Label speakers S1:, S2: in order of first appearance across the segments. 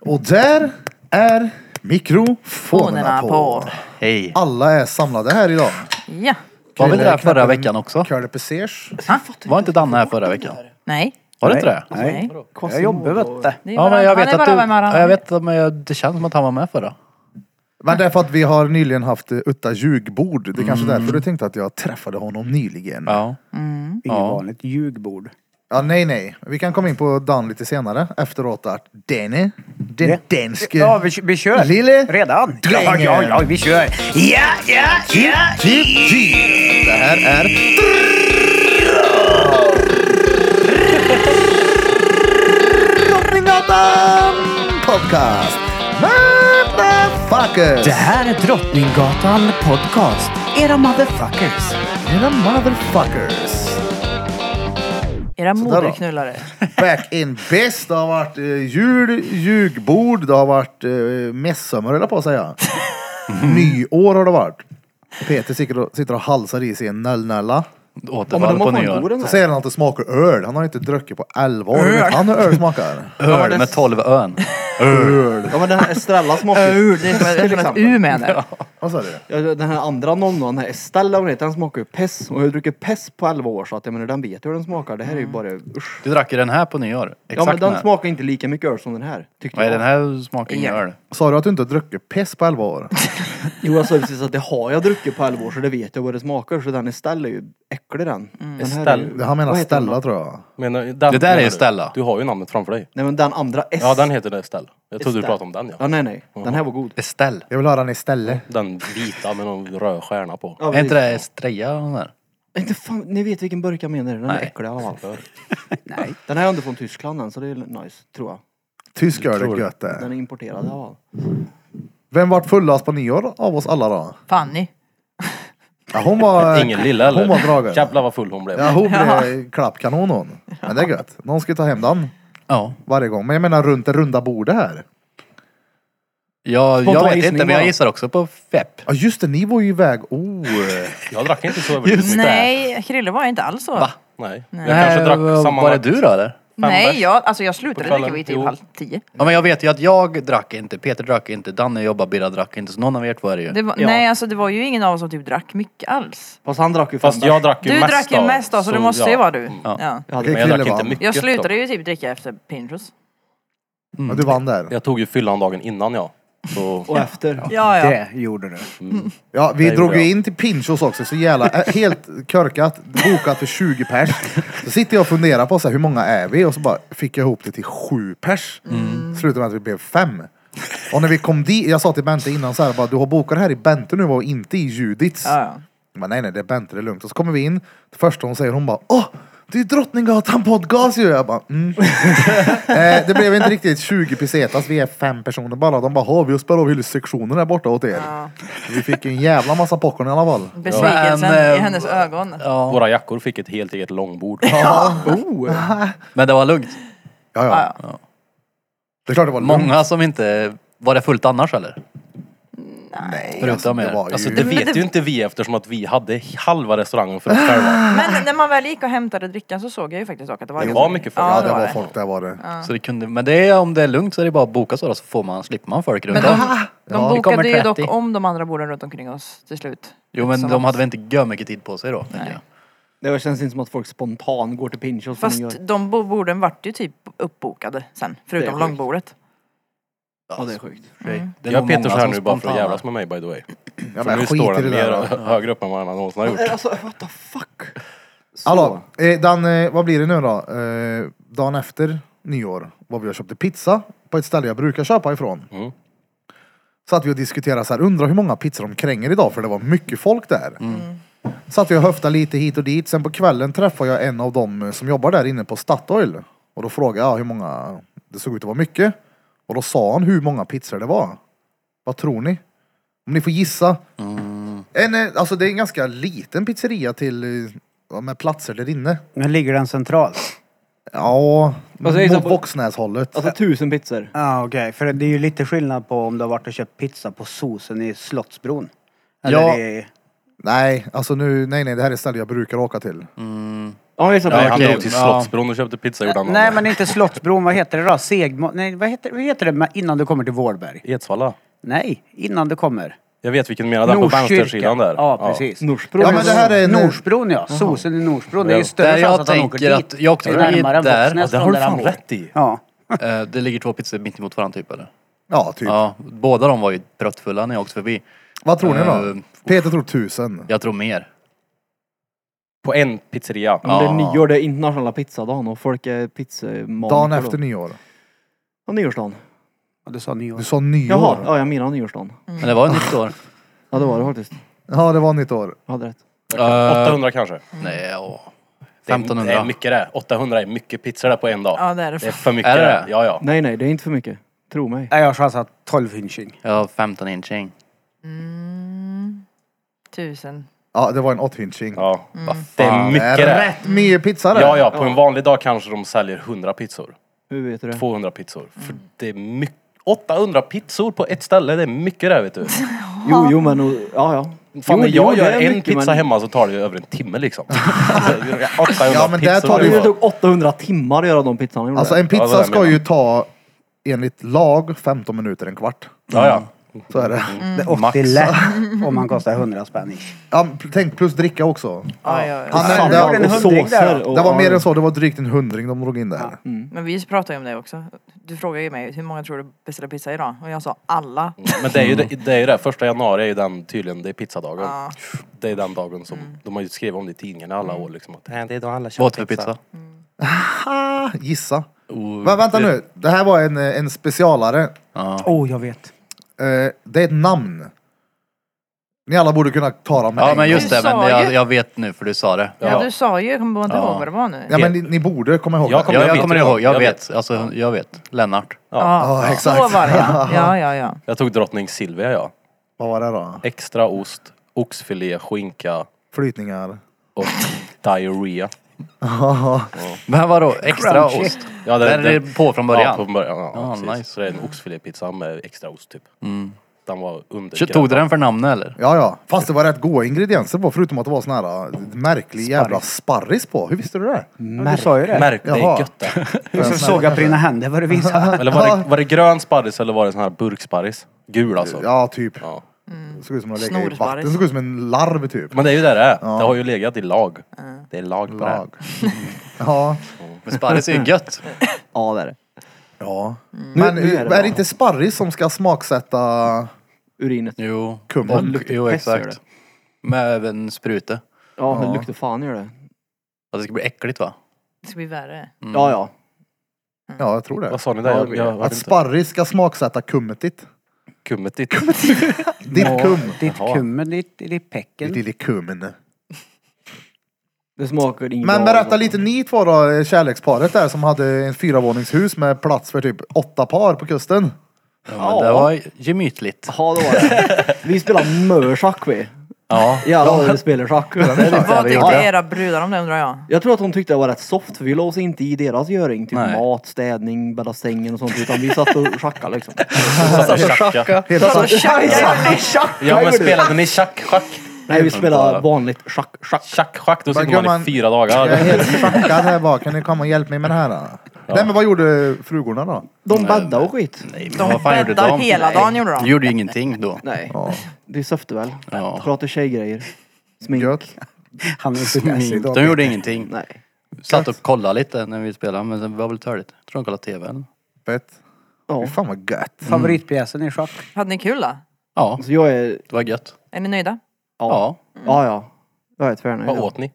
S1: Och där är mikrofonerna
S2: Fonerna
S1: på.
S2: på.
S3: Hej.
S1: Alla är samlade här idag.
S2: Ja.
S3: Var vi inte där förra veckan också?
S1: Curly Pesers.
S2: Ha?
S3: Var inte Danne här förra veckan?
S2: Nej.
S3: Var det inte det?
S2: Nej.
S4: Jag jobbar vet du.
S2: Det är
S3: Ja,
S2: bara-
S3: men jag
S2: han
S3: vet
S2: är
S3: att
S2: bara
S3: du...
S2: med varandra.
S3: ja, Jag vet, men jag- det känns som att han var med förra.
S1: Men det är för att vi har nyligen haft eh, Utta ljugbord. Det är kanske
S3: Mm.
S1: därför du tänkte att jag träffade honom nyligen. Ja.
S3: Ja.
S4: Inget
S3: Ja.
S4: vanligt ljugbord.
S1: nej, nej. Vi kan komma in på Dan lite senare. Efteråt där. Danny. Den
S4: Ja.
S1: danske.
S4: Ja, vi, vi kör.
S1: Lille.
S4: Redan? Ja, ja, ja, vi kör. Ja, ja, ja.
S1: Typ. Det här är... Drottninggatan Podcast. Motherfuckers.
S4: Det här är Drottninggatan Podcast. Era motherfuckers.
S1: Era motherfuckers.
S2: Era
S1: Sådär då.
S2: moderknullare.
S1: Back in best. Det har varit eh, jul, ljugbord, det har varit eh, midsommar höll jag på att säga. Nyår har det varit. Peter sitter och, sitter och halsar i sig en nöllnölla.
S3: Återfall på nyår.
S1: Så säger han att det smakar öl. Han har inte druckit på 11 år. Vet Han hur öl smakar.
S3: Öl med 12 ön.
S1: Öl.
S5: Ja men den här Estrella som åker.
S2: Ur, det är
S5: Till
S2: från ett
S5: exempel.
S2: Liksom. U med där.
S1: Vad sa du?
S5: Ja, Den här andra nonnon, den här Estella hon heter, den smakar ju pess. Och jag dricker pess på 11 år så att jag menar den vet ju hur den smakar. Det här är ju bara usch.
S3: Du drack ju den här på nyår.
S5: Ja men
S3: Mm. Exakt
S5: den
S3: den här.
S5: smakar inte lika mycket öl som den här. Tyckte
S3: Nej,
S5: jag.
S3: den här smakar ingen
S2: Ja.
S3: öl.
S1: Sa du att du inte har druckit piss på 11 år?
S5: Jo jag sa precis att det har jag druckit på 11 år så det vet jag vad det smakar. Så den Estella är ju äcklig den.
S3: Mm.
S5: den här är ju,
S1: Det Han menar
S5: vad heter den
S1: Stella
S5: då?
S1: tror jag.
S6: Menar, eh, den,
S3: Det där är
S6: menar du?
S3: Stella.
S6: Du har ju namnet framför dig.
S5: Nej men den andra S.
S6: Ja, den heter det Estelle. Jag trodde du
S5: Estelle.
S6: pratade om den
S5: Ja
S6: ja.
S5: nej nej, den här var god.
S3: Estelle.
S1: Jag vill ha den istället.
S6: Den vita med någon röd stjärna på.
S5: Ja,
S3: Är inte
S5: precis.
S3: det Estrella? och den där?
S5: Inte fan, ni vet vilken burk jag menar. Den är
S3: Nej.
S5: äcklig i alla fall. nej. Den här är ändå från Tyskland än så det är nice, tror jag.
S1: Tysk öl är gött
S5: Den
S1: det.
S5: är importerad i alla fall.
S1: Vem vart fullast på nyår av oss alla då?
S2: Fanny.
S1: Ja, hon var...
S6: Ingen lilla eller?
S1: Hon var dragen.
S6: Jävlar vad full hon blev.
S1: Ja, hon blev klappkanon hon. Men det är gött. Någon ska ta hem den
S3: Ja.
S1: varje gång. Men jag menar runt det runda bordet här.
S3: Ja, jag
S4: Spontan
S3: vet
S4: gissning
S3: inte, men jag
S4: bara.
S3: gissar också på FEP.
S1: Ja just det, ni var ju iväg. Oh.
S6: Jag drack inte så överdrivet.
S3: Just det.
S2: Nej, Krille var inte alls så.
S3: Va?
S6: Nej. Jag
S2: Nej,
S6: kanske drack
S3: Eh,
S6: samma
S3: Var det du då eller?
S2: Nej, jag, alltså jag slutade
S6: På kvällen.
S2: dricka vid typ
S6: Jo.
S2: halv tio.
S3: Ja, men jag vet ju att jag drack inte, Peter drack inte, Danne jobbade, Birra drack inte, så någon av er två är det ju.
S2: Det var,
S5: Ja.
S2: Nej, alltså det var ju ingen av oss som typ drack mycket alls.
S5: Fast han drack ju fem
S6: Fast
S5: bärs.
S6: jag drack ju
S2: Du
S6: mest
S2: drack ju
S6: av-
S2: mest av så det måste ju
S6: ja.
S2: vara du.
S3: Ja.
S2: Ja.
S5: Jag hade
S1: Okej.
S6: Men jag drack
S1: Krille
S6: inte
S1: vann.
S6: mycket.
S2: Jag
S6: dock.
S2: slutade ju typ dricka efter Pinchos.
S1: Ja, du vann där.
S6: Jag tog ju fyllan dagen innan ja. Så
S5: Och efter.
S2: Ja, ja.
S4: Det gjorde du.
S1: Ja, vi
S6: Det gjorde
S1: drog ju
S6: jag.
S1: in till Pinchos också. Så jävla, äh, helt körkat. Bokat för 20 pers. Så sitter jag och funderar på så här, hur många är vi? Och så bara fick jag ihop det till sju pers. Slutade med att vi blev fem. Och när vi kom dit, jag sa till Bente innan så här, bara, du har bokat det här i Bente nu och inte i Judits.
S2: Ja, ja.
S1: Men nej, nej, det är Bente, det är lugnt. Och så kommer vi in, det första hon säger, hon bara Åh! Det är Drottninggatan podcast ju! Jag bara mm. eh, Det blev inte riktigt 20 pesetas, vi är fem personer bara. De bara, "Ha, vi spelar av hela sektionen här borta åt er.
S2: Ja.
S1: Vi fick en jävla massa popcorn i alla fall.
S2: Besvikelsen
S3: Men, eh,
S2: i hennes ögon.
S3: Ja.
S6: våra jackor fick ett helt eget långbord.
S5: Oh!
S3: Men det var lugnt.
S1: Ja, ja.
S2: Ja,
S1: Det är klart det var lugnt.
S3: Mm. Många som inte... Var det fullt annars eller?
S1: Nej,
S3: Förutom
S1: alltså, det
S3: er.
S1: var
S6: Alltså
S1: ju...
S6: det vet ju inte vi eftersom att vi hade halva restaurangen för oss själva.
S2: Men när man väl gick och hämtade drickan så såg jag ju faktiskt dock att det var
S6: Det
S2: ganska
S6: var mycket folk.
S1: Ja,
S2: Ja,
S1: det var folk, där var det.
S3: Så det kunde, men det är, om det är lugnt så är det bara att boka så, då, så får man, slipper man folk runt
S2: Men de,
S3: om.
S2: de
S3: Ja. Det kommer
S2: bokade ju dock
S3: 30.
S2: om de andra borden runt omkring oss till slut.
S3: Jo men
S2: Som
S3: de
S2: oss.
S3: hade väl inte gör mycket tid på sig då. tänker jag.
S5: Det känns inte som att folk spontant går till Pinchos. som
S2: Fast
S5: gör.
S2: de bo- borden vart ju typ uppbokade sen, förutom
S5: sjukt.
S2: långbordet.
S5: Ja, det är sjukt.
S3: Mm. Det är
S6: Jag
S3: nog
S6: och Peter så
S3: många
S6: här
S3: som
S6: nu bara för att
S3: spontana-
S6: jävlas med mig by the way.
S1: Ja,
S6: För
S1: men
S6: nu
S1: skit
S6: står
S1: i det
S6: den mer
S1: där då.
S6: högre upp än vad han någonsin har gjort.
S5: Alltså what the fuck? Så.
S1: Hallå, eh, Dan, eh, vad blir det nu då? Eh, dagen efter nyår var vi och köpte pizza på ett ställe jag brukar köpa ifrån.
S6: Mm.
S1: Satt vi och diskuterade så här, undrar hur många pizzor de kränger idag för det var mycket folk där. Satt vi och höftade lite hit och dit. Sen på kvällen träffade jag en av dem eh, som jobbar där inne på Statoil. Och då frågade jag hur många, det såg ut att vara mycket. Och då sa han hur många pizzor det var. Vad tror ni? Om ni får gissa. En, eh, alltså det är en ganska liten pizzeria till, eh, ja, med platser där inne.
S4: Men ligger den centralt?
S1: Ja,
S5: Alltså, jag gissar
S1: mot
S5: på-
S1: Våxnäshållet.
S5: Alltså tusen pizzor.
S4: Ja, okej. För det är ju lite skillnad på om du har varit och köpt pizza på Sosen i Slottsbron.
S3: Ja.
S4: i...
S1: Nej, alltså nu, nej nej det här är stället jag brukar åka till.
S5: Ja, just det.
S6: Ja, han
S5: Ja,
S3: okej.
S6: drog till Slottsbron och köpte pizza gjorde han.
S4: Nej men inte Slottsbron, vad heter det då? Segmo... Nej vad heter, vad heter det med- innan du kommer till Vårberg?
S6: Edsvalla.
S4: Nej, innan du kommer.
S6: Jag vet vilken du menar, där på vänstersidan där.
S4: Ja precis.
S5: Norsbro.
S1: Ja men det här är en...
S4: Norsbron ja, sosen i Norsbron. Det är ju större
S3: Där jag
S4: chans att han åker
S3: tänker
S4: dit.
S3: att, jag åkte
S4: Det är
S3: förbi
S4: närmare än
S3: där.
S6: Ja,
S4: Våxnäs.
S6: det har du fan
S4: Från där han
S6: rätt i.
S4: Ja.
S3: Eh, Det ligger två pizzor mitt emot varandra typ eller?
S1: Ja, typ.
S3: Ja, båda de var ju bröttfulla när jag åkte förbi.
S1: Vad tror ni
S3: Eh,
S1: då? Peter tror tusen.
S3: Jag tror mer.
S6: På en pizzeria.
S5: Men det är nyår, det är internationella pizzadagen och folk är pizzamaniker.
S1: Dagen
S5: då.
S1: efter nyår.
S5: Ja, nyårsdagen.
S4: Ja, Du sa nyår.
S1: Du sa
S5: Jaha,
S1: nyår.
S5: ja jag menar nyårsdagen.
S3: Men det var ju nytt år.
S5: Ja det var det faktiskt.
S1: Ja, det var nytt år.
S5: Jag hade rätt.
S3: Eh,
S6: 800 kanske.
S3: Nej, ja.
S6: Det är- Det är
S3: 1500.
S6: mycket det. 800 är mycket pizza där på en dag.
S2: Ja, det är det
S6: Det är
S2: fan.
S6: för mycket
S3: Är det
S6: det.
S3: det?
S6: Ja, ja.
S5: Nej nej, det är inte för mycket. Tro mig.
S4: Nej, Jag chansar 12 hynching.
S3: Ja, 15 inching.
S2: Tusen.
S1: Ja, det var en åtthinching.
S6: ja.
S4: Mm.
S6: Det är mycket det.
S1: Rätt mycket pizza där.
S6: Ja, ja. På en vanlig dag kanske de säljer 100 pizzor.
S5: Hur vet du det?
S6: 200 pizzor. För
S4: Mm.
S6: det är mycket. 800 pizzor på ett ställe, det är mycket det vet du.
S5: Jo, jo men och, ja ja.
S6: Fan,
S5: jo,
S6: när jag
S5: jo, det
S6: gör
S5: är
S6: en
S5: mycket,
S6: pizza
S5: men-
S6: hemma så tar det ju över en timme liksom. Alltså, 800
S1: Ja, men där
S6: pizzor
S1: tar
S6: det
S1: du-
S6: var.
S5: Det tog 800 timmar att göra de pizzorna. gjorde
S1: Alltså
S5: det.
S1: en
S6: Ja, det var
S1: pizza
S6: det
S1: ska
S6: jag
S1: ju ta enligt lag 15 minuter, en kvart.
S6: Ja, ja.
S1: Så är det.
S4: Och det är lätt om man kostar 100 spänn. ish.
S1: Ja, p- tänk plus dricka också.
S2: Ja, ja, ja.
S1: Han
S5: Sallad
S1: nämnde,
S4: en
S5: och
S4: hundring där
S5: såser
S4: då.
S5: och-
S1: det var mer
S5: ja.
S1: än så, det var drygt en hundring de drog in där.
S2: Men vi pratade ju om det också. Du frågade ju mig, hur många tror du beställer pizza idag? Och jag sa alla.
S6: Men det är ju det, det, är ju det. första januari är ju den tydligen, det är pizzadagen.
S2: Ja.
S6: Det är den dagen som, de har ju skrivit om det i tidningarna alla år liksom. Att, "Nej, det är då alla köper
S3: Båt för pizza.
S1: Ah, gissa.
S3: Oh,
S1: Va, vänta nu, det här var en, eh, en specialare.
S3: Ja.
S4: Åh, jag vet.
S1: Eh, det är ett namn. Ni alla borde kunna ta dem med
S3: ja,
S1: en
S3: men
S1: gång.
S3: just
S2: Du
S3: det. Men
S2: sa
S3: jag,
S2: ju-
S3: jag vet nu för du sa det.
S2: Ja,
S6: Ja.
S2: du sa ju, jag kommer bara inte
S3: Ja.
S2: ihåg vad det var nu.
S1: Ja, men ni, ni borde komma ihåg
S6: Jag
S1: det.
S6: kommer-
S3: Jag, jag
S6: vet
S3: kommer
S6: ju
S3: ihåg. Jag
S6: jag
S3: vet. Alltså, jag vet. Lennart.
S1: Ja, exakt.
S2: Så var det ja. Ja, ja, ja.
S6: Jag tog drottning Silvia ja.
S1: Vad var det då?
S6: Extra ost, oxfilé, skinka
S1: Flytningar.
S6: och diarrhea.
S3: Men vadå? Extra
S4: Crunchy.
S3: ost?
S6: Ja,
S3: Den är på från början.
S6: Ja, på början. Ja,
S3: Ah,
S6: precis.
S3: nice.
S6: Så det är en oxfilépizza med extra ost typ. Den var under.
S3: Kö- Tog du den för namnet eller?
S1: Ja, ja. Fast det var rätt goda ingredienser på, förutom att det var sån här eh, märklig jävla sparris på. Hur visste du det?
S4: Du sa ju det.
S6: Märk, det är
S1: Jaha.
S6: gött det.
S4: Du som såg jag på dina händer vad du visade.
S6: Eller var det, var det grön sparris eller var det sån här burksparris? Gul alltså.
S1: Ja, typ.
S6: Ja.
S1: Det såg ut som att lägga i
S2: Snorsparris.
S1: vatten. Det såg ut som en larv typ.
S6: Men det är ju det det är. Det har ju legat i lag. Det är lag på det här.
S1: Lag. Ja.
S3: Men sparris är ju gött.
S5: Ja det är det.
S1: ja. Men eh,
S5: Nu- nu är
S1: är det
S5: det bra.
S1: inte sparris som ska smaksätta
S5: Urinet.
S3: Jo.
S1: Kummen.
S3: Och,
S5: Luktar
S3: jo,
S5: pest, gör
S3: exakt. Med en sprute. Att
S5: Ja, det luktar fan gör
S6: Mm.
S5: det.
S3: det ska bli äckligt va? Mm.
S2: Det ska bli värre.
S5: Ja ja.
S1: Ja, jag tror det.
S6: Vad sa ni där?
S5: Ja, det
S6: Jag,
S5: blir
S6: jag
S5: det.
S6: hörde
S1: Att
S6: inte.
S1: sparris ska smaksätta kummet ditt.
S6: Kummet ditt.
S1: Ditt kum.
S4: Ditt
S6: Jaha.
S4: kummen, ditt, ditt
S1: Ditt
S4: pecken.
S1: lille kummen.
S5: Det smakar inget
S1: Men
S5: bra. alltså.
S1: berätta lite ni två då, kärleksparet där som hade en fyravåningshus med plats för typ åtta par på kusten.
S3: Ja, men det var gemytligt.
S5: Ja det var det. Vi spelar mörschack vi.
S3: Ja.
S5: Jävlar vad vi spelar schack.
S2: Vad
S3: vi
S2: tyckte
S3: gjorde.
S2: era brudar om det undrar jag?
S5: Jag tror att hon tyckte det var rätt soft för vi la oss inte i deras göring. Typ
S3: Nej.
S5: mat, städning, bädda sängen och sånt. Utan vi satt och schackade liksom.
S6: Tjacka.
S1: Helt sant.
S6: Ja men spelade ni tjack, schack?
S5: Nej vi spelade vanligt schack, schack.
S6: Tjack, schack, då
S1: Men
S6: sitter man
S1: gumman,
S6: i fyra
S1: Jag är
S6: dagar.
S1: helt chockad här bak. Kan ni komma och hjälpa mig med det här? Då? Nej men vad gjorde frugorna då?
S5: De bäddade och skit.
S3: Nej, men
S2: De
S3: vad fan gjorde
S2: bäddade
S3: de?
S2: hela dagen gjorde de.
S3: De gjorde ju ingenting då.
S5: Nej.
S1: Ja.
S5: Det söfte väl.
S3: Ja.
S5: Prata tjejgrejer. Smink.
S1: Gött.
S4: Han är inte med sig
S3: De
S4: idag.
S3: gjorde ingenting.
S5: Nej.
S3: Satt och kollade lite när vi spelade men det var väl törligt. Jag tror de kollade TV eller?
S1: Fett. Fy
S5: Ja.
S1: fan vad gött.
S4: Favoritpjäsen i schack.
S2: Hade ni kul då?
S3: Ja,
S5: Så jag är...
S3: det var gött.
S2: Är ni nöjda?
S3: Ja.
S5: Ja ja. Jag är tvärnöjd.
S6: Vad åt ni?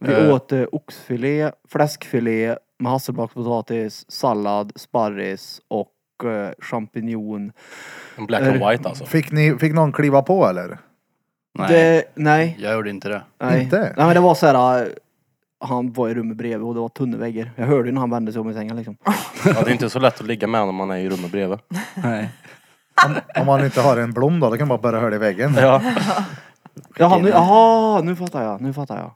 S5: Vi åt eh, oxfilé, fläskfilé med hasselbackspotatis, sallad, sparris och eh, champinjon.
S6: En black and white alltså.
S1: Fick, ni, fick någon kliva på eller?
S3: Nej,
S5: Det, nej,
S3: jag gjorde inte det.
S5: nej.
S1: Inte?
S5: Nej men det var så här. eh, Han var i rummet bredvid och det var tunna väggar. Jag hörde ju när han vände sig om i sängen liksom.
S6: Ja, det är inte så lätt att ligga med när man är i rummet bredvid.
S3: Nej.
S1: Om man inte har en blom då, då kan man bara höra i väggen.
S6: Ja.
S5: Jaha, nu, aha, nu fattar jag, nu fattar jag.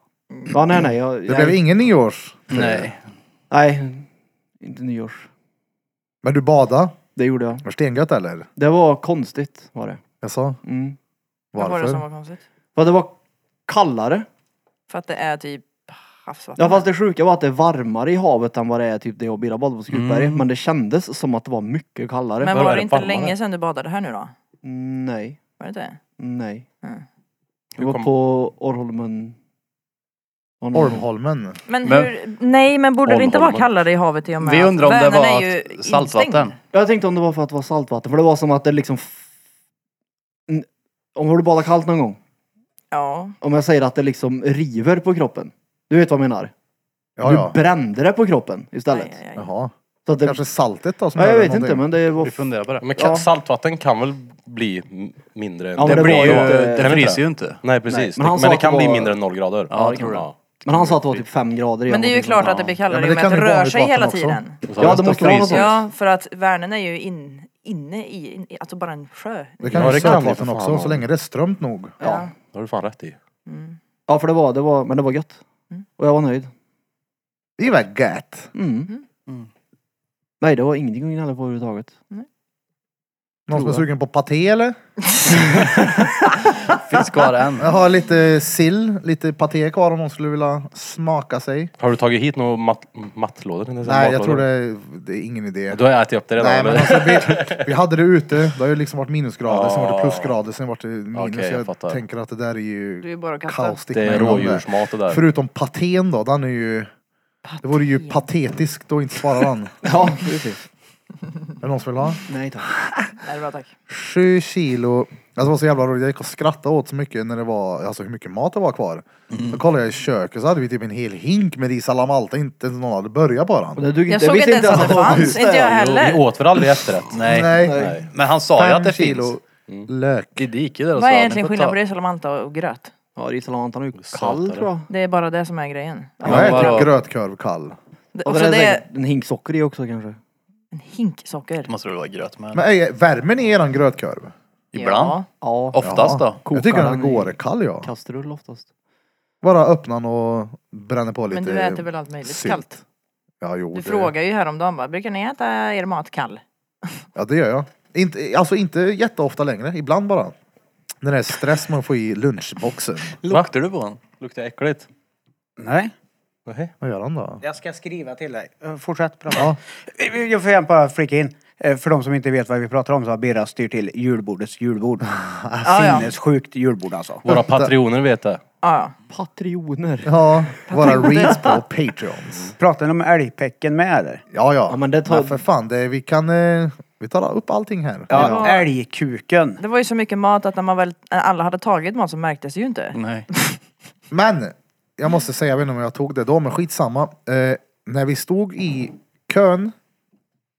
S5: Ja nej nej. Jag,
S1: Det blev
S5: nej,
S1: ingen nyårs.
S3: Nej.
S5: nej, inte nyårs.
S1: Men du badade.
S5: Det gjorde jag.
S1: Var stengött eller?
S5: Det var konstigt var det.
S1: Jag sa.
S5: Mm.
S2: Vad var det som
S1: Varför?
S2: var konstigt?
S5: För det var kallare.
S2: För att det är typ havsvatten.
S5: Ja fast det sjuka var att det är varmare i havet än vad det är typ det jag badade på Skutberget.
S3: Mm.
S5: Men det kändes som att det var mycket kallare.
S2: Men
S6: Vad
S2: var
S6: är
S2: det
S6: det
S2: inte
S6: varmare?
S2: länge sedan du badade här nu då?
S5: Nej,
S2: Var det inte det?
S5: nej.
S2: Mm.
S5: Jag
S6: Du
S5: var
S6: kom-
S5: på Orholmen.
S1: Ormholmen.
S2: Men,
S3: Men-
S2: hur, nej men borde det inte vara
S3: Holmholmen.
S2: kallare i havet i och med
S3: Vi
S2: att
S3: undrar om det
S2: Vänern
S3: var
S2: är ju
S3: att saltvatten.
S2: instängd.
S5: Jag tänkte om det var för att det var saltvatten. För det var som att det liksom... f- N- Om har du badat kallt någon gång?
S2: Ja.
S5: Om jag säger att det liksom river på kroppen. Du vet vad jag menar?
S1: Ja,
S5: du
S1: ja.
S5: brände det på kroppen istället.
S2: Aj, aj, aj.
S1: Jaha.
S5: Så att det,
S1: Kanske saltet då som
S5: ja, jag
S1: gör
S5: vet
S1: någonting.
S5: inte men det var...
S3: Vi funderar på det.
S6: Men kan, saltvatten kan väl bli m- mindre? än-
S5: Ja, men
S3: Det,
S5: det var
S3: blir ju,
S5: ju inte-
S6: Kan
S3: det
S6: det
S3: fryser
S6: inte?
S3: ju inte.
S6: Nej precis,
S5: men
S6: men,
S5: han
S6: det,
S5: sa
S6: men det
S5: att
S6: kan
S5: det
S6: bli
S5: var-
S6: mindre än noll grader.
S3: Ja, det tror jag.
S5: Men han sa att det var typ fem grader igen,
S2: Men det är ju
S5: någonting
S2: klart
S5: sånt.
S2: att det blir
S1: Ja,
S2: kallare
S1: men
S2: i och
S1: det
S2: med
S1: kan
S2: att det
S1: ju vara
S2: rör
S1: vanligt
S2: sig hela
S1: vatten också.
S2: tiden.
S6: Så
S5: Ja,
S6: resten
S5: det måste vara något
S6: fryser.
S5: sånt.
S2: Ja, för att Vänern är ju in, inne i, in, alltså bara en sjö.
S1: Det kan
S6: Ja,
S1: ju
S6: det kan
S1: saltvatten
S6: vi för fan
S1: också, så
S6: om.
S1: länge det är strömt nog.
S5: Ja.
S6: Det har du fan rätt i.
S2: Mm.
S5: Ja, för det var, det var, men det var gött. Och jag var nöjd.
S1: Det är väl gött?
S5: Mm. Nej, det var ingenting att gnälla på överhuvudtaget.
S1: Någon som är
S5: Tror jag.
S1: sugen på paté eller?
S3: Finns kvar än.
S1: Jag har lite sill, lite paté kvar om någon skulle vilja smaka sig.
S6: Har du tagit hit några mat, mattlådor? eller så här
S1: Nej, jag
S6: matlådor?
S1: tror det, det är ingen idé.
S6: Du har ätit upp det redan?
S1: Nej, men
S6: eller?
S1: alltså, vi, vi hade det ute, det har ju liksom varit minusgrader, sen var det plusgrader, sen var det minus.
S6: Okej, jag
S1: jag
S6: fattar.
S1: tänker att det där är ju
S2: Du är bara att kasta.
S1: kaustik
S6: Det är
S1: med någon där.
S6: rådjursmat det där.
S1: Förutom patén då, den är ju... Det vore ju patetiskt att inte svara den.
S5: Ja, precis.
S1: Är det någon som vill ha?
S5: Nej tack.
S2: Nej, det är bra tack.
S1: Sju kilo. Alltså det var så jävla roligt, jag gick och skrattade åt så mycket när det var, alltså hur mycket mat det var kvar.
S3: Mm.
S1: Då kollade jag i köket så hade vi typ en hel hink med ris à la Malta, inte ens någon hade börjat på
S5: Och
S1: den.
S5: det dug,
S2: Jag
S5: det
S2: såg
S5: visste
S2: inte ens att det fanns, inte jag
S6: Vi
S2: heller.
S6: åt väl aldrig efterrätt?
S3: Nej.
S1: Nej.
S3: Men han sa ju att det
S1: Fem kilo
S3: finns. Mm.
S1: lök.
S3: Det gick ju där och
S2: Vad är
S3: ni
S2: egentligen
S3: får
S2: skillnaden
S3: ta-
S2: på ris och manta och gröt?
S5: Ja, risalamatan är ju kall
S6: Satare.
S5: tror jag.
S2: Det är bara det som är grejen.
S1: Jag
S3: men
S1: äter
S3: vadå?
S1: grötkorv kall.
S2: Det-
S5: Och
S2: Och så
S5: det
S2: det
S5: är
S2: är
S5: säkert en hink socker i också kanske.
S2: en hink socker.
S3: Det måste det vara gröt med.
S1: Men ej, värmer ni eran grötkorv?
S3: Ibland.
S2: Ja.
S5: Ja,
S3: Oftast då.
S5: Kokar
S1: jag tycker
S5: den
S1: den
S5: i-
S1: går kall jag.
S5: kastrull oftast.
S1: Bara öppna den och bränner på lite
S2: Men du äter väl allt möjligt
S1: sylt.
S2: kallt?
S1: Ja, jo,
S2: Du
S1: det...
S2: frågar ju häromdagen bara, brukar ni äta er mat kall?
S1: Ja, det gör jag. Inte, alltså inte jätteofta längre, ibland bara. När det är stress man får i lunchboxen.
S3: Luktar du på den?
S6: Luktar äckligt?
S4: Nej.
S6: Nej.
S1: Vad gör han då?
S4: Jag ska skriva till dig. Eh, Fortsätt prata. Jag får gärna bara flika in. Eh, För de som inte vet vad vi pratar om så har Birra styrt till julbordets julbord.
S2: ja.
S4: Sinnessjukt julbord alltså.
S6: Våra patrioner vet det.
S2: Ja, ja.
S5: Patrioner.
S1: Ja, våra reads på Patreons.
S4: Pratar ni om älgpäcken med eller?
S1: Ja, ja.
S5: Ja, men det tar-
S1: för fan, det, vi kan... Eh, vi tar upp allting här.
S4: Ja,
S2: var-
S4: älgkuken.
S2: Det var ju så mycket mat att när man väl, när alla hade tagit mat så märktes det ju inte.
S3: Nej.
S1: Men, jag måste säga, jag vet inte om jag tog det då, men skitsamma. Eh, när vi stod i kön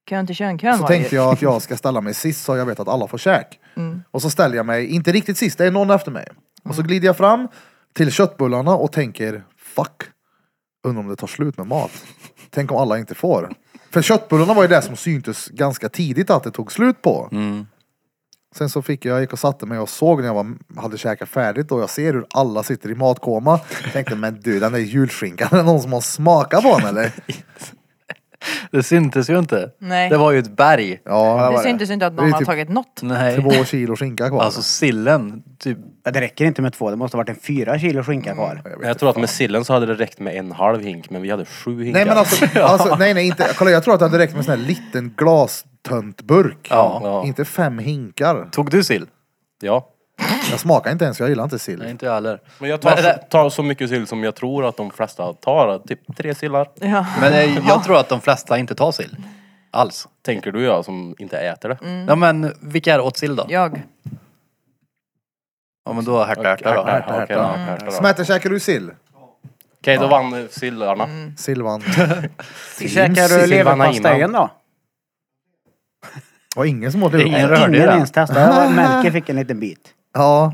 S2: Kön till könkön
S1: Så
S2: var
S1: tänkte
S2: ju.
S1: jag att jag ska ställa mig sist så jag vet att alla får käk.
S2: Mm.
S1: Och så ställer jag mig, inte riktigt sist, det är någon efter mig. Och så glider jag fram till köttbullarna och tänker fuck. Undrar om det tar slut med mat. Tänk om alla inte får. För köttbullarna var ju det som syntes ganska tidigt att det tog slut på. Sen så fick jag, jag gick och satte mig och såg när jag var, hade käkat färdigt och jag ser hur alla sitter i matkoma. Tänkte men du den där julskinkan, är det någon som har smakat på den eller?
S3: Det syntes ju inte.
S2: Nej.
S3: Det var ju ett berg.
S1: Ja,
S2: Det
S1: var
S2: syntes inte att
S1: Det
S2: någon
S1: är
S2: har
S1: typ
S2: tagit något.
S3: Nej.
S1: Två kilo skinka kvar.
S3: Alltså sillen. Typ.
S4: Ja, Det räcker inte med två, det måste ha varit en fyra kilo skinka kvar.
S6: Men jag tror att med sillen så hade det räckt med en halv hink, men vi hade sju hinkar.
S1: Nej men alltså, alltså nej nej inte. Kolla jag tror att det hade räckt med en sån här liten glastöntburk.
S3: Ja.
S1: Inte fem hinkar.
S3: Tog du sill?
S6: Ja.
S1: Jag smakar inte ens, jag gillar inte sill.
S3: Nej, inte jag heller.
S6: Men jag tar,
S3: Men det-
S6: tar så mycket sill som jag tror att de flesta tar. Typ tre sillar.
S2: Ja.
S3: Men eh, jag tror att de flesta inte tar sill. Alls.
S6: Tänker du ja, som inte äter det.
S2: Mm.
S3: Ja men vilka är åt sill då? Ja,
S2: Jag.
S3: men då härta härta då.
S6: Okej, okej,
S1: härta.
S6: okej, härta då.
S1: Smätter käkar du sill?
S6: Okej, då vann eh, sillarna.
S2: Mm.
S1: Silvan.
S4: Käkar du
S6: Silvana
S4: leverpastejen
S6: Iman.
S4: då?
S1: Och ingen som åt det.
S3: Ingen rörde ju
S4: Ingen
S3: den.
S4: ens testade. Jag var- Melke fick en liten bit.
S1: Ja,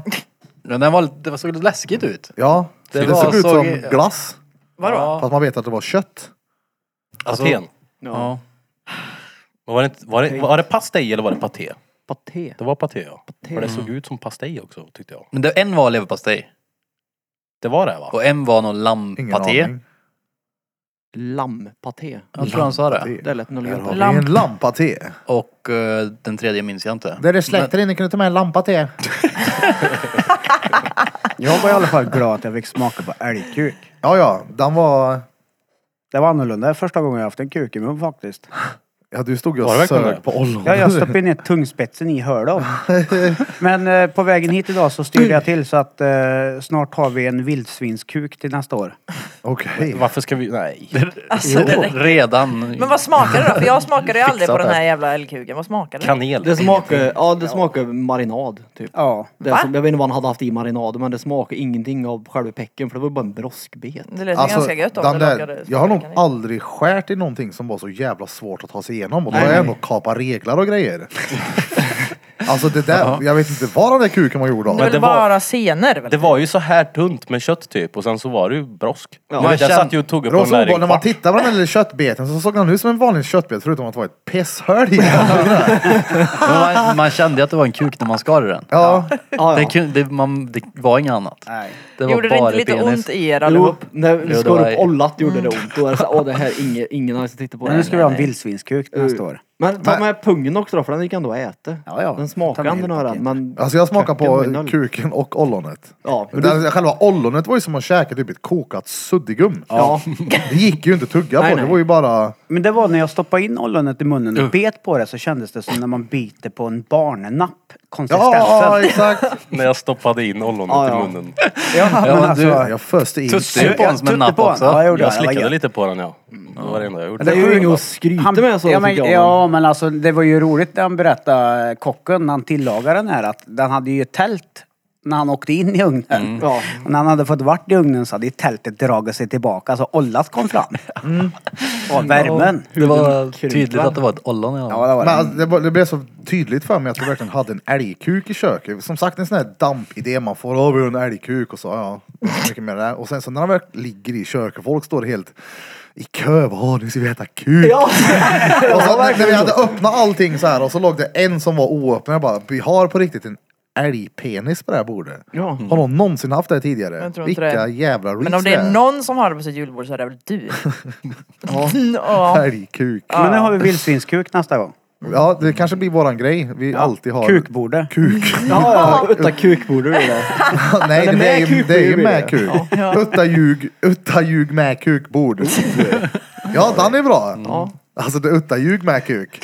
S3: Men den var, det såg läskigt ut.
S1: ja.
S3: Det
S1: Det,
S3: var-
S1: såg ut som
S3: såg-
S1: glass.
S2: Vadå?
S1: Fast man vet att det var kött.
S3: Alltså-
S6: Patén.
S3: Ja.
S6: Var det, inte- var, det, var det pastej eller var det paté?
S5: Paté.
S6: Det var paté ja. För det såg ut som pastej också tyckte jag.
S3: Men det, en var leverpastej
S6: Det var det va?
S3: och en var någon
S1: Ingen
S3: lammpaté.
S1: aning.
S5: Lammpaté.
S3: Jag tror han sa det.
S5: Det lät nog
S1: Där har
S5: gött.
S1: vi en lampa till.
S3: Och eh, den tredje minns jag inte.
S1: Där du släckte inne kan du ta med en lampa till.
S4: Jag var i alla fall glad att jag fick smaka på älgkuk.
S1: Ja, ja, den var...
S4: Det var annorlunda. Det är första gången jag haft en kuk i mun faktiskt.
S1: Ja, du stod ju
S6: Var det
S1: och
S6: verkligen
S1: sög
S6: det?
S1: på ollon.
S4: Ja, jag stoppade ner tungspetsen i hörde Men eh, på vägen hit idag så styrde jag till så att eh, snart har vi en vildsvinskuk till nästa år.
S1: Okej.
S6: Varför ska vi... Nej.
S2: Alltså, det räcker.
S3: Redan.
S2: Men vad smakar det då? För jag smakade ju aldrig på
S3: Fixat
S2: den här
S3: det.
S2: jävla älgkuken. Vad smakar det?
S6: Kanel.
S5: Det smakar, ja det smakar marinad typ.
S4: Ja.
S5: Det
S2: Va?
S5: som, jag vet inte vad han hade haft i marinad men det smakar ingenting av själva pecken för det var bara en broskbet.
S2: Det lät ju
S1: Alltså,
S2: ganska gött om
S1: den
S2: det
S1: där,
S2: lakade-
S1: jag har nog
S2: smakade kanel.
S1: aldrig skärt i någonting som var så jävla svårt att ta sig igenom. Och då
S5: Nej,
S1: har jag
S5: nej.
S1: ändå kapat reglar och grejer. alltså det där, jag vet inte vad den där kuken var gjord av.
S2: Det är väl
S6: det var-
S2: bara senor? Väl?
S6: Det var ju så här tunt med kött typ och sen så var det ju brosk.
S5: Ja.
S6: jag
S5: Jag
S6: jag
S3: känn-
S6: satt ju och
S1: Det
S6: tuggade på
S1: var
S6: den
S1: så
S6: där i
S1: ovanligt, när man
S6: kvart.
S1: tittade på den där lilla köttbeten så såg han ut som en vanlig köttbet förutom att det var ett pisshöl i den.
S3: Men man, man kände ju att det var en kuk när man skar i den.
S1: Ja,
S5: Ja,
S3: Det,
S5: ja.
S3: kun- det, man, det var inget annat.
S4: Nej.
S3: Det var
S2: Gjorde det
S3: bara
S2: inte lite
S3: penis.
S2: ont i er
S5: Jo,
S2: allihop?
S5: när
S3: Jo,
S5: vi
S3: det
S5: skar
S3: var-
S5: upp ollat gjorde det ont. Då är det såhär, åh det här, ingen, ingen har ens tittat på det.
S4: Mm. Men nu ska vi ha en vildsvinskuk till nästa år.
S5: Men ta med pungen också då för den gick ändå att äta.
S4: Ja, ja.
S5: Den
S4: Ta med
S5: smakade ändå
S4: hela
S5: några
S4: paketet.
S5: men
S1: alltså jag smakade
S5: Kuken var ju
S1: på
S5: noll.
S1: kuken och ollonet.
S5: ja.
S1: Den, själva ollonet var ju som att käka typ ett kokat suddigum.
S5: Ja.
S1: Det gick ju inte att tugga
S5: Nej,
S1: på,
S5: nej.
S1: det var ju bara...
S4: Men det var när jag stoppade in ollonet i munnen och bet på det så kändes det som när man biter på en barnnapp. Konsistensen.
S1: Ja, exakt!
S6: När jag stoppade in ollonet
S5: Ja,
S6: i
S5: ja.
S6: munnen.
S4: Ja,
S3: men
S4: men alltså,
S3: du-
S1: Jag föste in...
S3: Tuss- Tutte på den som en
S4: Tutte
S3: napp
S4: på den.
S3: också.
S4: Ja, jag gjorde
S6: Jag
S4: det. Det var
S6: slickade
S4: gött.
S6: lite på den ja. Det var det enda jag gjorde.
S5: Det är ju inget att skryta med så
S4: ja, men,
S5: tycker jag.
S4: ja men alltså det var ju roligt när han berättade, eh, kocken, när han tillagade den här, att den hade ju ett tält när han åkte in i ugnen.
S5: Ja.
S4: Och när han hade fått vart i ugnen så hade ju tältet dragit sig tillbaka, så ollat kom fram.
S1: Mm.
S4: Och värmen.
S3: Det var
S5: Huden
S3: tydligt
S5: krymplar.
S3: att det var ett ollon i alla
S4: Ja,
S3: fall.
S4: det var
S1: Men
S4: det.
S1: alltså, det, var- det blev så tydligt för mig att vi verkligen hade en älgkuk i köket. Som sagt en sån här dampidé man får. Åh, vi har en älgkuk och så. Ja, det är så mycket mer där. Och sen så när han väl ligger i köket, folk står helt i kö. Åh, nu ska vi äta kuk.
S5: Ja.
S1: och så, när, när vi hade öppnat allting så här och så låg det en som var oöppnad. Jag bara, vi har på riktigt en älgpenis på det här bordet.
S5: Ja.
S1: Har någon någonsin haft det här tidigare?
S2: Jag tror inte
S1: Vilka
S2: det.
S1: jävla
S2: Men om
S1: reach
S2: det är
S1: är.
S2: någon som har det på sitt julbord så är det väl du? ja.
S1: Älgkuk.
S4: Men nu har vi vildsvinskuk nästa gång.
S1: Ja, det kanske blir våran grej. Vi alltid har...
S4: Kukbordet.
S1: Kuk.
S5: Ja, ja, utta kuk borde du det.
S1: Nej, det,
S5: Eller
S1: är
S5: med
S1: ju,
S5: kuk
S1: det är ju
S5: blir det.
S1: med kuk. Utta ljug, utta ljug med kukbord.
S5: Mm.
S1: Ja, den är bra.
S5: Ja.
S1: Alltså det är utta ljug med kuk.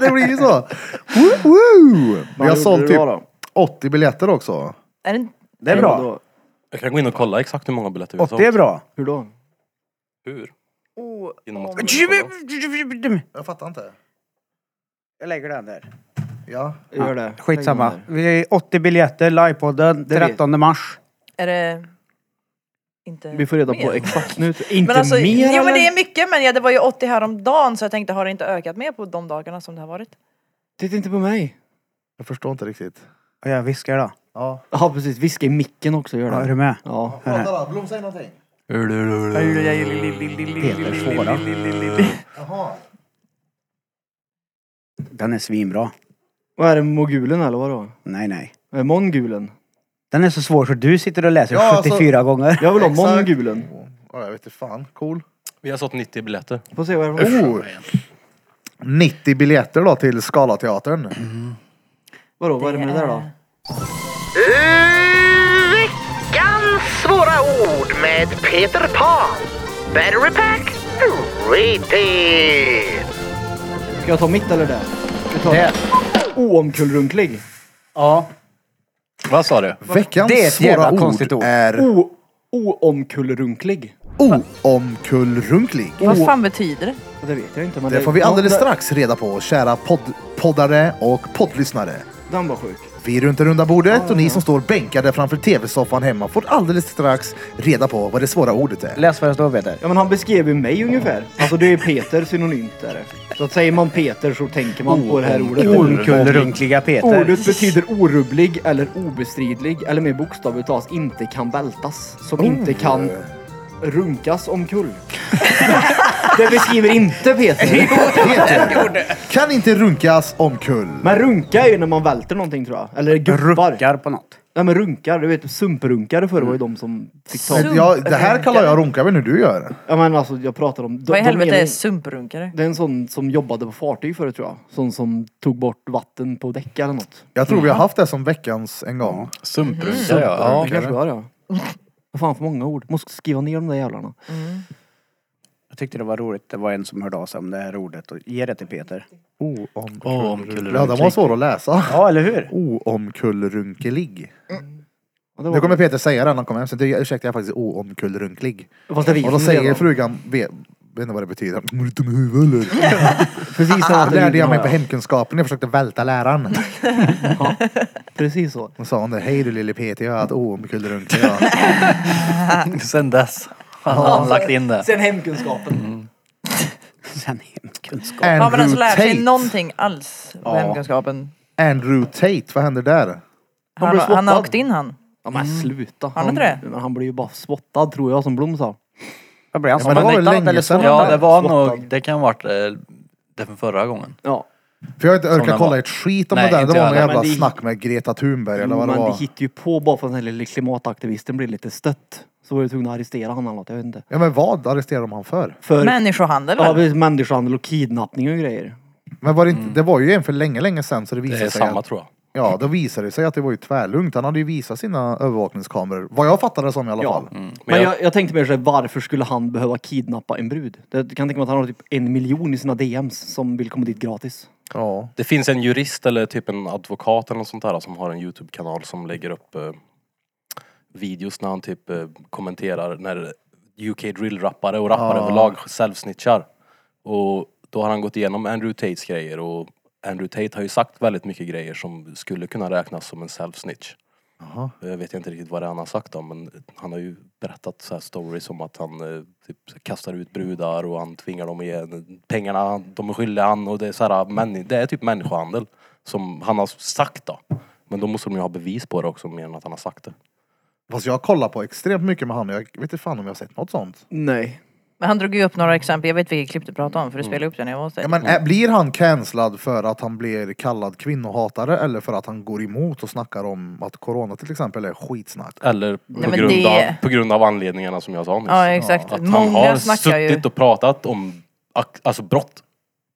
S1: det blir ju så. Woo, woo. Vi har
S5: Vad gjorde
S1: sålt
S5: du
S1: typ
S5: då då?
S1: 80 biljetter också.
S2: Är det,
S4: Det är bra.
S6: Jag kan gå in och kolla exakt hur många biljetter vi har
S4: 80 är bra.
S5: Hur då?
S6: Hur?
S2: oh,
S6: Inom att-
S1: Jag fattar inte.
S4: Jag lägger den där.
S1: Ja.
S5: Gör det.
S4: Skitsamma. Vi är 80 biljetter, livepodden,
S5: Det vet-
S4: 13 mars.
S2: är det inte
S5: Vi får reda
S2: mer?
S5: på exakt nu. Inte
S2: Men alltså,
S5: mer
S2: jo men det
S5: eller?
S2: är mycket men ja, det var ju 80 häromdagen så jag tänkte har det inte ökat mer på de dagarna som det har varit?
S5: Titta inte på mig.
S1: Jag förstår inte riktigt.
S4: Och jag viskar då.
S1: Ja.
S5: Ja precis, viska i micken också gör
S4: Ja, är
S5: det.
S4: du med?
S5: Ja.
S1: Prata då. Blom, säg någonting.
S4: Peters fåra.
S1: Jaha.
S4: Den är svinbra.
S5: Vad är det, mogulen eller vadå?
S4: Nej, nej.
S5: Eh, Mongulen?
S4: Den är så svår så du sitter och läser
S1: Ja,
S4: 74 gånger.
S5: Jag vill ha
S1: Exakt.
S5: mongulen.
S1: Oh, Ja, jag vet inte fan. Cool.
S6: Vi har sålt 90 biljetter.
S5: Får se vad det är för-
S1: Oh. 90 biljetter då till Scalateatern.
S5: Mm. Vadå, vad är det med det där då?
S7: Eh, Veckans svåra ord med Peter Pan. Battery pack rated.
S5: Ska jag ta mitt eller det? Jag tar det. Oomkullrunklig.
S4: Ja.
S3: Vad sa du?
S1: Veckans
S4: Det är ett
S1: svåra
S4: jävla
S1: ord
S4: konstigt ord.
S1: är
S5: O- oomkullrunklig.
S1: oomkullrunklig.
S2: Vad fan betyder det?
S5: Det vet jag inte men
S1: Det får vi
S5: Ja,
S1: alldeles
S5: det-
S1: strax reda på, kära podd, poddare och poddlyssnare.
S5: Den var sjuk.
S1: Vi runt det runda bordet och ni som står bänkade framför tv-soffan hemma får alldeles strax reda på vad det svåra ordet är.
S4: Läs vad det står Peter.
S5: Ja men han beskrev ju mig ungefär. Alltså det är Peter synonymt där. Så att säger man Peter så tänker man på det här ordet.
S4: Oh,
S5: Oh,
S4: Ormkullrunkliga Peter.
S5: Ordet betyder orubblig eller obestridlig eller med bokstav tas inte kan vältas. Som inte kan runkas omkull. det beskriver inte Peter.
S1: Peter kan inte runkas omkull.
S5: Men runka är ju när man välter någonting tror jag. Eller guppar.
S4: Ruckar på något.
S5: Nej men runkar, du vet sumprunkare förr var ju de som fick ta...
S2: Sump-
S1: Men jag, det här kallar jag runka, jag vet inte hur du gör.
S5: Ja men alltså jag pratar om... de-
S2: Vad i
S5: de
S2: helvete
S5: menar-
S2: är sumprunkare?
S5: Det är en sån som jobbade på fartyg förut tror jag. Sån som tog bort vatten på däck eller något.
S1: Jag tror vi
S4: Mm.
S1: har haft det som veckans en gång.
S3: Sumprunkare ja.
S5: Det kanske var det ja. Vad fan för många ord. Måste skriva ner de där jävlarna.
S4: Jag tyckte det var roligt. Det var en som hörde av sig om det här ordet och ge det till Peter.
S1: Oomkullrunkelig. Ja, den var svår att läsa.
S4: Ja, eller hur?
S1: Oomkullrunkelig.
S5: Ja, det var
S1: Nu kommer Peter säga den när han kommer hem sen. Du, Ursäkta, jag är faktiskt oomkullrunklig.
S5: Fast det vet
S1: Och då
S5: hon
S1: säger
S5: redan.
S1: frugan, vet vet inte vad det betyder. Hon är lite med huvudet eller?
S5: Precis så.
S1: Det lärde jag mig på hemkunskapen. Jag försökte välta läraren.
S5: Precis så.
S1: Då sa hon det. Hej du lille Peter, jag har ett oomkullrunklig. Ja.
S3: Sen dess har han lagt in det.
S5: Sen hemkunskapen.
S4: Sen hemkunskap.
S1: Eh,
S2: Har man ens lärt alltså, sig
S1: Andrew Tate.
S2: någonting alls på hemkunskapen?
S1: Andrew Tate, vad händer där?
S5: Han
S2: Han,
S5: blev
S2: han har
S5: spottad.
S2: åkt in han.
S5: Ja men sluta.
S2: Har han inte det?
S5: men han blir ju bara spottad tror jag som Blom sa.
S4: Vad blev han?
S1: Ja, men det var väl
S4: Smånittan
S1: länge
S4: eller
S1: sedan.
S4: smånittan?
S3: Ja det var
S5: Slottad.
S3: nog, det kan ha varit eh, det från förra gången.
S5: Ja.
S1: För jag har inte
S3: Som den
S1: orkat kolla
S3: var.
S1: ett skit om
S3: Nej,
S1: det där.
S3: inte
S1: Det var
S3: jag
S1: någon
S3: heller,
S1: jävla
S5: men det-
S1: snack med Greta Thunberg eller vad det
S5: men
S1: var.
S5: det hittar ju på bara för att den här lilla klimataktivisten blir lite stött. Så var ju tvungna att arrestera honom eller något, jag vet inte.
S1: Ja men vad arresterar de han för?
S5: För
S2: Människohandel
S5: ja,
S2: väl?
S5: precis, människohandel och kidnappning och grejer.
S1: Men var det, inte, det var ju en för länge, länge sedan så det
S6: Det
S1: visade
S6: är
S1: sig
S6: samma
S1: att,
S6: tror jag.
S1: Ja, då visade det sig att det var ju tvärlugnt. Han hade ju visat sina övervakningskameror. Vad jag fattade det som i alla fall.
S5: Men,
S6: Men jag-
S5: jag, jag tänkte mer såhär, varför skulle han behöva kidnappa en brud? Det, jag kan tänka mig att han har typ en miljon i sina DMs som vill komma dit gratis.
S1: Ja.
S6: Det finns en jurist eller typ en advokat eller något sånt där som har en Youtube-kanal som lägger upp eh, videos när han typ eh, kommenterar när UK drill-rappare och rappare överlag självsnitchar. Och då har han gått igenom Andrew Tates grejer och Andrew Tate har ju sagt väldigt mycket grejer som skulle kunna räknas som en self-snitch. Jag vet inte riktigt vad det är han har sagt om men han har ju berättat så här stories om att han eh, typ, kastar ut brudar och han tvingar dem att ge pengarna de är skyldiga han och det är så här, männi- det är typ människohandel som han har sagt då. Men då måste de ju ha bevis på det också mer än att han har sagt det.
S1: Fast jag har kollat på extremt mycket med han och jag vet inte fan om jag har sett något sånt.
S5: Nej.
S2: Men han drog ju upp några exempel, jag vet vilket klipp du pratar om för du spelade upp det när jag var hos dig.
S1: Ja, men äh, blir han cancellad för att han blir kallad kvinnohatare eller för att han går emot och snackar om att corona till exempel är skitsnack?
S6: Eller på,
S2: men
S6: grund,
S2: det-
S6: av, på grund av anledningarna som jag sa nyss.
S2: Ja exakt,
S6: Att han
S2: många
S6: har
S2: snackar ju.
S6: suttit och pratat om ak- alltså brott.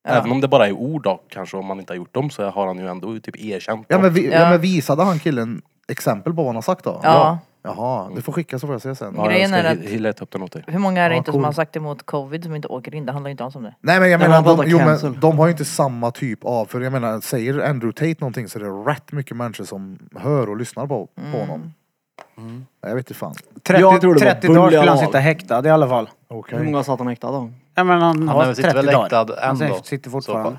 S6: Även om det bara är ord då, kanske om man inte har gjort dem så har han ju ändå typ erkänt
S1: Ja
S6: dem.
S1: men, vi, ja.
S2: Ja.
S1: men visade han killen exempel på vad han har sagt då?
S2: Ja.
S1: Jaha, du får skicka så får jag se sen.
S6: Ja,
S2: grejen
S6: jag ska
S2: är att-
S6: he- he- leta upp den åt dig.
S2: Hur många är det
S1: Ja,
S2: inte
S1: cool.
S2: som har sagt emot covid som inte åker in? Det handlar ju inte alls om det.
S1: Nej men jag
S5: Nej,
S1: menar,
S5: men han
S1: de,
S5: pratar
S1: jo, men
S5: cancel.
S1: de har ju inte samma typ av, för jag menar säger Andrew Tate någonting så är det rätt mycket människor som hör och lyssnar på, på honom. Jag vet inte fan.
S4: 30,
S5: Jag tror det var
S4: 30 dagar skulle han
S5: bull i alla
S4: sitta häktad i alla fall.
S5: Hur många satt han häktad då?
S4: Ja, men han,
S3: Han
S4: har
S3: sitter väl
S4: 30 dagar.
S3: häktad
S4: Han
S3: ändå, så
S4: sitter fortfarande.
S3: fall.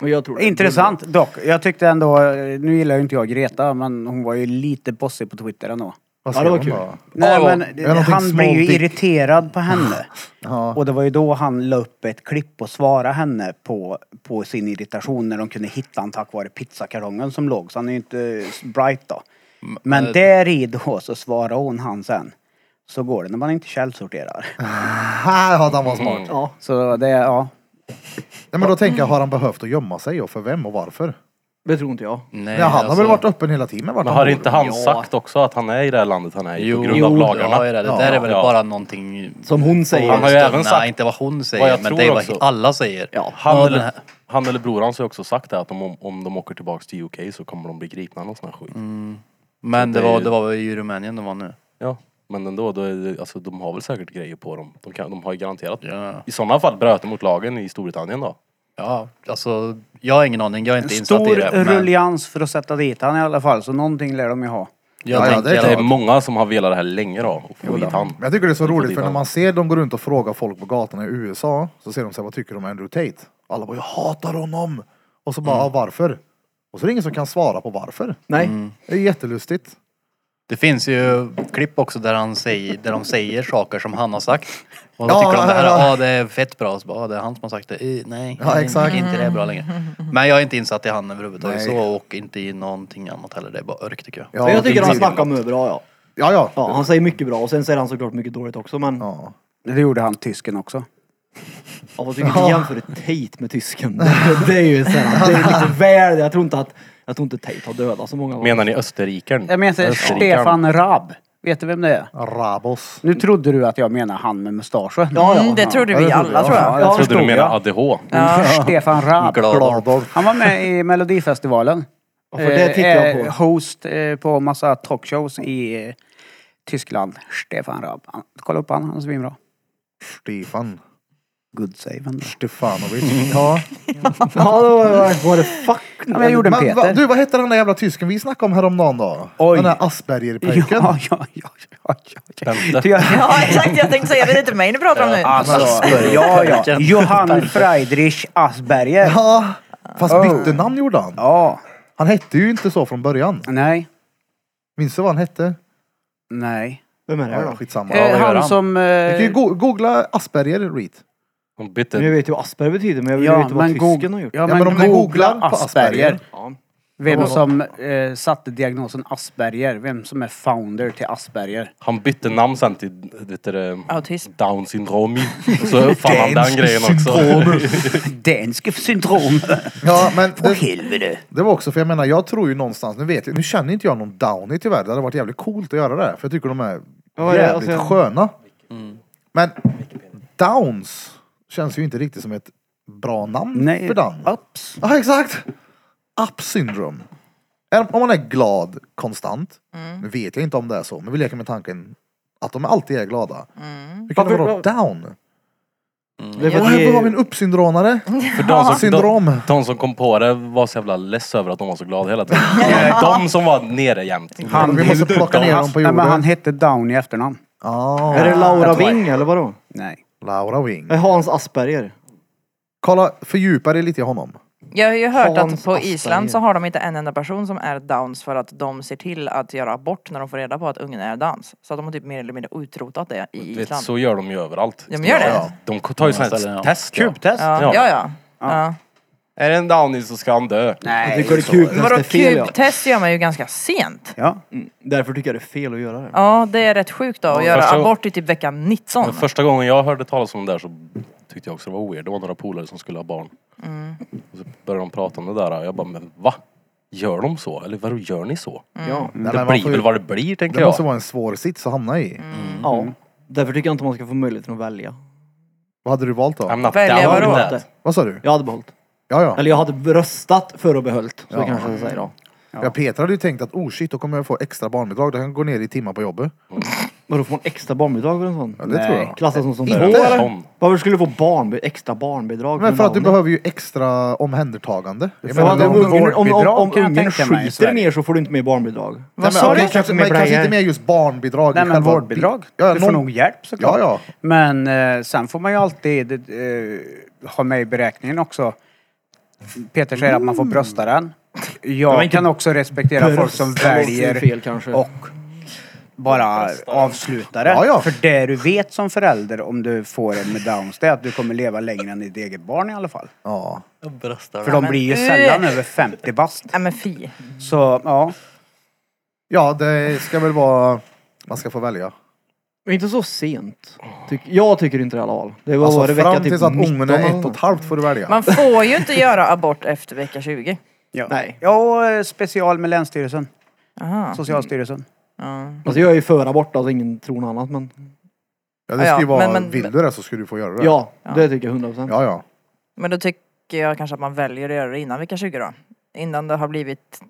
S5: Men jag tror det.
S4: Intressant dock. Jag tyckte ändå, eh, nu gillar ju inte jag Greta, men hon var ju lite bossig på Twitter ändå.
S1: Vad
S5: Ja,
S1: skrev
S5: det var
S1: hon
S5: kul.
S1: då?
S4: Nej,
S3: ja.
S1: Är
S4: men
S1: det någonting
S4: han
S1: small
S4: blev ju
S1: dick?
S4: irriterad på henne.
S1: Ja.
S4: Och det var ju då han la upp ett klipp och svarade henne på, på sin irritation när de kunde hitta honom tack vare pizzakartongen som låg. Så han är ju inte s- bright då. Men
S3: eh,
S4: där i då så svarade hon han sen. Så går det när man inte källsorterar.
S1: Här hade han varit smart.
S5: Ja.
S4: Så det, ja.
S1: Nej, men då tänker jag, har han behövt att gömma sig och för vem och varför?
S5: Det tror inte jag.
S3: Nej,
S1: Ja, han har väl
S3: alltså-
S1: varit öppen hela tiden med vart
S6: Men
S1: han
S6: har
S1: bor?
S6: inte han
S5: Ja.
S6: sagt också att han är i det här landet han är i på grund
S3: jo,
S6: av lagarna?
S3: Ja, det, är det. det där är väl bara någonting...
S5: Som hon säger.
S6: Han har ju även sagt-
S3: inte vad hon
S6: Vad
S3: säger,
S6: jag
S3: men
S6: tror
S3: det är vad
S6: också.
S3: alla säger.
S5: Ja.
S6: Han,
S3: Ja, den
S6: eller,
S3: här-
S6: han eller broran har ju också sagt det att om, om de åker tillbaks till UK så kommer de bli gripna eller någon sån här skit.
S3: Mm. Men det
S6: Det är
S3: var,
S6: ju-
S3: det var väl i Rumänien de var nu.
S6: Ja. Men ändå, då är det, alltså, de har väl säkert grejer på dem. De, kan, de har ju garanterat.
S3: Ja.
S6: I sådana fall bröt de mot lagen i Storbritannien då.
S3: Ja, alltså jag har ingen aning, jag är inte insatt i
S4: Stor
S3: det. Men jag
S4: rullians för att sätta dit han i alla fall, så någonting lär de ju ha.
S1: Ja, ja,
S3: tänker
S1: det är
S3: i alla
S6: Det är
S3: fall-
S6: många som har velat det här länge då. Och få hit han.
S1: Men jag tycker det är så
S6: får
S1: roligt
S6: dit
S1: för när
S6: han.
S1: man ser dem gå runt och fråga folk på gatorna i USA så ser de så här, vad tycker du om Andrew Tate? Alla bara, jag hatar honom! Och så bara, "Ja, varför? Och så är det ingen som kan svara på varför.
S5: Nej.
S1: Det är jättelustigt.
S3: Det finns ju klipp också där, han säger, där de säger saker som han har sagt. Och då
S1: Ja,
S3: tycker de det här,
S1: ja,
S3: ja,
S1: ja.
S3: det är fett bra. Och så bara, ja, det är han som har sagt det. Eh, Nej,
S1: Ja, exakt. Mm.
S3: inte det är bra längre. Men jag är inte insatt i han överhuvudtaget
S1: Nej.
S3: så och inte i någonting annat heller. Det är bara örk tycker jag.
S1: Ja,
S5: Men jag tycker
S1: det-
S5: han snackar med bra ja.
S1: Ja, ja.
S5: ja. Han säger mycket bra och sen säger han såklart mycket dåligt också men... Ja.
S1: ja.
S4: Det gjorde han tysken också.
S5: alltså, Ja, fast du kan inte jämföra Tate med tysken. Det, det är ju såhär, det är lite väl Jag tror inte att Jag tror inte Tate har dödat så många.
S6: Menar ni Österrikern?
S4: Jag menar
S6: Österrikaren.
S4: Stefan Raab. Vet du vem det är?
S1: Rabos.
S4: Nu trodde du att jag menar han med mustaschen.
S2: Mm, det trodde vi alla tror jag.
S6: Jag trodde du
S4: förstod
S6: menade
S4: jag.
S6: ADH.
S4: Stefan Raab.
S1: Gladolf.
S4: Han var med i Melodifestivalen.
S5: Varför det tittar jag
S4: Eh,
S5: på?
S4: Host eh, på massa talkshows i eh, Tyskland. Stefan Raab. Han- Kolla upp han, han är svinbra.
S1: Stefan.
S4: Good save ändå.
S1: Stefanovic. Ja.
S5: Ja, det var- det var- var det fuck?
S4: Ja, men jag gjorde en
S1: Men, va,
S4: Peter.
S1: du, vad hette den där jävla tysken vi snackade om häromdagen då?
S4: Oj.
S1: Den där
S4: Ja,
S1: Aspergerpojken.
S4: ja, ja, ja, ja, ja.
S6: Bente.
S4: Du, jag-
S2: Ja exakt, jag tänkte säga det är inte mig ni pratar om nu.
S4: Alltså, ja, ja. Johann Friedrich Asperger.
S1: Ja. Oh. Fast bytte namn gjorde han.
S4: Ja,
S1: Han hette ju inte så från början.
S4: nej,
S1: Minns du vad han hette?
S4: nej.
S5: Vem är det här
S1: Ja,
S5: då?
S1: skitsamma.
S4: Eh,
S1: Du
S4: han,
S6: han?
S4: som... Eh,
S1: kan ju go- googla Asperger, Reed.
S6: De
S5: Men jag
S6: bytte
S5: vet ju vad Asperger betyder, men jag vill ju
S4: ja,
S5: veta vad
S4: men
S5: tysken
S4: goog-
S5: har gjort.
S4: ja,
S1: men
S4: men
S1: om du
S4: googla
S1: googlar på
S4: Asperger.
S1: Asperger.
S5: Ja.
S4: Vem som eh, satte diagnosen Asperger. Vem som är founder till Asperger.
S6: Han bytte namn sen till vet du, det,
S2: Autism.
S6: Down syndrom Och så uppfann han den grejen också.
S4: Dansk syndrom.
S1: Ja, men
S4: Åh
S1: det,
S4: helvete.
S1: det var också för jag menar, jag tror ju någonstans, nu vet jag, nu känner inte jag någon Downy tyvärr. Det hade varit jävligt coolt att göra det. här, För jag tycker de är
S5: Ja, det-
S1: jävligt
S5: alltså-
S1: sköna. Men Downs känns ju inte riktigt som ett bra namn
S4: Nej,
S1: för Down.
S4: ups.
S1: Ja, exakt. Up syndrom. Är- Om man är glad konstant, nu vet jag inte om det är så, men vi leker med tanken att de alltid är glada. Hur kan de
S5: Varför-
S1: vara down?
S5: Det är för
S1: Vad
S5: att
S1: har vi
S5: det-
S1: en uppsyndronare?
S6: För de som,
S1: Syndrom.
S6: De, de som kom på det var så jävla less över att de var så glada hela tiden. De som var nere jämt.
S4: Han,
S1: Vi måste plocka ner dem på
S4: nej,
S1: jorden.
S4: men han hette Down i efternamn.
S1: Ja,
S5: Är det Laura
S4: Jag tror jag-
S5: Wing eller vadå?
S4: Nej.
S1: Laura Wing.
S5: Nej, Hans Asperger.
S1: Kolla, fördjupa dig lite i honom.
S2: Jag har ju hört
S5: Hans
S2: att på
S5: Asperger.
S2: Island så har de inte en enda person som är downs för att de ser till att göra abort när de får reda på att ungen är downs. Så att de har typ mer eller mindre utrotat det i
S6: Vet,
S2: Island.
S6: så gör de ju överallt.
S2: Ja, men gör det.
S6: Ja, De tar ju sådana
S3: ställen,
S6: här
S3: ja.
S6: test. ja.
S4: Kubtest?
S2: Ja, ja, ja. ja.
S6: Är det en downy så ska han dö.
S4: Nej.
S5: Jag tycker det är kul men det är
S2: Vadå
S5: fel. ja.
S2: kubtest gör man ju ganska sent.
S4: Ja.
S5: Därför tycker jag det är fel att göra det.
S2: Ja det är rätt sjukt då att göra
S6: första-
S2: abort i typ vecka 19.
S6: Men första gången jag hörde talas om det där så tyckte jag också det var weird. Det var några polare som skulle ha barn.
S2: Mm.
S6: Och så började de prata om det där och jag bara, men va? Gör de så? Eller vadå, gör ni så?
S5: Ja.
S1: Nej,
S6: Det
S1: men man
S6: blir
S1: får ju-
S6: väl vad det blir tänker
S1: Det
S6: jag.
S1: måste vara en svår sits att hamna i.
S5: Mm. ja. Därför tycker jag inte man ska få möjligheten att välja.
S1: Vad hade du valt då?
S6: I'm not
S2: Välja
S6: down
S2: vadå?
S6: with
S5: Jag hade-
S6: that.
S1: Vad sa du?
S5: Jag hade behållt.
S1: Ja, ja.
S5: Eller jag hade röstat för att behållt. Så kanske jag säger då.
S1: ja. Peter hade ju tänkt att oh shit, då kommer jag få extra barnbidrag. Då kan jag gå ner i timmar på jobbet.
S5: Vadå, får man extra barnbidrag för en sån?
S1: Ja, det tror jag.
S5: Klassas som sån
S1: Inte.
S5: där.
S1: Två,
S6: eller?
S5: Varför skulle du få barnbi- extra barnbidrag?
S1: Men för att du
S5: namnet?
S1: behöver ju extra omhändertagande. Jag
S5: För att
S1: det är
S5: om,
S1: ju
S5: ungen- om, om, om
S1: vårdbidrag.
S4: kan jag
S5: ungen
S4: tänka mig i
S5: skiter
S4: Sverige.
S5: mer så får du inte mer barnbidrag.
S1: Nej, men,
S4: sa
S1: okej,
S4: du?
S1: kanske, men, kanske inte mer just barnbidrag.
S4: Nej
S1: det
S4: men
S1: kan vara
S4: vårdbidrag.
S1: bi- Ja,
S4: du får
S1: någon-
S4: nog hjälp såklart.
S1: Ja, ja.
S4: Men eh, sen får man ju alltid eh, ha med i beräkningen också. Peter säger att man får brösta den.
S5: men
S4: Jag
S5: inte
S4: kan också respektera folk som
S5: brösta, det låter ju
S4: väljer
S5: fel kanske.
S4: och bara avsluta det.
S1: Ja, ja.
S4: För det du vet som förälder om du får en med Downs det är att du kommer leva längre än ditt eget barn i alla fall.
S1: ja.
S4: För de
S2: men
S4: blir ju
S2: du-
S4: sällan över 50 bast.
S2: Nej men fy.
S4: Så ja.
S1: Ja, det ska väl vara... Man ska få välja.
S5: Men inte så sent. Tyck, jag tycker inte det i alla fall. Det var
S1: Alltså
S5: var det vecka
S1: fram
S5: typ
S1: tills att ungen
S5: 19
S1: är
S5: eller
S1: ett och ett
S5: något.
S1: halvt får du välja.
S2: Man får ju inte göra abort efter vecka 20.
S4: ja.
S5: Nej.
S4: Ja, och eh, special med Länsstyrelsen,
S2: Aha.
S4: Socialstyrelsen.
S2: Ja.
S5: Alltså jag är ju för abort, alltså ingen tror något annat men.
S1: Ja, det ska ju
S2: Ja,
S1: vara,
S2: men- men-
S1: vill du det så ska du få göra det.
S5: Ja, det tycker jag 100%.
S1: Ja, ja.
S2: Men då tycker jag kanske att man väljer att göra det innan vecka 20 då. Innan det har blivit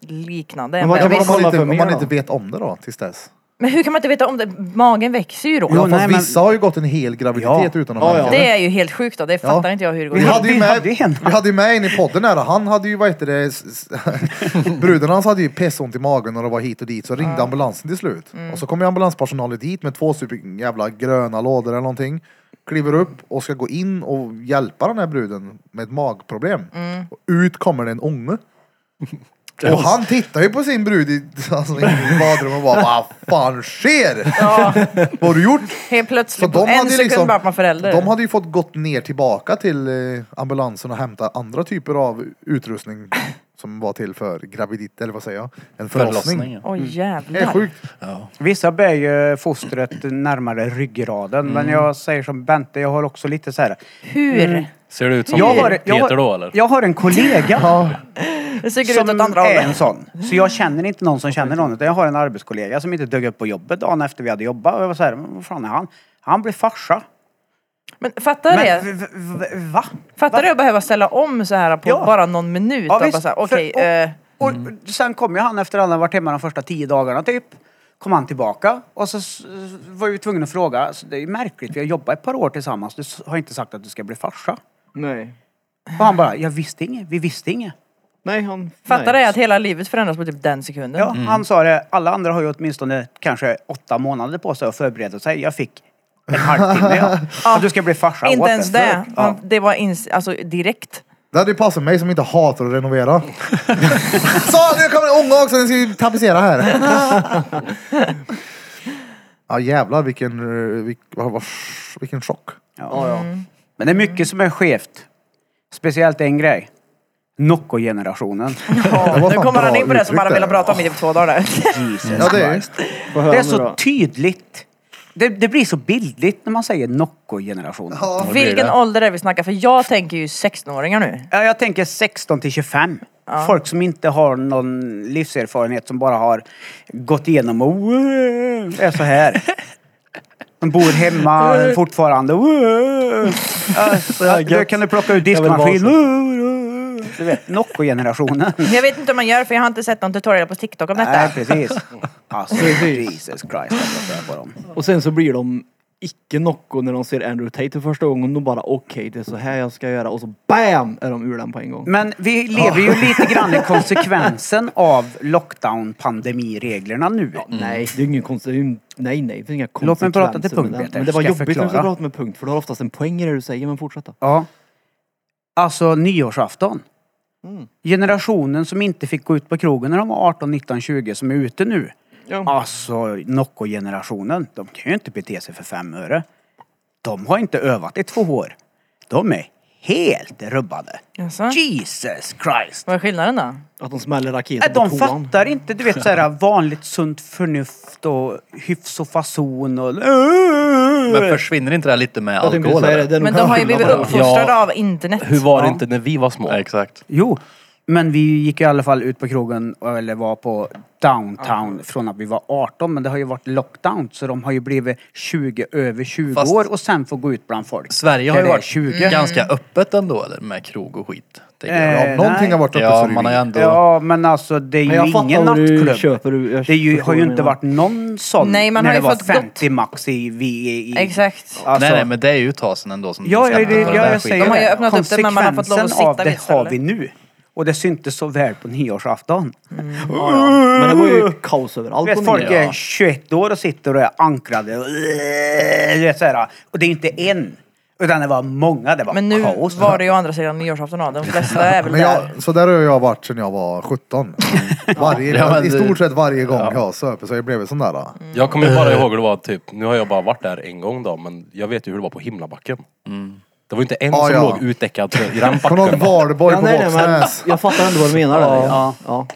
S2: liknande.
S5: Men
S2: Men,
S5: vad
S1: ja
S5: kan
S1: men
S5: vi
S1: om man,
S5: kolla
S1: inte,
S5: för
S1: om
S5: mer
S1: man
S5: då?
S1: inte vet om det då, tills dess.
S2: men hur kan man inte veta om det? Magen växer ju då.
S1: ja,
S4: nej,
S1: fast
S4: men-
S1: vissa har ju gått en hel graviditet utan att
S5: Ja,
S1: märka
S5: ja.
S2: Det är ju helt sjukt då. Det fattar inte jag hur det går
S1: Vi
S2: till.
S1: hade, ju
S4: vi
S1: med,
S4: hade en.
S1: vi hade ju med en i podden här, han hade ju vad heter det, s- s- bruden hans hade ju pissont i magen och det var hit och dit så ringde ambulansen till slut. Och så kommer ju ambulanspersonalen dit med två stycken jävla gröna lådor eller någonting. Kliver upp och ska gå in och hjälpa den här bruden med ett magproblem. Och ut kommer det en unge. Och han tittar ju på sin brud i, alltså, i badrummet och bara vad fan sker?
S2: Ja,
S1: Vad har du gjort?
S2: helt
S1: Så
S2: plötsligt.
S1: de
S2: På en
S1: hade ju
S2: sekund
S1: liksom-
S2: bara att man förälder.
S1: De hade ju fått gått ner tillbaka till eh, ambulansen och hämta andra typer av utrustning som var till för graviditet, eller vad säger jag? En förlossning.
S3: Förlossningen.
S2: Oj
S1: Det är
S2: jävlar.
S1: sjukt.
S4: Vissa bär ju fostret närmare ryggraden,
S6: Mm.
S4: men jag säger som Bente, jag har också lite så här.
S2: Hur?
S6: Ser det ut som
S4: Jag har, jag
S6: Peter då
S4: har,
S6: eller?
S4: jag har en kollega
S2: Det suger ut
S4: som
S2: åt andra
S4: är Mm. en
S2: hållet.
S4: sån. Så jag känner inte någon som känner någon. Utan jag har en arbetskollega som inte dök upp på jobbet dagen efter vi hade jobbat. Och jag var så här, "Men vad fan är han? Han blev farsa.
S2: Men fattar
S4: Men
S2: det?
S4: v- v- v- va?
S2: Fattar du att behöva ställa om så här på
S4: Ja.
S2: bara någon minut?
S4: Ja,
S2: och bara
S4: visst.
S2: så här, okej,
S4: För- och-
S2: eh,
S4: Och sen kom ju han efter att han hade varit hemma de första tio dagarna typ. Kom han tillbaka och så s- var vi tvungna att fråga. Alltså, det är ju märkligt, vi har jobbat ett par år tillsammans. Du s- har inte sagt att du ska bli farsa.
S5: Nej.
S4: Och han bara, jag visste inget, vi visste inget.
S5: Nej, han...
S2: fattar
S5: nej.
S2: det att hela livet förändras på typ den sekunden?
S4: Ja, han sa det, alla andra har ju åtminstone kanske åtta månader på sig att förbereda sig. Jag fick en halvtimme ja. Att du ska bli farsa. what
S2: Inte
S4: the
S2: ens det.
S4: fuck? Ja.
S2: Man- Det var ins- alltså direkt.
S1: Det hade ju passat mig som inte hatar att renovera. Så nu kommer ånga också, nu ska vi tapetsera här. ja jävlar vilken, eh, vil, vad- vad- vilken chock.
S5: Ja, ja.
S4: Men det är mycket som är skevt. Speciellt en grej. Nocco-generationen.
S1: Det var
S2: nu
S1: fan
S2: kommer han
S1: bra
S2: in på det som
S1: uttryck
S2: han
S1: där.
S2: ville prata om i typ två dagar där.
S4: Jesus
S1: Ja det är
S4: Christ.
S5: Få höra
S4: Det är
S5: nu
S4: så
S5: då.
S4: tydligt. Det, det blir så bildligt när man säger Nocco-generationen. Ja.
S6: blir
S2: Vilken
S6: det?
S2: ålder är vi snackar? För jag tänker ju 16-åringar nu.
S4: Jag tänker 16 till 25. Folk som inte har någon livserfarenhet, som bara har gått igenom och "Wow", är så här. De bor hemma fortfarande. "Wow". Ja, ja, Då kan du plocka ut
S3: vill vara
S4: diskmaskin.
S3: så.
S4: "Wow", Du vet, Nocco-generationen.
S2: Men Jag vet inte hur man gör för jag har inte sett någon tutorial på TikTok om detta.
S4: Nej, precis. Alltså, Jesus Christ. Jag tröttnar på dem.
S5: Och sen så blir de icke Nocco när de ser Andrew Tate för första gången. De bara okej, det är så här jag ska göra. Och så BAM! Är de ur den på en gång.
S4: Men vi lever ju lite grann i konsekvensen av lockdown-pandemireglerna nu.
S5: Nej, det är ingen konstigt. det är ju- Nej, nej. Det är inga
S4: Mm. Låt mig prata till
S5: konsekvenser med
S4: punkt,
S5: det.
S4: Peter,
S5: Men det var
S4: ska jag
S5: jobbigt när du ska
S4: förklara.
S5: prata med punkt. För du har oftast en poäng i det du säger. Men fortsätt då.
S4: Ja. Alltså nyårsafton.
S5: Mm.
S4: Generationen som inte fick gå ut på krogen när de var 18, 19, 20 som är ute nu. Alltså Nocco-generationen. De kan ju inte bete sig för fem öre. De har inte övat i två år. De är helt rubbade.
S2: Jaså?
S4: Jesus Christ!
S2: Vad är skillnaden då?
S5: Att de smäller
S4: Nej,
S5: raketen på
S4: de
S5: toan.
S4: fattar inte, du vet såhär vanligt sunt förnuft och hyfs och fason och... Men
S3: Men försvinner inte det här lite med
S5: Jag tänkte
S3: alkohol?
S5: säga det,
S3: eller?
S5: det är nog
S2: Men de har ju
S5: skillnad
S2: blivit
S5: på det.
S2: uppfostrade
S6: Ja.
S2: av internet.
S6: Hur var det inte när vi var små?
S3: Ja, Exakt.
S4: Jo, men vi gick ju i alla fall ut på krogen eller var på downtown från att vi var 18 men det har ju varit lockdown så de har ju blivit 20 över 20
S3: Fast-
S4: år och sen får gå ut bland folk. Mm.
S3: Sverige har
S4: Där
S3: ju
S4: det är
S3: varit
S4: 20.
S3: ganska öppet ändå eller? Med krog och skit. tänker jag.
S4: Eh,
S1: Ja, om någonting
S4: nej.
S1: har varit uppe så
S3: Ja,
S1: är det
S3: man har
S1: vi.
S3: ju ändå...
S4: Ja men alltså det är
S5: Men jag
S4: ju
S5: fattar
S4: ingen
S5: vad du
S4: nattklubb.
S5: köper, du- jag
S4: det är ju,
S5: förstår
S4: har
S5: vad
S4: ju
S5: du
S4: inte
S5: menar.
S4: varit någon sån
S2: Nej, man
S4: när
S2: har
S4: det
S2: ju
S4: var
S2: fått
S4: 50 max i... vi- i, i
S2: Exakt.
S4: Alltså,
S3: nej, nej, men det är ju ett tag sedan ändå som
S4: Ja, ja,
S3: skattar
S4: det,
S3: på
S4: ja
S3: den där
S4: jag
S3: skiten.
S4: säger
S2: De har ju
S4: det.
S2: öppnat upp det, men man har fått lov att
S4: Konsekvensen av
S2: sitta
S4: det
S2: vid
S4: har
S2: stället.
S4: vi nu. Och det syntes så väl på nyårsafton.
S2: Mm.
S5: Ja, ja. Men det var ju kaos överallt.
S4: Du
S5: på
S4: vet, folk
S5: nyår.
S4: är 21 år och sitter och är ankrade. Och, du vet, så här, och det är inte en, utan det var många. Det var
S2: Men nu
S4: kaos.
S2: var det ju å andra sidan nyårsafton av. De flesta är väl
S1: Men
S2: där.
S1: jag, så där har jag varit sedan jag var 17. Varje,
S3: Ja, men
S1: I
S3: du-
S1: stort sett varje gång jag har supit så har jag blivit sån där. Då.
S6: Jag kommer ju bara ihåg hur det var typ, nu har jag bara varit där en gång då men jag vet ju hur det var på Himlabacken. Det var inte en
S1: Ah,
S6: som
S1: ja.
S6: låg utdäckad i den
S1: På någon
S6: backen.
S1: Valborg
S5: Ja,
S1: på
S5: nej, nej, men
S1: Våxnäs.
S5: jag fattar ändå vad du menar. där.
S4: Ja.
S5: Ja. Ja.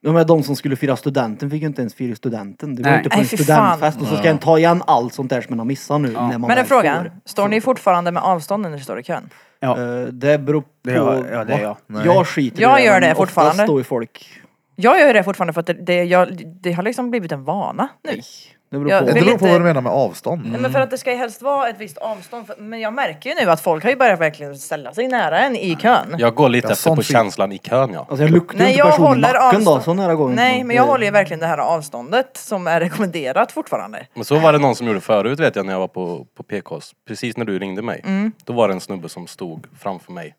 S5: Ja, men de som skulle fira studenten fick ju inte ens fira studenten. Du går
S4: Nej.
S5: inte på
S2: Nej,
S5: en
S2: fy fan.
S5: studentfest och så ska en ta igen allt sånt där som man har missat nu. När man
S2: Men en
S5: väl
S2: fråga.
S5: får.
S2: Står ni fortfarande med avstånd när ni står i kön?
S5: Eh, Det beror på...
S4: Det gör- ja, det gör jag.
S5: vad- jag skiter i
S2: Jag gör det
S5: men oftast
S2: fortfarande.
S5: står ju folk...
S2: Jag gör det fortfarande för att det, det, jag, det har liksom blivit en vana nu.
S5: Nej. Det beror
S2: Ja,
S5: på.
S1: Det
S2: vill
S1: beror på
S2: inte-
S1: vad du menar med avstånd.
S2: Nej, men för att det ska ju helst vara ett visst avstånd. För, men jag märker ju nu att folk har ju börjat verkligen ställa sig nära en i kön.
S6: Jag går lite
S1: Ja,
S6: efter på
S4: typ.
S1: sånt fint.
S6: känslan i kön ja.
S5: Alltså jag luktar ju
S2: Nej,
S5: inte
S2: jag
S5: personen i
S2: håller
S5: nacken då,
S2: avstånd.
S5: så nära går jag
S2: Nej,
S5: inte.
S2: men jag håller ju verkligen det här avståndet som är rekommenderat fortfarande.
S6: Men så var det någon som gjorde förut vet jag när jag var på, på PKs. Precis när du ringde mig.
S4: Mm.
S6: Då var det en snubbe som stod framför mig.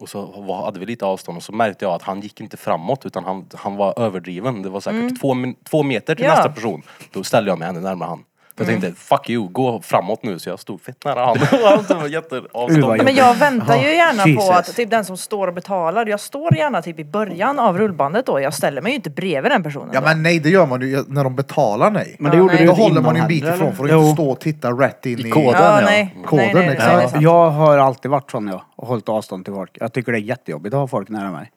S6: Och så var- hade vi lite avstånd och så märkte jag att han gick inte framåt utan han, han var överdriven. Det var säkert
S4: Mm.
S6: två, min- två meter till
S2: Ja.
S6: nästa person. Då ställde jag mig ännu närmare han. För
S4: Mm.
S6: jag tänkte fuck you, gå framåt nu. Så jag stod fett nära han. det var
S4: Gud, vad
S6: jätteavstånd.
S2: Men jag väntar ju gärna
S4: Jesus.
S2: på att typ den som står och betalar, jag står gärna typ i början av rullbandet då. Jag ställer mig ju inte bredvid den personen.
S1: Ja
S2: då.
S1: men nej det gör man ju när de betalar nej.
S5: Men det gjorde
S2: nej.
S5: du
S1: Då
S5: inte
S1: håller man ju
S5: innan
S1: en bit
S5: heller,
S1: ifrån
S5: eller?
S1: för att inte stå och titta rätt in i...
S3: I koden.
S2: ja,
S3: ja.
S2: nej.
S1: Koden,
S2: nej, nej, nej,
S1: exakt.
S2: det är sant.
S4: Jag har alltid varit sån jag. Och hållit avstånd till folk. Jag tycker det är jättejobbigt att ha folk nära mig.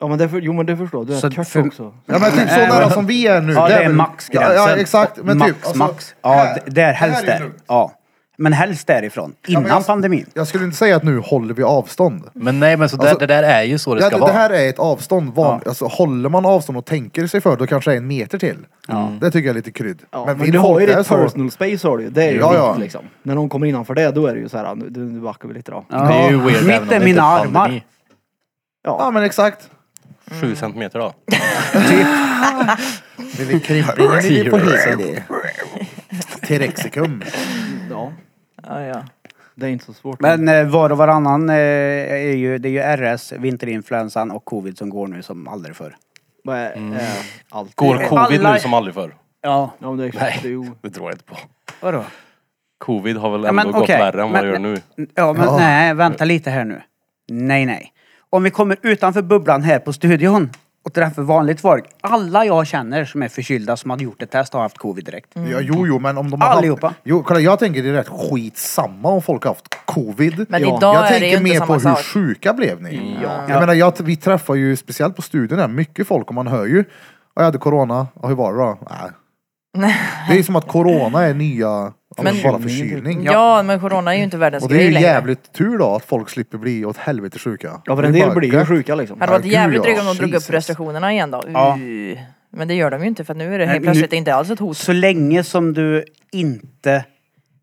S5: Ja, men det, för- jo, men det förstår jag. Du
S4: Så
S5: är kört
S4: för-
S5: också.
S1: Ja men typ så nära som vi är nu.
S4: Ja, det är
S1: väl-
S4: maxgränsen.
S1: Ja, ja exakt. Men
S4: max,
S1: typ, alltså,
S4: max. Ja,
S1: här-
S4: d-
S1: här
S4: där helst
S1: är ju
S4: det.
S1: lugnt.
S4: Ja. Men helst därifrån. Innan
S1: men jag-
S4: pandemin.
S1: Jag skulle inte säga att nu håller vi avstånd.
S3: Men nej, men så där,
S1: Alltså-
S3: det där är ju så det
S1: Ja,
S3: ska
S1: det, det
S3: vara.
S1: här är ett avstånd. Van, alltså, håller man avstånd och tänker sig för, då kanske det är en meter till. Mm. Det tycker jag är lite krydd.
S5: Ja,
S1: men
S5: men,
S1: vill
S5: du har
S1: folk
S5: ju
S1: det
S5: ditt
S1: så...
S5: personal space har du ju. Det är ju
S1: Ja,
S5: ditt
S1: ja.
S5: liksom. När någon kommer innanför det då är det ju så här, nu, nu nu backar vi lite då.
S4: Ja.
S3: Det är ju weird även om
S4: Mitt
S3: det
S4: är
S3: inte
S4: mina
S3: är pandemi.
S4: armar.
S1: Ja,
S5: Ja.
S1: men exakt.
S4: Mm.
S6: Sju centimeter då.
S1: Vi vill krympa in på huset. Terexicum.
S5: ja.
S2: Ja, ja.
S5: Det är inte så svårt.
S4: Men eh, var och varannan eh, är ju, det är ju RS, vinterinfluensan och covid som går nu som aldrig förr.
S5: Vad är- är allt.
S6: Går covid
S4: Alla-
S6: nu som aldrig förr?
S4: Ja,
S5: Ja, men det är
S6: Nej.
S5: exakt. Det är ju...
S6: Det tror jag inte på.
S4: vadå?
S6: Covid har väl ändå
S4: Ja, men
S6: gått
S4: okej.
S6: värre än vad det gör
S4: Men-
S6: nu.
S4: Ja men
S1: Ja.
S4: nej, vänta lite här nu. Nej, nej. Om vi kommer utanför bubblan här på studion och träffar vanligt folk. Alla jag känner som är förkylda som hade gjort ett test har haft covid direkt.
S2: Mm.
S1: Ja, jo, jo, men om de har
S4: Allihopa.
S1: Haft, jo, kolla, jag tänker det är rätt skitsamma om folk har haft covid.
S2: Men
S1: ja.
S2: idag
S1: jag
S2: är det ju
S1: tänker
S2: inte
S1: mer på
S2: samma
S1: hur
S2: sak. Mm.
S1: sjuka blev ni? Jag menar, jag, vi träffar ju speciellt på studion här, mycket folk och man hör ju. Ja, jag hade corona. Ja, hur var det då? Nej. Det är som att corona är nya, ja, men,
S2: Men-
S1: bara förkylning.
S2: ja, men corona är ju inte världens
S1: Och det är
S2: grej
S1: ju
S2: längre.
S1: jävligt tur då att folk slipper bli åt helvete sjuka.
S5: Ja, för en
S1: Det är
S5: del
S1: bara
S5: blir ju
S1: gött.
S5: sjuka liksom.
S2: Det hade varit
S1: Herregud,
S2: jävligt
S1: ja.
S2: drygt om de drog upp
S1: Jesus.
S2: restriktionerna igen då.
S4: Ja.
S2: Uh. Men det gör de ju inte för nu är det
S4: Nej,
S2: helt
S4: nu-
S2: plötsligt inte alls ett hot.
S4: Så länge som du inte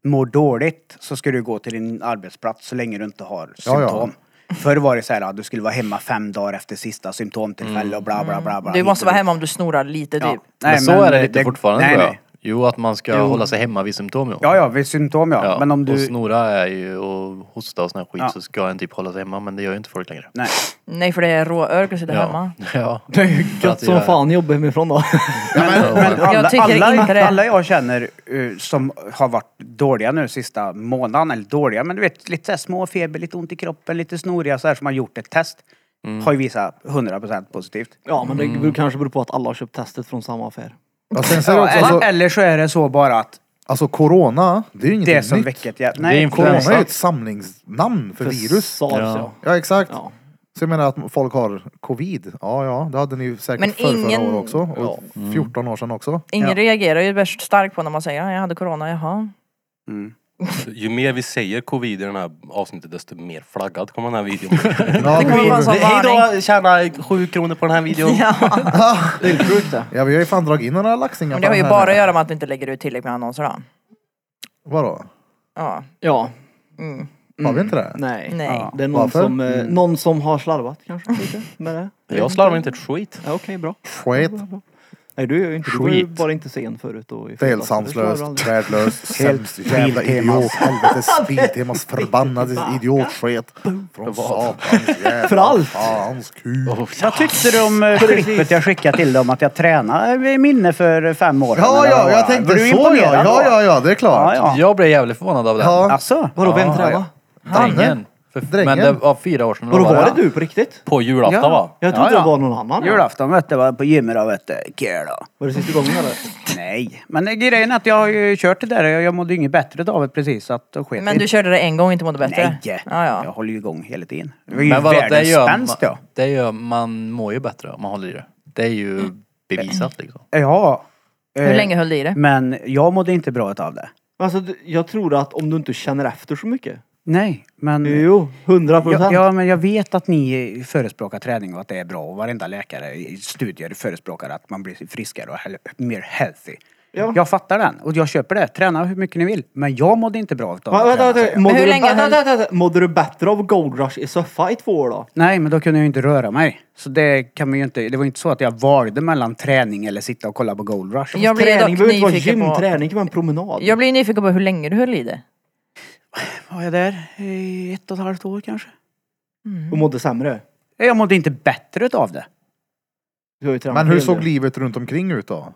S4: mår dåligt så ska du gå till din arbetsplats så länge du inte har
S1: Ja, ja.
S4: symptom. Förr var det så här att du skulle vara hemma fem dagar efter sista symptomtillfälle och bla bla bla. bla
S2: Du måste vara hemma om du snorar lite
S4: Ja.
S2: typ.
S4: Nej,
S3: men så är det lite fortfarande
S4: nej,
S3: tror jag.
S4: nej.
S3: Jo, att man ska hålla sig hemma vid symptom. Ja.
S4: Ja, ja, vid symptom ja. Men om
S3: Och
S4: du...
S3: snora är ju och hosta och sån här skit
S4: Ja.
S3: så ska en typ hålla sig hemma men det gör ju inte folk längre.
S4: Nej.
S2: Nej för det är råörk att sitta hemma.
S3: Ja.
S5: Det är ju
S3: Att
S5: gött
S3: det
S5: som
S3: gör-
S5: fan jobba hemifrån då.
S4: Men alla,
S2: tycker
S4: alla,
S2: inte det.
S4: alla jag känner eh, som har varit dåliga nu sista månaden, eller dåliga, men du vet lite så här små feber, lite ont i kroppen, lite snoriga så här som har gjort ett test. Har ju visat 100% positivt.
S5: Ja, men det beror kanske beror på att alla har köpt testet från samma affär.
S1: Ja, sen så är det
S4: Ja,
S1: också,
S4: eller,
S1: alltså,
S4: eller så är det så bara att
S1: alltså corona, det är ju
S4: det är
S1: ingenting
S4: som
S1: nytt.
S4: väcket jävla...
S3: Det är
S4: Nej,
S3: influ-
S1: Corona är ju
S3: influensa.
S1: ett samlingsnamn för, virus.
S5: Sars,
S3: Ja.
S5: ja.
S1: Ja, exakt.
S5: Ja.
S1: Så jag menar att folk har covid. Ja, ja, det hade ni ju säkert
S2: Men
S1: förr,
S2: ingen-
S1: förra året också. Och
S4: Mm.
S1: 14 år sedan också.
S2: Ingen
S4: Ja.
S2: reagerar ju värst starkt på när man säger "Ja, jag hade corona, jaha.
S4: Mm.
S6: Ju mer vi säger covid i den här avsnittet desto mer flaggad kommer den här videon.
S1: Ja,
S2: Det kommer vara en sån varning.
S6: Hej då, tjäna sju kronor på den här videon.
S5: Det är ju sjukt det.
S1: ja, vi har ju fan dragit in några laxingar.
S2: Men det har
S1: på
S2: ju
S1: den
S2: bara
S1: här
S2: att
S1: nu.
S2: göra med att vi inte lägger ut tillräckligt med annonser då.
S1: Vadå?
S2: Ja.
S5: Ja,
S2: Mm.
S1: Har vi inte det?
S5: nej.
S2: Nej.
S4: Ja.
S5: Det är någon
S1: Varför?
S5: som, eh, någon som har slarvat kanske lite med det.
S6: Jag slarvar inte ett skit.
S5: Ja, Okej, bra.
S1: Skit.
S5: Nej, du gör ju inte det. Du var ju
S3: Skit.
S5: bara inte sen förut. Och i fredags.
S1: Helt
S5: Det klarar du
S1: sanslöst,
S5: aldrig.
S1: värdelöst, sämst jävla
S4: biltemas.
S1: idiot, helvetes biltemas förbannade idiotskit. Från satans jävla
S5: För allt.
S1: fans kuk.
S4: Vad tyckte du om eh, klippet jag skickade till dem att jag tränade i minne för fem år sedan?
S1: Ja,
S4: eller vad
S1: ja,
S4: det
S1: jag
S4: var?
S1: tänkte
S4: Var du
S1: så ja.
S4: imponerad då?
S1: Ja, ja, ja, det är klart.
S4: Ja, ja.
S3: Jag blev jävligt förvånad av det.
S1: Ja.
S4: Alltså?
S5: Vadå, vem
S1: Ja,
S5: tränar?
S3: Drängen. För,
S1: Drängen.
S3: Men det var fyra år sedan.
S5: Vadå,
S3: då
S5: var det du på riktigt?
S3: På julafton
S1: Ja.
S3: va?
S5: Jag trodde
S4: Ja, ja.
S5: det var någon annan.
S4: Julafton vet du, var på gymmet då vet du. Kul då.
S5: Var det sista gången eller?
S4: Nej, men grejen är att jag har ju kört det där och jag mådde ju inget bättre av det precis. Så att då sket
S2: Men du körde det en gång och inte mådde bättre?
S4: Nej! Ja,
S2: Ja,
S4: Jag
S2: ja.
S4: håller ju igång hela tiden. Det var ju
S3: Men vadå, det
S4: världens
S3: gör,
S4: spänst
S3: man,
S4: ja.
S3: det gör man mår ju bättre om man håller i det. Det är ju bevisat liksom.
S4: Ja.
S2: Hur
S4: eh,
S2: länge höll du i det?
S4: Men jag mådde inte bra av det.
S5: Alltså, du- jag tror att om du inte känner efter så mycket.
S4: Nej, men...
S5: Jo, hundra
S4: Ja,
S5: procent.
S4: ja, men jag vet att ni förespråkar träning och att det är bra och varenda läkare i studier förespråkar att man blir friskare och hel- mer healthy.
S5: Ja.
S4: Jag fattar den och jag köper det. Träna hur mycket ni vill. Men jag mådde inte bra av
S5: Va,
S4: att träna.
S5: Vänta, vänta.
S2: Men
S5: Mådde
S2: hur
S5: du-
S2: länge-
S5: vänta, vänta, vänta. Mådde du bättre av Gold Rush i soffa i två år då?
S4: Nej, men då kunde jag ju inte röra mig. Så det kan man ju inte... Det var ju inte så att jag valde mellan träning eller sitta och kolla på Gold Rush.
S2: Jag blir
S5: Träning
S2: dock
S5: behöver inte vara
S2: nyfiken på...
S5: gymträning, det kan vara en promenad.
S2: Jag blir nyfiken på hur länge du höll i det.
S4: Var jag där i ett och ett halvt år kanske?
S2: Mm.
S5: Och mådde sämre.
S4: Jag mådde inte bättre av det.
S5: Du har ju tränat
S1: Men hur
S5: en
S1: såg
S5: del.
S1: livet runt omkring ut då?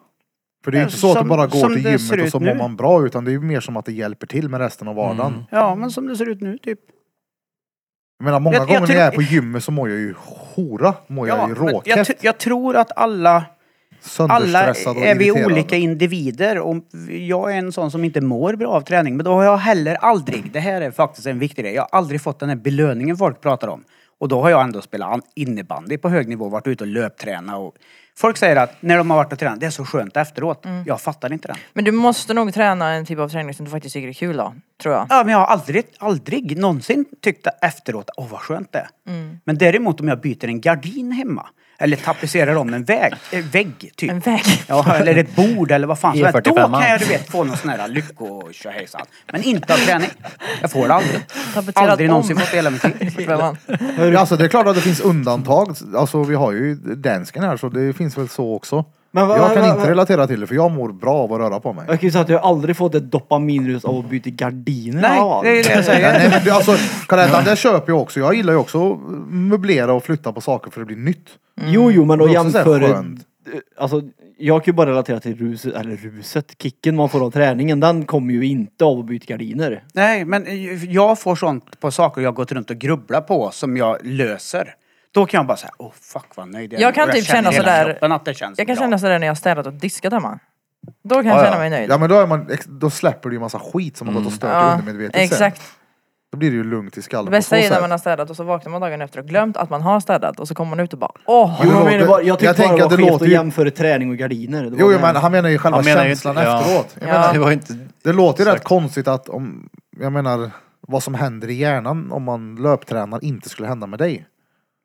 S1: För det är ju
S4: Ja,
S1: inte så att du
S4: som-
S1: bara går
S4: som
S1: till
S4: det ser
S1: gymmet och
S4: ut
S1: så mår
S4: nu. Mm.
S1: man bra utan det är ju mer som att det hjälper till med resten av vardagen.
S4: Ja, men som det ser ut nu typ.
S1: Jag menar många
S4: Jag- jag
S1: gånger när
S4: tror-
S1: jag är på gymmet så mår jag ju hora. Mår
S4: Ja,
S1: jag ju
S4: men jag,
S1: råkäft.
S4: tr- jag tror att alla, alla
S1: Sönderstressad och
S4: är vi
S1: irriterad.
S4: olika individer och jag är en sån som inte mår bra av träning. Men då har jag heller aldrig, det här är faktiskt en viktig grej, jag har aldrig fått den här belöningen folk pratar om. Och då har jag ändå spelat an- innebandy på hög nivå, varit ute och löptränat och Folk säger att när de har varit och tränat, det är så skönt efteråt.
S1: Mm.
S4: Jag fattar inte det.
S2: Men du måste nog träna en typ av träning som du faktiskt tycker är kul då, tror jag.
S4: Ja, men jag har aldrig, aldrig någonsin tyckt att efteråt, åh vad skönt det är.
S2: Mm.
S4: Men däremot om jag byter en gardin hemma, eller tapetserar om en väg, eh, vägg typ.
S2: En väg.
S4: Ja, eller ett bord eller vad fan som helst. Då
S3: 45.
S4: kan jag du vet få någon sån här lyckotjohejsan. Men inte av träning. Jag får det aldrig.
S2: Tapetserat
S4: Aldrig
S2: om.
S4: någonsin fått det hela mitt liv.
S2: Prövan.
S1: Alltså det är klart att det finns undantag. Alltså vi har ju dansken här så det finns väl så också.
S5: Men vad-
S1: jag kan
S5: vad-
S1: inte
S5: vad-
S1: relatera till det för jag mår bra av att röra på mig.
S5: Jag kan ju säga att jag har aldrig fått ett dopaminrus av att byta gardiner.
S4: Nej,
S5: Ja.
S4: det är det jag
S1: Nej,
S4: säger.
S1: nej, men det, alltså, Karl-Eddan, det köper jag också. Jag gillar ju också att möblera och flytta på saker för det blir nytt.
S2: Mm.
S5: Jo, jo, men
S1: Det
S5: att
S1: är också så här
S5: jämföra...
S1: skönt.
S5: Alltså, jag kan ju bara relatera till ruset, eller ruset, kicken man får av träningen. Den kommer ju inte av att byta gardiner.
S4: Nej, men eh, jag får sånt på saker jag gått runt och grubblat på som jag löser. Då kan jag bara säga, oh fuck vad nöjd är.
S2: Jag kan
S4: Och
S2: typ
S4: känner
S2: känna
S4: i hela
S2: sådär-
S4: kroppen Att det känns
S2: Jag kan
S4: bra.
S2: känna sådär när jag har städat och diskat hemma. Då kan jag
S3: Ja,
S2: känna
S3: ja.
S2: mig nöjd. Mm.
S1: Ja men då, är man, ex- då släpper du ju massa skit som har gått och stört dig undermedvetet
S2: exakt.
S1: sen. Då blir det ju lugnt i skallen
S2: Det
S1: på
S2: bästa
S1: så
S2: är när
S1: sätt.
S2: man har städat och så vaknar man dagen efter och glömt att man har städat och så kommer man ut och bara åh!
S5: Jo,
S1: det
S5: jag
S1: låter-
S5: menar bara, jag
S1: jag
S5: tyckte bara
S1: tänker
S5: det
S1: att
S5: var
S1: det
S5: skevt
S1: låter
S5: att
S1: ju-
S5: jämföra träning och gardiner. Det var
S1: Jo, jo
S5: det.
S1: men han menar ju själva
S3: Han menar ju
S1: känslan
S3: inte- ja.
S1: efteråt. Jag
S2: Ja.
S1: menar,
S3: Det var inte...
S1: det låter ju rätt
S3: Exakt.
S1: konstigt att om, jag menar, vad som händer i hjärnan om man löptränar inte skulle hända med dig.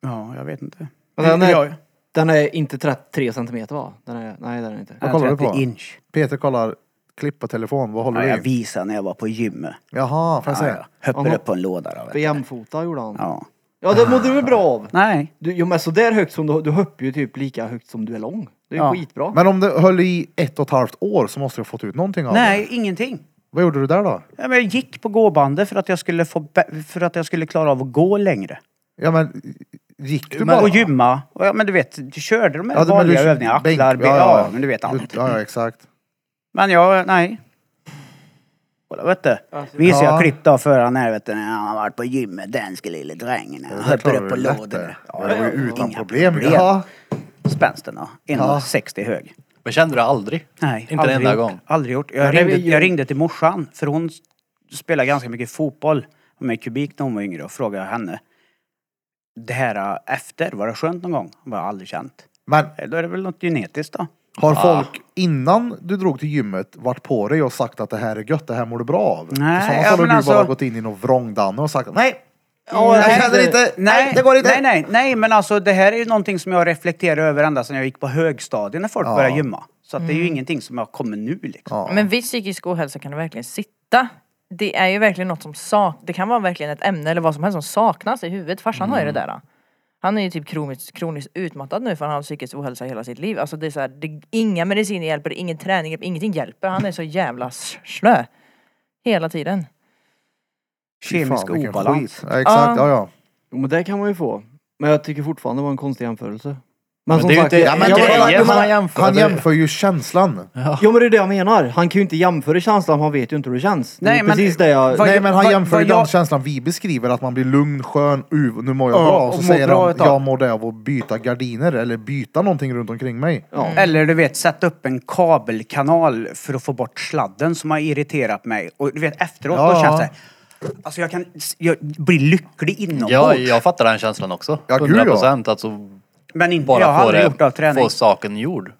S4: Ja, jag vet inte.
S5: Men den,
S4: Jag-
S5: är, den är inte 33 centimeter va? Den är, nej, den är inte.
S1: Vad kollar du på?
S4: 30 Inch.
S1: Peter kollar klipp på telefon, vad håller
S4: Ja, jag
S1: du i?
S4: visade när jag var på gymmet.
S1: Jaha, får jag
S4: Ja,
S1: säga?
S4: ja. Hoppade upp på en låda då. vet du.
S5: Benfota gjorde han.
S4: Ja.
S5: Ja, det mådde du väl bra av?
S4: Nej.
S5: Du, jo, men så där högt som du, du hoppar ju typ lika högt som du är lång. Det är
S4: Ja.
S5: skitbra.
S1: Men om du höll i ett och ett halvt år så måste du ha fått ut någonting av
S4: Nej,
S1: det.
S4: ingenting.
S1: Vad gjorde du där då?
S4: Ja, men Jag gick på gåbandet för att jag skulle få bä- för att jag skulle klara av att gå längre.
S1: Ja men, gick du
S4: Men,
S1: bara?
S4: och gymma. Och, ja, men du vet, du körde de här
S1: Ja, du- men du-
S4: vanliga övningarna. Acklar,
S1: bänk-
S4: ben, ja, ja. men du vet allt.
S1: Ja, ja exakt.
S4: Men jag, nej. Kolla vet du. Visar
S1: Ja.
S4: jag klipp då för han här vet du, när han har varit på gymmet, den skulle lille drängen. Han
S1: Det där
S4: hoppar
S1: klarar
S4: upp på
S1: du lätt
S4: lådor.
S1: det. Det var ju utan
S4: inga
S1: problem. Ja.
S4: Spänsten då, 1,60 hög.
S3: Men kände du aldrig?
S4: Nej,
S3: Inte en
S4: aldrig
S3: enda
S4: gjort.
S3: gång.
S4: Aldrig gjort.
S5: Men
S4: Jag
S5: det är
S4: ringde,
S5: ju-
S4: jag ringde till morsan, för hon spelar ganska mycket fotboll med kubik när hon var yngre och frågade henne. Det här äh, efter, var det skönt någon gång? Hon bara, aldrig känt.
S1: Men
S4: Eh, Då är det väl något genetiskt då.
S1: har folk innan du drog till gymmet varit på dig och sagt att det här är gött, det här mår du bra av?
S4: Nej,
S1: För sådana
S4: ja,
S1: fall har
S4: men
S1: du
S4: alltså-
S1: bara gått in i någon vrångdanne och sagt nej,
S5: Ja,
S1: jag
S5: nej,
S1: känner
S5: det-
S1: inte,
S4: Nej,
S1: nej, det går inte.
S4: Nej, nej, nej, men alltså det här är ju någonting som jag reflekterar över ända sedan jag gick på högstadiet när folk började gymma. Så att det är
S1: Mm.
S4: ju ingenting som jag kommer nu liksom.
S1: Ja.
S2: Men vid psykisk ohälsa kan du verkligen sitta. Det är ju verkligen något som sak... Det kan vara verkligen ett ämne eller vad som helst som saknas i huvudet. Farsan har ju det där. då. Han är ju typ kroniskt, kroniskt utmattad nu för han har psykisk ohälsa hela sitt liv. Alltså det är så här, det, inga mediciner hjälper, ingen träning hjälper, ingenting hjälper. Han är så jävla s- slö. Hela tiden.
S1: Fy fan,
S4: Kemisk
S1: vilken
S4: obalans.
S1: skit. Ja, exakt, ja ja.
S5: Jo, men det kan man ju få. Men jag tycker fortfarande det var en konstig jämförelse.
S3: Men det är ju inte-
S5: jag-
S3: Men
S5: jag-
S3: grejen
S5: jag- jag-
S3: man
S5: jag-
S3: jämför-
S1: Han jämför ju känslan.
S5: Jo men det är det jag menar. Han kan ju inte jämföra känslan, han vet ju inte hur det känns. Det är
S4: Nej,
S5: ju
S4: men-
S5: precis det jag...
S4: Vad-
S1: Nej men han
S4: vad-
S1: jämför ju
S4: vad jag-
S1: den känslan vi beskriver, att man blir lugn, skön, uh, nu mår jag
S4: Ja,
S1: bra. Och
S4: och
S1: så
S4: mår
S1: säger
S4: bra
S1: han,
S4: ett tag.
S1: jag mår det av att byta gardiner eller byta någonting runt omkring mig.
S4: Eller du vet, sätta upp en kabelkanal för att få bort sladden som har irriterat mig. Och du vet, efteråt
S1: Ja,
S4: då
S1: ja.
S4: känns det... Alltså jag kan... Jag blir lycklig inombords.
S3: Ja, jag fattar den känslan också.
S1: Ja, gud, ja.
S3: 100 procent. Alltså,
S4: men inte, jag
S3: bara
S4: har
S3: få,
S4: aldrig gjort det av
S3: det,
S4: träning.
S3: få saken gjord.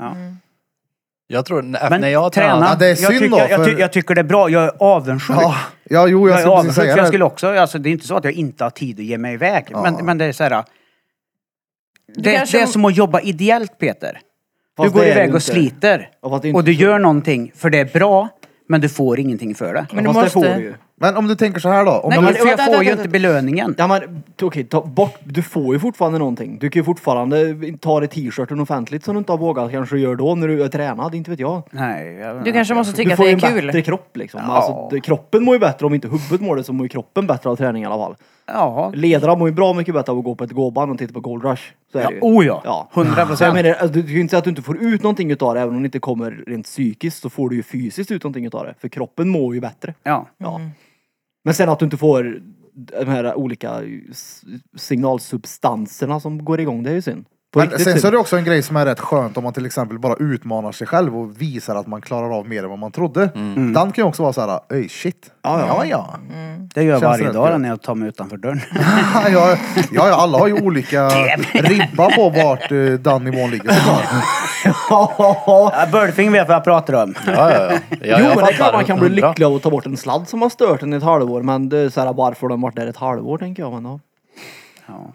S3: Jag tror, när,
S4: Men
S3: när jag
S4: träna,
S1: Ja, det är synd
S4: jag, tycker,
S1: då,
S4: jag,
S1: för-
S4: ty, jag tycker det är bra. Jag är avundsjuk.
S1: Ja, ja jo jag
S4: jag,
S1: skulle
S4: är
S1: precis
S4: avundsjuk,
S1: säga
S4: för jag
S1: det.
S4: skulle också, alltså, det är inte så att jag inte har tid att ge mig iväg. Men, men det är så här... Det,
S2: kanske-
S4: det är som att jobba ideellt, Peter. Du
S5: Fast
S4: går
S5: det är det
S4: iväg
S5: inte.
S4: och sliter.
S5: Ja, fast det är inte
S4: Och du
S5: så.
S4: gör någonting, för det är bra, men du får ingenting för det.
S2: Men du
S5: Fast det får
S2: måste...
S5: du ju.
S1: Men om du tänker så här då. Om
S2: Nej,
S1: du,
S2: men-
S4: För jag
S2: vänta,
S4: får ju
S2: vänta,
S4: inte
S2: vänta.
S4: belöningen.
S5: Ja men t- okej, ta bort, du får ju fortfarande någonting. Du kan ju fortfarande ta dig t-shirten offentligt som du inte har vågat kanske göra då när du är tränad, inte vet jag.
S4: Nej, jag,
S2: Du kanske måste tycka
S5: Du
S2: att
S5: får
S2: det
S5: ju
S2: är
S5: en
S2: kul.
S5: bättre kropp liksom. Alltså, det, kroppen mår ju bättre om inte huvudet mår det så mår ju kroppen bättre av träning i alla fall.
S4: Ja.
S5: Ledaren mår ju bra mycket bättre av att gå på ett gåband och titta på Gold Rush. Så är
S4: ja
S5: det ju.
S4: oh ja.
S5: Ja.
S4: 100
S5: Så jag
S4: procent.
S5: menar, alltså, du kan ju inte säga att du inte får ut någonting utav det, även om det inte kommer rent psykiskt så får du ju fysiskt ut någonting utav det. För kroppen mår ju bättre.
S4: Ja.
S5: Ja.
S6: Mm.
S5: Men sen att du inte får de här olika s- signalsubstanserna som går igång, det är ju synd. På
S1: men
S5: riktigt typ.
S1: sen så är
S5: synd.
S1: det också en grej som är rätt skönt om man till exempel bara utmanar sig själv och visar att man klarar av mer än vad man trodde. Den kan ju också vara så här, öj shit. Ja ja. Ja,
S4: Det gör jag
S1: Känns
S4: varje
S1: rätt
S4: dag
S1: kul.
S4: när jag tar mig utanför dörren.
S1: ja, ja, ja alla har ju olika ribba på vart eh, den nivån ligger.
S4: Ja, Bölfing vet vad jag pratar om.
S3: Ja, ja, ja. ja
S5: Jo, men
S3: fattar.
S5: det är
S3: Mm,
S5: klart man kan bli
S3: Hundra.
S5: lycklig av att ta bort en sladd som har stört en i ett halvår. Men det är så här, varför de varit där ett halvår tänker jag. Men ja.
S4: Ja.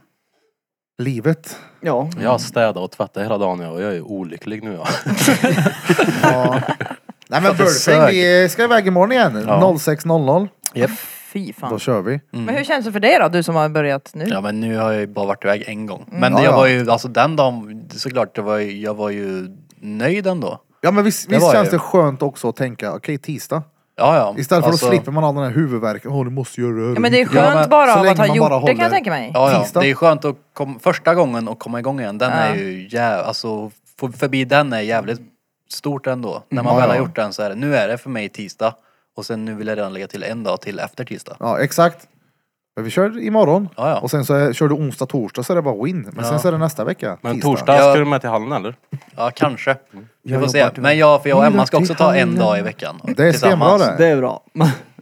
S1: Livet.
S5: ja.
S6: Jag har städat och tvättat hela dagen jag, och jag är olycklig nu. Ja.
S1: Ja. Nej men
S6: det
S1: Burfing,
S6: sög.
S1: vi ska iväg imorgon igen.
S6: Ja.
S1: 06.00.
S2: Fy fan.
S1: Då kör vi.
S3: Mm.
S2: Men hur känns det för dig då, du som har börjat nu?
S3: Ja men nu har jag ju bara varit iväg en gång.
S1: Mm.
S3: Men
S1: Ja,
S3: jag
S1: ja.
S3: var ju, alltså den dagen, det är såklart, det var ju, jag var ju nöjd ändå.
S1: Ja men visst,
S3: Det
S1: visst
S3: var
S1: känns
S3: ju.
S1: det skönt också att tänka, okej tisdag.
S3: Ja ja.
S1: Istället för
S3: Alltså,
S1: att slipper man ha den här huvudvärken. Åh du måste göra det här.
S2: Ja, men det är skönt
S3: Ja, men
S2: bara
S1: så
S2: av
S1: länge
S2: att ha
S1: man
S2: gjort
S1: bara
S2: det kan jag
S1: håller-
S2: tänka mig.
S3: Ja,
S1: Tisdag.
S3: ja. Det är skönt att kom, första gången och komma igång igen. Den
S2: Ja.
S3: är ju jäv, alltså få- förbi den är jävligt stort ändå. När man
S1: Ja,
S3: väl
S1: ja.
S3: har gjort den så är det, nu är det för mig tisdag. Och sen nu vill jag redan lägga till en dag till efter tisdag.
S1: Ja exakt. Men vi kör imorgon.
S3: Ja, ja.
S1: Och sen så är, kör du onsdag, torsdag så är det bara win. Men sen så är det nästa vecka.
S6: Men
S1: tisdag.
S6: torsdag
S3: Ja.
S6: ska du med till hallen eller?
S3: Ja kanske. Vi
S1: Mm. Jag
S3: får se.
S1: jobbar Mm, till-
S3: Men jag, för jag och Emma ska
S1: Middag
S3: också
S1: till
S3: ta en
S1: hallen.
S3: dag i veckan.
S1: Det är
S3: tillsammans.
S1: stenbra det.
S5: det är bra.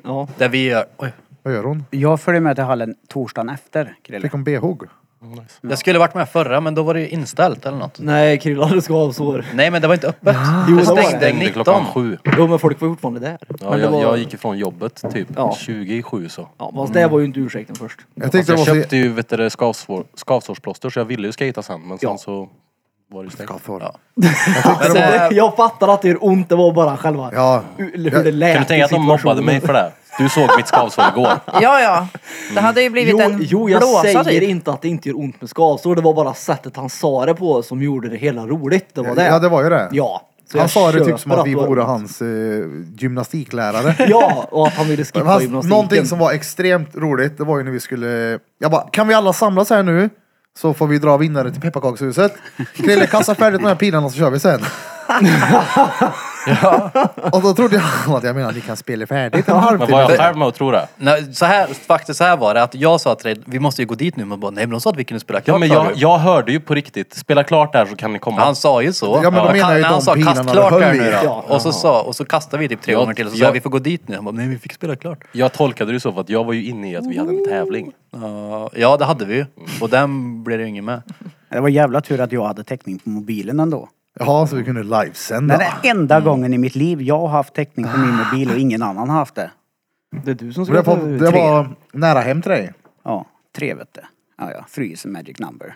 S5: ja.
S3: Där vi gör, oj,
S1: Vad gör hon?
S4: Jag följer med till hallen torsdagen efter, Krille.
S1: Fick hon behugg?
S3: Jag skulle varit med förra men då var det ju inställt eller något.
S5: Nej, Krilla du ska ha avsår.
S3: Nej men det var inte öppet.
S5: Jo,
S3: det
S5: det var det.
S3: stängde
S6: Stängde
S3: 19.
S6: klockan sju.
S5: Jo, men folk var fortfarande där.
S6: Ja,
S5: men det
S6: jag,
S5: var,
S6: jag gick ifrån jobbet typ
S5: Ja.
S6: 20 i sju så.
S5: Ja, fast det var ju inte ursäkten först.
S1: Jag
S6: Fast
S1: tyckte
S6: jag
S1: det var så...
S6: köpte ju vet du, det, skavsår, skavsårsplåster så jag ville ju skata sen men sen
S5: Ja.
S6: så var det ju stängt.
S1: Skavsår.
S3: Ja. eh,
S5: Men
S3: det-
S5: det, jag fattar att det gör ont, det var bara själva
S1: Ja.
S5: hur hur det lät.
S6: Kan du tänka
S5: i
S6: att de
S5: situationen.
S6: mobbade mig för det? Du såg mitt skavsår igår.
S2: Ja, ja. Det hade ju blivit
S5: Jo,
S2: en
S5: jo, jag
S2: blåsa
S5: säger
S2: typ.
S5: inte att det inte gör ont med skavsår. Det var bara sättet han sa det på som gjorde det hela roligt. Det var det.
S1: Ja det var ju det.
S5: Ja. Så
S1: Han
S5: jag
S1: sa det typ
S5: köper
S1: som att vi
S5: det var-
S1: vore hans eh, gymnastiklärare.
S5: Ja, och att han ville
S1: Men
S5: skippa
S1: fast
S5: gymnastiken.
S1: någonting som var extremt roligt, det var ju när vi skulle... Jag bara, kan vi alla samlas här nu? Så får vi dra vinnare till pepparkakshuset. Krille, kasta färdigt den här pilen och så kör vi sen. Och då trodde han att jag menade att ni kan spela färdigt en
S6: Men var jag
S1: halvtimme.
S6: själv med och tror det?
S3: Nej, så här, faktiskt så här var det att jag sa till dig, vi måste ju gå dit nu. Men bara, nej men de sa att vi kunde spela klart.
S6: Ja, men
S3: sa
S6: jag,
S3: du.
S6: jag hörde ju på riktigt. Spela klart där så kan ni komma.
S3: Han sa ju så.
S1: Ja, men då menar
S3: Och han-
S1: jag ju
S3: när han
S1: de
S3: sa
S1: pilarna
S3: kast klart
S1: höll
S3: här
S1: i.
S3: nu då.
S5: Ja.
S3: och, så sa, och så kastade vi typ tre
S6: Jag-
S3: gånger till och så sa
S6: jag-
S3: vi får gå dit nu. Han bara, nej vi fick spela klart.
S6: Jag tolkade det så för att jag var ju inne i att vi hade en tävling.
S3: Ja, ja det hade vi ju. Och den blev det ju ingen med.
S4: Det var jävla tur att jag hade täckning på mobilen ändå.
S1: Jaha, så vi kunde
S4: Det är
S1: livesända.
S4: den enda gången i mitt liv jag har haft täckning på min mobil och ingen annan har haft det.
S5: Det är du som
S1: Men Det
S5: ska ta
S1: var,
S5: ut
S1: det
S5: tre.
S1: var nära hem till dig.
S4: Ja, tre vet du. Ja, ja. Frys and magic number.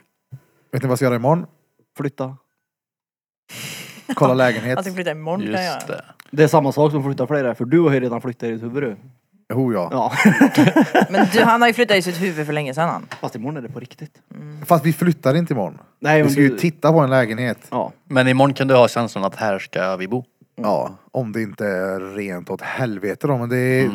S1: Vet ni vad jag ska göra imorgon?
S5: Flytta.
S1: Kolla lägenhet.
S2: Han ska flytta imorgon
S6: Mm.
S2: kan jag göra.
S3: Just det.
S5: Det är samma sak som flytta flera, för du har ju redan flyttat i ditt huvud du.
S1: Jo, ja.
S5: Ja.
S2: Men du, han har ju flyttat i sitt huvud för länge sedan han.
S5: Fast imorgon är det på riktigt.
S1: Fast vi flyttar inte imorgon.
S5: Nej,
S1: Vi
S5: men
S1: ska ju
S5: du...
S1: titta på en lägenhet.
S5: Ja.
S3: Men imorgon kan du ha känslan att här ska vi bo.
S1: Ja, om det inte är rent åt helvete då. Men det är,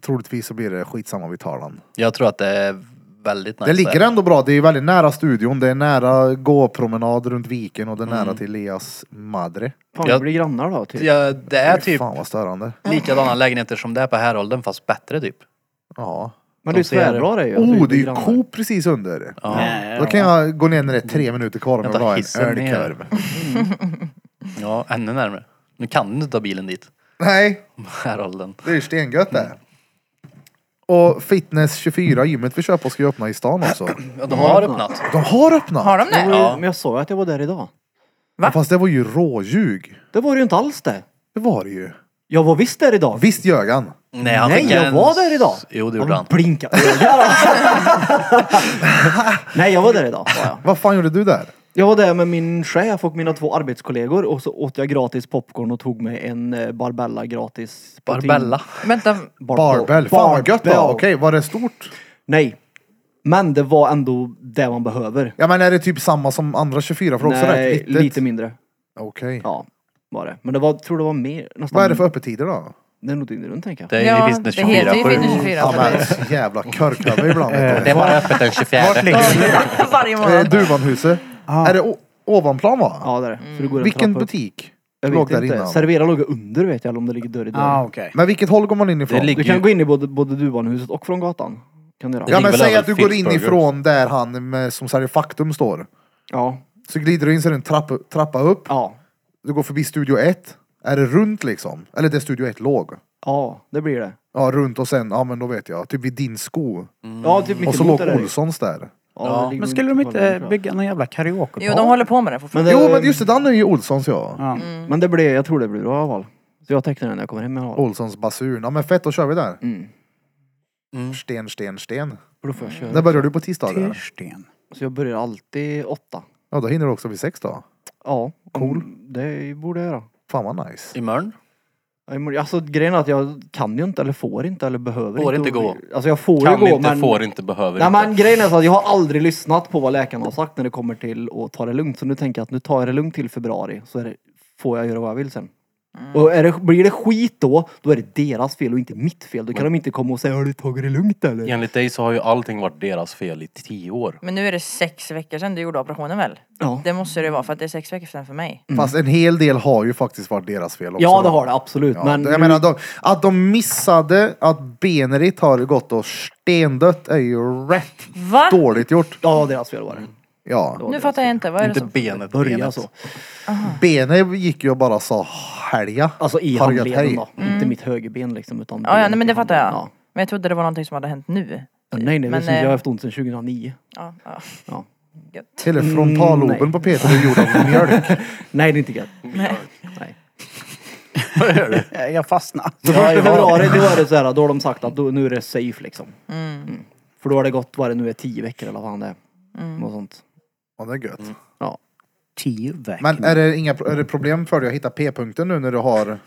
S1: troligtvis så blir det skitsamma vi tar den.
S3: Jag tror att det är väldigt nice.
S1: Det ligger
S3: där.
S1: ändå bra. Det är ju väldigt nära studion. Det är nära gåpromenad runt viken och det är nära till Leas madre.
S5: Fan,
S3: Jag-
S5: vi blir grannar då typ.
S3: Ja, det är typ
S1: Fan vad störande.
S3: likadana lägenheter som det är på Härolden fast bättre typ.
S1: Ja.
S5: Men det är ju
S3: de ser det.
S5: tvärbra det ju. att vi
S1: Oh, det
S5: blir
S1: är ju
S5: grannar.
S1: Coop precis under.
S3: Ja, Mm.
S1: Då kan jag gå ner när det är tre minuter kvar om jag
S3: Vänta,
S1: vill ha en
S3: hissen ner.
S1: ölkorv.
S3: ja ännu närmare. Nu kan du inte ta bilen dit.
S1: Nej,
S3: Härolden.
S1: det är ju stengött det.
S3: Mm.
S1: Och Fitness 24, gymmet vi kör på, ska ju öppna i stan också.
S3: Ja, de har öppnat.
S1: De har öppnat!
S2: Har de
S5: Det
S2: det?
S5: var ju-
S3: Ja.
S5: Men jag sa ju att jag var där idag.
S2: Va?
S1: Fast det var ju råljug.
S5: Det var det ju inte alls det.
S1: Det var det ju.
S5: Jag var visst där idag.
S1: Visst ljög han?
S3: Nej, han
S5: Nej,
S3: fick
S5: jag
S3: en-
S5: var där idag.
S3: Jo, det gjorde han.
S5: Blinka Nej, jag var där idag. var jag.
S1: Vad fan gjorde du där?
S5: Jag var där med min chef och mina två arbetskollegor och så åt jag gratis popcorn och tog mig en eh, Barbella gratis. på
S3: Barbella.
S2: Vänta,
S5: tin- Bar-
S1: Barbell. Fan vad gött då.
S5: Barbell.
S1: Okej, var det stort?
S5: Nej. Men det var ändå det man behöver.
S1: Ja men är det typ samma som andra 24? För det är också
S5: Nej,
S1: rätt litet.
S5: lite mindre.
S1: Okej.
S5: Ja, var det. Men det var, tror det var mer. Nästan,
S1: Vad är det för öppettider då?
S5: Det är nog dygnet runt tänker jag.
S3: Det är
S2: Ja,
S3: ju Business
S2: det heter ju
S3: 24
S2: Business 24.
S1: Ja men så jävla körkövare ibland. vet du.
S3: är bara öppet den 24.
S4: Vart ligger det nu?
S2: varje
S1: Eh,
S2: månad.
S1: Duvanhuset. Är det o- ovanplan va?
S5: Ja, det är det. Så det går en
S1: Vilken
S5: trappa upp.
S1: butik?
S5: Jag
S1: låg
S5: vet
S1: där
S5: inte.
S1: innan?
S5: Servera låg under vet jag, eller om det ligger dörr i dörr.
S4: Ah, okej.
S1: Men vilket håll går man in
S6: Det
S1: ifrån?
S6: ligger
S5: Du
S6: ju...
S5: kan gå in i både, både Duvanhuset och från gatan. Kan du göra.
S1: Ja
S6: ligger
S1: men
S6: väl
S1: säg
S6: över
S1: att du går in
S6: Fitzburgers.
S1: ifrån där han med, som säljer Faktum står.
S5: Ja.
S1: Så glider du in så är det en trappa, trappa upp.
S5: Ja.
S1: Du går förbi Studio 1. Är det runt liksom? Eller där Studio 1 låg?
S5: Ja, det blir det.
S1: Ja runt och sen, ja men då vet jag. Typ vid din sko.
S5: Ja, typ mitt
S1: Och så
S5: emot
S1: låg
S5: det Eh, där.
S1: Olssons där.
S5: Ja, det ligger
S4: Men
S5: ju
S4: skulle de
S5: på
S4: inte
S5: Hollywood, tror Mm. jag.
S4: bygga någon jävla karaokeplan?
S2: Jo, de håller på med det
S5: Men
S2: fortfarande.
S5: det,
S1: Jo men just det, den är ju Olssons ja.
S4: Ja.
S5: Men det blir, jag tror det blir bra i alla fall. Så jag tecknar den när jag kommer hem i alla fall.
S1: Olssons basun. Ja men fett, då kör vi där.
S5: Mm.
S6: Mm.
S1: Sten, sten, sten.
S5: För då får jag köra.
S1: När börjar du på tisdagar?
S4: Tyrsten.
S5: Så jag börjar alltid åtta.
S1: Ja då hinner du också vid sex då.
S5: Ja. Cool. Det borde jag göra.
S1: Fan vad nice.
S3: Imorgon?
S5: Ja, imorgon- Alltså grejen är att jag kan ju inte eller får inte eller behöver
S3: Får
S5: inte.
S3: inte gå.
S5: Alltså jag får
S6: Kan
S5: ju gå
S6: inte,
S5: men...
S6: får inte, behöver
S5: Nej
S6: inte.
S5: men grejen är så att jag har aldrig lyssnat på vad läkarna har sagt när det kommer till att ta det lugnt. Så nu tänker jag att nu tar jag det lugnt till februari så är det, får jag göra vad jag vill sen.
S2: Mm.
S5: Och är det, blir det skit då, då är det deras fel och inte mitt fel. Då kan de inte komma och säga har du tagit det lugnt eller?
S6: Enligt dig så har ju allting varit deras fel i tio år.
S2: Men nu är det sex veckor sedan du gjorde operationen väl?
S5: Ja.
S2: Det måste det vara för att det är sex veckor sedan för mig.
S1: Fast en hel del har ju faktiskt varit deras fel också.
S5: Mm. Ja det har det absolut
S1: Ja,
S5: men...
S1: jag menar de, att de missade att Benerit har gått och stendött är ju rätt
S2: Va?
S1: dåligt gjort.
S5: Ja deras fel var
S2: Mm.
S5: det.
S1: Ja.
S2: Nu fattar jag inte, vad är det
S3: Inte
S2: som...
S3: benet.
S5: Börja
S3: benet.
S5: så.
S1: Benet gick ju och bara sa helga.
S5: Alltså i
S1: Har du gjort
S5: handleden
S1: hej?
S5: då. Inte mitt högerben liksom utan...
S2: Mm. Ja, ja,
S5: benet
S2: nej, men
S5: i
S2: det fattar
S5: handleden.
S2: jag. Men jag trodde det var någonting som hade hänt nu.
S5: Ja. Nej nej, det är
S2: Men,
S5: som jag
S2: eh,
S5: har haft ont sedan 2009.
S2: Ja, ja.
S5: Ja.
S2: Gött.
S1: Hela
S5: Mm, nej.
S1: frontalloben på Peter är gjord av mjölk.
S5: Nej det är inte gött.
S4: Eh, Jag fastnade.
S5: Så första februari då är det så här, då har de sagt att då, nu är det safe liksom. Mm. För då har det gått, vad är det nu är, tio veckor eller vad fan det är.
S3: Mm.
S5: Något sånt.
S1: Ja, det är gött.
S5: Mm,
S4: Tio veckor.
S1: Men är det, inga, är det problem för dig att hitta p-punkten nu när du har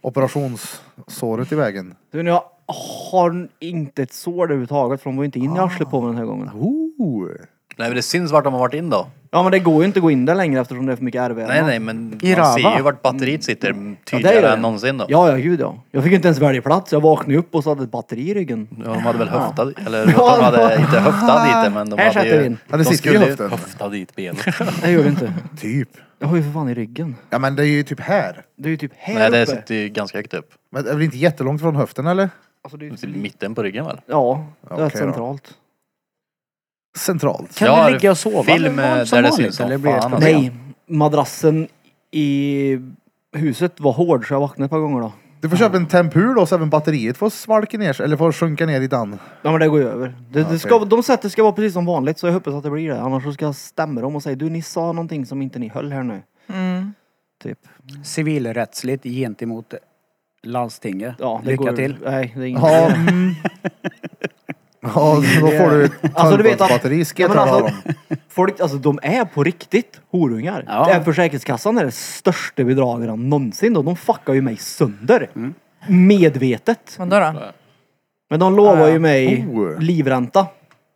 S1: operationssåret i vägen?
S5: Du, jag har inte ett sår överhuvudtaget för de var ju inte in i arslet på mig den här
S3: Ah.
S5: gången. Oh.
S1: Ooh.
S3: Nej men det syns vart de har varit in då.
S5: Ja men det går ju inte att gå in där längre eftersom det är för mycket ärrvävnad.
S3: Nej nej men
S4: I
S3: man
S4: Rava.
S3: ser ju vart batteriet sitter
S5: Ja, det
S3: tydligare
S5: är det.
S3: än någonsin då.
S5: Ja, ja gud ja. Jag fick ju inte ens välja plats. Jag vaknade upp och så hade ett batteri i ryggen.
S3: Ja, de hade väl höftat, eller de hade inte höftat dit det, men de
S5: Här
S3: hade
S5: sätter vi
S3: ju...
S5: in.
S1: Ja, det
S6: De
S1: sitter ju i
S6: skulle
S1: höften.
S6: höfta dit benet.
S5: Nej, gör det inte.
S1: Typ.
S5: Jag har ju för fan i ryggen.
S1: Ja men det är ju typ här.
S5: Det är ju typ här
S3: Nej det
S5: uppe.
S3: sitter ju ganska högt upp.
S1: Men det är väl inte jättelångt från höften eller?
S5: Alltså, det är
S3: Det
S5: ju
S3: sitter i mitten på ryggen väl?
S5: Ja, det är
S1: Okej
S5: rätt
S1: då.
S5: centralt.
S1: Centralt.
S4: Kan
S3: Ja,
S4: du ligga och sova?
S3: film,
S4: Det var inte så
S3: där det
S4: vanligt,
S3: syns som
S4: eller blir det
S3: fan,
S4: ett
S3: alltså.
S4: problem?
S5: Nej, madrassen i huset var hård så jag vaknade ett par gånger då.
S1: Du får köpa en tempur då så även batteriet får svalka ner sig, eller får sjunka ner i den.
S5: Ja men det går ju över. Det, det ska, de säger att det ska vara precis som vanligt så jag hoppas att det blir det. Annars så ska jag stämma dem och säga du ni sa någonting som inte ni höll här nu.
S2: Mm.
S5: Typ.
S4: Civilrättsligt gentemot landstinget.
S5: Ja, det
S4: Lycka
S5: går,
S4: till.
S5: Nej, det är inget.
S1: Ja. Mm. Ja, då får du ett
S5: Alltså, du vet att-
S1: batteri ska jag
S5: Ja, men
S1: ta
S5: alltså- Folk, alltså de är på riktigt horungar.
S4: Ja.
S5: Även Försäkringskassan är det största bedragaren någonsin och de fuckar ju mig sönder. Medvetet.
S2: Vadå
S3: Mm.
S2: då?
S5: Men de lovar ju mig
S1: Oh.
S5: livränta.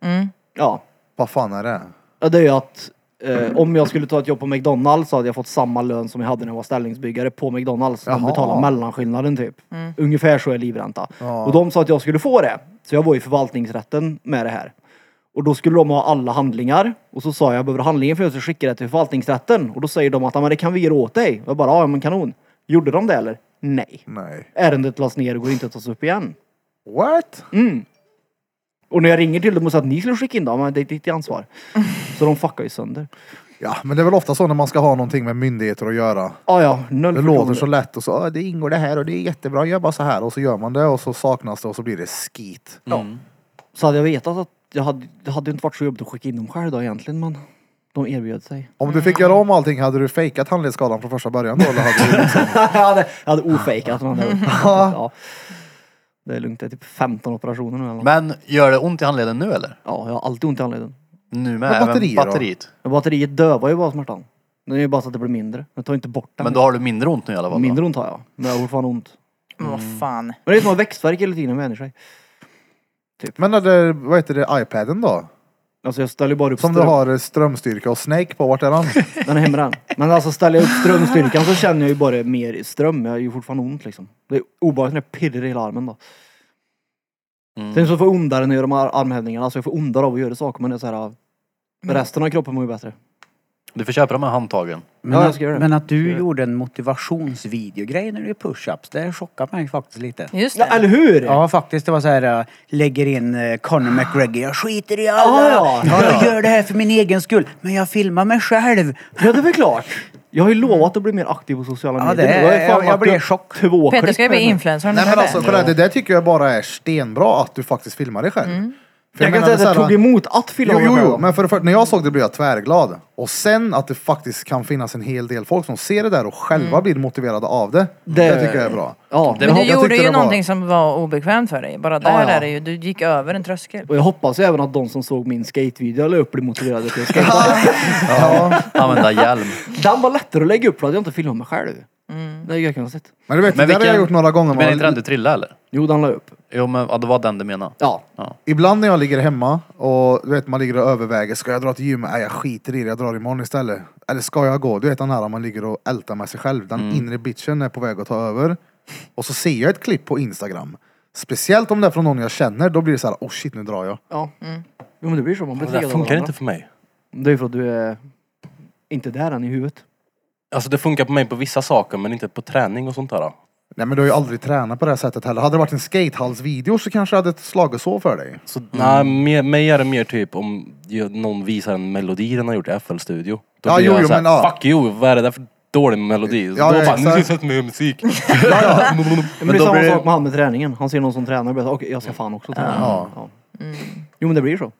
S2: Mm.
S5: Ja,
S1: Vad fan är det?
S5: Ja, det är ju att eh, om jag skulle ta ett jobb på McDonalds så hade jag fått samma lön som jag hade när jag var ställningsbyggare på McDonalds. De
S1: Jaha. Mm.
S5: betalar mellanskillnaden typ. Ungefär så är livränta.
S1: Ja.
S5: Och de sa att jag skulle få det. Så jag var i förvaltningsrätten med det här. Och då skulle de ha alla handlingar. Och så sa jag, jag behöver handlingen för att jag ska skicka det till förvaltningsrätten. Och då säger de att, "Ja, men det kan vi ge åt dig. Och jag bara, ja men kanon. Gjorde de det eller? Nej.
S1: Nej.
S5: Ärendet lades ner och går inte att tas upp igen.
S1: What?
S5: Och när jag ringer till dem och säger att ni skulle skicka in dem, men det är ditt ansvar. Så de fuckar ju sönder.
S1: Ja, men det är väl ofta så när man ska ha någonting med myndigheter att göra.
S5: Ja, Ah, ja. Noll
S1: Det
S5: förtroende.
S1: låter så lätt och så, "Ah, det ingår det här och det är jättebra, gör bara så här och så gör man det och så saknas det och så blir det skit. Mm.
S5: Så hade jag vetat att jag hade, det hade inte varit så jobbigt att skicka in dem själv då egentligen men de erbjöd sig.
S1: Om du fick göra om allting, hade du fejkat handledsskadan från första början då? Eller hade du liksom...
S5: jag hade, jag hade ofejkat den där. ja. Det är lugnt, det är typ 15 operationer nu eller något.
S3: Men gör det ont i handleden nu eller?
S5: Ja, jag har alltid ont i handleden.
S3: Nu med?
S1: Men
S3: även
S1: batterier då?
S3: batteriet.
S5: Men batteriet dövar ju bara smärtan. Det är ju bara så att det blir mindre. Det tar inte bort den.
S3: Men då har du mindre ont nu i alla fall? då?
S5: mindre ont har jag. Men jag har fortfarande ont.
S2: Men vad fan.
S5: Men det är som att ha växtvärk hela tiden vänjer sig.
S1: Men är det, vad heter det, iPaden då?
S5: Alltså jag ställer ju bara upp
S1: Som du
S5: ström-
S1: har eh, strömstyrka och Snake på, vart är den?
S5: Den är hemma den. Men alltså ställer jag upp strömstyrkan så känner jag ju bara mer ström. Jag har ju fortfarande ont liksom. Det är obehagligt när det pirrar i hela armen då. Sen så får jag ondare när jag gör de här armhävningarna. Alltså jag får ondare av att göra saker men det är så här, ja, resten av kroppen mår ju bättre.
S3: Du får köpa de här handtagen.
S5: Ja,
S4: Men,
S5: jag
S4: att,
S5: ska göra det.
S4: men att
S5: Ska
S4: du
S5: göra det.
S4: gjorde en motivationsvideogrej när du gör push-ups, det chockade mig faktiskt lite.
S2: Just
S5: Ja,
S2: det.
S5: eller hur!
S4: Ja faktiskt, det var så här, äh, lägger in äh, Conor McGregor, jag skiter i alla.
S5: Ah, Ja, ja, ja,
S4: Jag gör det här för min egen skull, men jag filmar mig själv.
S5: Ja, det är väl klart. Jag har ju lovat att bli mer aktiv på sociala
S4: Ja,
S5: medier.
S4: det är-
S5: Då har fan
S4: jag- jag
S5: varit
S4: blir
S5: på
S4: i chock.
S5: Två
S2: Peter
S5: klipp
S2: ska ju bli
S5: här nu.
S2: influencer. om
S1: Nej
S2: du
S1: men
S2: vet
S1: alltså
S2: det.
S1: kolla, det där tycker jag bara är stenbra att du faktiskt filmar dig själv. För
S5: Mm. Jag, kan
S1: menar,
S5: säga att
S1: det är
S5: jag
S1: så här-
S5: tog emot att fylla
S1: Jo, jo,
S5: med
S1: jo,
S5: dem.
S1: men för det första, när jag såg det blev jag tvärglad. Och sen att det faktiskt kan finnas en hel del folk som ser det där och själva blir motiverade av det. Det, tycker jag är bra.
S5: Mm. Ja,
S2: Men du
S1: jag
S2: gjorde
S1: tyckte
S2: ju
S1: det var-
S2: någonting som var obekvämt för dig. Bara där
S5: Ja, ja.
S2: är det ju, du gick över en tröskel.
S5: och jag hoppas ju även att de som såg min skatevideo jag la upp blev motiverade till att skate.
S3: Använda hjälm.
S5: Den var lättare att lägga upp för att jag inte filmade mig själv. Mm. Det är jättekonstigt.
S1: Men du vet,
S3: Men
S1: det där har jag
S3: vilken-
S1: gjort några gånger.
S3: Men är inte
S1: Man,
S3: den du trillade eller?
S5: Jo, den la jag upp.
S3: Jo men ja, det var den du menade.
S5: Ja.
S1: ibland när jag ligger hemma och du vet, man ligger och överväger, ska jag dra till gymmet? Nej, jag skiter i det, jag drar imorgon istället. Eller ska jag gå? Du vet den här man ligger och ältar med sig själv. Den inre bitchen är på väg att ta över. Och så ser jag ett klipp på Instagram. Speciellt om det är från någon jag känner, då blir det så här, oh shit nu drar jag.
S5: ja.
S2: mm.
S5: Jo, men det blir så. Man blir
S6: Det där
S5: triggad av
S6: funkar
S5: varandra.
S6: inte för mig.
S5: Det är ju för att du är inte där än i huvudet.
S6: Alltså det funkar på mig på vissa saker men inte på träning och sånt där.
S1: Nej men du har ju aldrig tränat på det här sättet heller. Hade det varit en skatehallsvideo så kanske jag hade slagit så för dig.
S6: Så
S5: Mm.
S6: nej, mer, mig är det mer typ om ju- någon visar en melodi den har gjort i FL Studio. Då
S1: Ja,
S6: blir
S1: jo,
S6: jag
S1: jo,
S6: såhär,
S1: men, ja.
S6: fuck you, vad är det där för dålig melodi?
S1: Ja,
S6: då
S1: ja,
S6: bara, nu ska
S1: exakt.
S6: jag sätta mig i musik.
S5: Men, det är
S3: då
S5: samma
S3: blir det-
S5: sak med han med träningen. Han ser någon som tränar och blir så, okej jag ska fan också träna.
S1: Ja.
S2: Mm.
S5: Jo men det blir så.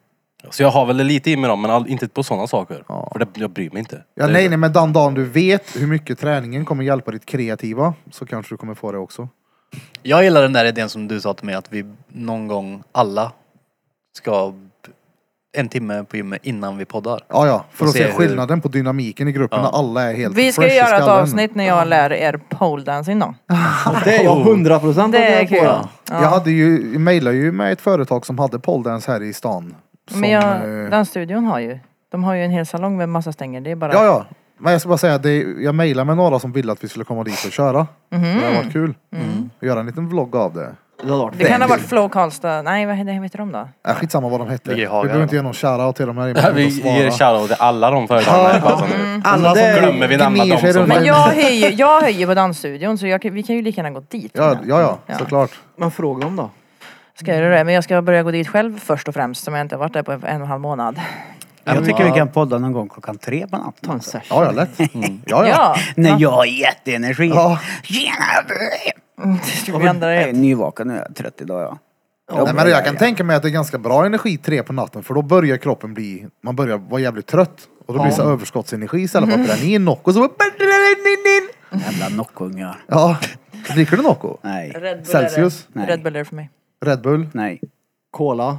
S6: Så jag har väl det lite i mig då, men all, inte på sådana saker. För det, jag bryr mig inte.
S1: Ja,
S6: det,
S1: nej, nej, men den dagen du vet hur mycket träningen kommer hjälpa ditt kreativa så kanske du kommer få det också.
S3: Jag gillar den där idén som du sa till mig att vi någon gång alla ska b- en timme på gymmet innan vi poddar.
S1: Ja, ja, för
S3: Och
S1: att
S3: se
S1: se
S3: hur-
S1: skillnaden på dynamiken i gruppen när alla är helt
S2: Vi ska
S1: fresh
S2: ju
S1: i
S2: göra ett
S1: skallen.
S2: avsnitt när jag lär er poledancing då.
S5: Det är
S1: Oh.
S5: jag hundra procent
S2: Det är kul.
S1: Jag hade ju, jag mejlade ju med ett företag som hade poledance här i stan. Som,
S2: Men jag,
S1: eh,
S2: den studion har ju, de har ju en hel salong med massa stänger. Det är bara...
S1: Ja, ja. Men jag ska bara säga, det, jag mejlade med några som ville att vi skulle komma dit och köra.
S2: Mhm.
S1: Det hade varit kul.
S2: Mm.
S3: Mm.
S1: Och göra en liten vlogg av det.
S5: Det hade varit
S2: Det kan ha varit Flow Karlstad, nej vad heter, heter de då?
S1: Äh, skitsamma vad de hette.
S3: Ligger i
S1: Vi
S3: Haga,
S1: behöver inte
S3: eller?
S1: ge någon shoutout till de här.
S6: Ja,
S1: innan de
S6: vi
S1: svarar.
S6: ger shoutout till alla de företagen här mm.
S1: Alla som
S6: det- glömmer vi nämna
S1: gnir
S6: dem
S1: sig
S6: som-
S1: runt
S2: Men
S1: en-
S2: jag höjer, jag höjer på dansstudion så jag, kan- vi kan ju lika gärna gå dit.
S1: Ja, ja, ja,
S2: Ja.
S1: såklart.
S5: Men fråga dem då.
S2: Ska jag göra det? Men jag ska börja gå dit själv först och främst som jag inte har varit där på en och en halv månad.
S4: Jag tycker vi kan podda någon gång klockan tre på natten.
S5: Ta en session.
S1: Ja, ja, lätt.
S3: Mm.
S1: Ja, ja.
S2: Ja!
S4: När jag är jätteenergi.
S1: Ja.
S4: Tjena!
S2: Vi ändrar
S4: Jag är
S2: det.
S4: nyvaken nu, jag är trött idag ja.
S1: Nej, men jag kan tänka mig att det är ganska bra energi tre på natten för då börjar kroppen bli, man börjar vara jävligt trött. Och då blir det så här överskottsenergi istället för att
S4: Mm.
S1: bränna i en Nocco så bara...
S4: Jävla knockungar.
S1: Ja. Dricker du Nocco?
S4: Nej.
S2: Red Bull
S1: Celsius?
S2: Är det.
S4: Nej.
S2: Red Bull är det för mig.
S1: Red Bull?
S4: Nej.
S5: Cola.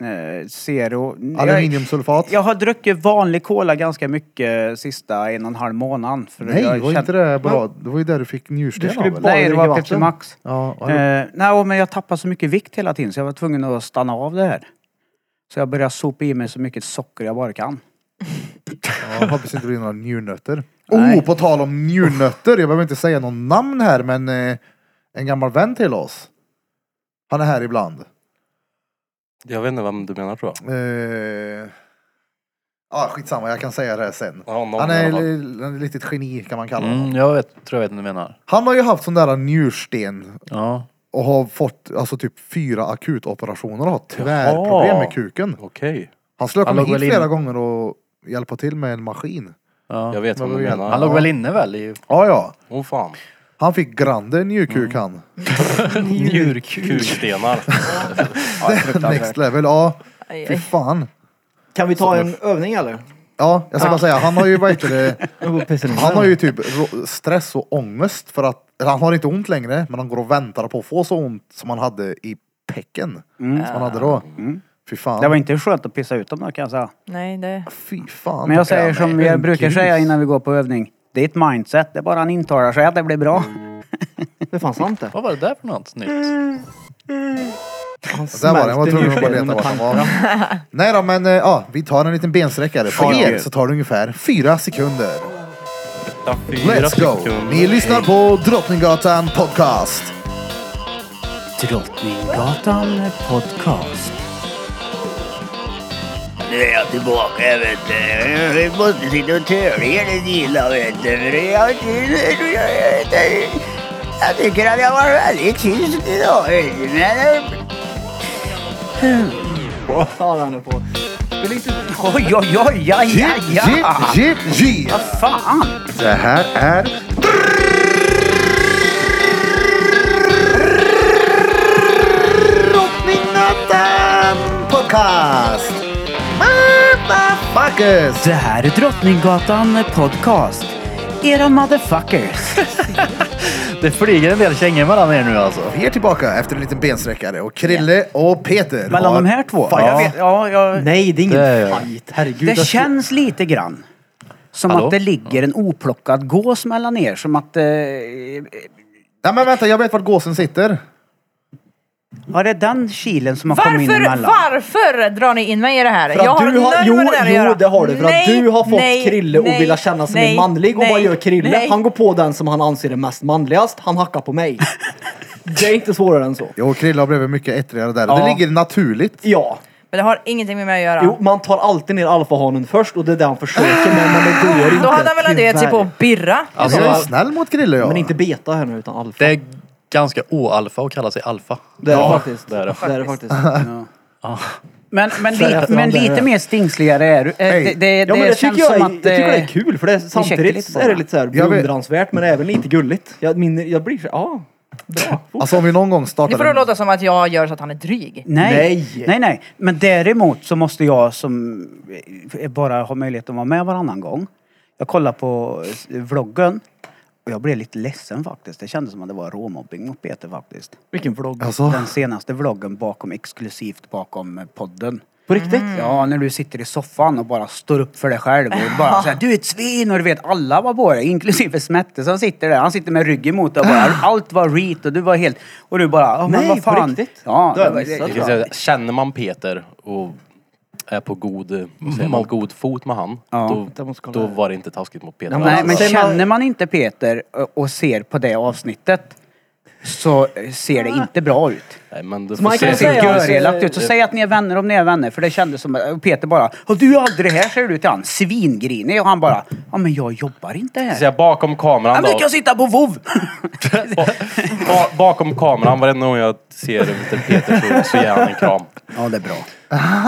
S4: Eh, zero.
S1: Aluminiumsulfat?
S4: Jag har druckit vanlig cola ganska mycket sista en och en halv månad. För
S1: Nej, var
S4: jag känner-
S1: inte det bra? Det var ju där du fick njursten av
S5: skulle
S1: eller?
S5: bara-
S4: Nej, det
S5: dricka
S4: var
S5: vatten?
S4: Pepsi Max.
S1: Ja, ja.
S4: Eh, nej, men jag tappade så mycket vikt hela tiden så jag var tvungen att stanna av det här. Så jag började sopa i mig så mycket socker jag bara kan.
S1: Ja, hoppas inte det blir några njurnötter.
S4: Nej.
S1: Oh, på tal om njurnötter. Jag behöver inte säga någon namn här, men eh, en gammal vän till oss. Han är här ibland.
S6: Jag vet inte vem du menar tror jag.
S1: Eh, ja, skitsamma. Jag kan säga det här sen.
S6: Ja, någon
S1: Han
S6: i
S1: är
S6: alla fall.
S1: li- ett litet geni kan man kalla honom.
S3: Mm, jag vet, tror jag vet vad du menar.
S1: Han har ju haft sån där njursten
S3: Ja.
S1: och har fått alltså typ fyra akutoperationer och har tvärproblem
S6: Jaha.
S1: med kuken.
S6: Okej,
S1: Han skulle ha
S3: Han
S1: kommit
S3: låg
S1: hit
S3: väl in-
S1: flera gånger och hjälpa till med en maskin.
S3: ja.
S6: jag vet vad
S1: Men
S6: du
S1: vi-
S6: menar.
S3: Han låg väl inne väl i
S1: Ja, ja.
S6: Åh fan.
S1: Han fick grande
S6: Mm.
S1: njurkuk han.
S3: njurkuk?
S6: Kulstenar.
S1: Next level, ja.
S2: Aj,
S1: Fy
S2: aj.
S1: fan.
S5: Kan vi ta en övning eller?
S1: Ja, jag ska bara säga, han har ju vad heter det,
S5: Jag går och pissar ner mig.
S1: han har ju typ ro- stress och ångest för att, eller han har inte ont längre, men han går och väntar på att få så ont som han hade i pecken. Som han hade då. Fy fan.
S4: Mm. Det var inte skönt att pissa ut dem då kan jag säga.
S2: Nej, det...
S1: Fy fan.
S4: Men jag säger som jag
S1: En
S4: brukar
S1: grus.
S4: säga innan vi går på övning. Det är ett mindset, det är bara han intalar sig att det blir bra.
S3: Mm.
S5: Det är fan sant det.
S3: Vad var det där för något nytt?
S5: Han
S1: Där var den, jag var
S5: smälter
S1: tvungen att bara leta
S5: njurstenen med
S1: vart den
S5: tanken.
S1: var. Nej då, men eh, ja, vi tar en liten bensträckare. För er så tar det ungefär fyra sekunder. Let's go! Ni lyssnar på Drottninggatan Podcast.
S4: Drottninggatan podcast.
S8: Nu är jag tillbaka vet du. Jag måste sitta och tölja den lilla vet du. För jag, jag tycker att jag var väldigt tyst idag vet du. Men
S5: Ta den nu på. Vill inte
S4: Oj, oj, oj, aj,
S1: Jip,
S4: aj, aj.
S1: jip, jip, jip.
S4: Fan!
S1: Det här är
S8: Drottninggatan
S1: Podcast! Motherfuckers!
S4: Det här är Drottninggatan Podcast. Era motherfuckers.
S3: Det flyger en del kängor mellan er nu alltså.
S1: Vi är tillbaka efter en liten bensträckare och Krille och Peter
S4: Mellan
S1: har-
S4: de här två?
S1: Fan,
S4: Jag vet, ja, jag,
S5: Nej, det är ingen
S3: Det är jag.
S5: fight. Herregud.
S4: det känns lite grann som
S3: Hallå?
S4: att det ligger en oplockad gås mellan er. Som att... Eh,
S1: Nej men vänta, jag vet vart gåsen sitter.
S4: var det den kilen som har kommit in
S2: Varför,
S4: emellan?
S2: varför drar ni in mig i det här?
S5: För att
S2: jag har
S5: du har-
S2: noll
S5: jo,
S2: med det där att
S5: jo,
S2: göra.
S5: det har du. För att du har fått Krille och
S2: nej,
S5: vilja känna sig
S2: nej,
S5: mer manlig. Och vad
S2: nej,
S5: gör Krille?
S2: nej.
S5: Han går på den som han anser är mest manligast. Han hackar på mig. det är inte svårare än så.
S1: Jo, Krille har blivit mycket ettrigare där.
S5: Ja.
S1: Det ligger naturligt.
S5: Ja.
S2: Men det har ingenting med mig att göra.
S5: Jo, man tar alltid ner alfahanen först och det är det han försöker med, men det går inte.
S2: Då hade han väl adderat sig
S5: tyvärr.
S2: på Birra.
S3: Alltså,
S1: jag är snäll mot Krille jag.
S5: Men inte beta här nu, utan alfa.
S3: Det är ganska oalfa att kalla sig alfa.
S5: Det är det faktiskt.
S6: det är det.
S5: Det är det faktiskt.
S4: Men, men, lite,
S5: efterhand
S4: men
S5: är det-
S4: lite mer stingsligare är du. Eh,
S1: Hej.
S4: Det, det,
S5: Ja,
S4: det
S5: men det
S4: känns
S5: tycker jag,
S4: som
S5: är-
S4: att...
S5: jag tycker det
S4: eh,
S5: är kul för det är samtidigt
S4: lite på
S5: är det
S4: varandra.
S5: lite så här
S1: Jag vet-
S5: beundransvärt men även lite gulligt. Jag, min, jag blir så ja, bra.
S1: Alltså om vi någon gång
S2: Nu får
S1: startar
S2: det
S1: en...
S2: låta som att jag gör så att han är dryg.
S4: Nej.
S5: Nej.
S4: nej, nej, Men däremot så måste jag som eh, bara ha möjlighet att vara med varannan gång. Jag kollade på eh, vloggen och jag blev lite ledsen faktiskt. Det kändes som att det var råmobbing mot Peter faktiskt.
S5: Vilken vlogg.
S1: Alltså,
S4: Den senaste vloggen bakom, exklusivt bakom eh, podden. Mm.
S5: På riktigt?
S4: Ja, när du sitter i soffan och bara står upp för dig själv och bara såhär, du är ett svin och du vet alla var på det, inklusive Smette som sitter där. Han sitter med ryggen mot dig och bara, allt var reet och du var helt, och du bara, oh, men
S5: Nej,
S4: vad
S5: på
S4: fan.
S5: riktigt?
S4: Ja,
S5: Det har jag
S4: var-
S5: missat.
S6: Det kan säga, Känner man Peter och är på god, vad säger man, god fot med han,
S5: Jag
S6: då,
S5: måste kolla
S6: då
S5: här.
S6: var det inte taskigt mot Peter.
S4: Nej,
S6: alls.
S4: men
S5: Säger man-
S4: känner man inte Peter och- och ser på det avsnittet så ser det inte bra ut.
S6: Nej, men du
S5: man
S6: får
S5: kan
S4: Det
S6: se.
S5: säga-
S4: ser
S5: alltså,
S4: görelakt ut. Så
S6: det-
S4: säg att ni är vänner om ni är vänner. För det kändes som att och Peter bara, "Ja, du är aldrig här säger du till han. Svingrinig. Och han bara, ja men jag jobbar inte
S6: Så
S4: här.
S6: jag bakom kameran
S4: Men
S6: då.
S4: du kan sitta på vov!
S6: Ba- Bakom kameran, varenda gång jag ser Mr Peter så, så ger han en kram.
S4: Ja det är bra.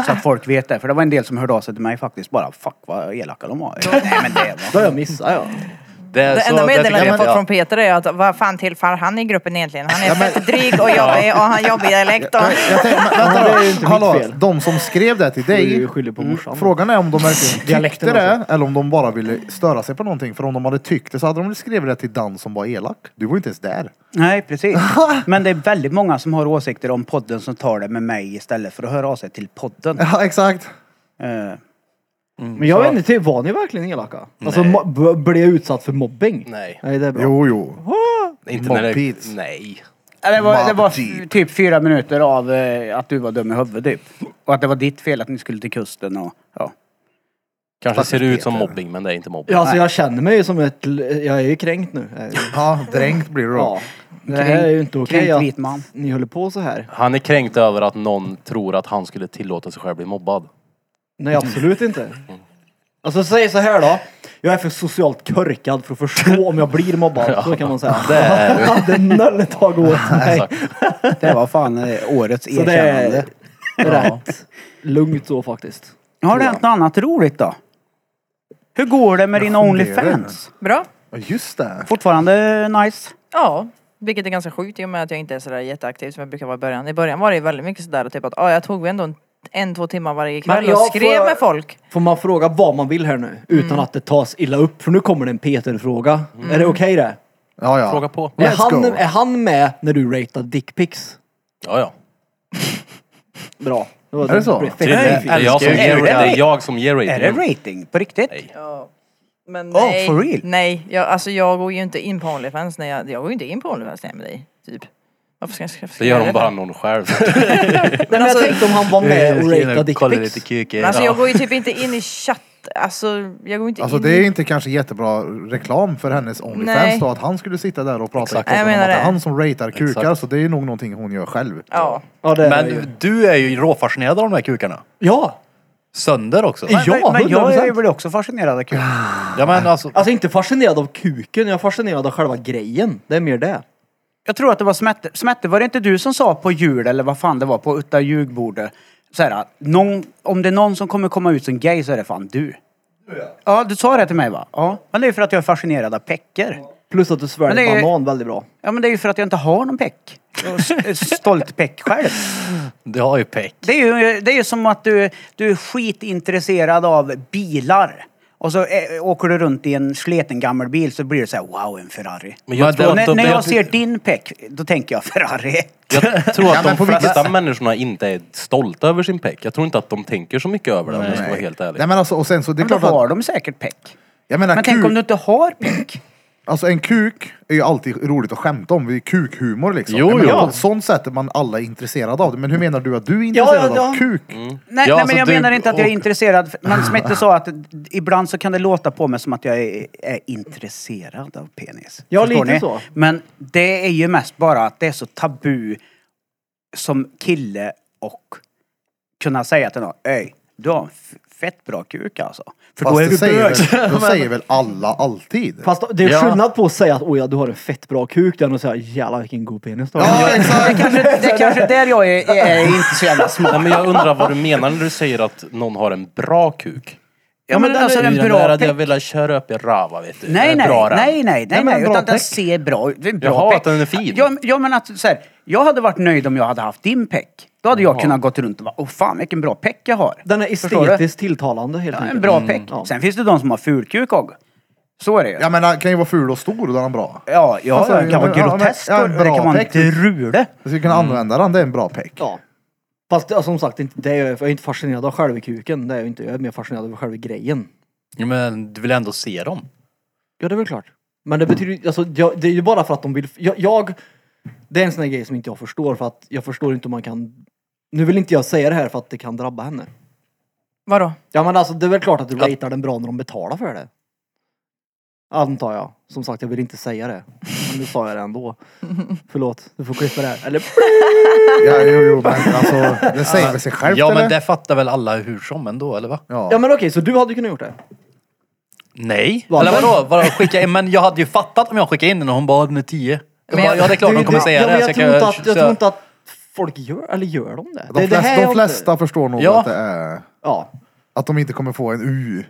S4: Så att folk vet det. För det var en del som hörde av sig till mig faktiskt. Bara, fuck vad elaka de var. Nej men det
S5: Det
S4: var...
S5: har jag missat ja.
S3: är
S2: Det
S3: så-
S2: enda
S3: jag
S2: meddelandet
S3: tycker-
S2: jag har fått
S3: ja.
S2: från Peter är att vad fan tillför han i gruppen egentligen? Han är fett dryg och jobbig och han jobbar i dialekt och...
S1: jag, jag tänkte, men, vänta
S5: det är ju
S1: då.
S5: inte mitt
S1: Hallå,
S5: fel.
S1: de som skrev det till
S5: Du
S1: dig.
S5: skyller
S2: Mm.
S5: på morsan.
S1: Mm. Frågan är om de verkligen
S5: Dialekten
S1: tyckte det eller om de bara ville störa sig på någonting. För om de hade tyckt det så hade de väl skrivit det till Dan som var elak. Du var ju inte ens där.
S4: Nej precis. Men det är väldigt många som har åsikter om podden som tar det med mig istället för att höra av sig till podden.
S1: Ja, exakt.
S4: Eh,
S5: Men jag vet inte, typ, var ni verkligen elaka? Alltså
S6: Nej.
S5: mo- b- blev jag utsatt för mobbing?
S6: Nej.
S5: Nej det är bra.
S1: Jo, jo.
S6: Inte när det,
S1: Mobbit.
S6: nej.
S4: Ja, det var, det var
S1: Deep.
S4: f- typ fyra minuter av eh, att du var dum i huvudet typ. Och att det var ditt fel att ni skulle till kusten och ja.
S6: Kanske ser det ut som
S1: Peter.
S6: mobbing men det är inte mobbing.
S5: Ja, alltså jag känner mig ju som ett, l- jag är ju kränkt nu. Jag är ju-
S1: Ja, dränkt blir du då.
S5: Ja. Det här är ju inte
S4: Kränkt
S5: okej
S4: vit
S5: att
S4: man.
S5: ni håller på så här.
S6: Han är kränkt över att någon tror att han skulle tillåta sig själv bli mobbad.
S5: Nej, absolut inte. Alltså säg så här då. Jag är för socialt körkad för att förstå om jag blir mobbad. Så kan man säga.
S6: Det är,
S5: Jag hade noll tag åt mig.
S4: Det var fan eh, årets
S5: Så det
S4: erkännande.
S5: är rätt lugnt så faktiskt.
S4: Har det hänt något annat roligt då? Hur går det med dina Onlyfans?
S2: Bra.
S1: Ja, Just det.
S4: Fortfarande eh, nice?
S2: Ja, vilket är ganska sjukt i och med att jag inte är sådär jätteaktiv som jag brukar vara i början. I början var det ju väldigt mycket sådär typ att ah, jag tog ändå en, en två timmar varje kväll
S5: jag
S2: och skrev
S5: får-
S2: med folk.
S5: Får man fråga vad man vill här nu utan att det tas illa upp? För nu kommer det en Peter-fråga. Är det okej det?
S1: Ja, ja.
S6: Fråga på.
S5: Är
S1: Let's
S5: han,
S1: go.
S5: är han med när du ratear dickpics?
S6: Ja, ja.
S5: Bra. Det var
S1: Är det så? Typ.
S5: blev
S6: Det
S5: fett
S6: är,
S5: nyfiken.
S6: det jag som
S4: ju-
S6: ger,
S4: är
S6: det
S4: det-
S6: är jag som ger Mm.
S4: Är det
S6: rating.
S4: rating? På riktigt?
S6: Nej.
S2: Men
S4: Oh,
S2: nej,
S4: for real?
S2: nej jag, alltså jag går ju inte in på Onlyfans när jag, jag går ju inte in på Onlyfans när jag är med dig. Typ. Varför ska jag skriva
S6: Det gör de bara någon själv.
S5: Nej, men
S4: alltså,
S5: jag tänkte om han var
S4: eh,
S5: med och rateade
S3: Eh, Kolla lite
S5: dickpics.
S3: kuk.
S2: Men alltså jag går ju typ inte in i chatt, alltså jag går inte
S1: Alltså
S2: in
S1: det är inte kanske jättebra reklam för hennes
S2: Nej.
S1: Onlyfans då att han skulle sitta där och prata
S6: Exakt.
S1: i podden
S2: Jag
S1: om
S2: menar
S1: att det är
S2: det.
S1: han som ratear kukar
S6: Exakt.
S1: så det är nog någonting hon gör själv.
S2: Ja.
S5: Ja, det är det ju.
S3: Men du är ju råfascinerad av de här kukarna.
S5: ja,
S3: Sönder också.
S5: Ja. Ah.
S4: men, men jag
S5: 100%.
S4: är väl också fascinerad av kul.
S3: Ja men alltså.
S5: Alltså inte fascinerad av kuken, jag är fascinerad av själva grejen. Det är mer det.
S4: Jag tror att det var Smette. Smette, var det inte du som sa på jul eller vad fan det var på Utta ljugbordet? Så här, att någon, om det är någon som kommer komma ut som gay så är det fan du. Ja, du sa det till mig va? Ja. Men det är ju för att jag är fascinerad av pecker.
S5: Plus att du
S4: Men
S5: sväljer
S4: det är-
S5: banan väldigt bra.
S4: Ja men det är ju för att jag inte har någon peck. Jag har s- Stolt peck själv.
S3: Du har ju peck.
S4: Det är ju, det är ju som att du, du är skitintresserad av bilar. Och så eh, åker du runt i en sleten gammal bil så blir det så här, wow en Ferrari.
S6: Men jag
S4: Och
S6: tror att
S4: när,
S6: de-
S4: när jag,
S6: jag-
S4: ser din peck, då tänker jag Ferrari.
S6: Jag tror att
S1: men på
S6: de
S1: vilket
S6: flesta
S1: sätt?
S6: människorna inte är stolta över sin peck. Jag tror inte att de tänker så mycket över det om jag ska vara helt ärlig.
S1: Nej men alltså, och sen så det är
S4: Men då
S1: klart
S4: har
S1: att,
S4: de säkert peck.
S1: jag menar
S4: Men
S1: kuk,
S4: tänk om du inte har peck.
S1: alltså en kuk är ju alltid roligt att skämta om, det är ju kukhumor liksom.
S3: Jo,
S1: jag menar,
S3: jo.
S1: På ett sånt sätt är man alla intresserade av det. Men hur menar du att du är intresserad
S5: ja.
S1: av kuk?
S4: Nej,
S3: Ja,
S4: nej
S3: alltså
S4: men jag
S3: du-
S4: menar inte att jag är
S3: och-
S4: intresserad. Men som inte sa att ibland så kan det låta på mig som att jag är, är intresserad av penis.
S5: Ja, lite så.
S4: Men det är ju mest bara att det är så tabu som kille och kunna säga till någon, öj, du har en f- fett bra kuk alltså. För
S1: Fast
S4: då är
S1: det
S4: du bög.
S1: säger, väl, då säger väl alla alltid?
S5: Fast det är
S3: Ja.
S5: skillnad på att säga att oj ja, du har en fett bra kuk den och säga jävlar vilken god penis du har.
S1: Ja exakt!
S4: Kanske- Det är kanske där jag är, är inte så jävla smart.
S6: Nej, men jag undrar vad du menar när du säger att någon har en bra kuk.
S4: Ja men alltså en bra
S6: Jag
S4: peck.
S6: vill köra upp i rava vet du.
S4: Nej,
S6: En
S4: nej,
S6: Eh, bra
S4: nej,
S6: rava.
S4: nej, nej,
S6: men
S4: nej,
S6: en bra
S4: utan den
S6: peck.
S4: ser bra ut. Det är en bra
S6: Jaha,
S4: peck.
S6: att den är fin.
S4: Ja, ja men att så här, jag hade varit nöjd om jag hade haft din peck. Då hade jag kunnat gått runt och bara, åh fan vilken bra peck jag har.
S5: Den är
S4: Förstår du?
S5: estetiskt tilltalande helt
S4: Ja,
S5: enkelt. Mm,
S4: en bra peck.
S5: Ja.
S4: Sen finns det de som har fulkuk också. Så är det ju.
S1: Jag menar, kan ju vara ful och stor och då är han bra.
S4: Ja, ja,
S1: Alltså,
S4: den kan vara
S1: ja, men-
S4: grotesk
S1: ja,
S4: och
S1: en
S4: det
S1: bra
S4: kan vara en
S1: peck.
S4: drule.
S1: Jag skulle kunna använda den, det är en bra peck.
S5: Ja. Fast ja, som sagt, inte, det är, jag jag är inte fascinerad av själva kuken. Det är jag inte. Jag är mer fascinerad av själva grejen.
S3: Ja, Men du vill ändå se dem.
S5: Ja, det är väl klart. Men
S3: Mm.
S5: det betyder ju- alltså, jag, det är ju bara för att de vill, jag, jag, det är en sån här grej som inte jag förstår för att jag förstår inte hur man kan, nu vill inte jag säga det här för att det kan drabba henne.
S2: Vadå?
S5: Ja men alltså det är väl klart att du ratear den bra när de betalar för det. Antar jag. Som sagt, jag vill inte säga det. Men nu sa jag det ändå. Förlåt, du får klippa det här. Eller
S1: Ja, jo, jo, men alltså, det säger väl sig självt
S3: Ja
S1: eller?
S3: men det fattar väl alla hur som ändå eller va?
S1: Ja.
S5: Ja men okej, så du hade kunnat gjort det?
S3: Nej.
S5: Varför?
S3: Eller vadå? vadå skicka in? Men jag hade ju fattat om jag skickade in den och hon bad med 10. Jag
S2: Men
S3: bara,
S2: jag-
S3: ja det är klart hon kommer säga
S5: ja,
S3: det.
S5: men
S3: så
S5: jag, tror inte
S3: kan-
S5: att, jag
S3: så-
S5: tror inte att folk gör, eller gör de det?
S1: De,
S5: det, det
S1: flest,
S5: här är
S1: de
S5: också-
S1: flesta förstår nog
S3: Ja.
S1: att det är
S5: Ja.
S1: att de inte kommer få en U.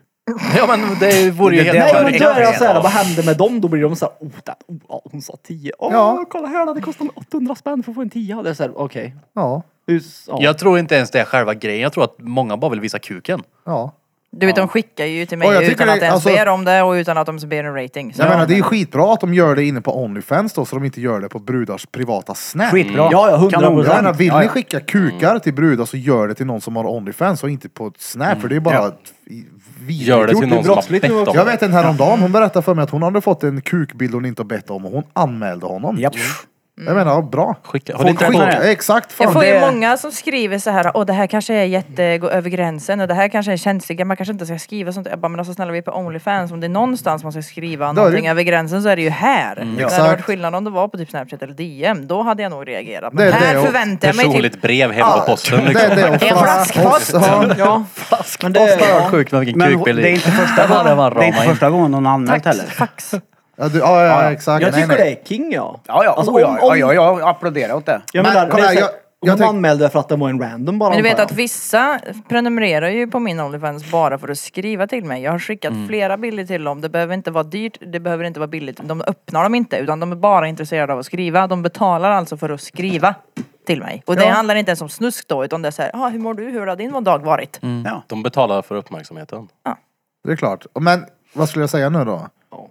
S3: Ja men det vore ju
S4: Det
S3: helt
S4: där-
S5: Nej
S4: gör
S5: men
S4: det
S5: då är jag
S4: redan.
S5: såhär, vad händer med dem? Då blir de såhär, oh, that, oh, ja, hon sa 10. Åh,
S1: Ja.
S5: kolla här då, det kostar mig 800 spänn för att få en 10. Det är såhär, okej.
S1: Ja,
S5: Okay. Ja.
S3: Jag tror inte ens det är själva grejen. Jag tror att många bara vill visa kuken.
S1: ja.
S2: Du vet de skickar ju till
S1: Och jag
S2: mig
S1: tycker
S2: utan
S1: det-
S2: att ens
S1: alltså-
S2: ber om det och utan att de ens ber en rating. Så
S1: Jag menar det är ju skitbra att de gör det inne på Onlyfans då så de inte gör det på brudars privata snap.
S4: Skitbra.
S5: Ja, ja, 100%.
S4: Kanon.
S1: Jag menar, vill ni skicka kukar till brudar så gör det till någon som har Onlyfans och inte på ett snap för det är ju bara
S4: Ja.
S1: ett i- vidrigt
S6: Mm. Gör det
S1: gjort.
S6: till någon som har
S5: brottsligt nu
S6: bett
S5: också.
S6: om
S1: Jag
S6: det.
S1: vet en häromdagen, hon berättade för mig att hon hade fått en kukbild hon inte har bett om och hon anmälde honom. Mm.
S4: Japp.
S1: Jag menar, ja, bra.
S6: Skicka- har
S1: Folk
S6: ni inte
S1: skickar-
S6: träffat-
S1: Exakt, fan,
S2: Jag får ju
S1: det-
S2: många som skriver så här, åh det här kanske är jätte, går över gränsen och det här kanske är känsligt, man kanske inte ska skriva sånt. Jag bara, men alltså snälla vi är på Onlyfans, om det är någonstans man ska skriva
S1: det-
S2: någonting över gränsen så är det ju här. Det hade
S1: Exakt.
S2: varit skillnad om det var på typ Snapchat eller DM, då hade jag nog reagerat.
S1: Det
S2: Men
S1: är
S2: här
S1: det och
S2: förväntar jag mig typ
S6: Personligt brev hem på posten
S1: Det
S6: liksom.
S1: är det och
S2: en flaskpost.
S1: Ja.
S2: Ja,
S5: Men det, ja.
S3: Sjukt med vilken
S4: Men hon-
S3: kukbild.
S4: det är inte första
S3: Där var det man
S4: gången, det är inte
S3: ramar in.
S4: första gången hon har anmält heller.
S2: fax.
S1: Ja, du, ja, ja, exakt.
S5: Jag
S1: Nej,
S5: tycker
S1: nej.
S5: det är king ja.
S4: Ja, ja,
S5: Alltså,
S4: oh,
S5: om-
S4: ja,
S5: om-
S4: ja, ja, jag applåderar åt det.
S5: Jag
S1: Men,
S5: menar,
S1: kolla,
S5: det är så här,
S1: jag- jag
S5: hon
S1: tänk-
S5: anmälde för att det var en random bara.
S2: Men du vet
S5: antar jag.
S2: att vissa prenumererar ju på min Onlyfans bara för att skriva till mig. Jag har skickat
S5: Mm.
S2: flera bilder till dem. Det behöver inte vara dyrt, det behöver inte vara billigt. De öppnar dem inte utan de är bara intresserade av att skriva. De betalar alltså för att skriva till mig. Och det handlar inte ens om snusk då utan det är såhär, ah, hur mår du? Hur har din dag varit?
S5: Mm.
S4: Ja.
S6: De betalar för uppmärksamheten.
S1: Det är klart. Men vad skulle jag säga nu då?
S4: Ja,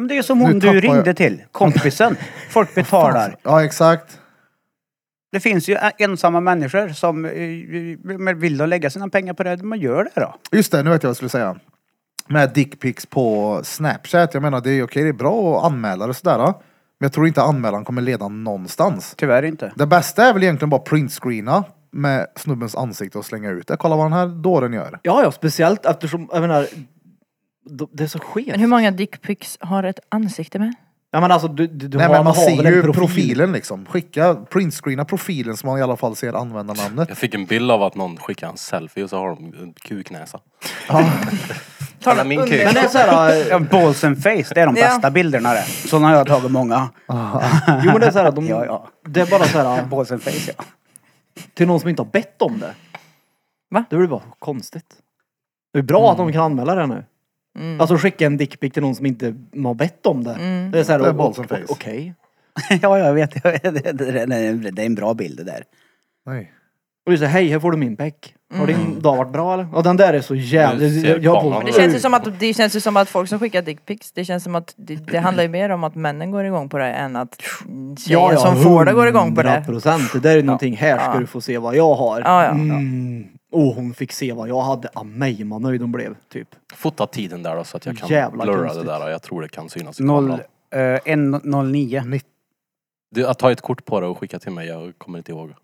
S4: men det är som
S1: Nu
S4: hon
S1: tappar
S4: du
S1: jag-
S4: ringde till, kompisen. Folk betalar.
S1: Ja, exakt.
S4: Det finns ju ensamma människor som eh, vill att lägga sina pengar på det. Man gör det då.
S1: Just det, nu vet jag vad jag skulle säga. Med dickpics på Snapchat. Jag menar, det är okej, det är bra att anmäla det sådär. Men jag tror inte anmälan kommer leda någonstans.
S4: Tyvärr inte.
S1: Det bästa är väl egentligen bara printscreena med snubbens ansikte och slänga ut det. Kolla vad den här dåren gör.
S5: Ja, ja, speciellt eftersom, jag menar, d- det är så
S2: Men hur
S5: skevt.
S2: många dickpics har ett ansikte med?
S5: Ja men alltså, du, du, du
S1: Nej
S5: har,
S1: men man
S5: har väl
S1: ser
S5: en
S1: ju
S5: profil.
S1: profilen liksom. Skicka, printscreena profilen så man i alla fall ser användarnamnet.
S6: Jag fick en bild av att någon skickade en selfie och så har de en kuknäsa. Kolla min kuk.
S5: Men det är såhär,
S4: Ja, balls and face, det är de
S2: Ja.
S4: bästa bilderna det. Sådana har jag tagit många.
S5: jo men det är såhär, de,
S4: Ja, ja.
S5: det är bara såhär,
S4: Balls and face ja.
S5: till någon som inte har bett om det.
S2: Va? Mm.
S5: Det blir bara konstigt. Det är bra att de kan anmäla det nu. Alltså skicka en dickpic till någon som inte har bett om det.
S2: Mm.
S5: Det är såhär,
S1: Det är
S5: o-
S1: balls
S5: o-
S1: and face.
S5: o- okej.
S4: ja, jag vet. jag vet. Det- det- det- Det är en bra bild det där.
S1: Nej.
S5: Och du säger, hej här får du min peck. Har din dag varit bra eller? Ja den där är så jävla...
S6: Du ser
S5: Jag, jag
S6: banan.
S2: Mm. Det känns ju som att, det känns ju som att folk som skickar dickpics, det känns som att det, det handlar ju mer om att männen går igång på det än att tjejer som får det går igång på det.
S5: procent. Det där är någonting, här ska
S2: Ja.
S5: du få se vad jag har.
S2: Ja, ja.
S5: Mm. Och hon fick se vad jag hade. Ah, mig vad nöjd hon blev. Typ.
S6: Fota tiden där då så att jag kan
S5: Jävla
S6: blurra
S5: konstigt.
S6: det där. då. Jag tror det kan synas i
S4: Noll,
S6: kameran.
S4: eh, en, noll nio.
S6: Du, att ta ett kort på det och skicka till mig, jag kommer inte ihåg.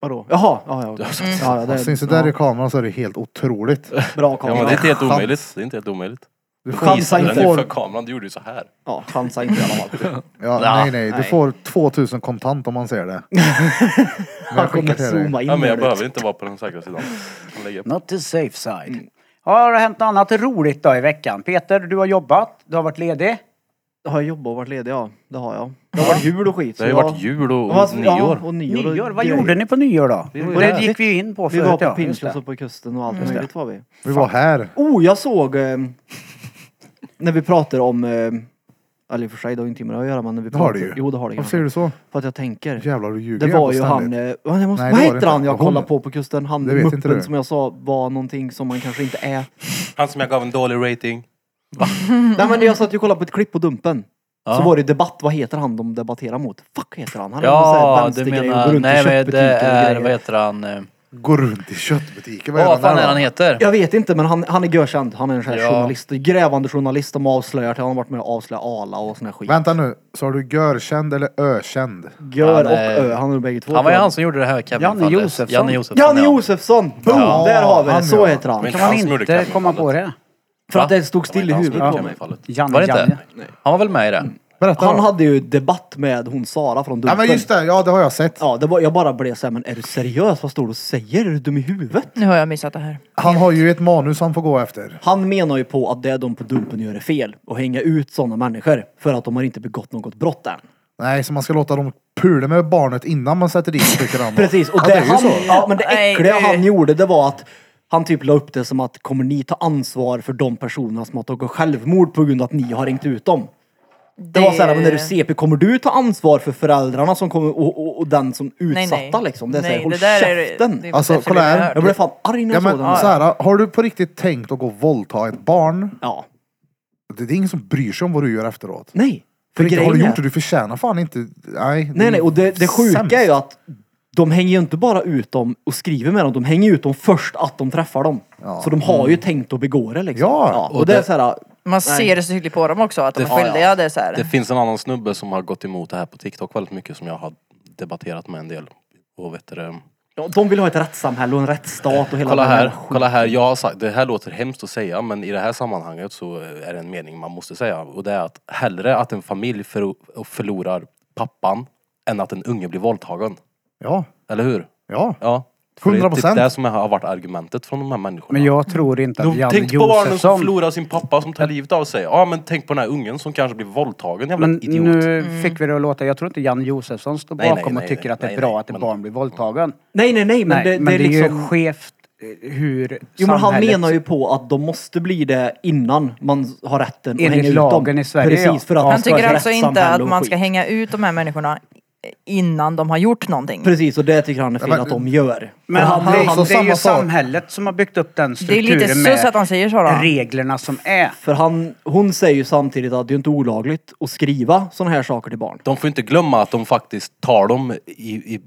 S5: Vadå? Jaha! Ja, ja.
S6: Mm.
S5: ja, ja det,
S1: Syns det Alltså, där i kameran så är det helt otroligt.
S5: Bra
S6: Ja,
S5: kamera.
S6: men det är inte helt
S1: Chans.
S6: omöjligt. Det är inte helt omöjligt.
S1: Du får,
S5: Chansa
S6: Chansa
S1: du
S5: inte.
S6: inte för
S1: får,
S6: kameran, du gjorde ju så här.
S5: Ja, chansa inte i alla fall.
S1: ja, nej, nej, du får 2000 kontant om man ser det. Men
S5: Han
S1: jag skickar
S5: kommer
S1: till dig.
S5: zooma in.
S6: Ja, men jag
S5: där,
S6: behöver inte vara på den säkra sidan. Jag kan lägga upp.
S4: Not the safe side. Mm. Har det hänt något annat roligt då i veckan? Peter, du har jobbat, du har varit ledig.
S5: Har jag jobbat och varit ledig? Ja, det har jag. Det har varit jul och skit.
S6: Det har ju
S5: så
S6: varit
S5: jag-
S6: jul och,
S5: Det var-
S6: och nyår.
S5: Ja, och nyår. och
S4: Nyår, vad
S5: grejer.
S4: gjorde ni på nyår då?
S5: var ju
S4: Och det
S5: där.
S4: gick vi ju in på
S5: Vi
S4: förut.
S5: var på
S4: ja, just
S5: Pinchos
S4: det.
S5: och på kusten och allt möjligt var vi.
S1: Vi var här.
S5: Oh, jag såg... Eh, när vi pratar om... Eh, eller i och för sig, det har ju inte med det att göra men när vi
S1: Det har
S5: pratar,
S1: det ju.
S5: Jo, det har det
S1: Varför säger
S5: ju.
S1: du så?
S5: För att jag tänker.
S1: Jävlar, du ljuger
S5: Det
S1: jämt
S5: var
S1: och
S5: ju han,
S1: ständigt.
S5: eh, vad- jag måste,
S1: Nej,
S5: vad
S1: det var det
S5: heter han
S1: inte.
S5: jag
S1: Hon.
S5: kollade på på kusten? Han
S1: Det vet inte
S5: muppen
S1: du.
S5: som jag sa var någonting som man kanske inte är.
S6: Han som jag gav en dålig rating.
S4: Mm.
S5: Nej men jag satt ju och kollade på ett klipp på Dumpen. Så
S3: Ja.
S5: var det debatt, vad heter han de debatterar mot? Fuck heter han? Han är någon sån här
S3: Ja, du
S5: vänstergrej och går
S3: menar...
S5: runt i
S3: Nej men
S5: köttbutiker
S3: det
S5: och
S3: är,
S5: grejer.
S3: vad heter han? eh,
S1: Går runt i köttbutiker. Vad är
S3: Vad
S1: den
S3: fan
S1: där
S3: är han
S1: då?
S3: heter?
S5: Jag vet inte men han, han är görkänd. Han är en sån här
S3: Ja.
S5: journalist, grävande journalist som avslöjar till han har varit med och avslöjat Arla och sån här skit.
S1: Vänta nu, så har du görkänd eller ökänd?
S5: Gör
S3: Han
S5: och
S3: är-
S5: ö, han är bägge två.
S3: Han var ju
S5: tror jag.
S3: han som gjorde det här Kevin
S4: Janne
S3: fallet.
S4: Josefsson.
S3: Janne Josefsson.
S5: Janne
S3: ja.
S5: Josefsson! Boom!
S1: Ja.
S5: Där har vi det,
S1: Han,
S5: så
S1: ja.
S5: heter han.
S6: Men
S4: Kan man
S6: Han som gjorde
S4: inte
S6: Kevin
S4: komma på
S6: fallet.
S4: det?
S5: För att
S6: Va?
S5: det stod still i huvudet på mig.
S6: fallet.
S4: Janne,
S3: Var det inte?
S4: Janne.
S3: Han var väl med i det?
S1: Berätta
S5: Han
S1: då.
S5: hade ju debatt med hon Sara
S1: Ja
S5: från Dumpen.
S1: men just det, ja det har jag sett.
S5: Ja, det var, jag bara blev såhär, men är du seriös? Vad står du och säger? Är du dum i huvudet?
S2: Nu har jag missat det här.
S1: Han har ju ett manus han får gå efter.
S5: Han menar ju på att det de på Dumpen gör är fel och hänga ut sådana människor för att de har inte begått något brott än.
S1: Nej, så man ska låta dem pula med barnet innan man sätter dit tycker han.
S5: Precis, och
S1: ja,
S5: det,
S1: det är ju
S5: han,
S1: så.
S5: ja, men det
S2: Nej,
S5: äckliga
S2: nej.
S5: han gjorde det var att han typ la upp det som att kommer ni ta ansvar för de personerna som har tagit självmord på grund av att ni har ringt ut dem? Det, var såhär, men är du CP, kommer du ta ansvar för föräldrarna som kommer och, och, och den som utsatta liksom? Det är såhär, håll käften!
S2: det är
S1: Alltså,
S2: det som
S1: kolla
S2: vi
S1: här.
S2: hör.
S5: Jag blev fan arg när
S1: Ja
S5: jag såg den.
S1: men så här, har du på riktigt tänkt att gå och våldta ett barn?
S5: Ja.
S1: Det det är ingen som bryr sig om vad du gör efteråt.
S5: Nej.
S1: För inte har du
S5: grejen
S1: gjort
S5: är-
S1: det, du förtjänar fan inte... Nej. det
S5: Nej,
S1: är
S5: nej, och det, det sjuka
S1: sämst.
S5: är ju att de hänger ju inte bara ut dem och skriver med dem, de hänger ut dem först att de träffar dem.
S1: Ja.
S5: Så de har ju tänkt att begå det liksom.
S1: Ja.
S5: och, det, är så här,
S2: Man ser det så tydligt på dem också att de är skyldiga. Det är så här.
S6: Det finns en annan snubbe som har gått emot det här på TikTok väldigt mycket som jag har debatterat med en del. Och vet du, det,
S5: ja, de vill ha ett rättssamhälle och en rättsstat och hela
S6: kolla
S5: den
S6: här,
S5: skiten.
S6: kolla här, jag har sagt, det här låter hemskt att säga men i det här sammanhanget så är det en mening man måste säga och det är att hellre att en familj för, förlorar pappan än att en unge blir våldtagen.
S1: Ja,
S6: Eller hur?
S1: ja.
S6: Ja. För Det är
S1: 100%.
S6: typ det som har varit argumentet från de här människorna.
S4: Men jag tror inte att
S6: De,
S4: Janne
S6: tänk på barnen som
S4: Josefsson...
S6: förlorar sin pappa som tar livet av sig. Ja men tänk på den här ungen som kanske blir våldtagen, jävla
S4: Men
S6: idiot.
S4: nu fick vi det att låta... Jag tror inte Janne Josefsson står
S6: Nej, nej,
S4: bakom och
S6: nej,
S4: tycker att det
S6: nej,
S4: är bra
S6: nej,
S4: att ett
S6: men-
S4: barn blir våldtagen.
S5: Nej, nej, nej, men,
S4: Nej,
S5: det, det är liksom...
S4: ju skevt eh, hur
S5: Jo men han
S4: samhället-
S5: menar ju på att de måste bli det innan man har rätten att
S4: Enligt
S5: hänga ut dem.
S4: lagen i Sverige,
S5: Precis,
S4: ja.
S5: för att
S4: Han
S5: vi
S2: Han
S5: ska ha
S2: tycker
S5: ett
S2: alltså inte
S5: rättssamhälle
S2: att
S5: och
S2: man ska
S5: skit.
S2: hänga ut de här människorna innan de har gjort någonting.
S5: Precis, och det tycker han är fel
S1: Ja, men-
S5: att de gör.
S4: Men
S5: För
S4: han,
S1: det är
S4: det,
S1: också
S4: det är
S1: samma
S4: ju
S1: sak.
S4: samhället som har byggt upp den
S2: Det är
S4: strukturen
S2: lite sus att han säger så då.
S4: med reglerna som är.
S5: För han, hon säger ju samtidigt att det är inte olagligt att skriva sådana här saker till barn.
S6: De får inte glömma att de faktiskt tar dem i, i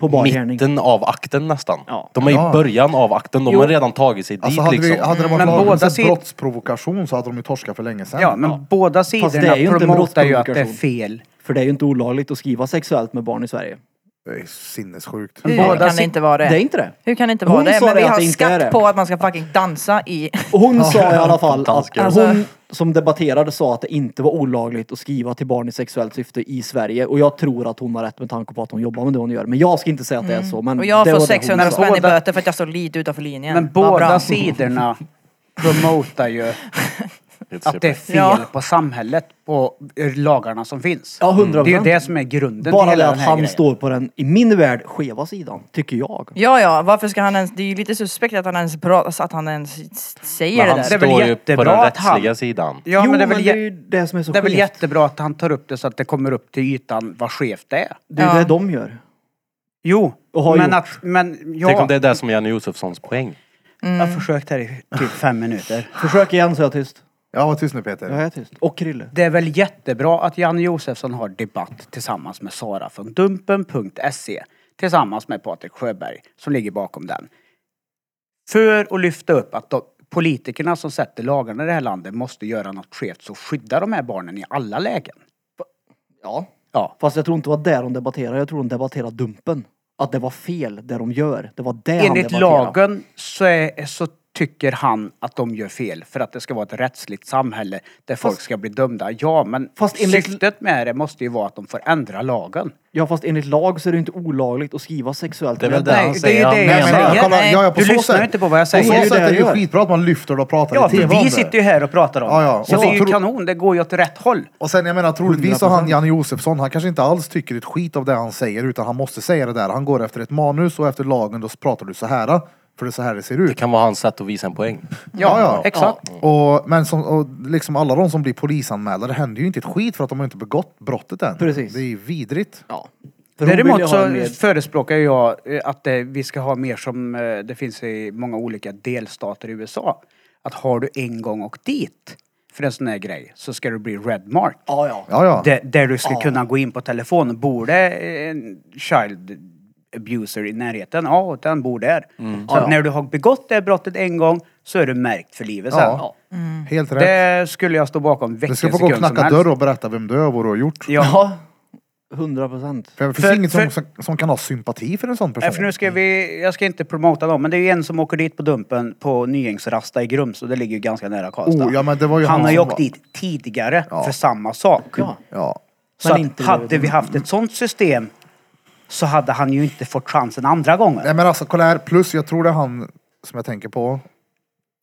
S5: På bar gärning.
S6: mitten av akten nästan.
S5: Ja.
S6: De är
S1: Ja.
S6: i början av akten, de har redan tagit sig
S1: Alltså
S6: dit
S1: hade,
S6: liksom.
S1: vi, hade det varit
S4: Men
S1: lagligt
S4: båda
S1: för
S4: sid-
S1: brottsprovokation så hade de ju torskat för länge sedan.
S4: Ja, men båda
S5: det är
S4: sidorna
S5: ju inte en
S4: promotar ju att det är
S5: brottsprovokation.
S4: fel.
S5: För det är ju inte olagligt att skriva sexuellt med barn i Sverige.
S1: Det är sinnessjukt.
S2: Hur
S4: båda
S2: kan
S4: sit-
S2: det inte vara
S5: Det
S2: det?
S5: är inte det.
S2: Hur kan det inte
S5: Hon
S2: vara det?
S5: sa
S2: Men vi
S5: det att
S2: har
S5: det inte är det.
S2: skatt på att man ska fucking dansa i...
S5: Och hon sa i alla fall att
S6: Danskar.
S5: hon
S4: Alltså-
S5: som debatterade sa att det inte var olagligt att skriva till barn i sexuellt syfte i Sverige. Och jag tror att hon har rätt med tanke på att hon jobbar med det hon gör. Men jag ska inte säga att
S4: Mm.
S5: det är så. Men
S2: Och jag får
S5: det var det hon
S2: 600
S5: sa.
S2: spänn i
S4: Båda-
S2: böter för att jag står lite utanför linjen.
S4: Men
S2: Vad
S4: båda
S2: bra.
S4: sidorna promotar ju att det är fel
S2: Ja.
S4: på samhället, på lagarna som finns.
S5: Ja, hundra
S4: det är ju
S5: procent.
S4: det som är grunden till
S5: Bara det
S4: hela
S5: att
S4: den här
S5: han
S4: grejen.
S5: står på den, i min värld, skeva sidan. Tycker jag.
S2: Ja, ja, varför ska han ens... Det är ju lite suspekt att han ens pratar, att han ens s- säger
S6: Men
S2: det
S6: han
S2: där.
S4: är väl
S6: står ju på
S4: jättebra
S6: den
S4: att han-
S6: rättsliga sidan.
S4: Ja,
S5: jo,
S4: men det är väl, jä-
S5: ju det som är så
S4: det är väl
S5: skevt.
S4: jättebra att han tar upp det så att det kommer upp till ytan vad skevt det är.
S5: Det är
S2: Ja.
S5: det de gör.
S4: Jo,
S5: Och har
S4: men
S5: gjort.
S4: att... Men
S6: Tänk om
S4: ja,
S6: det är det som är Janne Josefssons poäng.
S4: jag har försökt här i typ fem minuter.
S5: Försök igen så är jag tyst.
S1: Ja, var tyst nu
S5: Jag
S1: Peter.
S5: är tyst. Och Krille.
S4: Det är väl jättebra att Janne Josefsson har debatt tillsammans med Sara från Dumpen.se E, tillsammans med Patrik Sjöberg som ligger bakom den. För att lyfta upp att de, politikerna som sätter lagarna i det här landet måste göra något skevt så skydda de här barnen i alla lägen.
S5: Ja.
S4: Ja.
S5: Fast jag tror inte det var där de debatterade. Jag tror de debatterade dumpen. Att det var fel det de gör. Det var det han
S4: Enligt
S5: debatterade.
S4: lagen så, är, så tycker han att de gör fel för att det ska vara ett rättsligt samhälle där folk ska bli dömda. Ja, men
S5: Fast enligt-
S4: syftet med det måste ju vara att de får ändra lagen.
S5: Ja fast enligt lag så är det inte olagligt att skriva sexuellt.
S3: Det är väl
S5: Men
S3: det han
S4: Nej, det är ju
S3: säger. Han
S4: det
S3: menar-
S4: jag
S1: Nej, men,
S4: säger.
S1: kolla, ja, ja, på
S4: Du
S1: så
S4: lyssnar
S1: sätt.
S4: inte på vad jag
S1: På
S4: säger.
S1: så
S5: Det är
S1: sätt
S5: det
S1: är det ju
S5: jag gör.
S1: skitbra att man lyfter det och pratar
S4: Ja,
S1: i tv
S4: för
S1: om
S4: vi
S1: det.
S4: sitter ju här och pratar om
S1: Ja, ja.
S4: Så
S1: Och
S4: det
S1: så
S4: är ju
S1: tror-
S4: kanon, det går ju åt rätt håll.
S1: Och sen jag menar troligtvis så han Janne Josefsson, han kanske inte alls tycker ett skit av det han säger utan han måste säga det där. Han går efter ett manus och efter lagen då pratar du så här. För det är så här det ser
S6: Det
S1: ut.
S6: kan vara hans sätt att visa en poäng.
S4: Ja, exakt.
S1: Och, men som, och liksom alla de som blir polisanmälda, det händer ju inte ett skit för att de har inte begått brottet än.
S5: Precis.
S1: Det är ju vidrigt.
S5: För hon vill
S4: Däremot
S5: ju ha
S4: så
S5: en mer-
S4: förespråkar jag eh, att eh, vi ska ha mer som eh, det finns i många olika delstater i USA. Att har du en gång åkt dit för en sån här grej så ska du bli red mark.
S5: Ja ja.
S1: Ja, ja.
S4: Där, där du ska kunna gå in på telefonen. Bor det en child abuser i närheten? Ja, den bor där.
S1: Mm.
S4: Så att när du har begått det brottet en gång så är du märkt för livet sen.
S1: Ja. Helt rätt.
S4: Det skulle jag stå bakom
S1: Du
S4: vilken
S1: ska
S4: sekund
S1: få
S4: som
S1: gå och
S4: helst.
S1: knacka dörr och berätta vem du är och vad du har gjort.
S4: Ja.
S5: Ja. Hundra procent.
S1: För det finns
S4: För-
S1: ingen
S4: för-
S1: som, som, som kan ha sympati för en sån person.
S4: Nej, för nu ska vi, jag ska inte promota dem, men det är ju en som åker dit på Dumpen på Nyängsrasta i Grums och det ligger ju ganska nära Karlstad.
S1: Oh, ja, men det var ju
S4: han
S1: han
S4: har ju
S1: som
S4: åkt
S1: var-
S4: dit tidigare
S1: Ja.
S4: för samma sak.
S1: Ja.
S4: Så
S5: Men
S4: att
S5: inte-
S4: hade vi haft ett sånt system så hade han ju inte fått chansen andra gången.
S1: Nej men alltså kolla här, plus jag tror det är han som jag tänker på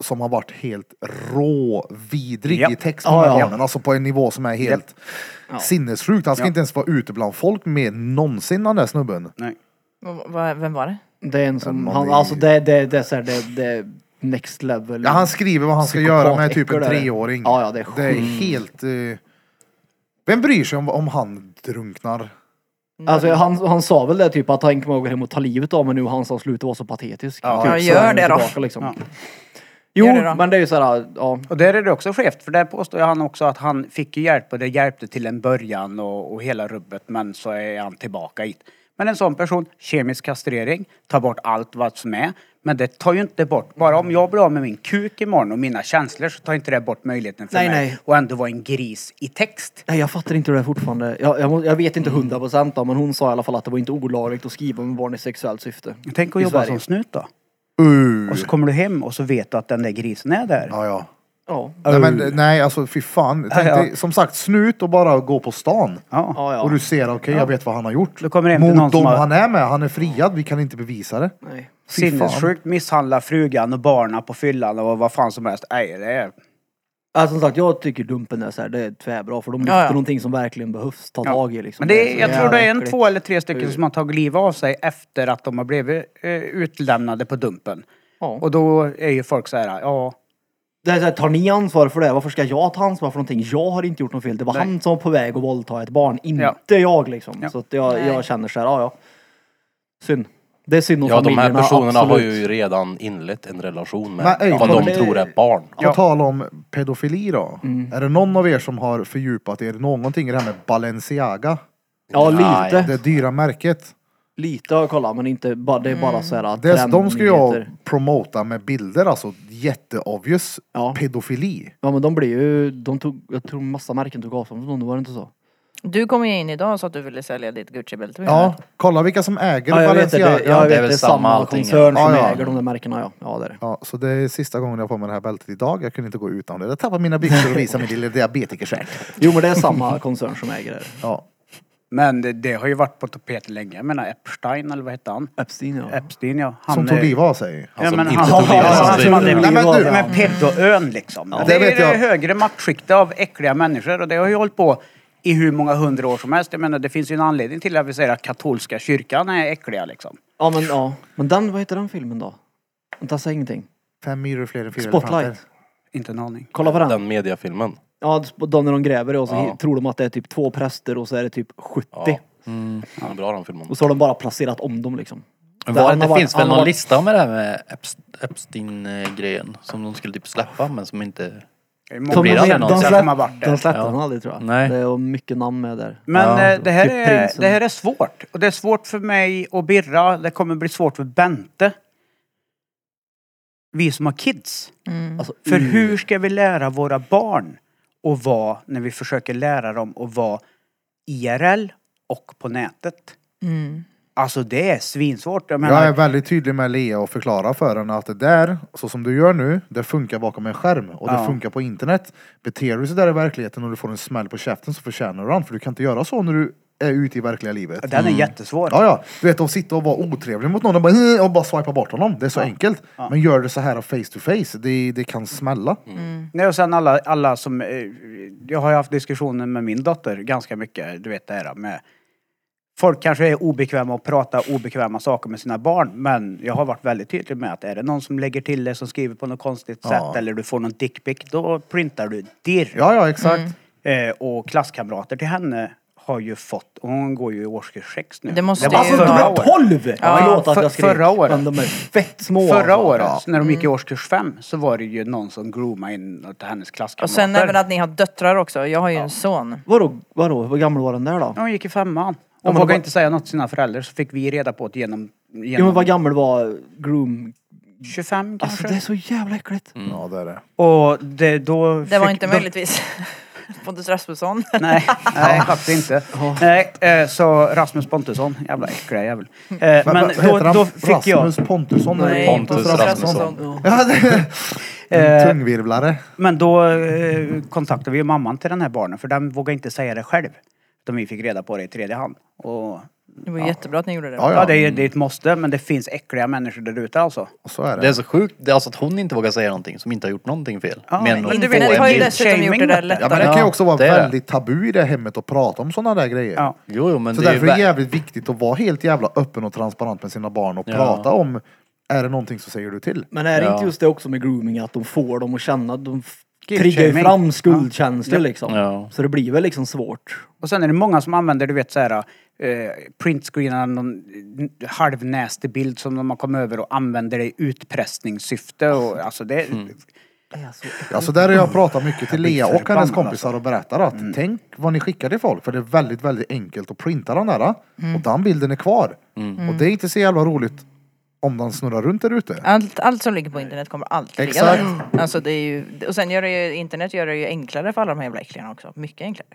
S1: som har varit helt råvidrig
S4: Japp.
S1: i texten
S4: Ja,
S1: med
S4: ja.
S1: barnen. Alltså på en nivå som är helt sinnessjukt. Han ska inte ens vara ute bland folk mer någonsin den där snubben.
S2: V- va- Vem var det?
S5: Det är en som,
S1: Man
S5: han,
S1: blir-
S5: alltså det, det, det är så här, det, det är next level.
S1: Ja, han skriver vad han ska
S5: Psykopat
S1: göra med typ en
S5: äckel är det.
S1: treåring.
S5: Ja, ja, det är
S1: det är helt... eh, Vem bryr sig om, om han drunknar?
S5: Alltså han, han sa väl det typ att han kommer åka hem och ta livet av mig nu, han som slutade vara så patetisk.
S4: Ja.
S5: typ,
S2: Ja,
S5: så
S2: gör
S5: är han
S2: det då.
S5: Tillbaka, liksom.
S4: Ja.
S5: Jo,
S2: Gör det då.
S5: men det är ju såhär, ja.
S4: Och där är det också skevt, för där påstår han också att han fick ju hjälp och det hjälpte till en början och, och hela rubbet, men så är han tillbaka hit. Men en sån person, kemisk kastrering, tar bort allt vad som är. Men det tar ju inte bort, bara om jag blir av med min kuk imorgon och mina känslor så tar inte det bort möjligheten för
S5: Nej,
S4: mig
S5: nej.
S4: och ändå vara en gris i text.
S5: Nej jag fattar inte det där fortfarande. Jag, jag, må- jag vet inte hundra procent men hon sa i alla fall att det var inte olagligt att skriva med barn i sexuellt syfte.
S4: Tänk att
S5: I
S4: jobba
S5: Sverige.
S4: som snut då.
S1: Uh.
S4: Och så kommer du hem och så vet du att den där grisen är där.
S1: Ja, ja.
S5: Ja.
S1: Nej, men, nej alltså fy fan. Tänk
S4: Ja, ja.
S1: dig, som sagt, snut och bara gå på stan.
S4: Ja.
S5: Ja, ja.
S1: Och du ser, okej jag vet vad han har gjort.
S4: Då kommer det en till någon
S1: Mot
S4: som
S1: dem
S4: har-
S1: han är med, han är friad, vi kan inte bevisa det.
S5: Nej.
S1: Fy fan.
S4: Sinnessjukt misshandla frugan och barna på fyllan och vad fan som helst. Nej, det är...
S5: Alltså, som sagt, jag tycker Dumpen är så här, det är tvärbra för de lyfter
S2: Ja, ja.
S5: någonting som verkligen behövs ta tag i liksom.
S4: Men det är,
S5: så
S4: jag tror
S5: jävla
S4: det är en,
S5: äckligt.
S4: två eller tre stycken som har tagit livet av sig efter att de har blivit eh, utlämnade på Dumpen.
S5: Ja.
S4: Och då är ju folk så här, ja,
S5: Det är så här, tar ni ansvar för det? Varför ska jag ta ansvar för någonting? Jag har inte gjort något fel. Det var
S4: Nej.
S5: han som var på väg att våldta ett barn, inte jag liksom.
S4: Ja.
S5: Så att jag, jag känner så här, ja ja. Synd. Det är synd om
S6: Ja, de här
S5: familjerna,
S6: personerna har
S5: absolut.
S6: ju redan inlett en relation med
S1: Men, ej,
S6: vad
S1: men
S6: de
S5: det-
S6: tror är barn.
S1: På tal om pedofili då.
S4: Mm.
S1: Är det någon av er som har fördjupat er någonting i det här med Balenciaga?
S5: Ja,
S6: Nej.
S5: lite.
S1: Det dyra märket.
S5: Lite har jag kollat, men inte bara, det är
S4: Mm.
S5: bara så här
S1: Det, de ska jag
S5: trendnyheter.
S1: promota med bilder, alltså jätteobvious
S5: Ja.
S1: pedofili.
S5: Ja men de blir ju, de tog, jag tror massa märken tog avstånd från dem, var det inte så?
S2: Du kom ju in idag och sa att du ville sälja ditt Gucci-bälte.
S1: Ja, kolla vilka som äger
S5: jag vet det,
S1: Balenciaga.
S5: det, jag
S3: det är
S5: vet
S3: väl
S5: det är
S3: samma
S5: samma
S3: allting,
S5: koncern
S1: ja.
S5: som
S1: Ja, ja.
S5: äger de där märkena ja. Ja det är det.
S1: Ja, så det är sista gången jag får med det här bältet idag. Jag kunde inte gå utan det. Jag tappade mina byxor och visade mitt lilla diabetikershirt.
S5: Jo men det är samma koncern som äger det.
S1: Ja.
S4: Men det, det har ju varit på tapeten länge. Jag menar Epstein eller vad hette han?
S5: Epstein ja.
S4: Epstein ja. Han,
S1: Som
S4: eh,
S1: tog livet av sig.
S4: Ja,
S6: som
S4: men han,
S6: inte
S4: han,
S6: tog livet av sig.
S4: han som hade
S1: Nej, men
S4: blivit
S1: du-
S4: av med pedoön liksom. det,
S1: det
S4: är
S1: vet
S4: ju
S1: jag.
S4: det högre maktskiktet av äckliga människor och det har ju hållit på i hur många hundra år som helst. Jag menar det finns ju en anledning till att vi säger att katolska kyrkan är äckliga liksom.
S5: Ja men ja. Men den, vad heter den filmen då? Den tassar ingenting.
S1: Fem myror fler än fyra
S5: Spotlight.
S1: elefanter.
S4: Inte en aning.
S5: Kolla på den.
S6: Den mediafilmen.
S5: Ja, de när de gräver och så
S6: Ja.
S5: tror de att det är typ två präster och så är det typ 70.
S6: Ja. Den är Bra den filmen.
S5: Och så har de bara placerat om dem liksom. Där
S3: Var,
S5: han
S3: det
S5: har varit-
S3: finns
S5: han
S3: väl
S5: har
S3: någon
S5: varit-
S3: lista med det här med Epst- Epstein-grejen som de skulle typ släppa men som inte...
S4: Det är många
S3: Som blir
S5: de,
S3: aldrig
S4: svenskar
S5: de,
S3: någonsin.
S4: som
S5: släpp,
S4: har varit
S5: de
S4: där.
S5: släppte
S3: Ja.
S5: den aldrig tror jag.
S3: Nej.
S5: Det är mycket namn med där.
S4: Men
S3: Ja,
S4: eh, det, här
S5: typ
S4: är,
S5: prinsen.
S4: det här är svårt. Och det är svårt för mig och Birra. Det kommer bli svårt för Bente. Vi som har kids.
S5: Alltså,
S4: För
S5: mm.
S4: hur ska vi lära våra barn att vara, när vi försöker lära dem att vara IRL och på nätet?
S2: Mm.
S4: Alltså det är svinsvårt. Jag menar,
S1: Jag är väldigt tydlig med Lea och förklarar för henne att det där, så som du gör nu, det funkar bakom en skärm och det
S4: Ja.
S1: funkar på internet. Beter du dig där i verkligheten och du får en smäll på käften så förtjänar du den. För du kan inte göra så när du är ute i verkliga livet.
S4: Den är jättesvår.
S1: Ja, ja. Du vet, att sitta och vara otrevlig mot någon och bara, "Hm", och bara swipa bort honom. Det är så enkelt. Men gör det så här face to face, det, det kan smälla.
S4: Nej, och sen alla, alla som... eh, Jag har ju haft diskussioner med min dotter ganska mycket, du vet det här med... Folk kanske är obekväma och pratar obekväma saker med sina barn, men jag har varit väldigt tydlig med att är det någon som lägger till det som skriver på något konstigt sätt eller du får någon dickpic, då printar du dirr.
S1: Ja, ja, exakt.
S4: Eh, och klasskamrater till henne har ju fått, och hon går ju i årskurs 6 nu.
S2: Det måste
S4: var
S2: ju
S5: Alltså de
S4: förra
S5: är
S4: året.
S5: 12!
S2: Ja.
S5: Förlåt att
S4: För-
S5: jag skrek.
S4: förra året.
S5: Men de är fett små.
S4: Förra
S5: alltså.
S4: året,
S5: Ja.
S4: när de
S2: Mm.
S4: gick i årskurs 5, så var det ju någon som groomade in något av hennes klasskamrater.
S2: Och sen även att ni har döttrar också. Jag har ju en son.
S5: Vadå, vadå, hur gammal var den där då?
S4: Ja, Hon gick i femman.
S5: men
S4: Hon
S5: det
S4: vågade
S5: var-
S4: inte säga något till sina föräldrar så fick vi reda på det genom,
S5: Jo men
S4: genom
S5: vad gammal var groom?
S4: 25
S5: Alltså
S4: kanske.
S5: det är så jävla äckligt.
S3: Mm.
S1: Ja, det är det.
S4: Och det, då
S2: Det var
S4: fick-
S2: inte
S4: då-
S2: möjligtvis Pontus Rasmusson.
S4: Nej, nej faktiskt inte. Nej, eh, så Rasmus Pontusson, jävla äckliga jävel. Eh,
S2: Mm.
S4: Men
S1: Heter
S4: då,
S1: han
S4: då fick jag...
S1: Rasmus Pontusson?
S2: Nej,
S1: eller
S6: Pontus Rasmusson.
S1: Ja, det en
S4: Eh,
S1: tungvirvlare.
S4: men då eh, kontaktade vi ju mamman till den här barnen för den vågade inte säga det själv. Utan vi fick reda på det i tredje hand. Och,
S2: Det var ju jättebra att ni gjorde det.
S1: Ja,
S4: ja,
S1: ja,
S4: det, är, det är ett måste men det finns äckliga människor där ute alltså.
S1: så är det.
S3: Det är så sjukt, det är alltså att hon inte vågar säga någonting som inte har gjort någonting fel.
S4: Ja,
S3: men
S4: men
S3: att
S4: du
S3: få
S4: vet,
S2: Internet
S3: en
S2: har ju
S4: bild-
S3: bild.
S2: dessutom gjort det där
S4: shaming,
S1: Ja, men det
S2: lättare.
S1: kan ju också vara
S3: det är det.
S1: väldigt tabu i det hemmet att prata om sådana där grejer.
S4: Ja.
S3: Jo, jo, men
S1: Så
S3: det är
S1: därför är det
S3: ju...
S1: jävligt viktigt att vara helt jävla öppen och transparent med sina barn och
S3: Ja.
S1: prata om, är det någonting så säger du till.
S5: Men är det
S3: Ja.
S5: inte just det också med grooming att de får dem att känna, de f-
S4: Guilt
S5: triggar ju
S4: shaming.
S5: fram skuldkänslor liksom.
S3: Ja.
S5: Så det blir väl liksom svårt.
S4: Och sen är det många som använder, du vet såhär, eh, printscreenar någon eh, halvnästig bild som de har kommit över och använder det i utpressningssyfte och alltså det...
S1: Alltså där har jag pratat mycket till
S4: blir
S1: Lea och hennes
S4: förbannad,
S1: kompisar och berättar
S4: alltså.
S1: att
S4: Mm.
S1: tänk vad ni skickar till folk för det är väldigt, väldigt enkelt att printa den där
S4: Mm.
S1: och den bilden är kvar.
S3: Mm.
S1: Och det är inte så jävla roligt om den snurrar runt där ute.
S2: Allt, allt som ligger på internet kommer alltid ligga där. Alltså det är ju, och sen gör det ju, internet gör det ju enklare för alla de här jävla äcklingarna också. Mycket enklare.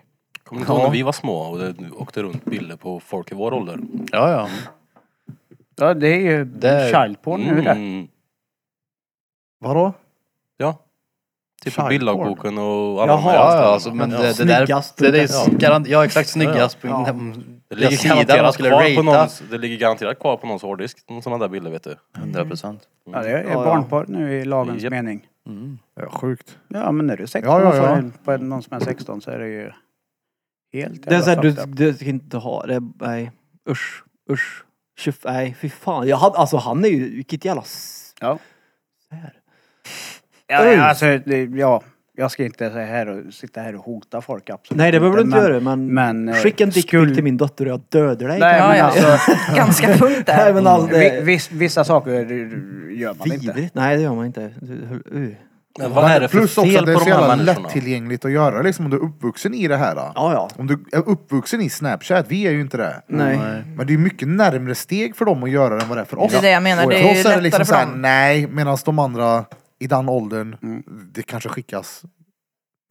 S6: Kommer du inte ihåg när vi var små och det åkte runt bilder på folk i vår ålder?
S3: Ja, ja.
S4: Ja, det är ju
S3: Det-
S4: child porn nu det.
S6: Mm.
S1: Vadå?
S6: Ja. Typ
S1: Child
S6: bildagboken och
S5: Jaha.
S6: alla de här
S3: Ja, ja,
S6: ställena.
S3: alltså, men det, det där...
S5: Snyggast.
S3: Det, det är garant, ja, exakt, snyggast. på- Mm.
S5: Ja.
S6: Det ligger,
S3: sidan man
S6: garanterat
S3: skulle
S6: kvar på
S3: ratea.
S6: någons, det ligger garanterat kvar på någons hårddisk, sådana där bilder vet du.
S3: 100 procent.
S4: Ja, det är
S5: Ja, ja.
S4: barnporr nu i lagens
S6: Japp.
S4: mening.
S3: Mm.
S1: Ja, sjukt.
S4: Ja, men när du är 16
S1: Ja, ja,
S4: och
S1: ja.
S4: får en- på en- någon som är 16 så är det ju helt
S5: Det är såhär, du,
S4: fucked up.
S5: du ska inte ha det, nej. Usch, usch. Tjuff, nej fy fan. Jag hade, alltså han är ju, vilket jävla... s-
S4: Ja.
S5: Här.
S4: Ja,
S5: Oj.
S4: ja, alltså, det, ja, jag ska inte säga här och, sitta här och hota folk absolut
S5: Nej det behöver du inte
S4: men-
S5: göra men,
S4: men, eh,
S5: skicka en dickpic
S4: skulle-
S5: till min dotter och jag dödar dig.
S4: Nej,
S2: Ja,
S4: men
S2: ja.
S4: alltså...
S2: Ganska punkt
S5: Nej
S2: där.
S5: men all, det
S4: Vi-
S5: är
S4: Viss, vissa saker gör man inte.
S5: Mm. vidrigt. Nej det gör man inte. Du- hur- uh.
S6: Men vad är det för
S1: Plus
S6: fel
S1: också att det är
S6: på
S1: så
S6: de här
S1: jävla
S6: människorna?
S1: lättillgängligt att göra liksom om du är uppvuxen i det här.
S5: Ja ja.
S1: Om du är uppvuxen i Snapchat, vi är ju inte det.
S5: Nej.
S1: Men det är mycket närmre steg för dem att göra än vad det är för oss.
S2: Det är det jag menar, det är ju
S1: för oss är det liksom
S2: lättare för
S1: såhär,
S2: dem.
S1: nej, medan de andra i den åldern, det kanske skickas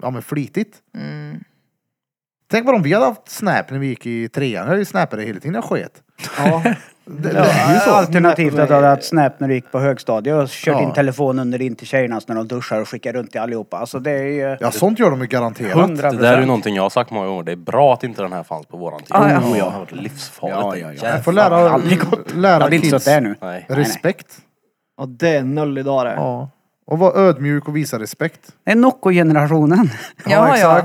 S1: ja, men flitigt. Tänk vad om vi hade haft Snap när vi gick i trean, jag hade ju snappade hela tiden jag sket.
S5: Ja.
S1: Det, det är ju så.
S4: Alternativt att du hade haft Snap när du gick på högstadiet och kört
S1: Ja.
S4: in telefonen under in till tjejernas när de duschar och skickar runt till allihopa. Alltså det är ju
S1: Ja, sånt gör de ju garanterat.
S4: hundra
S6: Det där är ju
S4: procent.
S6: någonting jag har sagt många gånger. Det är bra att inte den här fanns på våran tid.
S2: Ah, ja.
S6: Oh, jag har varit livsfarligt.
S4: Ja, ja, ja.
S6: Jävlar.
S1: Jag får lära, lära
S4: Hade inte
S1: kids
S4: suttit där nu.
S6: Nej.
S1: respekt.
S5: Ja, det är noll idag det.
S1: Ja. Och vara ödmjuk och visa respekt.
S4: Det är Nocco-generationen.
S2: Ja, ja.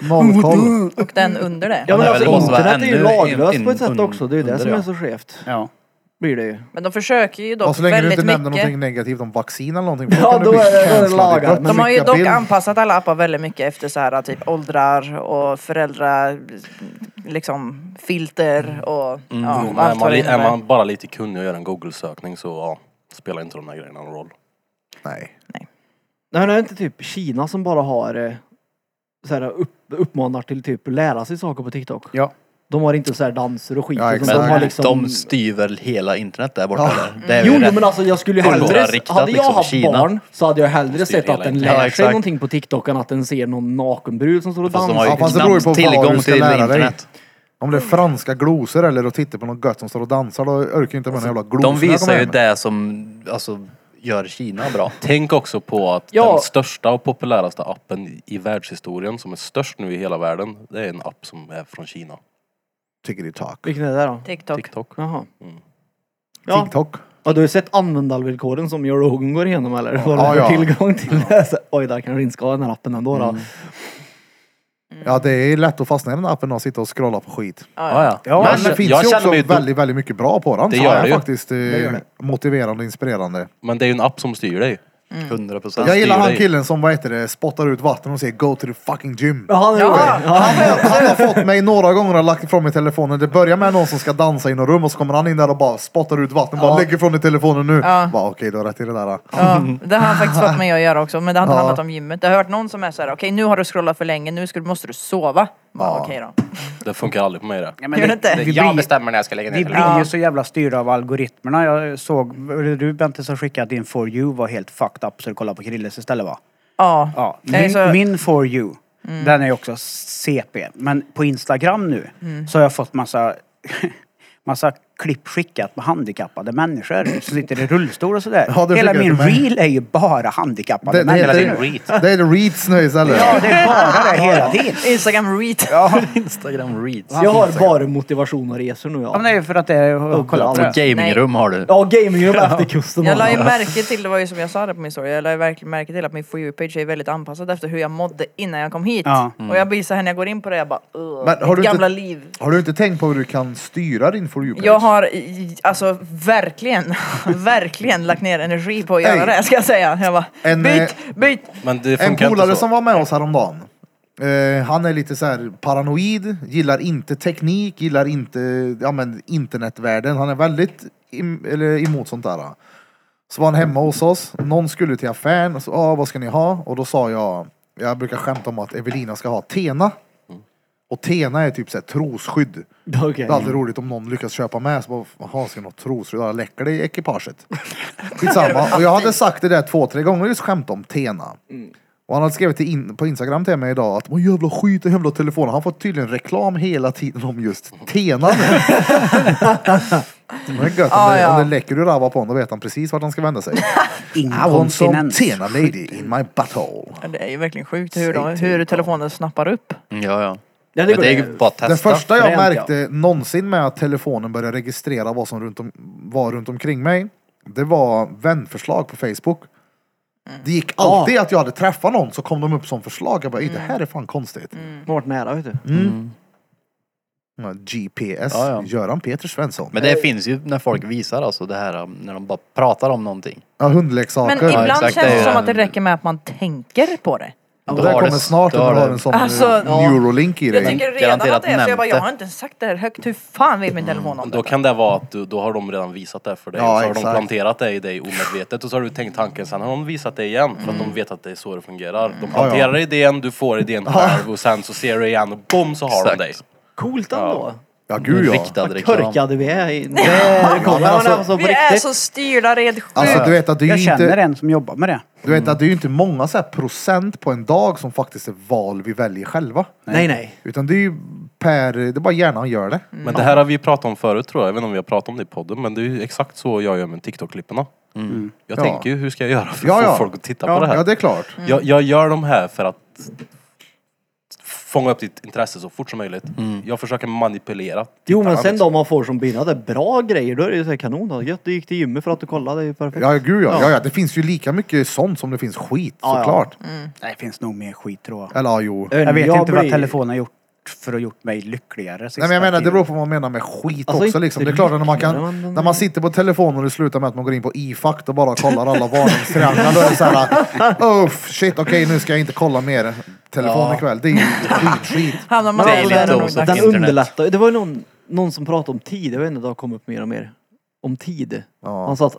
S1: Noll koll.
S2: Och den under det.
S5: Ja,
S3: det
S5: men
S3: är
S5: alltså,
S3: väl- det måste vara
S5: internet är ju
S3: ännu
S5: laglöst
S3: in-
S5: på ett sätt
S3: un-
S5: också. Det är ju det
S3: under,
S5: som är
S3: ja.
S5: så skevt.
S4: Ja.
S5: Blir det ju.
S2: Men de försöker ju dock
S1: Ja, så länge du
S2: väldigt
S1: inte nämner
S2: mycket.
S1: någonting negativt om vaccin eller någonting.
S5: Ja,
S1: kan du
S5: då
S1: bli
S5: är det- då är det
S1: cancellad i
S5: lagar.
S1: brott.
S2: De har ju
S1: Skicka
S2: dock
S1: bild.
S2: anpassat alla appar väldigt mycket efter så här typ åldrar och föräldrar liksom filter och ja,
S6: Mm, är,
S2: allt vad
S6: man,
S2: det
S6: li- är
S2: innebär.
S6: man bara lite kunnig och gör en Google-sökning så ja, spelar inte de här grejerna någon roll.
S1: Nej.
S5: Nej, det är inte typ Kina som bara har eh, så här, upp, uppmanar till typ lära sig saker på TikTok.
S4: Ja.
S5: De har inte så här danser och skit.
S1: Ja,
S5: utan
S1: exakt.
S5: de har liksom...
S3: De styr väl hela internet där borta
S1: Ja.
S3: eller? Det är
S5: Jo,
S3: ju
S5: jo
S3: rätt.
S5: men alltså jag skulle ju
S3: Hundra
S5: hellre,
S3: riktat,
S5: hade jag
S3: liksom,
S5: haft
S3: Kina.
S5: barn så hade jag hellre
S6: Styr
S5: sett att
S6: hela
S5: den
S6: internet.
S5: lär
S3: Ja,
S5: sig
S3: exakt.
S5: någonting på TikTok än att den ser någon nakenbrud som står och
S3: Fast de har
S1: Ja,
S3: ju
S5: dansar.
S1: fast det beror ju
S3: knappt
S1: på vad
S3: tillgång
S1: du ska
S3: till
S1: lära dig.
S3: internet.
S1: Om det är franska glosor eller att titta på något gött som står och dansar då orkar ju inte med den jävla glosorna
S3: De visar ju
S1: kommer
S3: det som alltså, gör Kina bra.
S6: Tänk också på att
S5: Ja.
S6: den största och populäraste appen i världshistorien, som är störst nu i hela världen, det är en app som är från Kina.
S1: Tycker det är tak.
S5: Vilken är det då?
S2: TikTok.
S6: TikTok.
S5: Jaha.
S6: Mm.
S5: Ja.
S1: TikTok.
S5: ja, du har ju sett användarvillkoren som Joe Rogan går igenom eller? Vad
S1: Ja,
S5: du
S1: ja.
S5: får tillgång till. det. Så, Oj, där kanske inte ska ha den här appen ändå då.
S1: Ja, det är lätt att fastna i den appen och sitta och scrolla på skit.
S6: Ah, ja.
S4: Ja,
S1: Men det finns
S6: jag
S1: ju
S6: känner
S1: också
S6: mig ju dum-
S1: väldigt, väldigt mycket bra på den.
S6: Det
S1: så
S6: gör
S1: är
S6: det ju.
S1: faktiskt eh, motiverande och inspirerande.
S6: 100 app som styr dig.
S3: 100 procent.
S1: Jag gillar
S6: styr
S1: han
S6: dig.
S1: killen som vad heter det, spottar ut vatten och säger go to the fucking gym.
S5: Ja, han är
S2: Ja.
S5: rolig. Ja.
S1: Han har fått mig några gånger och lagt ifrån mig telefonen. Det börjar med någon som ska dansa i något rum och så kommer han in där och bara spottar ut vatten. Bara lägg ifrån dig telefonen nu.
S2: Ja.
S1: Bara okej, du har rätt i det där.
S2: Ja, det har han faktiskt fått mig att göra också. Men det har inte
S1: Ja.
S2: handlat om gymmet. Det har varit någon som är så här: okej nu har du scrollat för länge, nu ska, du- måste du sova. Bara, Okej då.
S6: Det funkar aldrig på mig det.
S4: Ja, men
S2: Gör det
S4: det,
S2: inte?
S4: vi blir,
S6: bestämmer när jag ska lägga
S4: vi blir ju så jävla styrda av algoritmerna. Jag såg, var det du Bente som skickade att din For You var helt fucked up så du kollade på Krilles istället va?
S2: Ja.
S4: Ja,
S2: Nej,
S4: min,
S2: så- Mm.
S4: min For You, den är ju också CP. Men på Instagram nu
S2: Mm.
S4: så har jag fått massa, massa klipp skickat med handikappade människor som sitter i rullstol och sådär.
S1: Ja, det
S4: Hela
S1: skickar
S4: min
S1: jag till mig.
S4: reel är ju bara handikappade
S1: Det, det,
S4: människor.
S1: heter- det är the reads nu istället.
S4: Ja, det är bara det hela tiden.
S2: Instagram read.
S4: Ja,
S3: Instagram reads.
S5: Jag har bara motivation och resor nu. Ja,
S4: men det är ju för att det är... Kolla på det.
S3: Och gamingrum har du.
S5: ja gamingrum efter kusten.
S2: Jag la ju
S5: Ja.
S2: märke till, det var ju som jag sa det på min story, jag la ju verkligen märke till att min For You-page är väldigt anpassad efter hur jag mådde innan jag kom hit.
S4: Ja.
S2: Och jag blir så här när jag går in på det, jag bara "Ugh,
S1: Men har
S2: mitt
S1: du inte-
S2: gamla liv.
S1: Har du inte tänkt på hur du kan styra din For You-page?
S2: Jag har i- alltså verkligen, verkligen lagt ner energi på att göra
S1: Hej.
S2: det ska jag säga. Jag bara,
S1: En, eh,
S2: byt, byt!
S6: Men det
S1: En
S6: funkar
S1: polare
S6: inte
S1: som
S6: så.
S1: var med oss häromdagen. Eh, han är lite så här paranoid, gillar inte teknik, gillar inte ja, men internetvärlden. Han är väldigt im- eller emot sånt där. Så var han hemma hos oss. Någon skulle till affären och så, ah, vad ska ni ha? Och då sa jag, jag brukar skämta om att Evelina ska ha Tena. Och Tena är typ så här trosskydd.
S5: Okej.
S2: Mm.
S1: Det är alltid roligt om någon lyckas köpa med. Så bara, jaha, ska ni ha trosskydd? Ja, Läcker det i ekipaget? Skitsamma. Och jag hade sagt det där två, tre gånger just skämt om Tena.
S2: Mm.
S1: Och han hade skrivit till in, på Instagram till mig idag att Åh jävla skit, den jävla telefonen. Han får tydligen reklam hela tiden om just Tena nu. Men det är gött om
S2: Ah,
S1: det,
S2: ja.
S1: om det läcker ur rabba på honom, då vet han precis vart han ska vända sig. I want some
S4: Inkontinens.
S1: Tena lady in my butthole.
S2: Ja, Det är ju verkligen sjukt hur, de,
S1: Säg till
S2: hur telefonen snappar upp.
S3: Mm, Ja, ja.
S5: Ja, det
S3: Men
S5: går
S3: det är
S5: det.
S3: ju bara att
S1: Det
S3: testa.
S1: första jag
S5: Fränt, ja.
S1: märkte någonsin med att telefonen började registrera vad som runt om, var runt omkring mig, det var vänförslag på Facebook. Det gick alltid att jag hade träffat någon så kom de upp som förslag. Jag bara, "Ey, det här är fan konstigt.
S4: Mm.
S1: Mm.
S5: Man har varit nära vet du.
S1: Ja, GPS,
S3: Ja, ja.
S1: Göran Peter Svensson.
S3: Men det finns ju när folk visar alltså det här um, när de bara pratar om någonting.
S1: Ja,
S2: Men
S1: hundleksaker.
S2: ibland känns
S3: exakt, det
S2: det,
S3: är ju
S2: som att det
S3: en-
S2: räcker med att man tänker på det.
S1: Och det kommer snart om du har en sån
S2: Alltså,
S1: eh, neurolink i
S2: Jag
S1: dig.
S2: tänker redan
S3: Garanterat
S2: att det är så jag bara,
S3: nämnt
S2: jag
S3: det.
S2: har inte ens sagt det här högt. Hur fan vet min telefon om det?
S6: Mm, Då kan det vara att du, då har de redan visat det för dig.
S1: Ja,
S6: så har
S1: exakt.
S6: de planterat det i dig omedvetet och så har du tänkt tanken. Sen har de visat det igen för att
S1: Mm.
S6: de vet att det är så det fungerar. De planterar idén, du får idén själv och sen så ser du igen och bom så har
S3: Exakt.
S6: de dig.
S5: Coolt ändå.
S1: Ja, gud ja.
S3: Riktad reklam.
S5: Körkade vi är i... Det är-
S1: Ja, men alltså,
S5: alltså, på
S2: Vi är
S5: riktigt.
S2: så styrda red sjukt.
S1: Alltså du vet att det är
S4: Jag
S1: ju
S4: känner
S1: inte,
S4: en som jobbar med det.
S1: du vet att det är ju inte många så här procent på en dag som faktiskt är val vi väljer själva.
S5: Nej nej.
S1: Utan det är ju per, det är bara hjärnan gör det.
S6: Men det här har vi pratat om förut tror jag, jag vet inte om vi har pratat om det i podden, men det är ju exakt så jag gör med TikTok-klipparna. Jag
S1: Mm. Ja.
S6: tänker ju, hur ska jag göra för att
S1: Ja,
S6: få
S1: ja.
S6: folk att titta
S1: ja,
S6: på det här?
S1: Ja, det Mm. är klart.
S6: jag, jag gör de här för att fånga upp ditt intresse så fort som möjligt. Jag försöker manipulera.
S5: Jo men
S6: tittarna,
S5: sen
S6: liksom.
S5: de man får som bidrag, bra grejer, då är det ju så här kanon. Då. Gött, du gick till gymmet för att du kollade, det är ju perfekt.
S1: Ja, gud ja. ja, ja. Det finns ju lika mycket sånt som det finns skit,
S5: Ja, ja.
S1: såklart.
S6: Mm.
S4: Nej, det finns nog mer skit tror jag.
S1: Eller ja, jo.
S6: Eh,
S4: Jag vet inte vad
S5: blir-
S4: telefonen har gjort för att gjort mig lyckligare sista
S1: Nej men jag menar, det
S4: tiden.
S1: beror på vad man menar med skit
S5: Alltså,
S1: också liksom. Det är klart att när man kan,
S5: men-
S1: när man sitter på telefonen och det slutar med att man går in på iFact och bara kollar alla varningstrianglar, då är det såhär, uff, shit, okej nu ska jag inte kolla mer telefon ikväll. Det är ju skit.
S2: Hamnar man
S5: Men
S2: alltså
S5: det är
S2: där
S5: lite
S2: är nog
S3: osäkert.
S2: dags.
S5: Den
S3: Internet.
S5: underlättar ju. Det var ju någon, någon som pratade om tid, jag vet inte, det har kommit upp mer och mer. Om tid. Han sa att...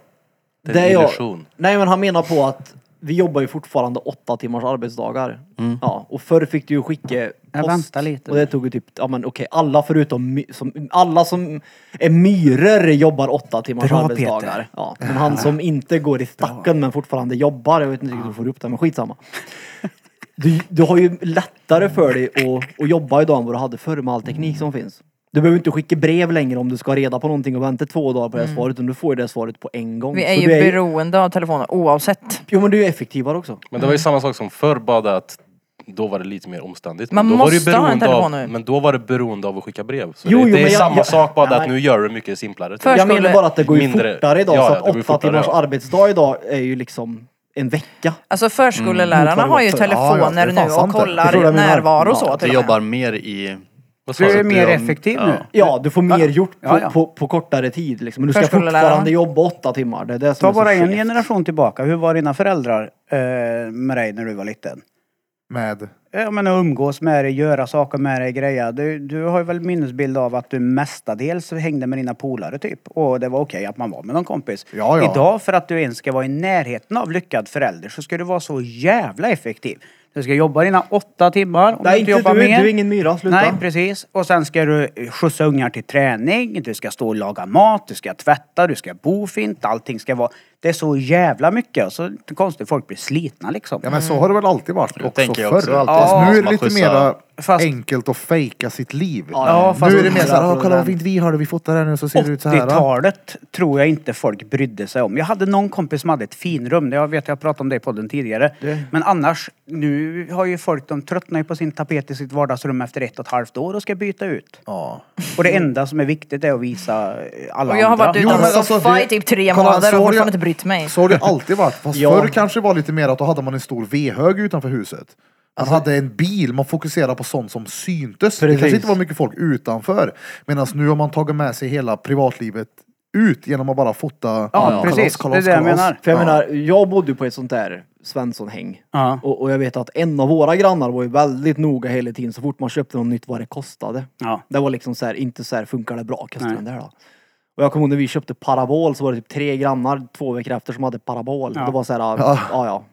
S6: Det är en
S5: jag-
S6: illusion.
S5: Liksom. Nej men han menar på att vi jobbar ju fortfarande åtta timmars arbetsdagar. Ja, och förr fick du ju skicka
S4: Jag väntar lite.
S5: Och det tog ju typ, ja men okej, alla förutom, my- som, alla som är myror jobbar åtta timmars
S4: Bra,
S5: arbetsdagar.
S4: Peter.
S5: Ja, men han som inte går i stacken men fortfarande jobbar, jag vet inte riktigt hur du får upp det men skitsamma. Du, du har ju lättare för dig att, att jobba idag än vad du hade förr med all teknik som
S4: Mm.
S5: finns. Du behöver inte skicka brev längre om du ska ha reda på någonting och vänta två dagar på
S4: Mm.
S5: det här svaret utan du får ju det svaret på en gång.
S2: Vi
S5: Så
S2: är ju
S5: du
S2: beroende av telefonen oavsett.
S5: Jo men du är effektivare också.
S6: Men det var ju samma sak som förr, bara det att då var det lite mer omständigt.
S2: Man
S6: men då var
S2: måste
S6: det
S2: ha en telefon
S6: av,
S2: nu.
S6: Men då var det beroende av att skicka brev. Så
S5: Jo,
S6: det,
S5: jo,
S6: det är
S5: men jag-
S6: samma
S5: jag-
S6: sak, bara det
S5: Nej.
S6: att nu gör det mycket simplare.
S2: För-
S5: Jag
S2: Förskole-
S5: menar bara att det går ju
S6: Mindre-
S5: fortare idag
S6: Ja,
S5: så att
S6: ja, det går
S5: åtta
S6: ju fortare,
S5: timmars
S6: ja.
S5: arbetsdag idag är ju liksom en vecka.
S2: Alltså förskolelärarna har ju
S5: Motsvarande.
S1: Ja, ja,
S2: telefoner
S1: det är fan
S2: nu
S1: sant
S2: och
S1: det. Jag
S2: kollar
S5: tror det är min
S2: närvaro
S5: arm.
S2: och så
S5: Ja,
S2: till
S3: Du
S2: och med.
S3: jobbar mer i... Vad sa
S4: Du
S6: Alltså,
S4: är mer
S3: har-
S4: effektiv
S3: ja.
S4: nu.
S5: Ja, du får mer gjort på,
S4: Ja, ja.
S5: På, på kortare tid liksom. Men du ska
S2: Förskolläraren.
S5: fortfarande jobba åtta timmar. Det är det som
S4: Ta
S5: är så
S4: bara en
S5: skevt.
S4: generation tillbaka. Hur var dina föräldrar eh, med dig när du var liten?
S1: Med,
S4: Ja men att umgås med dig, göra saker med dig, grejer. Du, du har ju väl minnesbild av att du mestadels hängde med dina polare typ. Och det var okej att man var med någon kompis.
S1: Ja, ja.
S4: Idag för att du ens ska vara i närheten av lyckad förälder så ska du vara så jävla effektiv. Du ska jobba dina åtta timmar. Om
S5: Nej, inte
S4: jobbar
S5: du. Du är ingen myra, sluta.
S4: Nej, precis. Och sen ska du skjutsa ungar till träning, du ska stå och laga mat, du ska tvätta, du ska bo fint, allting ska vara... Det är så jävla mycket. Så det är inte konstigt folk blir slitna liksom.
S1: ja men så har det väl alltid varit också
S3: tänker jag
S1: förr.
S3: också, alltid.
S1: Fast
S3: Ja.
S1: nu är det
S3: Man
S1: lite
S3: skjutsar-
S1: mer
S4: Fast-
S1: enkelt att fejka sitt liv.
S4: Ja, fast-
S1: nu är det mer såhär, "Ah, kolla vad fint vi har det, vi fotar här nu så ser det ut så här. ah."
S4: 80-talet tror jag inte folk brydde sig om. Jag hade någon kompis som hade ett finrum. Jag vet, jag pratade om det i podden tidigare. Men annars, nu har ju folk, de tröttnar ju på sin tapet i sitt vardagsrum efter ett och ett halvt år och ska byta ut.
S1: Ja.
S4: Och det enda som är viktigt är att visa eh, alla
S2: Och jag har
S4: andra.
S2: varit utan
S1: men alltså,
S2: soffa
S1: det-
S2: i typ tre
S1: kolla, så
S2: månader
S1: har
S2: och
S1: det-
S2: fortfarande inte brytt mig.
S1: Så har det alltid varit. Fast
S5: Ja.
S1: förr kanske det var lite mer att då hade man en stor vedhög utanför huset. Man hade en bil, man fokuserade på sånt som syntes. Det kanske
S5: Precis.
S1: inte var mycket folk utanför. Medan nu har man tagit med sig hela privatlivet ut genom att bara fota.
S4: Ja,
S1: kolla
S4: precis.
S1: oss, kolla oss,
S4: det är det
S1: kolla
S4: jag
S1: oss.
S4: menar.
S5: För jag menar, jag bodde ju på ett sånt där Svenssonhäng.
S4: Ja.
S5: Och, och jag vet att en av våra grannar var ju väldigt noga hela tiden. Så fort man köpte något nytt vad det kostade.
S4: Ja.
S5: Det var liksom så här, inte så här, funkar det bra? Kastar den där då. Och jag kommer ihåg när vi köpte parabol så var det typ tre grannar två veckor efter som hade parabol. Det var så här, ja ja. ja.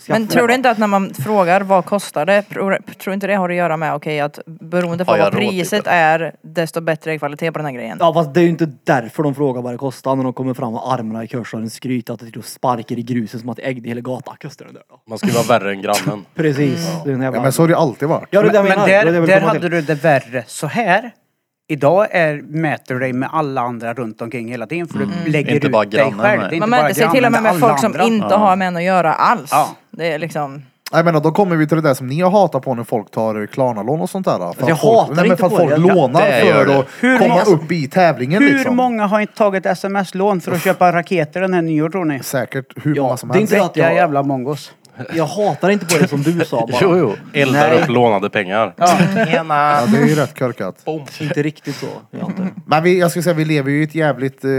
S5: Skaffa
S2: Men
S5: det
S2: tror du
S5: då.
S2: inte att när man frågar vad kostar det, tror tror inte det har att göra med okej att beroende på
S3: Har jag
S2: vad
S3: råd, typ,
S2: priset är, desto bättre är kvalitet på den här grejen?
S5: Ja fast det är ju inte därför de frågar vad det kostar när de kommer fram med armarna i kors och en skryt att de sparkar i gruset som att de ägde hela gatan. Kostar den där då.
S6: Man ska ju vara värre än grannen.
S5: Precis.
S2: Mm.
S5: Det är en jävla...
S1: Ja, men så har det alltid varit.
S5: Ja, det är det jag
S4: Men, men
S5: menar. Det är det jag
S4: där,
S5: vill
S4: där
S5: komma
S4: hade
S5: till.
S4: du det värre så här. Idag är, mäter du dig med alla andra runt omkring hela tiden för du
S2: Mm.
S4: lägger
S3: Inte
S4: ut
S3: bara
S4: dig
S3: grannen,
S4: själv.
S3: nej.
S4: Det är inte
S2: Man
S4: bara
S2: mäter sig till och med med
S4: grannen, det är alla
S2: folk som
S4: andra.
S2: inte har med en att göra alls.
S4: Ja.
S2: Det är liksom...
S1: Jag menar, då kommer vi till det där som ni har hatat på när folk tar Klarna-lån och sånt där. För
S5: jag
S1: att folk,
S5: hatar
S1: nej, men
S5: inte
S1: för att
S5: på
S1: folk
S5: det.
S1: lånar
S3: det gör
S1: för
S3: det.
S1: att
S4: Hur
S1: komma
S4: många-
S1: upp i tävlingen
S4: Hur
S1: liksom.
S4: många har inte tagit sms-lån för att köpa raketer den här nyår tror ni?
S1: Säkert hur
S5: Ja,
S1: många som
S5: det är
S1: helst.
S5: inte att
S4: Vilka
S5: jag,
S4: jävla mongos.
S5: jag hatar inte på det som du sa bara.
S3: Jo, jo.
S6: Eldar
S5: Nej.
S6: upp lånade pengar.
S1: Ja, det är ju rätt korkat.
S5: Oh. Inte riktigt så. Jag har inte.
S1: Men vi, jag skulle säga vi lever ju i ett jävligt... Eh,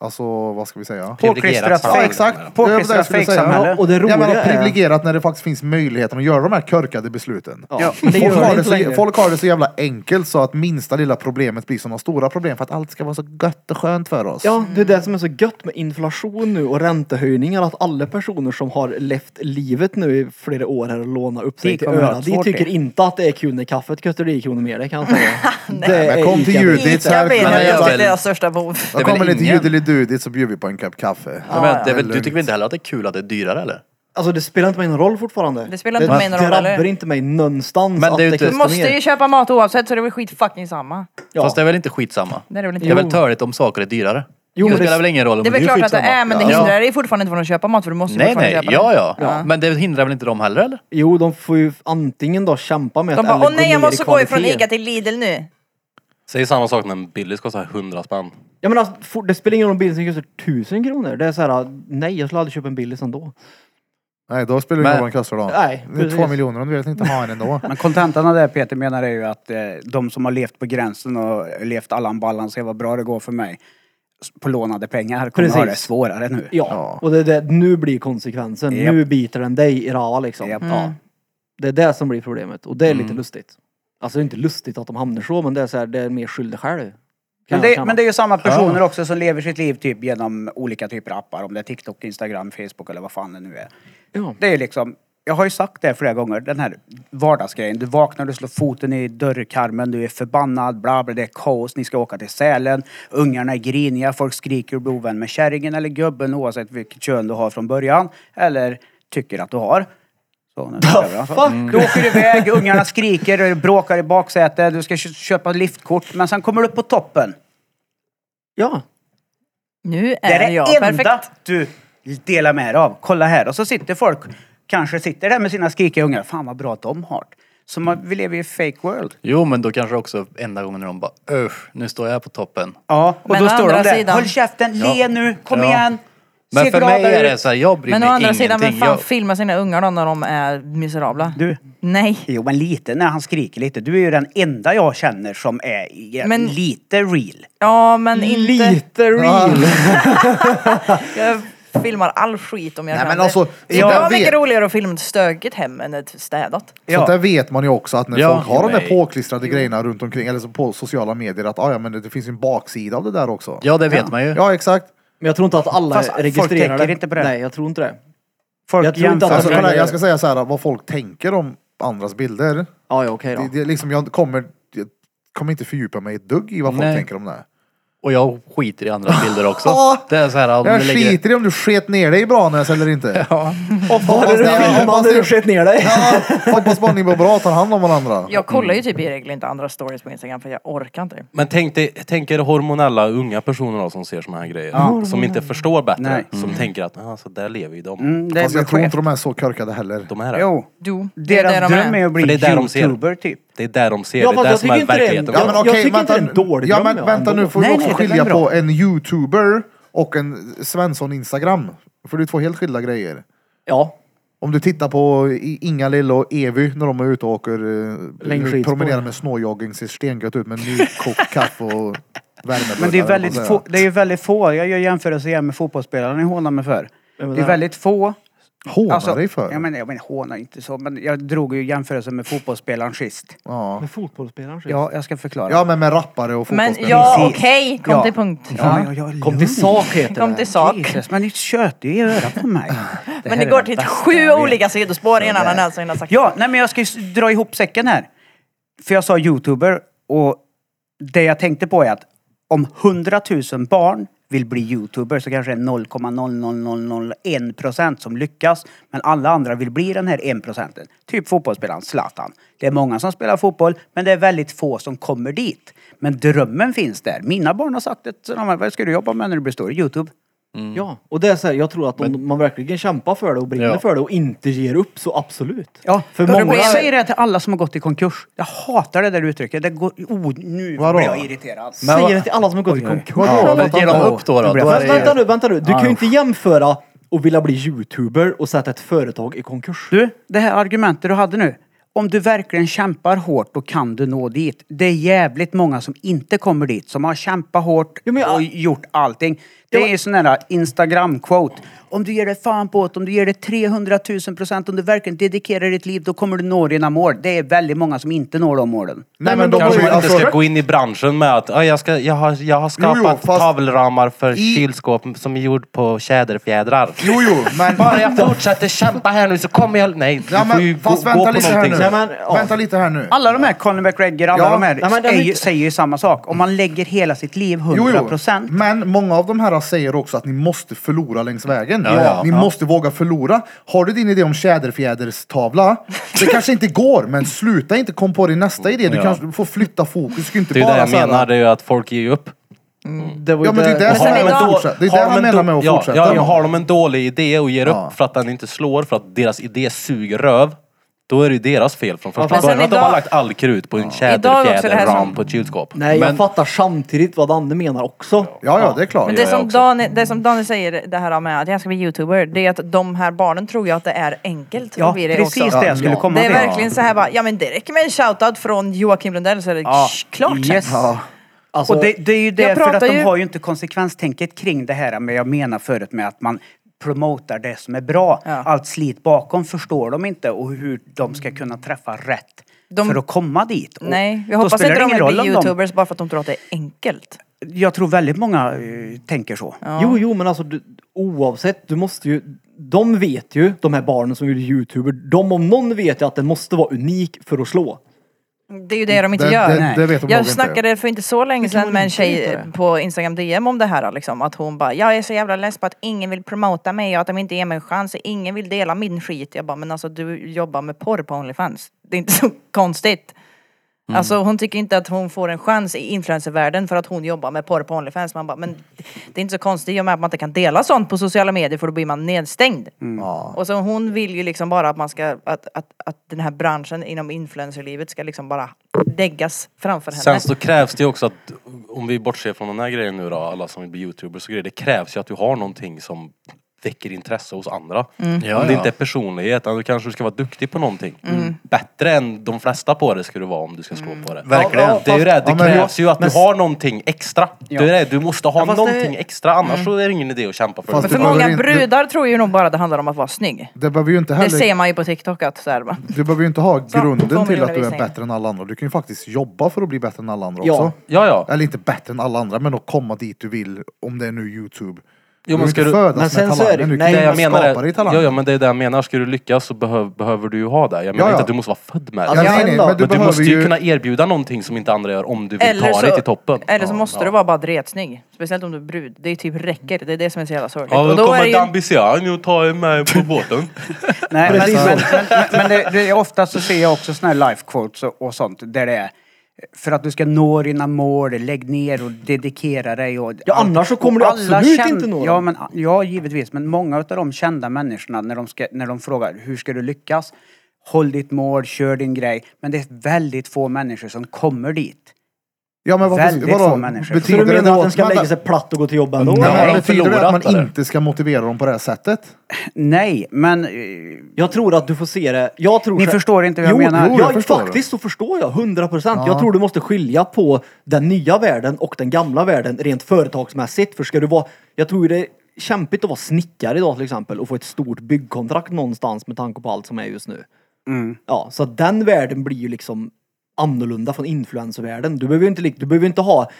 S1: alltså vad ska vi säga?
S3: Privilegierat
S4: Påklistrat
S3: samhälle.
S1: Ja
S4: fake.
S1: exakt. Det var det jag
S4: Påklistrat
S1: skulle säga.
S4: fake-samhälle.
S5: Och det
S1: Jag menar
S5: roliga är...
S1: privilegierat när det faktiskt finns möjligheten att göra de här körkade besluten.
S5: Ja, det
S1: Folk
S5: gör
S1: har
S5: det
S1: det,
S5: inte
S1: så,
S5: längre.
S1: folk har det så jävla enkelt så att minsta lilla problemet blir sådana stora problem för att allt ska vara så gött och skönt för oss.
S5: Ja, det är det som är så gött med inflation nu och räntehöjningar att alla personer som har levt livet nu i flera år här och lånat upp
S4: Det
S5: sig till
S4: kommer
S5: öra,
S4: att
S5: de
S4: svårt
S5: tycker
S4: det.
S5: inte att det är kul när kaffet kostar 10 kronor mer, det kan jag säga. det
S1: Men kom till
S5: Ica.
S1: Judit så här.
S2: blir
S3: men jag-
S2: det deras största bov.
S1: Då
S3: väl
S1: kommer lite
S3: ingen-
S1: judelidudit så bjuder vi på en kopp kaffe.
S3: Jag menar, det är väl,
S1: Ja,
S3: du
S1: ja.
S3: tycker väl inte heller att det är kul att det är dyrare eller?
S5: Alltså det spelar inte mig någon roll fortfarande.
S2: Det spelar inte mig någon roll,
S5: Det drabbar
S2: eller?
S5: inte mig någonstans
S3: Men
S5: att
S3: det är ju
S5: det
S3: inte-
S2: Du
S5: kostar
S2: måste
S5: mer.
S2: ju köpa mat oavsett så det är väl skit fucking samma.
S5: Ja.
S3: Fast det är väl inte skitsamma?
S2: Det är det väl inte.
S3: Det är väl törligt om saker är dyrare?
S5: Jo,
S3: det
S5: men det-
S3: spelar väl ingen roll om
S2: Det är väl
S3: dyrt?
S2: klart att det är men det
S3: Ja.
S2: hindrar dig fortfarande inte från att köpa mat för du måste ju
S3: Nej,
S2: fortfarande
S3: nej.
S2: köpa den.
S3: Ja, ja, Men det hindrar väl inte dem heller eller?
S5: Jo, de får ju antingen då kämpa med
S2: De
S5: att
S2: bara,
S5: eller
S2: åh nej
S5: ner
S2: jag
S5: i
S2: måste gå ifrån
S5: kvalitet."
S2: ICA till Lidl nu.
S6: Säg samma sak när en Billys kostar 100 spänn.
S5: Ja men alltså, for, det spelar ingen roll om bilen kostar tusen kronor. Det är så här, nej jag skulle aldrig köpa en liksom Billys ändå.
S1: Nej, då spelar det ingen
S3: Men-
S1: roll vad den kostar då.
S5: Nej,
S1: det är två
S5: precis.
S1: miljoner om du vill inte ha en ändå.
S4: Men kontentan av det Peter menar är ju att eh, de som har levt på gränsen och levt allan ballan, se vad bra det går för mig, s- på lånade pengar, kommer ha
S5: Precis.
S4: det svårare nu.
S5: Ja,
S1: Ja.
S5: och det, är det, nu blir konsekvensen.
S4: Japp.
S5: Nu biter den dig i röva liksom.
S4: Japp.
S5: Ja. Det är det som blir problemet och det är lite lustigt. Alltså det är inte lustigt att de hamnar så men det är så här, det är mer skyldig själv. Kan
S4: Men
S5: jag
S4: det,
S5: känna.
S4: men det är ju samma personer också som lever sitt liv typ genom olika typer av appar, om det är TikTok, Instagram, Facebook eller vad fan det nu är.
S5: Ja.
S4: Det är liksom, jag har ju sagt det flera gånger, den här vardagsgrejen. Du vaknar, du slår foten i dörrkarmen, du är förbannad, bla bla, det är kaos, ni ska åka till Sälen, ungarna är griniga, folk skriker och blir ovän med kärringen eller gubben oavsett vilket kön du har från början, eller tycker att du har. Så, nu är det bra. Du åker iväg, ungarna skriker, och bråkar i baksätet, du ska kö- köpa liftkort, men sen kommer du upp på toppen.
S5: ja.
S2: Nu
S4: Det är
S2: är
S4: det
S2: jag
S4: enda
S2: perfekt.
S4: du delar med dig av. Kolla här. Och så sitter folk, kanske sitter där med sina skrikiga ungar. Fan vad bra de har det." Så man, vi lever i fake world.
S3: Jo, men då kanske också enda gången de bara usch, nu står jag på toppen.
S4: Ja, och
S2: Men
S4: då
S2: å
S4: står de
S2: andra
S4: där.
S2: sidan-
S4: Håll käften,
S3: Ja.
S4: le nu, kom
S3: Ja.
S4: igen.
S3: Men
S4: se
S3: för
S4: glada
S3: mig är det
S4: ut.
S3: så här, jag bryr
S2: Men å
S3: mig
S2: andra sidan, vem
S3: ingenting.
S2: fan
S3: Jag,
S2: filmar sina ungar då när de är miserabla?
S4: Du.
S2: Nej.
S4: Jo men lite när han skriker lite. Du är ju den enda jag känner som är i-
S2: Men-
S4: lite real.
S2: Ja men inte.
S5: Lite real.
S2: Jag filmar all skit om jag
S1: Nej,
S2: kan
S1: men
S2: det.
S1: alltså,
S2: det är bra
S1: jag vet-
S2: mycket roligare att filma ett stökigt hem än ett städat.
S1: Sånt där vet man ju också att när
S3: Ja,
S1: folk har de där
S6: nej.
S1: påklistrade grejerna runt omkring, eller så på sociala medier, att ah, ja, men det, det finns ju en baksida av det där också.
S3: ja, det vet man ju.
S1: Ja, exakt.
S5: Men jag tror inte att alla
S4: Fast folk
S5: registrerar
S4: tänker
S5: det.
S4: inte på det.
S5: Nej, jag tror inte det.
S4: Folk
S5: Jag tror inte
S4: jämför-
S5: att-
S1: Alltså,
S5: men-
S1: kolla, här, jag ska säga så här, vad folk tänker om andras bilder.
S5: Ja, ja okej
S1: Det,
S5: då.
S1: det, liksom, jag, kommer, jag kommer inte fördjupa mig ett dugg i vad folk
S3: Nej.
S1: tänker om det här.
S3: Och jag skiter i andra bilder också.
S1: Ja.
S3: Det är så här, om
S1: Jag
S3: du lägger...
S1: skiter i om du sket ner dig i Branäs eller inte.
S3: Ja.
S5: Och vad är det
S1: Ja,
S5: du filmar
S1: hoppas
S5: när
S1: det-
S5: du sket ner dig?
S1: Ja, hoppas bara ni mår bra och tar hand om varandra.
S2: Jag kollar
S4: mm.
S2: ju typ i regel inte andra stories på Instagram för jag orkar inte.
S6: Men tänk, dig, tänk er hormonella unga personer då, som ser såna här grejer. Som inte förstår bättre.
S4: Nej.
S6: Som
S5: Mm.
S6: tänker att ah, så där lever ju de.
S4: Mm, det är
S1: Fast
S4: väl
S1: jag tror
S4: skevt.
S1: inte de är så körkade heller.
S6: De är det.
S4: Jo.
S2: Jo, det är
S4: Deras
S2: där de
S4: dröm
S2: är.
S4: är att bli
S6: För det är där de ser.
S4: youtuber typ.
S6: Det är där de ser.
S5: Ja,
S6: det
S5: fast
S6: är där
S5: jag
S6: som är
S5: tycker inte det är en- Ja,
S6: verkligheten.
S5: men- jag tycker inte det är
S1: nu-
S5: en dålig
S1: ja,
S5: dröm,
S1: men
S5: ja,
S1: vänta nu
S5: ändå.
S1: får vi
S4: Nej,
S1: också
S4: nej, det är
S1: skilja
S4: väl bra.
S1: på en youtuber och en Svensson Instagram. För det är två helt skilda grejer.
S5: Ja.
S1: Om du tittar på I- Inga-Lill och Evy när de är ute och åker eh,
S5: Längdskidspår.
S1: promenerar med snowjogging ser stengött ut med nykokt kaffe och värmebullar.
S4: Men det är,
S1: eller vad man
S4: väldigt
S1: säger.
S4: få, det är ju väldigt få, jag gör jämförelser igen med fotbollsspelaren ni hånar mig för. Det
S5: Vem är
S4: är
S5: det?
S4: väldigt få. Alltså,
S1: Hånar dig för?
S4: Jag menar, jag menar hånar inte så, men jag drog ju jämförelsen med fotbollsspelaren sist.
S1: Ja.
S5: Med fotbollsspelaren så-
S4: Ja, jag ska förklara.
S1: ja, men med rappare och
S2: Men
S1: fotbollsspelare.
S2: ja,
S4: Precis.
S2: okej, kom
S4: Ja.
S2: till punkt.
S4: Ja, ja, ja,
S5: Kom till sak heter
S2: Kom
S5: det.
S2: till sak.
S4: Jesus, men ni tjötar ju i örat på mig. här
S2: Men det
S4: är
S2: går
S4: det
S2: till
S4: bästa
S2: sju
S4: jag vet.
S2: olika sidospår innan han ens har sagt
S4: Ja, nej men jag ska ju s- dra ihop säcken här. För jag sa youtuber och det jag tänkte på är att om 100 000 barn vill bli youtuber så kanske det är 0,00001 procent som lyckas. Men alla andra vill bli den här 1 procenten. Typ fotbollsspelaren Zlatan. Det är många som spelar fotboll men det är väldigt få som kommer dit. Men drömmen finns där. Mina barn har sagt att de bara, vad ska du jobba med när du blir stor? Youtube. Mm.
S5: Ja, och det är så här, jag tror att om man verkligen kämpar för det och brinner
S3: Ja.
S5: för det och inte ger upp så absolut.
S4: Ja,
S5: för
S4: för
S5: många...
S4: Jag säger det till alla som har gått i konkurs. Jag hatar det där uttrycket. Det går... Oh, nu
S1: Vadå?
S4: blir jag irriterad.
S3: Men
S5: säger
S3: vad-
S5: det till alla som har gått i konkurs.
S1: Ja,
S3: Men ge dem upp då. då.
S4: Det blir
S3: då är
S5: Men
S3: det
S5: vänta
S3: ju...
S5: nu, vänta nu. Du kan ju inte jämföra och vilja bli youtuber och sätta ett företag i konkurs.
S4: Du, det här argumentet du hade nu. Om du verkligen kämpar hårt, då kan du nå dit. Det är jävligt många som inte kommer dit, som har kämpat hårt
S5: Jo, men jag-
S4: och gjort allting. Det
S5: men-
S4: är ju sån här Instagram-quote. Om du ger dig fan på det, om du ger det 300 000 procent, om du verkligen dedikerar ditt liv, då kommer du nå dina mål. Det är väldigt många som inte når de målen.
S1: Nej, men de har
S6: Kanske
S1: ju
S6: man inte ska
S1: alltså,
S6: gå in i branschen med att ah, jag, ska, jag, har, jag har skapat
S1: Jo, jo, fast-
S6: tavelramar för
S1: I-
S6: kylskåp som är gjord på tjäderfjädrar.
S1: Jo, jo, men...
S6: Bara jag fortsätter kämpa här nu så kommer jag... Nej, du
S1: Ja,
S6: får ju
S1: men
S6: gå,
S1: fast
S6: gå
S1: vänta
S6: på
S1: lite här
S6: någonting.
S1: nu.
S5: Ja, men, ja.
S1: Vänta lite här nu.
S4: Alla de här Conor McGregor, alla
S1: Ja.
S4: de här
S5: Nej, men det är
S4: är ju,
S5: inte-
S4: säger ju samma sak. Om man lägger hela sitt liv
S1: Jo, Mm.
S4: 100
S1: jo.
S4: procent.
S1: Men många av de här säger också att ni måste förlora längs vägen. igen.
S3: Ja, ja.
S1: Ni måste våga förlora. Har du din idé om tjäderfjäderstavla, det kanske inte går, men sluta inte kom på din nästa idé. Du
S3: Ja.
S1: kanske får flytta fokus. Du ska inte
S6: Det är ju
S1: bara
S6: det jag
S1: så här-
S6: menar, det är ju att folk ger ju upp.
S5: Det var ju
S1: Ja men det är det
S2: Men sen
S1: han
S2: idag-
S1: menar med fortsätta. Det är det
S6: Har
S1: han
S6: de en
S1: menar
S6: då-
S1: med att
S6: ja,
S1: fortsätta.
S6: Ja, ja, har de en dålig idé och ger
S1: Ja.
S6: upp för att den inte slår, för att deras idé suger röv. Då är det ju deras fel från första
S2: Men sen
S6: början. Att de
S2: idag-
S6: har lagt all krut på en
S2: Idag är också det här
S6: tjäderfjäderram
S2: som-
S6: på ett kylskåp.
S5: Nej, jag
S3: Men-
S5: fattar samtidigt vad Danne menar också.
S1: Ja, ja, det är klart.
S2: Men
S6: gör
S2: det
S6: jag
S2: som,
S6: också.
S2: Daniel, det som Daniel säger det här med att jag ska bli youtuber, det är att de här barnen tror ju att det är enkelt
S4: Ja,
S2: att bli det
S4: precis
S2: också.
S4: det jag skulle
S1: Ja.
S4: komma
S2: Det är
S4: till.
S2: verkligen så här bara, ja men det räcker med en shoutout från Joakim Lundell så är det
S4: Ja.
S2: klart sen.
S4: Yes.
S5: Alltså,
S4: och det, det är ju därför
S2: pratar
S4: att de
S2: ju-
S4: har ju inte konsekvenstänket kring det här med jag menar förut med att man promotar det som är bra.
S2: Ja.
S4: Allt slit bakom förstår de inte och hur de ska kunna träffa rätt
S2: De-
S4: för att komma dit. Och
S2: Nej,
S4: då
S2: jag hoppas
S4: spelar
S2: inte
S4: det
S2: de
S4: ingen
S2: vill
S4: roll
S2: bli
S4: om de-
S2: youtubers bara för att de tror att det är enkelt.
S4: Jag tror väldigt många eh, tänker så.
S5: Jo, jo, men alltså du, oavsett, du måste ju... De vet ju, de här barnen som gjorde youtuber, de om någon vet ju att den måste vara unik för att slå.
S2: Det är ju det de inte
S1: Det,
S2: gör.
S1: det, det vet de nog
S2: Jag
S1: inte.
S2: snackade för inte så länge sedan med en tjej på Instagram DM om det här liksom, att hon bara Jag är så jävla less på att ingen vill promota mig och att de inte ger mig en chans och ingen vill dela min skit. Jag bara, men alltså du jobbar med porr på Onlyfans. Det är inte så konstigt. Alltså hon tycker inte att hon får en chans i influencervärlden för att hon jobbar med porr på Onlyfans. Man bara, men det är inte så konstigt i och med att man inte kan dela sånt på sociala medier för då blir man nedstängd. Och så hon vill ju liksom bara att man ska, att, att, att den här branschen inom influencerlivet ska liksom bara läggas framför henne.
S6: Sen så krävs det ju också att, om vi bortser från den här grejen nu då, alla som vill bli youtubers och grejer, det krävs ju att du har någonting som väcker intresse hos andra.
S3: Ja,
S6: om det
S3: ja.
S6: inte är personlighet, då kanske du ska vara duktig på någonting. Mm. Bättre än de flesta på det ska du vara om du ska slå på det.
S3: Verkligen.
S6: Det är ju det, det
S1: Ja, men-
S6: krävs ju att du har någonting extra. Det är det, du måste ha
S2: fast det-
S6: någonting extra, annars så är det ingen idé att kämpa för
S1: Fast
S6: Mm. det.
S2: Men för
S1: det-
S2: många
S1: det-
S2: brudar tror ju nog bara det handlar om att vara snygg.
S1: Det behöver ju inte
S2: Det
S1: heller...
S2: ser man ju på TikTok att så här, va.
S1: Du behöver ju inte ha
S2: Så, två
S1: grunden till att du är
S2: miljoner
S1: bättre än alla andra. Du kan ju faktiskt jobba för att bli bättre än alla andra
S5: Ja.
S1: också.
S6: Ja, ja.
S1: Eller inte bättre än alla andra, men att komma dit du vill, om det är nu YouTube.
S6: Jo,
S1: du
S6: men
S1: ska
S6: ska
S1: inte
S6: du,
S1: födas
S5: men
S1: med
S5: sen så är det-
S1: talangen, du kan
S5: nej,
S1: ju
S6: det jag
S1: skapa
S6: menar
S1: dig
S6: är,
S1: talang.
S6: ja, ja, men det är det jag menar. Ska du lyckas så behöv, behöver du ju ha det. Jag menar Alltså,
S1: Ja, ja.
S6: inte att du måste vara född med det.
S1: Ja,
S5: Ja,
S1: nej, nej, men
S5: men
S1: du
S6: men du
S1: behöver
S6: måste ju,
S1: ju...
S6: kunna erbjuda någonting som inte andra gör om du vill
S2: Eller
S6: ta
S2: så,
S6: dig till toppen.
S2: eller så
S6: Ja,
S2: måste
S6: ja.
S2: du vara bara dretsnygg. Speciellt om du är brud. Det är typ räcker. Det är det som är så jävla sorgligt.
S6: Ja,
S2: och
S6: då
S2: då är
S6: kommer
S2: det ju...
S6: Dambizian och tar mig på båten.
S4: Nej, men,
S5: Precis
S4: men,
S5: så.
S4: men, men, men det, det är ofta så ser jag också såna här life quotes och, och sånt där det är för att du ska nå dina mål, lägg ner och dedikera dig och...
S5: Ja,
S4: allt.
S5: annars så kommer du
S4: Och alla
S5: absolut
S4: känd-
S5: inte nå dem.
S4: ja, men, ja, givetvis. Men många av de kända människorna när de, ska, när de frågar hur ska du lyckas? Håll ditt mål, kör din grej. Men det är väldigt få människor som kommer dit.
S1: Ja, men
S4: Väldigt
S1: vadå?
S4: få människor.
S5: Så du
S1: Betyder det
S5: menar att den ska
S1: vänta.
S5: lägga sig platt och gå till jobbet ändå?
S1: Nej,
S6: Ja,
S1: men
S6: de
S1: betyder det
S6: förlorat
S1: att man
S6: på det.
S1: inte ska motivera dem på det här sättet?
S4: Nej, men... eh,
S5: Jag tror att du får se det. Jag tror
S4: Ni förstår inte hur jag
S5: jo,
S4: menar.
S5: Jo,
S1: Jo, jag
S5: jag
S1: förstår.
S5: faktiskt så förstår jag. 100 procent. Jag tror du måste skilja på den nya världen och den gamla världen rent företagsmässigt. För ska du vara... Jag tror det är kämpigt att vara snickare idag till exempel och få ett stort byggkontrakt någonstans med tanke på allt som är just nu.
S4: Mm.
S5: Ja, så att den världen blir ju liksom annorlunda från influencervärlden. Du behöver ju inte, lik- du behöver inte ha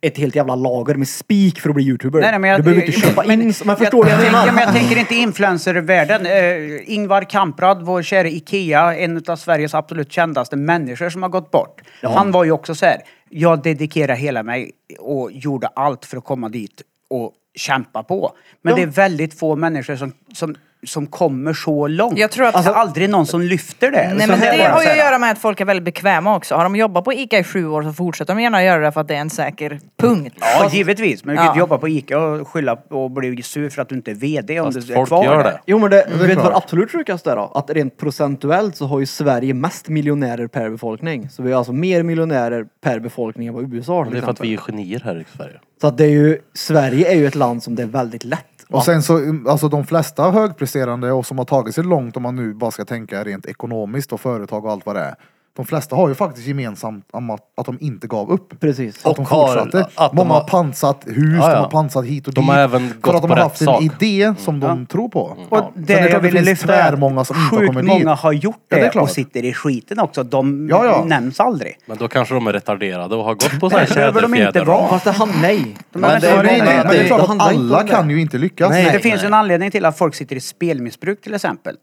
S5: ett helt jävla lager med spik för att bli youtuber.
S4: Nej, nej, men jag,
S5: du behöver inte köpa in... Men, förstår du
S4: jag,
S5: vad jag
S4: tänker-
S5: menar?
S4: men jag tänker inte influencervärlden. Eh, Ingvar Kamprad, vår kära Ikea, en av Sveriges absolut kändaste människor som har gått bort. Han var ju också så här, jag dedikerade hela mig och gjorde allt för att komma dit och kämpa på. Men det är väldigt få människor som, som, som kommer så långt.
S2: Jag tror att-
S4: alltså, aldrig någon som lyfter det.
S2: Nej
S4: Så
S2: men
S4: är
S2: det
S4: bara
S2: har
S4: så
S2: ju
S4: här-
S2: att göra med att folk är väldigt bekväma också. Har de jobbat på ICA i sju år så fortsätter de gärna göra det för att det är en säker punkt.
S4: Ja, givetvis. Men du kan
S2: Ja.
S4: inte jobba på Ica och skylla på- och bli sur för att du inte är VD om
S6: Fast
S4: du är
S6: folk
S4: kvar
S6: gör
S4: där.
S6: det.
S5: Jo men det,
S1: är
S5: vet du
S1: klart.
S5: vad det absolut sjukaste är då? Att rent procentuellt så har ju Sverige mest miljonärer per befolkning. Så vi har alltså mer miljonärer per befolkning än vad USA har till
S6: Det är för att
S5: exempel.
S6: vi är genier här i Sverige.
S5: Så att det är ju, Sverige är ju ett land som det är väldigt lätt.
S1: Och sen så, alltså de flesta högpresterande och som har tagit sig långt om man nu bara ska tänka rent ekonomiskt och företag och allt vad det är. De flesta har ju faktiskt gemensamt om att, att de inte gav upp.
S5: Precis.
S1: Att de
S3: Och har-
S1: fortsatte.
S3: att de
S1: Många har
S3: har-
S1: pansat hus,
S3: Ja,
S1: de
S3: ja.
S1: har pansat hit och dit.
S6: De har även
S1: för
S6: gått
S1: att de
S6: på
S1: har
S6: rätt
S1: haft en
S6: sak.
S1: idé som de tror på.
S4: Och
S1: Sen
S4: det,
S1: är klart
S4: jag ville
S1: det finns
S4: lyfta är att
S1: tvärmånga som inte har
S4: sjukt
S1: kommit dit.
S4: många har gjort
S1: Ja,
S4: det,
S1: det är klart.
S4: och sitter i skiten också. De
S1: Ja, ja.
S4: nämns aldrig.
S6: Men då kanske de är retarderade och har gått på sån här
S4: Det behöver de inte
S6: tjäderfjäder.
S4: vara.
S5: Fast det han, nej.
S4: De
S3: Men
S4: har
S3: det
S4: inte
S1: Nej,
S3: är
S4: varit
S1: nej,
S3: många-
S4: med.
S1: nej, men det är
S5: det
S1: klart att
S5: handlar inte om
S1: alla
S5: det.
S1: kan ju inte lyckas.
S4: Det
S6: Nej.
S4: finns ju en anledning till att folk sitter i spelmissbruk till exempel.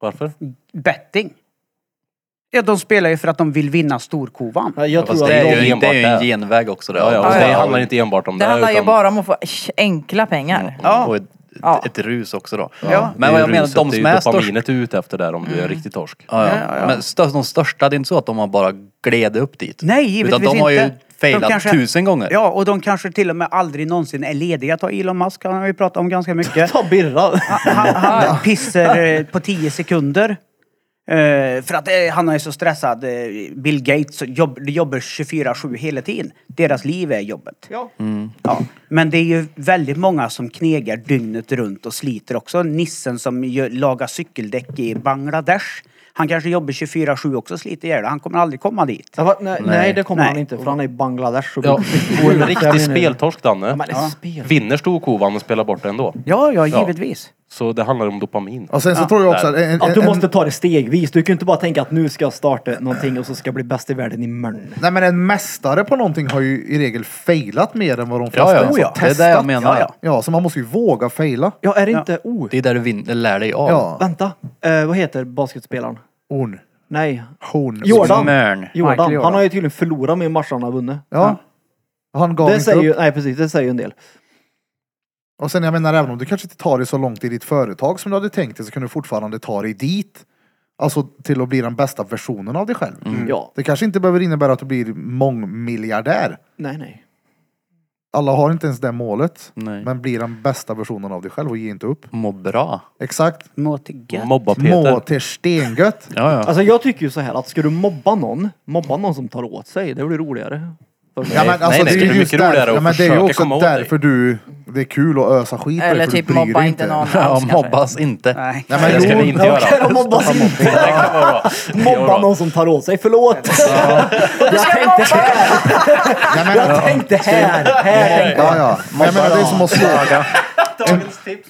S6: Varför?
S4: Betting. Ja, de spelar ju för att de vill vinna storkovan.
S5: Ja, Jag
S3: Fast
S5: tror
S3: det
S5: att
S3: är
S5: de,
S6: ju
S3: ju, det är ju en
S6: enbart det.
S3: genväg också. Det,
S6: Ja, ja, och
S2: Ja,
S6: det
S2: ja.
S6: handlar inte enbart om det.
S2: Det handlar ju
S6: utan-
S2: bara om att få enkla pengar.
S3: Ja. Och
S2: Ja.
S3: ett rus också då.
S4: Ja.
S3: Men vad jag menar, de som är
S6: störst.
S3: störst.
S6: dopaminet är ute efter där om du är en riktig torsk.
S3: Ja, ja. Men stö- de största, det är inte så att de har bara gled upp dit.
S4: Nej, givetvis
S3: Utan de har ju
S4: inte.
S3: failat
S4: De kanske-
S3: tusen gånger.
S4: Ja, och de kanske till och med aldrig någonsin är lediga. Ta Elon Musk, han har vi pratat om ganska mycket.
S5: Ta Birra.
S4: Han, han pissar eh, på 10 sekunder. Eh, för att eh, han är så stressad. Eh, Bill Gates jobb, de jobbar 24-7 hela tiden. Deras liv är jobbet.
S5: Ja.
S4: Ja. Men det är ju väldigt många som knegar dygnet runt och sliter också. Nissen som gör, lagar cykeldäck i Bangladesh. Han kanske jobbar 24-7 också och sliter ihjäl Han kommer aldrig komma dit.
S5: Jag bara, nej, nej, det kommer
S4: Nej.
S5: han inte för han är i Bangladesh. och-
S6: Ja.
S5: och
S6: En riktig
S5: menar-
S6: speltorsk Danne.
S5: Men ja. spel.
S6: Vinner storkovan och spelar bort det ändå.
S4: Ja, ja, givetvis.
S6: Så det handlar om dopamin.
S1: Och sen så tror jag också att... En, en,
S5: Att du
S1: en-
S5: måste ta det stegvis. Du kan ju inte bara tänka att nu ska jag starta någonting och så ska jag bli bäst i världen imorgon.
S1: Nej men en mästare på någonting har ju i regel failat mer än vad de flesta
S3: Ja, ja.
S1: ens har
S3: Oh, ja. Det är
S1: testat.
S3: det jag menar.
S1: Ja, ja. ja, så man måste ju våga faila.
S5: Ja, är det inte... Oh,
S3: Det är där du vin- lär dig av.
S1: Ja.
S5: vänta. Eh, vad heter basketspelaren?
S1: Horn.
S5: Nej.
S1: Horn.
S5: Jordan.
S3: Mörn.
S5: Jordan.
S4: Michael Jordan.
S5: Han har ju tydligen förlorat mer matcher än han har vunnit.
S1: Ja. Han gav
S5: Det
S1: inte
S5: säger
S1: upp.
S5: ju, nej precis, det säger ju en del.
S1: Och sen jag menar även om du kanske inte tar dig så långt i ditt företag som du hade tänkt dig så kan du fortfarande ta dig dit. Alltså till att bli den bästa versionen av dig själv.
S4: Mm.
S1: Mm.
S5: Ja.
S1: Det kanske inte behöver innebära att du blir mångmiljardär.
S5: Nej, nej.
S1: Alla har inte ens det målet.
S3: Nej.
S1: Men blir den bästa versionen av dig själv och ge inte upp.
S3: Må bra.
S1: Exakt.
S4: Må till gött.
S6: Mobba
S1: Må
S6: Peter.
S1: till stengött.
S3: Ja, ja.
S5: Alltså jag tycker ju så här att ska du mobba någon, mobba någon som tar åt sig. Det blir roligare.
S1: Ja, men
S3: Nej,
S1: alltså, det
S3: nej, det
S1: är
S3: är
S1: ju just
S6: mycket roligare
S1: därför, ja,
S6: att
S1: men det är ju
S6: försöka
S1: också
S6: komma åt dig.
S1: därför du, det är kul att ösa skit på dig,
S2: Eller
S1: för du
S2: typ
S1: bryr dig
S2: mobba inte någon alls
S3: Ja,
S2: kanske.
S3: mobba oss inte.
S4: Nej.
S1: Nej,
S6: Det
S1: men
S6: ska
S1: jo,
S6: vi inte göra.
S5: mobba Mobba någon som tar åt sig, förlåt! Jag tänkte här,
S1: nej, men,
S5: jag tänkte här, här.
S1: ja, ja. Men jag menar, det är som att slå. En,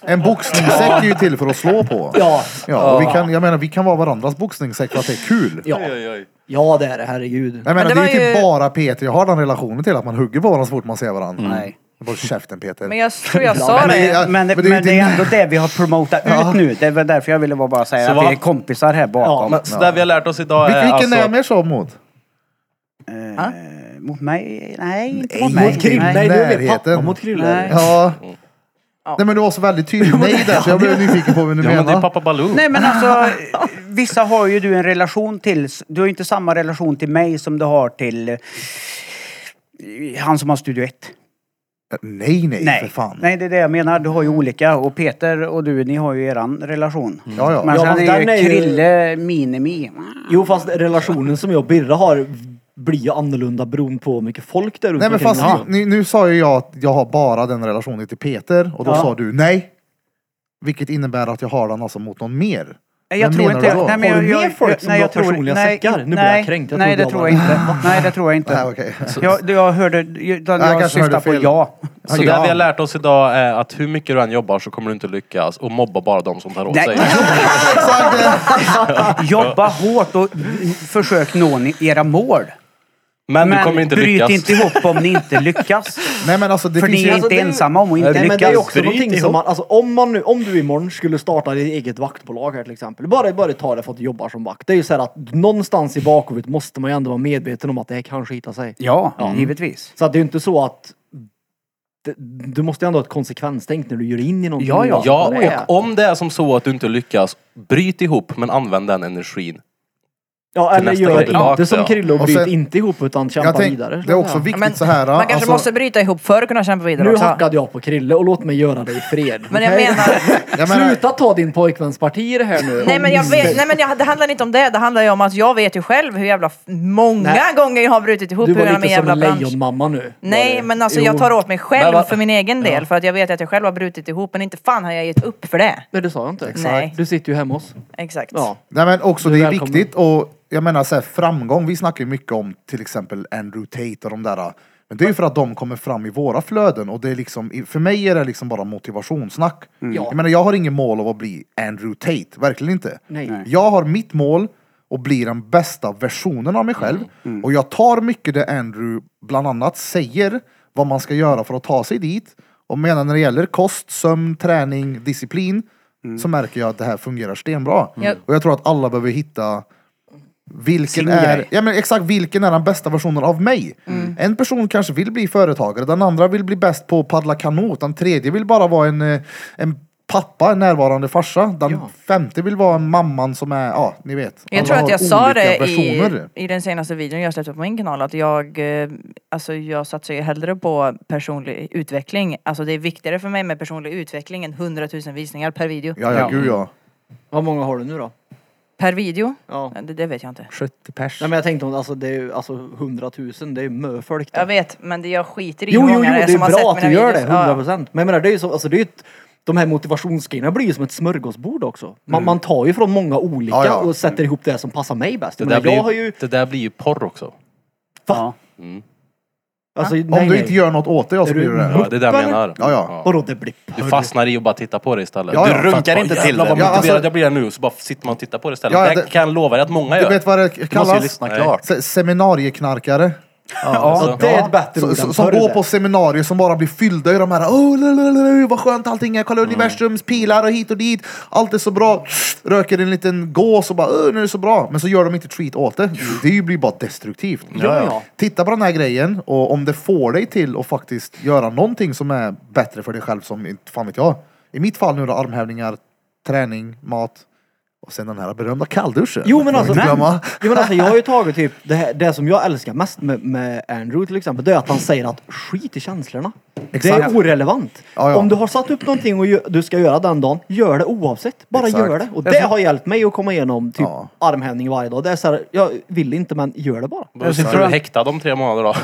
S1: en boxningssäck är ju till för att slå på.
S5: Ja,
S1: Ja, och vi kan, jag menar, vi kan vara varandras boxningssäck för att det är kul.
S5: ja. Ja det är det, herregud.
S1: Jag menar,
S2: Men
S1: det,
S2: det
S1: är ju
S2: var
S1: typ
S2: ju-
S1: bara Peter jag har den relationen till, att man hugger på varandra så fort man ser varandra.
S4: Nej.
S1: Bara käften Peter.
S2: Men jag tror jag sa
S4: Men,
S1: det-
S2: det.
S1: ja, men
S4: men, det,
S1: det är ju
S4: men det
S1: inte-
S4: är ändå det vi har promotat ut nu. Det är väl därför jag ville bara bara säga
S6: Så
S4: att
S6: vad-
S4: vi är kompisar här bakom.
S6: Ja, så det vi har lärt oss idag
S1: Vil-
S6: är
S1: vilken
S6: alltså...
S1: är mer så mot?
S4: Eh, Mot mig? Nej, inte mot
S5: Mot
S4: mig.
S5: Krille,
S4: Nej.
S5: nej du är väl pappa
S1: Närheten.
S5: mot Krille?
S4: Nej.
S1: Ja. Nej men du var så väldigt tydlig nej där så jag blev nyfiken på vad du
S6: Ja men det är
S1: menar.
S6: pappa Baloo.
S4: nej, men alltså vissa har ju du en relation till. Du har ju inte samma relation till mig som du har till eh, han som har Studio 1.
S1: Nej nej, nej. för
S4: Nej.
S1: fan.
S4: nej, det är det jag menar. Du har ju olika. Och Peter och du, ni har ju eran relation.
S1: Mm. Ja, ja.
S4: Men
S5: Ja,
S4: sen
S5: fast
S4: är ju
S5: den är ju-
S4: Krille minimi.
S5: Jo fast relationen som jag och Birra har blir ju annorlunda beroende på hur mycket folk där ute
S1: Nej men
S5: omkring
S1: fast
S5: oss.
S1: nu, nu sa ju jag att jag har bara den relationen till Peter och då sa du nej. Vilket innebär att jag har den alltså mot någon mer.
S4: Nej, jag
S1: Vad
S4: tror
S1: menar
S4: inte...
S1: du då?
S4: Nej, men
S5: Har
S4: jag,
S5: du mer
S4: jag,
S5: folk som
S4: nej,
S5: du har
S4: jag tror,
S5: personliga
S4: nej,
S5: säckar? Nu blir
S4: nej,
S5: jag kränkt. Jag
S4: nej,
S5: trodde
S4: det
S5: jag
S4: tror
S5: var-
S4: jag inte. Nej, det tror jag inte.
S1: Nej, okej.
S4: Jag, jag hörde... Utan
S1: Nej, jag
S4: jag,
S1: kanske hörde
S4: syftar på
S1: fel.
S4: ja.
S6: Så det vi har lärt oss idag är att hur mycket du än jobbar så kommer du inte lyckas och mobba bara de som tar åt
S4: Nej.
S6: sig.
S4: Jobba hårt och försök nå ni- era mål.
S6: Men, du
S4: Men
S6: kommer inte
S4: bryt
S6: lyckas.
S4: inte ihop om ni inte lyckas.
S1: Nej men alltså det
S4: För
S1: finns
S4: ni
S1: ju...
S4: är inte ensamma om att inte
S5: Nej, men det är
S4: lyckas.
S5: också någonting som man, alltså om man nu, om du imorgon skulle starta ditt eget vaktbolag här till exempel. Bara, bara ta det för att du jobbar som vakt. Det är ju så här att någonstans i bakhuvudet måste man ju ändå vara medveten om att det här kan skita sig.
S4: Ja, givetvis.
S5: Så att det är ju inte så att det- du måste ju ändå ha ett konsekvenstänk när du gör in i någonting.
S4: Ja, ja.
S6: Ja,
S5: Det är-
S6: och om det är som så att du inte lyckas, bryt ihop men använd den energin.
S5: ja
S6: till
S5: eller
S6: nästa
S5: gör
S6: gång
S5: det
S6: tillbaka,
S5: inte som
S6: ja.
S5: Krille och
S1: Och
S5: bryt
S1: sen-
S5: inte ihop utan kämpa
S1: jag tänk,
S5: vidare.
S1: det är också
S2: Ja, Men
S1: viktigt så här.
S2: man kanske
S1: alltså-
S2: måste bryta ihop för att kunna kämpa vidare
S5: Nu
S2: också.
S5: hackade jag på Krille och låt mig göra det i fred.
S2: Men jag
S5: okej?
S2: menar,
S1: Jag menar-
S5: Sluta ta din pojkväns parti i det här nu.
S2: nej men, jag vet, nej, men jag, det handlar inte om det. Det handlar ju om att jag vet ju själv hur jävla f- många
S5: Nej.
S2: gånger jag har brutit ihop
S5: Du
S2: hur
S5: var
S2: hela min
S5: lite som
S2: jävla
S5: en
S2: bransch.
S5: lejonmamma nu. Var
S2: Nej,
S5: det.
S2: men alltså
S5: Jo.
S2: jag tar åt mig själv
S6: Men vad-
S2: för min egen del. För att jag vet att jag själv har brutit ihop. Men inte fan har jag gett upp för det.
S5: Nej det sa jag inte.
S2: Nej.
S5: Du sitter ju hemma hos.
S2: Exakt.
S5: Ja.
S1: Nej men också
S5: Du är
S1: det är
S5: välkommen.
S1: viktigt och jag menar så här, framgång, vi snackar ju mycket om till exempel Andrew Tate och de där. Men det är ju för att de kommer fram i våra flöden och det är liksom, för mig är det liksom bara motivationssnack.
S5: Ja.
S1: Jag menar jag har inget mål av att bli Andrew Tate, verkligen inte.
S5: Nej. Nej.
S1: Jag har mitt mål och blir den bästa versionen av mig själv.
S5: Mm.
S1: Och jag tar mycket det Andrew bland annat säger, vad man ska göra för att ta sig dit. Och menar när det gäller kost, sömn, träning, disciplin så märker jag att det här fungerar stenbra.
S2: Ja.
S1: Och jag tror att alla behöver hitta vilken
S4: Sin
S1: är,
S4: grej.
S1: ja, men exakt vilken är den bästa versionen av mig?
S2: Mm.
S1: En person kanske vill bli företagare, den andra vill bli bäst på att paddla kanot, den tredje vill bara vara en, eh, en pappa är närvarande farsa. Den femte vill vara mamman som är, ja ni vet.
S2: Jag
S1: Alla
S2: tror
S1: har
S2: att jag sa
S1: olika
S2: det i,
S1: versioner.
S2: i den senaste videon jag släppte på min kanal att jag, eh, alltså jag satsar ju hellre på personlig utveckling. Alltså det är viktigare för mig med personlig utveckling än 100 000 visningar per video.
S1: Ja, ja, gud ja.
S5: Vad många har du nu då?
S2: Per video?
S5: Ja.
S2: Det, det vet jag inte.
S4: 70 pers.
S5: Nej men jag tänkte om alltså det är ju alltså 100 000, det är ju mö folk
S2: Jag
S5: där.
S2: vet, men det jag skiter i
S5: Jo,
S2: hur
S5: jo, jo,
S2: många
S5: det
S2: det
S5: är ju
S2: som har
S5: bra
S2: sett
S5: att du
S2: mina
S5: gör
S2: videos.
S5: det, 100 procent. Men jag menar det är ju så, alltså det är ju ett, de här motivationsgrejerna blir ju som ett smörgåsbord också. Man, man tar ju från många olika
S1: Mm. Ja, ja.
S5: och sätter ihop det som passar mig bäst.
S6: Det
S5: Men
S6: där,
S5: jag
S6: blir,
S5: har
S6: ju...
S5: ju,
S6: det där blir ju porr också. Mm.
S4: Ja.
S5: alltså,
S1: Om du inte gör något åt det ja, så
S5: Är
S1: blir
S5: du-
S1: det det.
S6: Ja, det är det jag
S5: Muppar?
S6: menar.
S1: Ja, ja.
S5: Vadå det blir
S6: Du fastnar i att bara titta på det istället.
S1: Ja, ja,
S3: du
S1: fast-
S3: runkar inte till
S6: Jävlar vad
S3: det.
S1: Ja,
S6: motiverad
S1: alltså-
S6: jag blir nu så bara sitter man och tittar på det istället.
S1: Ja,
S6: det,
S1: det-
S6: här kan jag lova dig att många
S1: Du
S6: gör.
S1: vet vad det
S3: Du måste ju
S1: kallas?
S3: lyssna klart.
S1: Se- Seminarieknarkare.
S5: Ja, det är ett bättre
S1: Så,
S5: ord
S1: så,
S5: än
S1: som
S5: förr,
S1: går
S5: det.
S1: på seminarier som bara blir fyllda i de här oh, lalalala, vad skönt allting är, kolla
S5: Mm.
S1: universums pilar och hit och dit, allt är så bra. Röker en liten gås och bara "Åh, nu är det så bra. Men så gör de inte treat åt det. Det blir bara destruktivt.
S5: Ja, ja.
S1: Titta på den här grejen och om det får dig till att faktiskt göra någonting som är bättre för dig själv som, inte fan vet jag. I mitt fall nu då armhävningar, träning, mat och sen den här berömda kallduschen.
S5: Jo men alltså,
S1: Får inte glömma.
S5: jo, men alltså jag har ju tagit typ, det, här, det som jag älskar mest med, med Andrew till exempel, det är att han säger att skit i känslorna. Det
S1: Exakt.
S5: är orelevant.
S1: Ja, ja.
S5: Om du har satt upp någonting och gö- du ska göra den dagen, gör det oavsett. Bara
S1: Exakt.
S5: gör det. Och det har hjälpt mig att komma igenom typ
S1: Ja.
S5: armhävning varje dag. Det är så här, jag vill inte men gör det bara.
S6: Då sitter du häktad om tre månader då.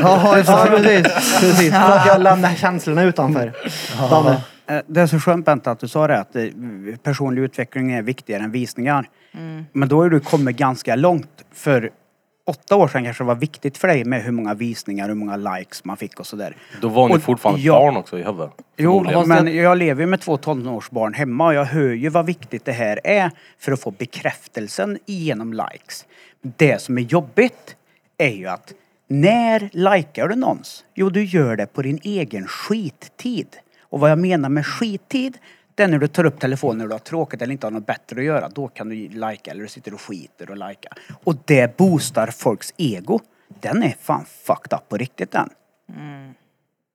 S1: Ja, exakt.
S5: Ja precis, precis. För att jag lämnar känslorna utanför. Danne.
S4: Eh, Det är så skönt Bente att du sa det att eh, personlig utveckling är viktigare än visningar. Men då har du kommit ganska långt. För åtta år sedan kanske det var viktigt för dig med hur många visningar, hur många likes man fick och sådär.
S6: Då var ni
S4: Och-
S6: fortfarande
S4: ja.
S6: barn också i huvudet.
S4: Jo,
S6: Förmodligen.
S4: men jag lever ju med två tonårsbarn hemma och jag hör ju vad viktigt det här är för att få bekräftelsen genom likes. Det som är jobbigt är ju att när likar du någons? Jo, du gör det på din egen skittid. Och vad jag menar med skittid, det är när du tar upp telefonen när du har tråkigt eller inte har något bättre att göra. Då kan du likea eller du sitter och skiter och likea. Och det boostar folks ego. Den är fan fucked up på riktigt den.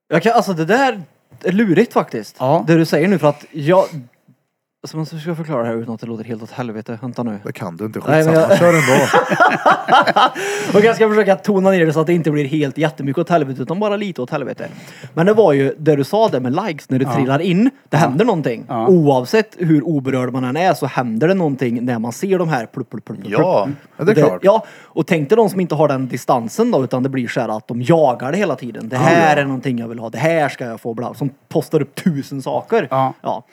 S5: Jag kan, alltså det där är lurigt faktiskt.
S4: Ja.
S5: Det du säger nu för att jag... Alltså, man ska förklara det här utan att det låter helt åt helvete. Vänta nu.
S1: Det kan du inte,
S5: Nej, men
S1: skitsamma.
S5: jag-
S1: Kör ändå.
S5: Och jag ska försöka tona ner det så att det inte blir helt jättemycket åt helvete utan bara lite åt helvete. Men det var ju det du sa där med likes när du trillar in. Det händer någonting.
S4: Ja.
S5: Oavsett hur oberörd man än är så händer det någonting när man ser de här plupp, plupp, plupp, plupp,
S3: Ja.
S1: Ja, det är klart.
S5: Ja, och tänk dig de som inte har den distansen då utan det blir så här att de jagar det hela tiden. Det här är någonting jag vill ha, det här ska jag få. Bla, som postar upp tusen saker.
S4: Ja.
S5: ja.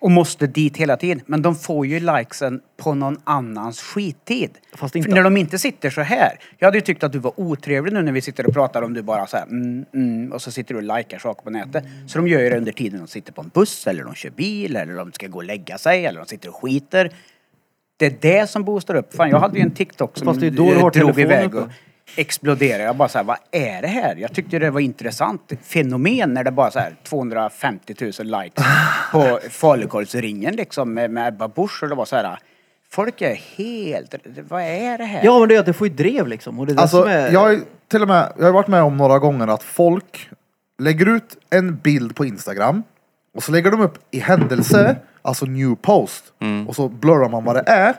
S4: och måste dit hela tiden. Men de får ju likesen på någon annans skittid.
S5: Fast inte-
S4: För När de inte sitter så här. Jag hade ju tyckt att du var otrevlig nu när vi sitter och pratar om du bara så här, mm, mm, och så sitter du och likar saker på nätet. Så de gör ju det under tiden de sitter på en buss eller de kör bil eller de ska gå och lägga sig eller de sitter och skiter. Det är det som boostar upp. Fan, jag hade ju en TikTok som
S5: Fast det är då du har
S4: drog
S5: telefonen
S4: iväg
S5: uppe.
S4: och exploderade. Jag bara så här, vad är det här? Jag tyckte det var intressant fenomen när det bara så här 250 000 likes på falukorvsringen liksom med, med Ebba Busch och det var så här, folk är helt, vad är det här?
S5: ja, men det, är att det får ju drev liksom. Och det är det
S1: Alltså,
S5: som är...
S1: jag, har ju till och med, jag har varit med om några gånger att folk lägger ut en bild på Instagram och så lägger de upp i händelse, alltså new post. Och så blurrar man vad det är.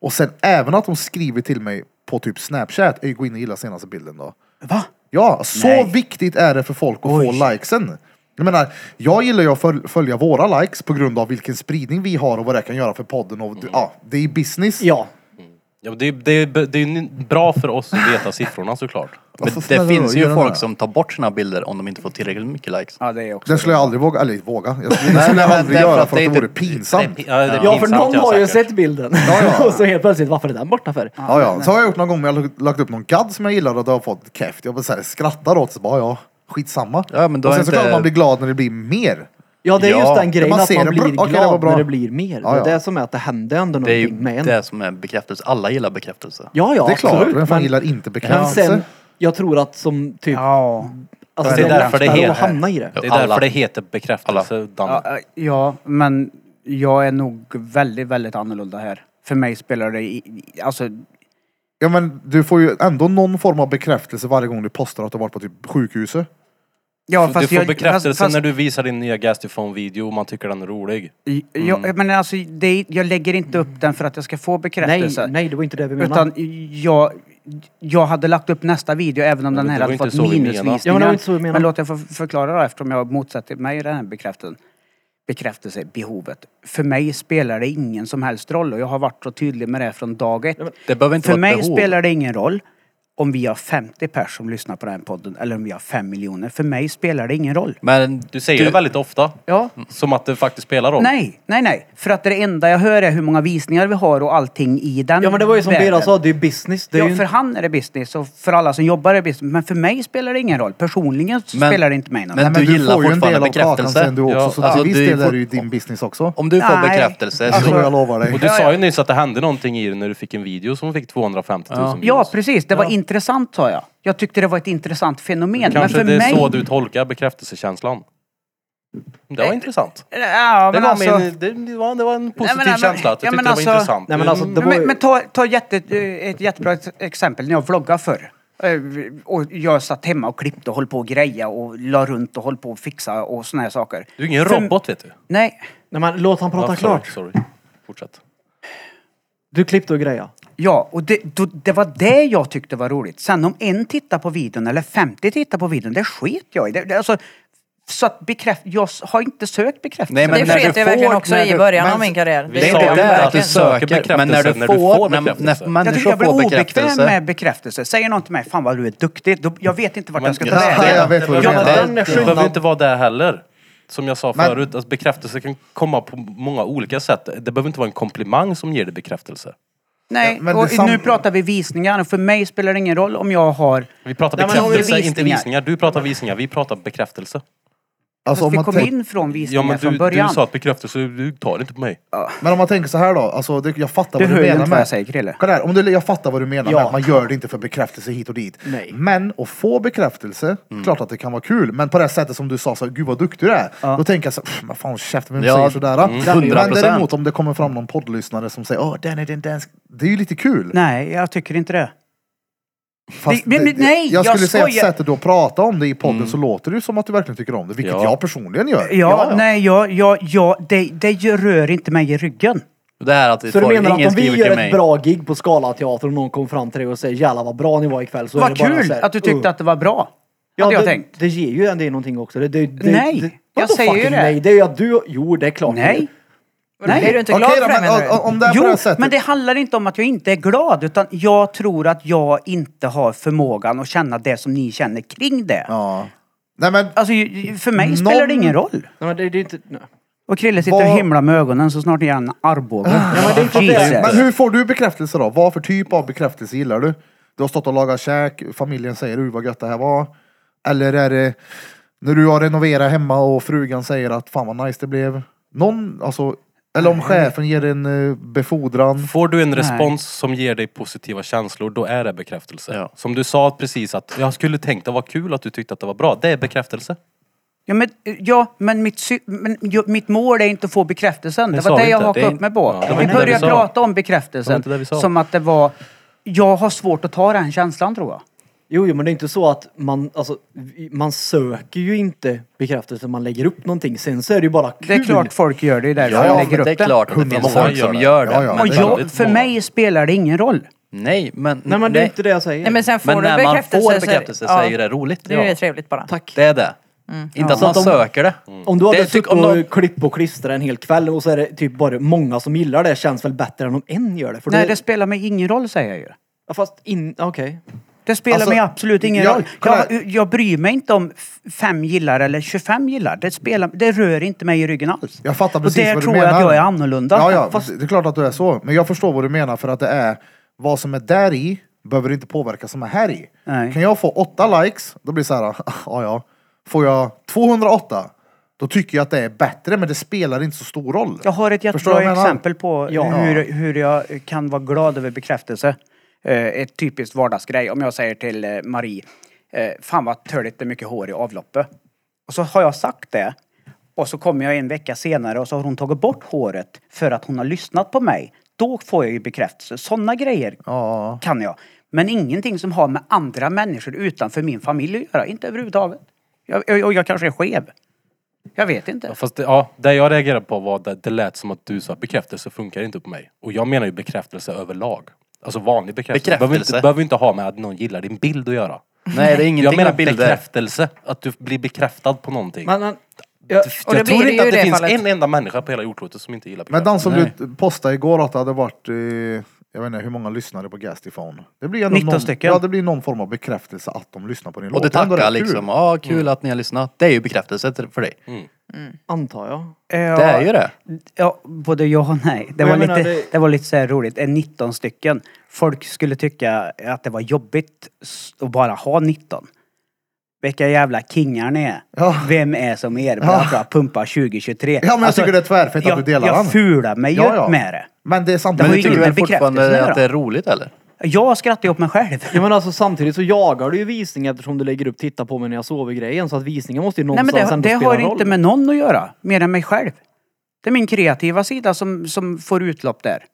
S1: Och sen även att de skriver till mig på typ Snapchat, "Ey, gå in och gilla senaste bilden då.
S4: Va?
S1: Ja, så
S4: Nej.
S1: viktigt är det för folk att få likesen. Jag menar, jag gillar ju att föl- följa våra likes på grund av vilken spridning vi har och vad det kan göra för podden. Och, ja, det är business.
S5: Ja.
S6: Ja, men det, det, det är ju bra för oss att veta siffrorna såklart.
S1: Varför
S3: Men
S1: Alltså, snälla
S3: det finns
S1: då, gör
S3: ju
S1: den här?
S3: folk som tar bort sina bilder om de inte får tillräckligt mycket likes.
S4: Ja, det är också
S1: Det skulle jag aldrig våga, eller våga. Jag skulle, det skulle jag
S3: men
S1: aldrig
S3: därför
S1: göra
S3: att
S1: för att
S3: det
S1: det
S3: är inte-
S1: vore pinsamt.
S6: Det är- ja, det är
S5: Ja, för
S6: pinsamt,
S5: någon har ju
S6: säkert.
S5: sett bilden.
S1: ja.
S5: och så helt plötsligt, varför är den borta för?
S1: Ja, ja. Så har jag gjort någon gång när jag lagt- lagt upp någon gadd som jag gillar och det har fått keft. Jag bara så här, skrattar åt så bara, ja, skitsamma.
S3: Ja, men då
S1: och sen
S3: är
S1: så
S3: inte-
S1: kan man bli glad när det blir mer.
S5: Ja, det är
S3: Ja,
S5: just den grejen
S1: man
S5: att
S1: ser
S5: man
S1: det.
S5: blir
S1: Okej, det var
S5: glad
S1: bra.
S5: när det blir mer.
S1: Ja, ja.
S5: Det är det som är att det händer ändå
S3: Det är ju
S5: någonting med en.
S3: det som är bekräftelse. Alla gillar bekräftelse.
S5: Ja, ja,
S1: det är klart,
S5: absolut.
S1: vem fan
S5: Men,
S1: gillar inte
S5: men
S1: bekräftelse?
S5: sen, jag tror att som typ...
S4: Ja.
S5: Alltså,
S6: Det är därför det
S5: lättare
S6: heter-
S5: att hamna i det.
S6: Det är
S3: Alla.
S6: därför det heter bekräftelse, Danne.
S4: Ja, eh, ja, men jag är nog väldigt, väldigt annorlunda här. För mig spelar det i, i- alltså,
S1: Ja, men du får ju ändå någon form av bekräftelse varje gång du postar att du har varit på typ sjukhuset.
S4: Ja,
S6: Så
S4: fast
S6: du får
S4: jag-
S6: bekräftelse
S4: fast- fast-
S6: när du visar din nya Gastyphone-video och man tycker den är rolig.
S4: Ja,
S6: Mm.
S4: men alltså, det, jag lägger inte upp den för att jag ska få
S5: Nej,
S4: bekräftelse.
S5: nej, det var inte det vi menade.
S4: Utan jag, jag hade lagt upp nästa video även om
S6: Ja,
S4: den
S6: men
S4: här
S6: det var
S4: hade
S6: inte
S4: fått
S6: så vi menade.
S4: minusvisningar.
S5: Ja, men det var inte så vi menade.
S4: Men låt jag få förklara då eftersom jag motsätter mig den här bekräftelsen. Bekräftelsebehovet. För mig spelar det ingen som helst roll och jag har varit så tydlig med det från dag ett.
S3: Det behöver inte
S4: För
S3: vara ett
S4: mig
S3: behov.
S4: spelar det ingen roll om vi har 50 pers som lyssnar på den här podden eller om vi har 5 miljoner. För mig spelar det ingen roll.
S3: Men du säger
S6: Det är
S3: det väl?
S6: väldigt ofta.
S4: Ja,
S6: Som att det faktiskt spelar roll.
S4: Nej, nej, nej. För att det enda jag hör är hur många visningar vi har och allting i den
S5: Ja men det var ju som
S4: världen.
S5: Bera sa, det är ju business. Det är
S4: ja,
S5: ju en-
S4: för han är det business och för alla som jobbar är det business. Men för mig spelar det ingen roll. Personligen så
S3: Men-
S4: spelar det inte mig någon
S3: men-
S4: roll.
S1: Nej, men
S3: du gillar
S1: får ju en
S3: fortfarande
S1: del av kakan
S3: bekräftelse.
S1: sen du också,
S6: Ja,
S1: så
S3: alltså,
S1: till viss
S3: du
S1: del är
S3: får-
S1: det ju din business också.
S3: Om du får
S4: Nej.
S3: bekräftelse
S1: Det tror
S3: så...
S1: jag lovar
S6: Och
S1: dig.
S6: du sa ju nyss att det hände någonting i dig när du fick en video som fick 250 000 views.
S4: Ja, precis. Det var intressant sa jag. Jag tyckte det var ett intressant fenomen. Men
S6: Kanske
S4: för
S6: det är
S4: mig...
S6: så du tolkar bekräftelsekänslan. Det
S4: Eh,
S6: var intressant.
S4: Ja,
S6: Det
S4: men
S6: var,
S4: alltså...
S6: min, det, det var, det var en positiv
S4: men-
S6: känsla att du
S4: ja,
S6: tyckte
S4: men
S6: det
S4: alltså-
S6: var intressant.
S5: Nej men alltså,
S6: Mm.
S5: det var
S4: men,
S5: ju...
S4: men ta, ta jätte, eh, ett jättebra ex- exempel när jag vloggade förr. Eh, Och jag satt hemma och klippte och höll på och greja och la runt och höll på och fixa och såna här saker.
S6: Du är ingen
S4: För-
S6: robot vet du.
S4: Nej,
S5: Nej men låt han prata
S6: Ja,
S5: klart.
S6: Sorry, sorry. Fortsätt.
S5: Du klippte och greja.
S4: Ja, och det, då, det var det jag tyckte var roligt. Sen om en tittar på videon eller 50 tittar på videon, det sket jag i. Det, det, alltså, så att bekräft, jag s- har inte sökt bekräftelse.
S3: Nej, men
S2: det
S3: när du
S2: sket jag
S3: får-
S2: verkligen också
S3: när
S2: i
S3: du-
S2: början
S3: men-
S2: av min karriär.
S6: Vi
S3: Det är
S6: sa
S3: inte
S6: ju
S3: där
S6: inte
S3: att du söker, men när du
S6: bekräftelse,
S3: får, när,
S6: bekräftelse.
S3: när
S4: jag tycker
S3: människor
S4: jag blir
S3: får
S4: obekväm
S3: bekräftelse.
S4: med bekräftelse. Säger någon till mig, fan vad du är duktig. Då, jag vet inte vart
S6: Men-
S4: jag ska ta
S6: Ja,
S1: Ja,
S4: vägen.
S1: jag vet vad du
S5: Ja, men
S1: menar.
S5: den är
S6: Det behöver
S5: skillnad.
S6: inte vara det heller. Som jag sa
S1: Men-
S6: förut, att bekräftelse kan komma på många olika sätt. Det behöver inte vara en komplimang som ger dig bekräftelse.
S4: Nej,
S1: Ja, men
S4: och
S1: det sam-
S4: nu pratar vi visningar. och För mig spelar det ingen roll om jag har...
S6: Vi pratar
S4: Nej, men om vi-
S6: bekräftelse, inte
S4: visningar.
S6: visningar. Du pratar visningar, vi pratar bekräftelse.
S1: Alltså,
S4: Fast
S1: om
S4: vi
S1: man
S4: kom
S1: tänker-
S4: in från
S6: Ja
S4: visningar
S6: men
S4: från
S6: du, du
S4: början.
S6: sa att bekräftelse, du tar inte på mig.
S1: Men om man tänker så här då, alltså, det, jag fattar
S4: Du
S1: vad
S4: hör
S1: du
S4: ju
S1: menar
S4: inte vad jag
S1: med...
S4: säger, Krille.
S1: Kolla här, om du, jag fattar vad du menar
S5: Ja.
S1: med att man gör det inte för bekräftelse hit och dit.
S5: Nej.
S1: Men att få bekräftelse,
S4: Mm.
S1: klart att det kan vara kul. Men på det sättet som du sa, så, här, gud vad duktig du är. Då tänker jag så här, "Pff, men fan käften vem
S3: Ja,
S1: säger sådär?
S4: mm.
S1: Men
S3: 100%.
S1: däremot om det kommer fram någon poddlyssnare som säger åh den är din dansk. Det är ju lite kul.
S4: Nej, jag tycker inte det.
S1: Fast
S4: Det- men-
S1: det-
S4: men nej,
S1: jag
S4: jag
S1: skulle säga att
S4: skojar. Mm.
S1: sättet att prata om det i podden så låter det ju som att du verkligen tycker om det, vilket
S6: Ja.
S1: jag personligen gör.
S4: Ja, nej, jag, jag, jag, det, det rör inte mig i ryggen.
S3: Det här att
S5: Så du
S3: folk-
S5: menar att
S3: ingen
S5: om vi
S3: skriver
S5: gör
S3: till
S5: ett
S3: mig.
S5: bra gig på Skala teater och någon kom fram till dig och säger jävlar vad bra ni var ikväll så är
S4: Vad
S5: det bara
S4: kul
S5: så här,
S4: att du tyckte
S5: "Uh."
S4: att det var bra.
S5: Ja,
S4: hade jag
S5: det,
S4: tänkt.
S5: Det ger ju en del någonting också. Det, det, det,
S4: Nej,
S5: det,
S4: jag
S5: Vadå
S4: säger ju
S5: fucking
S4: det.
S5: Nej, det är ju att du... Jo, det är klart.
S4: Nej.
S2: Nej. Blir du inte glad
S1: Okej
S2: för
S1: då,
S2: det menar
S1: men
S2: du?
S1: om, om det är på det
S4: Jo,
S1: här sättet.
S4: men det handlar inte om att jag inte är glad utan jag tror att jag inte har förmågan att känna det som ni känner kring det.
S1: Ja. Nej men
S4: Alltså, ju- ju- för mig spelar det ingen roll.
S5: Nej, men det, det är inte... Nej.
S4: Och Krille sitter
S1: Vad-
S4: och himlar med ögonen så snart är han armbåge.
S5: men det är inte det.
S1: Men hur får du bekräftelse då? Vad för typ av bekräftelse gillar du? Du har stått och lagat käk, familjen säger ur vad gött det här var. Eller är det när du har renoverat hemma och frugan säger att fan vad nice det blev. Någon, alltså, eller om chefen ger en eh, befordran.
S6: Får du en respons som ger dig positiva känslor, då är det bekräftelse. Som du sa precis att jag skulle tänkt att var kul att du tyckte att det var bra. Det är bekräftelse.
S4: Ja, men, ja, men, mitt, sy- men ju- mitt mål är inte att få bekräftelsen.
S6: Det
S4: Det,
S6: sa
S4: var det
S6: vi
S4: jag
S6: inte. Det
S4: hakade
S6: är-
S4: upp mig på.
S6: Ja, det var
S4: vi
S6: inte det vi
S4: började
S6: sa.
S4: prata om
S6: Det var
S4: bekräftelsen
S6: inte det vi sa.
S4: som att det var... Jag har svårt att ta den känslan tror jag.
S5: Jo, jo, men det är inte så att man... Alltså, vi- man söker ju inte bekräftelse. Man lägger upp någonting. Sen så är det ju bara kul.
S4: Det är klart folk gör det, det är därför
S1: Ja,
S4: jag
S3: Ja,
S4: lägger
S3: men
S4: upp
S3: det
S4: det.
S3: är klart att det
S1: Hundra
S3: finns
S1: många
S3: folk som
S1: gör det.
S3: gör det.
S1: Ja, ja.
S3: Men
S4: Och jag,
S6: väldigt
S4: för
S6: många.
S4: mig spelar det ingen roll.
S3: nej, men...
S5: Nej, men det är inte det jag säger.
S2: Nej, men sen får
S3: Men
S2: du
S3: när man
S2: bekräftelse,
S3: får
S2: så-
S3: bekräftelse så
S2: ja,
S3: är ju det roligt.
S2: Det är Mm.
S3: Ja.
S2: det trevligt bara.
S5: Tack.
S3: Det är det. Inte att
S5: Så
S3: man
S5: att de-
S3: söker det.
S5: Mm. Om du hade
S4: typ
S3: Det- typ
S5: suttit
S3: om de-
S5: och klippt och klistrat en hel kväll och så är det typ bara många som gillar det känns väl bättre än om en gör det? För
S4: Nej,
S5: det...
S4: det spelar mig ingen roll säger jag ju.
S5: Ja, fast in... Okej.
S4: Det spelar
S1: Alltså,
S4: mig absolut ingen
S1: jag-
S4: roll.
S1: kolla
S4: Jag, jag bryr mig inte om f- fem gillar eller 25 gillar. Det, spelar, det rör inte mig i ryggen alls.
S1: Jag fattar
S4: Och
S1: precis
S4: där
S1: vad du
S4: tror
S1: menar.
S4: jag att jag är annorlunda.
S1: Ja, ja, det är klart att du är så. Men jag förstår vad du menar för att det är vad som är där i behöver inte påverka som är här i.
S4: Nej.
S1: Kan jag få åtta likes, då blir det så här, ja ja. Får jag 208, då tycker jag att det är bättre, men det spelar inte så stor roll.
S4: Jag har ett
S1: Förstår du vad jag
S4: jättebra
S1: menar?
S4: exempel på
S5: Ja.
S4: hur, hur jag kan vara glad över bekräftelse. Eh, ett typiskt vardagsgrej. Om jag säger till eh, Marie, eh, fan vad töligt det är mycket hår i avloppet. Och så har jag sagt det. Och så kommer jag en vecka senare och så har hon tagit bort håret för att hon har lyssnat på mig. Då får jag ju bekräftelse. Sådana grejer
S1: Ja.
S4: kan jag. Men ingenting som har med andra människor utanför min familj att göra. Inte överhuvudtaget. Jag, jag, och jag kanske är skev. Jag vet
S6: Ja,
S4: inte.
S6: fast det, ja, det jag reagerade på var att det lät som att du sa att bekräftelse funkar inte på mig. Och jag menar ju bekräftelse överlag. Alltså vanlig bekräftelse.
S3: Bekräftelse.
S6: Behöver, inte, behöver inte ha med att någon gillar din bild att göra.
S3: Nej, det är
S6: jag
S3: ingenting
S6: menar
S3: med bilder.
S6: bekräftelse. Att du blir bekräftad på någonting.
S5: Men, men jag,
S2: Och det
S6: jag
S2: blir
S6: tror
S2: det
S6: inte
S2: ju
S6: att
S2: i
S6: det
S2: det
S6: finns
S2: fallet.
S6: en enda människa på hela jordklotet som inte gillar
S1: Men
S6: bekräftelse.
S1: den som du postade igår att det hade varit, eh, jag vet inte hur många lyssnare på Gastifone. Det blir ändå
S4: 19
S1: någon,
S4: stycken.
S1: Ja, det blir någon form av bekräftelse att de lyssnar på din låt.
S3: Och det
S1: är ändå
S3: tackar
S1: rätt kul.
S3: liksom. Ja, kul att ni har lyssnat. Det är ju bekräftelse till- för dig.
S5: antar jag.
S3: Det är ju det.
S4: Ja, både ja och nej. Det
S5: Men
S4: var,
S5: jag menar,
S4: lite, det...
S5: det-
S4: var lite så här roligt. Eh, 19 stycken. Folk skulle tycka att det var jobbigt s- att bara ha 19. Vilka jävla kingar ni är.
S1: Ja.
S4: Vem är som er ja. att pumpa 2023?
S1: Ja, men jag tycker det är tvärfett att
S4: jag,
S1: du delar
S4: Jag
S1: den.
S4: fular mig ju
S1: Ja, ja.
S4: med det.
S1: Men det är
S4: Det
S1: samtidigt...
S3: Men
S4: var
S3: du
S4: ju
S3: tycker
S4: ingen
S3: väl fortfarande
S4: bekräftelse
S3: att det är roligt eller?
S4: Jag skrattar ju åt mig själv.
S5: Ja men alltså samtidigt så jagar du ju visning eftersom du lägger upp titta på mig när jag sover grejen så att visningen måste ju
S4: Nej men
S5: någonstans
S4: det,
S5: ändå
S4: det
S5: spela
S4: har
S5: roll.
S4: inte med någon att göra, mer än mig själv. Det är min kreativa sida som, som får utlopp där.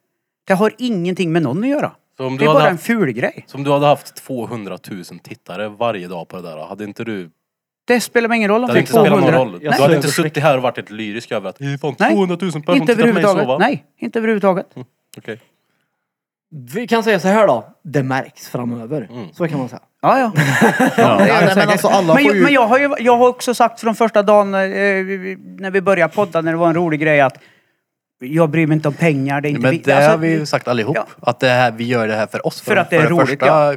S4: Det har ingenting med någon att göra.
S6: Så om du
S4: det är
S6: hade
S4: bara en
S6: haft-
S4: ful grej.
S6: Som du hade haft 200 000 tittare varje dag på det där. Hade inte du...
S4: Det spelar mig ingen roll om
S6: Det
S4: det är
S6: hade inte spelat någon
S4: 200.
S6: roll. Du
S5: Nej.
S6: hade inte suttit här och varit ett lyrisk över att "Hej fan,
S4: Nej,
S6: 200 000 personer
S4: Inte
S6: tittar på mig
S4: överhuvudtaget.
S6: sova.
S4: Nej, inte överhuvudtaget.
S6: Okej.
S5: Vi kan säga så här då, det märks framöver.
S4: Mm.
S5: Så kan man säga.
S4: Ja, ja.
S1: Ja, nej, men alltså alla får
S4: men, jag,
S1: ju...
S4: men jag har ju jag har också sagt från första dagen eh, vi- vi- när vi började podda, när det var en rolig grej att jag bryr mig inte om pengar, det är inte
S3: Men
S4: vi-
S3: det
S4: alltså,
S3: har vi ju sagt allihop.
S4: ja.
S3: Att det här, vi gör det här för oss.
S4: För att det är roligt,
S3: första,
S4: ja.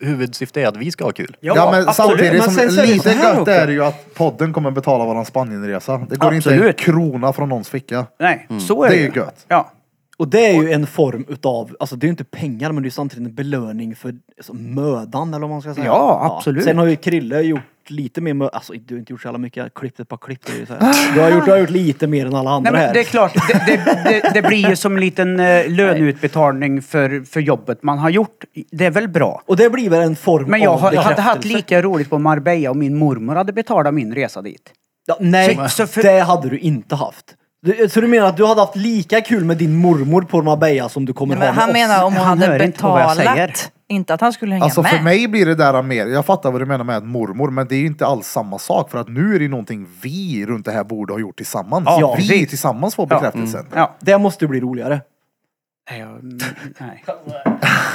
S3: Huvudsyftet är att vi ska ha kul.
S1: Ja, men
S4: absolut.
S1: samtidigt
S5: Men
S1: som
S5: sen så är det
S1: lite
S5: så här
S1: gött
S5: också.
S1: är det ju att podden kommer betala våran Spanienresa. Det går inte en
S4: Absolut.
S1: krona från någons ficka.
S4: Nej, så är
S1: Mm. Det
S4: det
S1: är ju gött.
S4: Ja.
S5: Och det är ju en form utav, alltså det är ju inte pengar men det är ju samtidigt en belöning för alltså, mödan eller vad man ska säga.
S4: Ja, absolut.
S5: Sen har ju Krille gjort lite mer mö- alltså du har inte gjort så jävla mycket, jag har klippt ett par klipp. Det är ju så här. Du, har gjort, du har gjort lite mer än alla andra
S4: Ah. Nej, men
S5: här.
S4: det är klart, det, det, det, det blir ju som en liten eh, löneutbetalning för, för jobbet man har gjort. Det är väl bra.
S5: Och det blir väl en form
S4: Men jag
S5: av
S4: har, hade haft
S5: bekräftelse.
S4: lika roligt på Marbella om min mormor hade betalat min resa dit.
S5: Ja, nej,
S4: Så- så för-
S5: det hade du inte haft. Du, så du menar att du hade haft lika kul med din mormor på Marbella som du kommer
S2: Men
S5: ha med
S2: han
S5: oss?
S2: menar om hon
S4: Han
S2: hade
S4: hör inte på vad jag
S2: betalat.
S4: säger.
S2: Inte att han skulle hänga
S1: Alltså
S2: med.
S1: för mig blir det där mer, jag fattar vad du menar med att mormor, men det är ju inte alls samma sak för att nu är det ju någonting vi runt det här bordet har gjort tillsammans.
S4: Ja,
S1: vi
S4: precis.
S1: tillsammans får bekräftelsen.
S4: Ja.
S5: Det måste ju bli roligare.
S4: Nej, jag- Nej.
S5: Men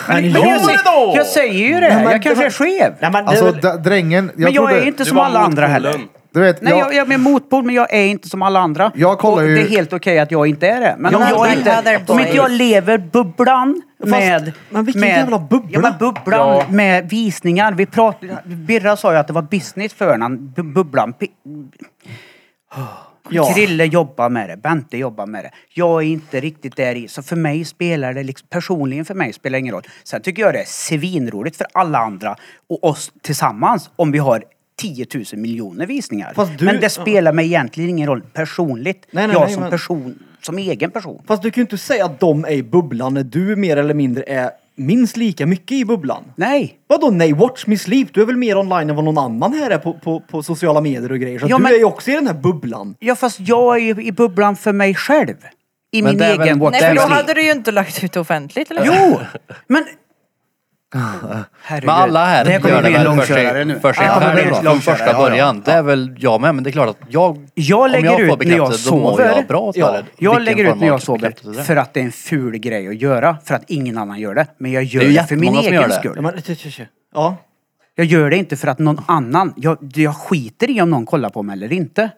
S4: Men jag, säger, jag säger ju det, jag kanske är skev.
S5: Nej, men det är
S1: Alltså
S5: väl-
S1: d- drängen, jag
S4: Men jag
S1: trodde,
S4: är inte
S6: Du
S4: som
S6: var
S4: alla
S6: mot
S4: andra heller.
S6: kullen.
S1: Du vet,
S4: Nej,
S1: jag,
S4: jag, jag är motpol, men jag är inte som alla andra.
S1: Jag kollar
S4: Och
S1: ju-
S4: Det är helt okej att jag inte är det. Men om
S2: men
S4: jag,
S2: like other
S4: inte, om inte jag
S2: boys.
S4: lever bubblan med...
S5: men vilken
S4: med,
S5: jävla bubbla?
S4: Ja, men bubblan med visningar. Vi prat, Birra sa ju att det var business för honom. Bu- Bubblan... pi-
S5: Ja.
S4: Krille jobbar med det, Bente jobbar med det. Jag är inte riktigt där i, så för mig spelar det liksom, personligen för mig spelar det ingen roll. Sen tycker jag det är svinroligt för alla andra och oss tillsammans om vi har 10 000 miljoner visningar.
S5: Fast du-
S4: men det spelar mig egentligen ingen roll personligt.
S5: Nej, nej,
S4: jag
S5: nej,
S4: som
S5: men-
S4: person, som egen person.
S5: Fast du kan ju inte säga att de är i bubblan när du mer eller mindre är minst lika mycket i bubblan.
S4: Nej!
S5: Vadå nej, watch me sleep? Du är väl mer online än vad någon annan här är på, på, på sociala medier och grejer. Så
S4: Ja,
S5: du
S4: men-
S5: är ju också i den här bubblan.
S4: Ja fast jag är ju i bubblan för mig själv. I
S3: Men
S4: min
S3: det är
S4: egen
S3: väl-
S4: walk
S2: Nej för då
S4: of
S2: hade
S4: sleep.
S2: du ju inte lagt ut offentligt eller hur?
S4: Jo! Men... Herregud.
S3: Men alla här
S4: det här kommer
S3: gör
S4: bli
S3: det väl
S4: en
S3: för sig,
S4: långkörare nu.
S3: för sig
S4: Det kommer bli en
S3: själv från
S4: långkörare,
S3: första
S4: ja, ja.
S3: början. Det är väl jag med, men det är klart att jag...
S4: Jag lägger
S3: om jag får
S4: ut när jag
S3: bekräftelse, då mår
S4: sover.
S3: Jag, bra av det.
S4: ja, jag
S3: Vilken
S4: lägger ut
S3: form
S4: när
S3: av
S4: jag sover
S3: bekräftelse.
S4: för att det är en ful grej att göra. För att ingen annan gör det. Men jag gör
S3: Det är ju
S4: det, för min
S3: jättemånga som gör
S4: egen
S3: det.
S5: Ja,
S4: skull.
S5: men, tj, tj, tj. ja.
S4: Jag gör det inte för att någon annan... Jag, jag skiter i om någon kollar på mig eller inte.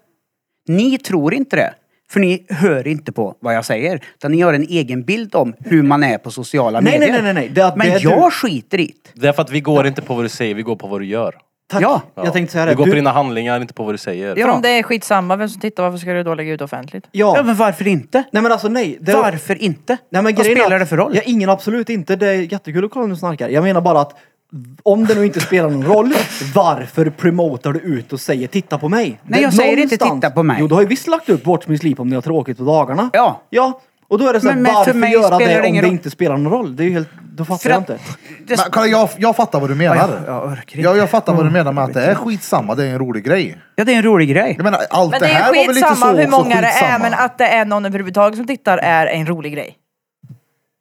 S4: Ni tror inte det. För ni hör inte på vad jag säger. Utan ni har en egen bild om hur man är på sociala
S5: Nej, nej,
S4: medier.
S5: nej, nej, nej. Det är-
S4: Men
S5: det är
S4: jag
S5: du-
S4: skiter i det.
S6: Det är för att vi går inte på vad du säger, vi går på vad du gör.
S5: Tack.
S4: Ja.
S5: Jag tänkte säga
S6: Vi
S5: det.
S6: går på
S5: Du-
S6: dina handlingar, inte på vad du säger.
S2: För
S4: Ja.
S2: om det är skitsamma vem som tittar varför ska du då lägga ut offentligt?
S5: ja.
S4: Ja, men varför inte?
S5: Nej men alltså nej. Det...
S4: Varför inte?
S5: Nej, men
S4: vad
S5: grejen är
S4: spelar
S5: att-
S4: det för roll?
S5: Ja, ingen absolut inte. Det är jättekul att kolla när du snarkar. Jag menar bara att om det nu inte spelar någon roll, varför promotar du ut och säger titta på mig?
S4: Nej, jag
S5: Det-
S4: säger inte titta på mig.
S5: Jo, du har ju visst lagt upp Watch Me Sleep om ni har tråkigt på dagarna.
S4: Ja.
S5: Ja, och då är det så här,
S4: Men- men för
S5: varför
S4: mig
S5: göra
S4: spelar det
S5: det om
S4: ingen
S5: det
S4: roll.
S5: inte spelar någon roll? Det är ju helt, då fattar
S4: För
S5: jag
S4: att-
S5: inte.
S4: Det-
S1: men, kolla, jag, jag fattar vad du menar.
S4: Ja, jag- jag orkar
S1: jag, jag
S4: inte.
S1: fattar vad du menar med att det är skitsamma, det är en rolig grej.
S4: Ja, det är en rolig grej.
S1: Jag menar, allt
S2: Men
S1: det,
S2: det
S1: här
S2: är
S1: var väl lite så
S2: skitsamma hur
S1: också,
S2: många det är alltså,
S1: skitsamma.
S2: men att det är någon överhuvudtaget som tittar är en rolig grej.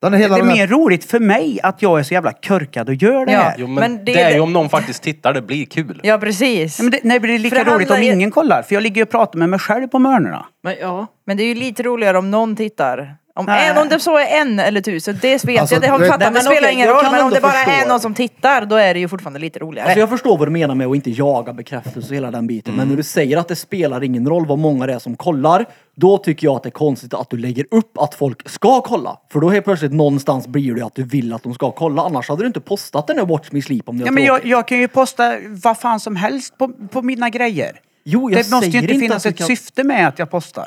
S1: Den är hela
S4: Det är
S1: den här,
S4: mer roligt för mig att jag är så jävla körkad och gör det
S2: Ja.
S4: här.
S6: Jo, men,
S2: Men
S6: det,
S2: det-
S6: är ju om någon faktiskt tittar, det blir kul.
S2: Ja precis.
S4: Nej, men det, nej, det blir lika
S2: För det
S4: roligt om
S2: handlar ju-
S4: ingen kollar. För jag ligger ju och pratar med mig själv på morgnarna.
S2: Men, ja. men det är ju lite roligare om någon tittar. Om,
S4: Nej.
S2: en, om det så är en eller tusen, det vet
S1: Alltså,
S2: jag, det har vi
S1: det-
S2: fattat,
S5: Nej,
S2: men
S5: men
S2: det spelar
S5: okej,
S2: ingen
S5: jag
S2: roll.
S5: kan
S2: Men om
S5: ändå
S2: det bara är
S5: förstå.
S2: någon som tittar, då är det ju fortfarande lite roligare.
S5: Alltså jag förstår vad du menar med att inte jaga bekräftelse och hela den biten. Men när du säger att det spelar ingen roll vad många det är som kollar. Då tycker jag att det är konstigt att du lägger upp att folk ska kolla. För då helt plötsligt någonstans blir det att du vill att de ska kolla. Annars hade du inte postat den där Watch Me Sleep om det
S4: Ja,
S5: var
S4: men jag,
S5: tråkigt.
S4: jag kan ju posta vad fan som helst på, på mina grejer.
S5: Jo, jag
S4: det måste ju
S5: säger
S4: inte
S5: inte
S4: finnas
S5: att vi
S4: ett
S5: kan-
S4: syfte med att jag postar.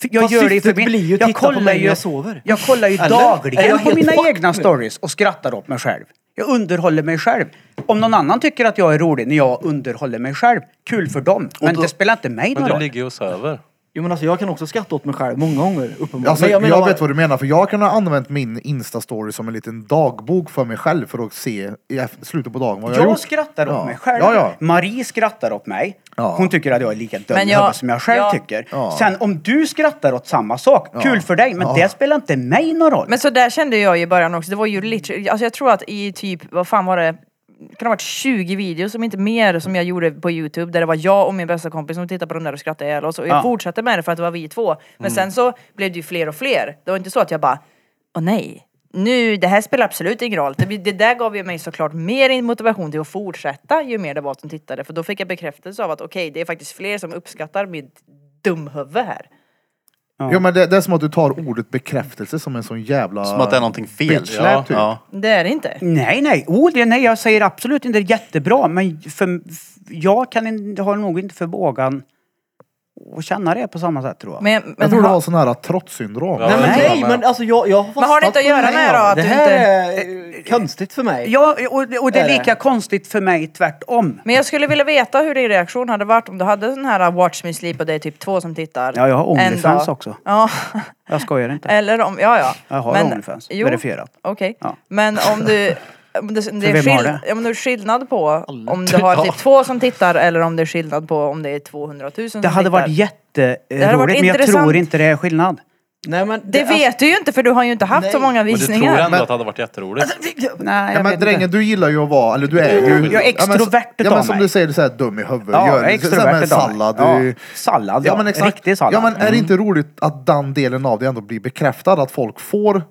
S4: För Jag
S5: Fast
S4: gör det i
S5: syftet
S4: förbin-
S5: blir ju att
S4: jag
S5: titta på
S4: kollar
S5: mig
S4: ju-
S5: när jag sover.
S4: Jag kollar ju
S5: Eller? Är
S4: dagligen
S5: jag
S4: på
S5: helt
S4: mina
S5: fucked
S4: egna
S5: nu?
S4: stories och skrattar åt mig själv. Jag underhåller mig själv. Om någon annan tycker att jag är rolig när jag underhåller mig själv, kul för dem. Men
S3: då-
S4: det spelar inte mig
S6: Men
S4: någon
S6: du
S4: roll.
S6: ligger ju och söver.
S5: Jo men alltså jag kan också skratta åt mig själv många gånger uppenbarligen.
S1: alltså,
S5: Men
S1: jag,
S5: menar-
S1: vet vad du menar, för jag kan ha använt min Insta-story som en liten dagbok för mig själv för att se i eff- slutet på dagen vad jag,
S4: Jag,
S1: har gjort.
S4: skrattar åt
S1: Ja.
S4: mig själv.
S1: Ja, ja.
S4: Marie skrattar åt mig.
S1: Ja.
S4: Hon tycker att jag är lika dum
S2: Men
S4: i
S2: jag-
S4: huvudet som jag själv
S2: ja.
S4: tycker.
S1: Ja.
S4: Sen om du skrattar åt samma sak, kul för dig, men det spelar inte mig någon roll.
S2: Men så där kände jag i början också, det var ju literally, alltså jag tror att i typ, vad fan var det, kan det ha varit 20 videos om inte mer som jag gjorde på youtube där det var jag och min bästa kompis som tittade på den där och skrattade ihjäl oss och jag
S4: Ja.
S2: fortsatte med det för att det var vi två. Men
S1: Mm.
S2: sen så blev det ju fler och fler. Det var inte så att jag bara, åh nej, nu, det här spelar absolut ingen roll. Det, det där gav ju mig såklart mer motivation till att fortsätta ju mer det var som tittade för då fick jag bekräftelse av att okej, det är faktiskt fler som uppskattar mitt dumhuvud här.
S1: Jo, men det, det är som att du tar ordet bekräftelse som en sån jävla...
S3: Som att det är någonting fel.
S1: bitch slap, typ.
S2: Det är det inte.
S4: Nej, nej. Oh, det, nej, jag säger absolut inte jättebra, men för, f- jag kan, in- har nog inte förmågan att känna det på samma sätt tror jag.
S2: Men, men
S1: Jag tror det
S2: ha-
S1: var sån här trotssyndrom.
S6: Ja.
S5: Nej men,
S6: Nej.
S5: nej, men alltså jag, jag har fastnat
S2: har det inte att
S5: på
S2: göra
S5: den här
S2: med då, att
S5: Det
S2: du
S5: här
S2: inte-
S5: är eh, konstigt för mig.
S4: Ja, och, och det är
S5: Är det?
S4: lika konstigt för mig tvärtom.
S2: Men jag skulle vilja veta hur din reaktion hade varit om du hade sån här Watch Me Sleep och det är typ två som tittar.
S4: Ja, jag har
S2: en
S4: Onlyfans
S2: dag.
S4: också.
S2: Ja,
S4: Jag skojar inte.
S2: eller om, ja ja.
S4: Jag har Onlyfans,
S2: jo,
S4: verifierat.
S2: Okej.
S4: Ja.
S2: Men om du, om det, om det,
S4: För
S2: är
S4: vem har
S2: skill,
S4: det?
S2: om det är skillnad på om du har typ två som tittar eller om det är skillnad på om det är 200 000 som
S4: Det hade
S2: tittar.
S4: varit jätteroligt,
S2: hade varit
S4: men jag
S2: intressant.
S4: tror inte det är skillnad.
S5: Nej, men
S2: Det vet du ju inte för du har ju inte haft så många
S6: Men du tror
S2: visningar.
S6: ändå att det hade varit jätteroligt.
S5: Alltså,
S4: Nej, jag
S1: Ja, men
S4: vet inte.
S1: drängen, du gillar ju att vara, eller du är ju...
S4: Jag är
S1: Ja, men så-
S4: extrovert
S1: Ja men
S4: utav
S1: som
S4: mig.
S1: du säger, du är så här dum i huvudet.
S4: Ja,
S1: Gör-
S4: jag är
S1: så- så här med
S4: extrovert idag.
S1: Sallad.
S4: Ja.
S1: du-
S4: Sallad, ja. Riktig sallad. Mm.
S1: Ja men eh, är det inte roligt att den delen av det ändå blir bekräftad? Att folk får...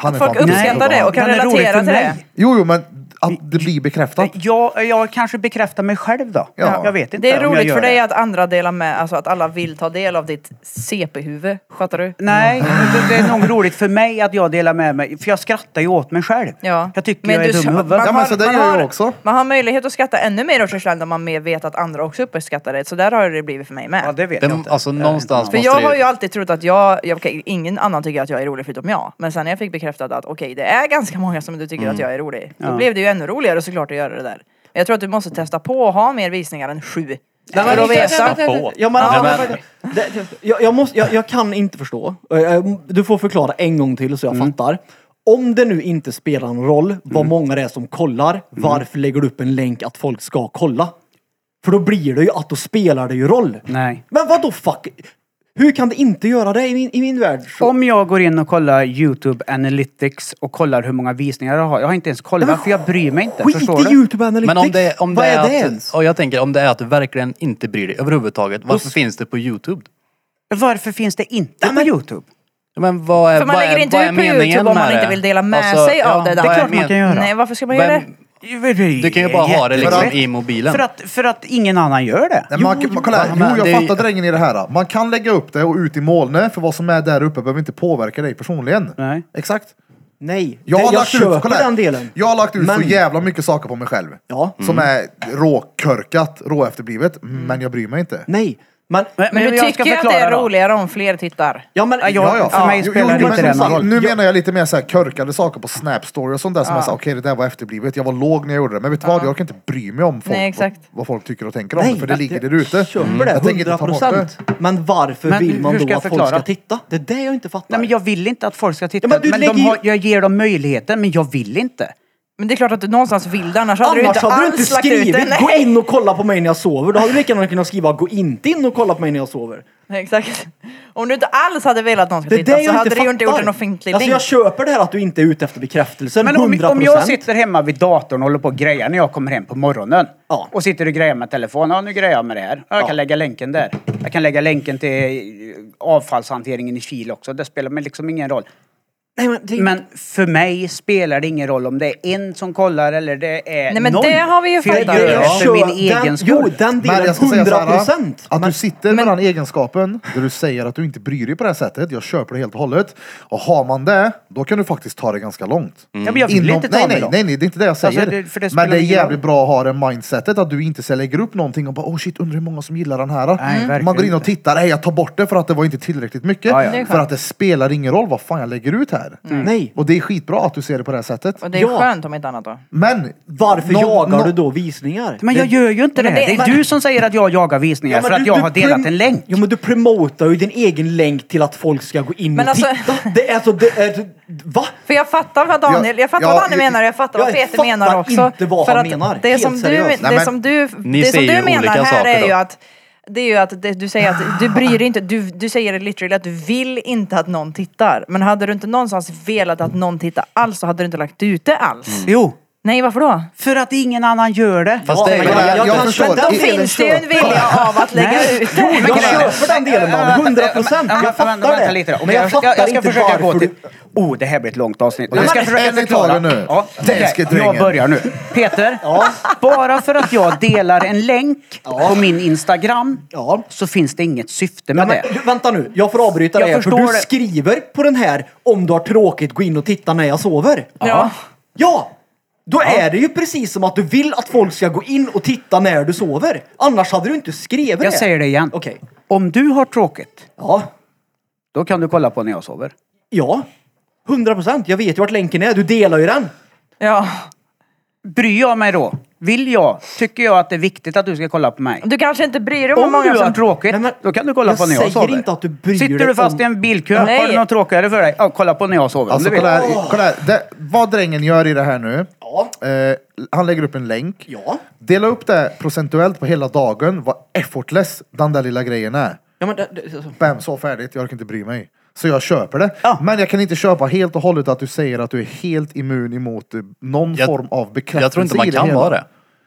S1: Han är
S2: Folk
S1: fan dum i
S2: uppskattar
S1: huvudet,
S2: det
S1: han.
S2: och kan
S4: Den är rolig
S2: relatera
S4: för
S2: till det.
S4: mig.
S1: Jo, jo, men att det blir bekräftat.
S4: Jag, jag kanske bekräftar mig själv då.
S1: Ja.
S4: Jag vet inte
S2: Det är
S4: om jag
S2: roligt
S4: gör
S2: för
S4: det.
S2: dig att andra delar med, alltså att alla vill ta del av ditt CP-huvud. Fattar du?
S4: Nej, det, det är nog roligt för mig att jag delar med mig. För jag skrattar ju åt mig själv.
S2: Ja.
S4: Jag tycker jag är
S2: du-
S4: dum i huvudet.
S2: man
S1: Ja, men
S2: har-
S1: så det
S2: man
S1: gör jag
S2: har-
S1: också.
S2: Man har möjlighet att skratta ännu mer åt sig själv när man mer vet att andra också uppskattar det. Så där har det blivit för mig med.
S4: Ja, det vet jag
S3: Den,
S4: inte.
S3: alltså någonstans
S2: för
S3: måste
S2: jag har
S3: det
S2: ju alltid trott att jag, jag okej, ingen annan tycker att jag är rolig förutom jag. Men sen när jag fick bekräftat att okej, det är ganska många som du tycker att jag är rolig. Då blev det ju ännu roligare såklart att göra det där. Jag tror att du måste testa på att ha mer visningar än sju. För att veta.
S6: på.
S5: Ja, men,
S3: Ja,
S5: ja,
S3: men-
S5: men, det, det- jag, jag, måste, jag, jag kan inte förstå. Eh, eh, Du får förklara en gång till så jag fattar. Om det nu inte spelar någon roll vad många det är som kollar, varför lägger du upp en länk att folk ska kolla? För då blir det ju att då spelar det ju roll.
S4: Nej.
S5: Men vad då fuck? Hur kan det inte göra det i min, i min värld? Så-
S4: Om jag går in och kollar YouTube Analytics och kollar hur många visningar jag har. Jag har inte ens kollat för jag bryr mig inte.
S5: Skit
S4: förstår
S5: i
S4: du?
S5: youtube analytics!
S3: Men om det, om det
S5: vad
S3: är,
S5: är det
S3: att,
S5: ens?
S3: Och jag tänker om det är att du verkligen inte bryr dig överhuvudtaget. Varför finns det på Youtube?
S4: Varför finns det inte på YouTube?
S3: Ja, Men vad är,
S2: För man
S3: vad
S2: lägger
S3: är,
S2: inte
S3: vad är
S2: ut på
S3: meningen
S2: Youtube om man
S3: med
S2: inte
S3: det? Alltså,
S2: vill dela med sig av det där.
S3: vad
S2: Det är klart
S4: man
S3: men-
S4: kan göra.
S2: Nej, varför ska man göra det?
S3: Vem- Du kan ju bara ha det liksom
S4: Jätteroligt.
S3: i mobilen.
S4: För att, för att ingen annan gör det.
S1: Nej, man, man, kolla här.
S3: men
S1: jo, jag
S3: det är-
S1: fattar drängen i det här. Man kan lägga upp det och ut i molnet, för vad som är där uppe behöver inte påverka dig personligen.
S4: Nej.
S1: Exakt.
S5: Nej,
S1: Jag
S5: det,
S1: har,
S5: jag
S1: lagt ut,
S5: köper
S1: kolla här.
S5: den delen.
S1: jag har lagt ut så
S5: Men-
S1: jävla mycket saker på mig själv.
S5: Ja.
S1: Som är råkörkat, råefterblivet, men jag bryr mig inte.
S5: Nej, men...
S2: Men du
S4: jag ska
S2: tycker att det
S4: förklara
S2: är
S4: då.
S2: roligare om fler tittar?
S5: Ja, men
S4: Ja, jag- för mig spelar det
S1: men som
S4: inte det någon
S1: sagt,
S4: roll.
S1: Nu
S4: Jag-
S1: menar jag lite mer så här körkade saker på Snapstory och sånt där som är så här, okej det där var efterblivet, jag var låg när jag gjorde det. Men vet du vad, jag orkar inte bry mig om folk,
S2: Nej, exakt.
S1: Vad, vad folk tycker och tänker om det, för det ligger där ute. Mm.
S5: Köper det,
S1: Jag tänker inte ta bort
S5: 100%.
S1: det.
S5: Men varför
S4: Men
S5: vill man
S4: hur
S5: då
S4: ska jag
S5: att folk ska
S4: förklara?
S5: titta? Det är det jag inte fattar.
S4: Nej men jag vill inte att folk ska titta.
S5: Ja, men du
S4: men
S5: lägger
S4: de
S5: ju-
S4: har, jag ger dem möjligheten men jag vill inte.
S2: Men det är klart att du någonstans vill det, annars hade du
S5: Annars
S2: inte
S5: hade du inte
S2: alls lagt ut
S5: skrivit
S2: den.
S5: gå
S2: Nej,
S5: in och kolla på mig när jag sover. Då hade du lika gärna kunnat skriva gå inte in och kolla på mig när jag sover.
S2: Nej, exakt. Om du inte alls hade velat att någon
S5: Det
S2: skulle
S5: är det
S2: titta
S5: jag
S4: alltså,
S2: så hade
S5: inte
S2: du
S5: fattar.
S2: ju inte gjort en offentlig
S5: alltså
S2: länk.
S5: jag köper det här att du inte är ute efter bekräftelsen.
S4: Men
S5: 100%.
S4: om, om jag sitter hemma vid datorn och håller på och grejar när jag kommer hem på morgonen.
S5: Ja.
S4: Och sitter och grejar med telefonen. Ja, nu grejar jag med det här. Ja, jag kan lägga länken där. Jag kan lägga länken till eh, avfallshanteringen i Kil också. Det spelar mig liksom ingen roll.
S5: Nej, men det,
S4: Men för mig spelar det ingen roll om det är en som kollar eller det är
S2: Nej, men
S4: någon.
S2: det har vi ju
S4: För jag
S2: fattat.
S4: gör det
S2: Jag
S4: för
S5: kör-
S4: min egen
S5: den,
S4: skull.
S5: Jo, den
S1: Men
S5: delen,
S1: jag ska säga så
S5: 100
S1: här,
S5: procent.
S1: Att du sitter med den egenskapen där du säger att du inte bryr dig på det här sättet. Jag köper det helt och hållet. Och har man det, då kan du faktiskt ta det ganska långt.
S4: Ja, Mm. men jag vill
S1: Inom-
S4: inte ta
S1: nej,
S4: mig
S1: nej,
S4: då.
S1: nej, nej, det är inte det jag säger.
S4: Alltså, det- för det spelar
S1: men det är
S4: ingen
S1: jävligt bra att ha det mindsetet att du inte så här lägger upp någonting och bara oh shit, undrar hur många som gillar den här. Mm.
S4: verkligen
S1: Man går in och
S4: inte.
S1: tittar, nej jag tar bort det för att det var inte tillräckligt mycket.
S4: Ja, ja. Det Mm.
S2: är
S1: För
S2: skönt.
S1: att det spelar ingen roll vad fan jag lägger ut här.
S5: Nej.
S1: Och det är skitbra att du ser det på det här sättet.
S2: Och det är
S5: Ja.
S2: skönt om inte annat då.
S1: Men
S5: Varför
S1: nå-
S5: jagar
S1: nå-
S5: du då visningar?
S4: Men jag gör ju inte det.
S2: Men
S4: Det
S2: det-
S4: är du som säger att jag jagar visningar
S5: Ja, men
S4: för att
S5: du-
S4: jag
S5: du
S4: har delat
S5: prom-
S4: en länk.
S5: Jo men du promotar ju din egen länk till att folk ska gå in
S2: Men
S5: och
S2: alltså-
S5: titta. Det är alltså, det är... Va?
S2: För jag fattar vad Daniel,
S1: Ja,
S2: jag fattar
S1: ja,
S2: vad Daniel
S1: jag-
S2: menar och jag fattar vad
S5: jag
S2: Peter
S5: fattar
S2: menar också.
S5: inte vad
S2: för
S5: han
S2: att
S5: menar.
S2: Det
S5: Helt
S2: som du,
S5: seriöst.
S1: Nej,
S2: det
S1: men-
S2: som du,
S3: Ni
S2: det som
S3: säger
S2: du
S3: ju olika
S2: menar här
S3: saker
S2: är ju
S3: då.
S2: att det är ju att det, du säger att du bryr dig inte, du, du säger det literally att du vill inte att någon tittar. Men hade du inte någonstans velat att någon tittar alls så hade du inte lagt ut det alls.
S3: Mm.
S4: Jo,
S2: Nej varför då?
S4: för att ingen annan gör det.
S3: Fast det är
S1: men-
S3: ju...
S1: jag- jag förstår.
S2: Men då
S1: I-
S2: finns det ju en vilja av att lägga ut det.
S5: Jo, jag köper den delen Daniel, 100 procent.
S4: Men-
S5: Jag
S4: men- men- vänta
S5: fattar
S4: lite då.
S5: det.
S4: Okej,
S5: Men jag
S4: ska,
S5: fattar
S4: jag ska
S5: inte
S4: försöka gå
S5: varför
S4: till...
S5: du...
S4: Oh, det här blir ett långt avsnitt.
S1: Ja,
S4: Jag ska
S1: men
S4: försöka
S1: ärligt
S4: förklara.
S1: talat nu.
S4: Ja,
S1: Det
S4: okej,
S1: ska
S4: jag
S1: drängen.
S4: börjar nu. Peter, bara för att jag delar en länk på min Instagram
S5: Ja.
S4: så finns det inget syfte
S5: Ja,
S4: med
S5: men,
S4: det.
S5: du- vänta nu, jag får avbryta
S4: Jag
S5: dig här, för du
S4: förstår det.
S5: skriver på den här om du har tråkigt, gå in och titta när jag sover.
S2: Ja.
S5: Ja! Då är det ju precis som att du vill att folk ska gå in och titta när du sover. Annars hade du inte skrivit det.
S4: Jag säger det igen.
S5: Okej.
S4: Om du har tråkigt,
S5: Ja.
S4: då kan du kolla på när jag sover.
S5: Ja. 100 procent. Jag vet ju vart länken är. Du delar ju den.
S2: Ja.
S4: Bryr jag mig då? Vill jag? Tycker jag att det är viktigt att du ska kolla på mig?
S2: Du kanske inte bryr dig om hur
S4: Om
S2: många
S4: du har
S2: som...
S4: tråkigt,
S5: Nej, men
S4: då kan du kolla
S5: jag
S4: på när jag
S5: säger
S4: sover.
S5: inte att du bryr
S4: Sitter
S5: dig
S4: du fast
S5: om-
S4: i en bilkö,
S2: Nej.
S4: har du något tråkigare för dig? Ja, kolla på när jag sover
S1: Alltså
S4: om du
S1: kolla
S4: vill.
S1: här, kolla här. Det, vad drängen gör i det här nu.
S5: Ja.
S1: Eh, han lägger upp en länk.
S5: Ja.
S1: Dela upp det procentuellt på hela dagen. Vad effortless den där lilla grejen är.
S5: Ja, men det, det, alltså.
S1: Bam, så färdigt. Jag orkar inte bry mig. Så jag köper det.
S4: Ja.
S1: Men jag kan inte köpa helt och hållet att du säger att du är helt immun emot eh, någon
S3: Jag-
S1: form av bekräftelse
S3: Jag tror inte
S1: i
S3: man kan
S1: hela.
S3: vara det.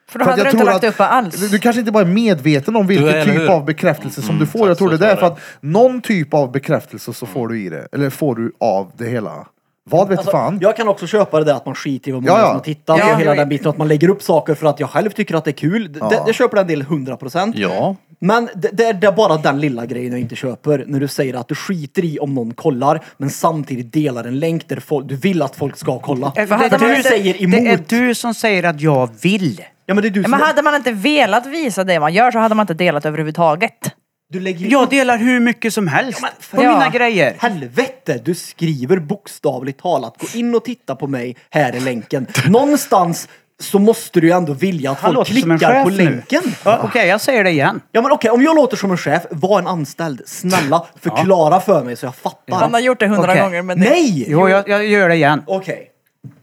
S2: För då
S1: För att
S2: hade du
S1: jag
S2: inte
S1: tror
S2: lagt
S1: att
S2: upp det alls.
S1: Du, du kanske inte bara är medveten om
S3: Du,
S1: vilken
S3: eller
S1: typ
S3: hur?
S1: av bekräftelse som
S3: Mm,
S1: du får. Jag
S3: exakt,
S1: tror det
S3: så
S1: är
S3: tror
S1: därför
S3: jag
S1: att någon typ av bekräftelse så får du i det. Eller får du av det hela. Vad vet
S2: Alltså,
S1: fan.
S5: Alltså, Jag kan också köpa det där att man skiter i vad många
S1: Ja, ja.
S5: som har tittat
S2: Ja,
S5: och hela
S2: jag-
S5: den biten. Att man lägger upp saker för att jag själv tycker att det är kul. Ja. Det, det köper den delen 100 procent.
S3: Ja.
S5: Men det, det, är, det är bara den lilla grejen jag inte köper. När du säger att du skiter i om någon kollar men samtidigt delar en länk där folk, du vill att folk ska kolla.
S4: Eh, Det,
S2: För hade
S4: är
S2: man
S4: du-
S2: inte-
S5: säger emot.
S4: det Eh, är du som säger att jag vill.
S5: Ja men det är du
S2: Ja,
S5: som...
S2: Men hade man inte velat visa det man gör så hade man inte delat överhuvudtaget.
S5: Du lägger ju
S4: Jag delar hur mycket som helst på
S2: Ja.
S4: mina grejer.
S5: Helvete! Du skriver bokstavligt talat. Gå in och titta på mig. Här är länken. Någonstans så måste du ju ändå vilja att
S4: Han
S5: folk
S4: låter som en
S5: klickar
S4: chef
S5: på
S4: nu.
S5: länken.
S4: Ja, Okej, jag säger det igen.
S5: Ja men okej, om jag låter som en chef, var en anställd. Snälla, förklara för mig så jag fattar.
S2: Han har gjort det hundra
S4: Okej.
S2: gånger men det...
S5: Nej!
S4: Jo, jag, jag gör det igen.
S5: Okej.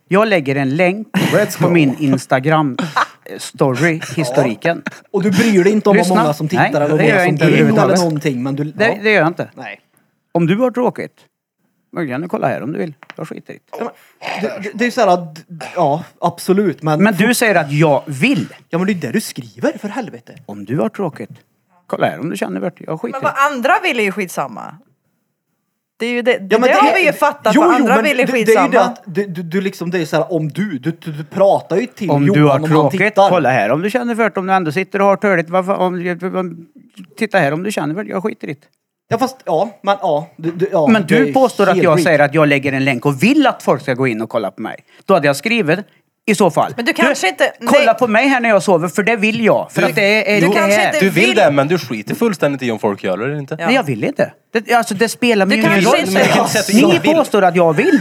S4: Jag lägger en länk
S1: Let's
S4: på
S1: go.
S4: min Instagram-story, historiken.
S5: Och du bryr dig inte om vad
S4: Lyssna.
S5: många som tittar
S4: Nej,
S5: eller
S4: det gör jag
S5: vad som
S4: inte
S5: går in eller
S4: överhuvudtaget.
S5: någonting. Men du...
S4: Det,
S5: ja.
S4: det gör jag inte.
S5: Nej.
S4: Om du har tråkigt, då kan du kolla här om du vill. Jag skiter i det.
S5: Det, det- det är ju såhär, att- ja absolut men...
S4: Men du säger att jag vill.
S5: Ja men det är det du skriver, för helvete.
S4: Om du har tråkigt, kolla här om du känner vart jag skiter
S2: Men
S4: i det.
S2: vad andra vill är ju skitsamma. Det, är ju det, det,
S5: Ja, men
S2: har
S5: är-
S2: vi ju fattat,
S5: Jo,
S2: vad
S5: jo,
S2: andra
S5: men
S2: vill är
S5: det- Det är
S2: skitsamma.
S5: ju det att du, du, du liksom, det är så här, om du, du, du, du pratar ju till
S4: Om
S5: Johan
S4: du har
S5: om
S4: tråkigt,
S5: han
S4: kolla här om du känner för det. Om du ändå sitter och har törligt, varför, om, om, titta här om du känner för det. Jag skiter i det.
S5: Ja fast, ja, men ja. Du, du, ja
S4: Men
S5: det är
S4: du
S5: ju
S4: påstår att
S5: helt
S4: jag
S5: sjukt.
S4: säger att jag lägger en länk och vill att folk ska gå in och kolla på mig. Då hade jag skrivit i så fall.
S2: Men du kanske inte-
S4: Kolla
S2: nej.
S4: på mig här när jag sover för det vill jag. För att det är, är
S2: du
S4: det
S2: kanske
S4: här.
S2: inte
S6: Du vill
S2: vill-
S6: det, men du skiter fullständigt i om folk gör det eller inte.
S2: Ja.
S4: Nej jag vill inte. Det, alltså det spelar mig
S2: Du
S4: ingen
S2: kanske
S4: roll.
S2: inte- Men vilket
S6: sätt du
S4: Ni
S6: vill.
S4: påstår att jag vill.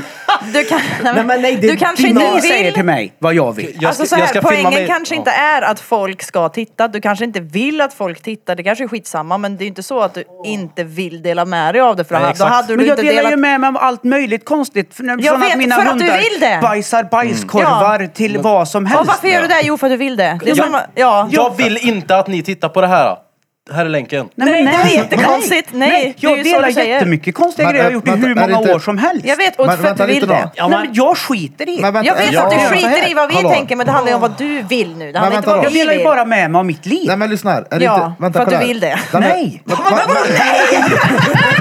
S2: Du, kan,
S5: Nej, men nej, det
S2: du kanske
S5: dina-
S2: inte
S4: Ni
S2: vill...
S4: säger till mig vad jag vill.
S6: Jag
S2: alltså
S6: ska-
S2: så här,
S6: jag ska filma
S2: poängen
S6: mig-
S2: kanske
S6: Ja.
S2: inte är att folk ska titta, du kanske inte vill att folk tittar, det kanske är skitsamma men det är ju inte så att du inte vill dela med dig av det för
S6: Nej,
S2: då
S6: exakt.
S2: hade du
S4: Men jag
S2: inte
S4: delar
S2: delat...
S4: ju med mig av allt möjligt konstigt. För, jag från
S2: vet,
S4: att mina
S2: för att du
S4: hundar
S2: vill det. Mm.
S4: bajsar bajskorvar till vad som
S2: Ja,
S4: helst.
S2: varför gör du det? Jo för att du vill det. det är
S6: Ja.
S2: samma... ja.
S6: Jag vill inte att ni tittar på det här. Här är länken.
S4: Nej, men
S2: Nej, det är jättekonstigt. Nej, det är
S4: jag
S2: ju så
S4: delar
S2: du säger.
S4: jättemycket konstiga
S1: Men,
S4: grejer jag har gjort i
S1: vänta,
S4: hur
S1: är det
S4: många
S1: inte-
S4: år som helst.
S2: Jag vet, och
S1: Men
S2: för att
S1: vänta
S2: du vill
S1: lite
S2: det.
S1: då.
S5: Ja,
S4: Nej,
S5: men-
S4: men jag skiter i.
S1: Men vänta,
S2: Jag vet
S1: ja.
S2: att du
S1: Ja. Så
S2: skiter
S1: här,
S2: i vad vi
S1: hallå.
S2: tänker men det handlar ju om vad du vill nu. Det handlar inte
S1: vänta
S2: om vad
S1: då.
S4: Jag
S2: vi
S4: delar ju
S2: vill.
S4: bara med mig av mitt liv.
S1: Nej men lyssna här. Är det
S2: Ja,
S1: inte, vänta
S2: för att
S1: på
S2: du
S1: här.
S2: vill det.
S1: här-
S4: Nej.
S1: Men- men-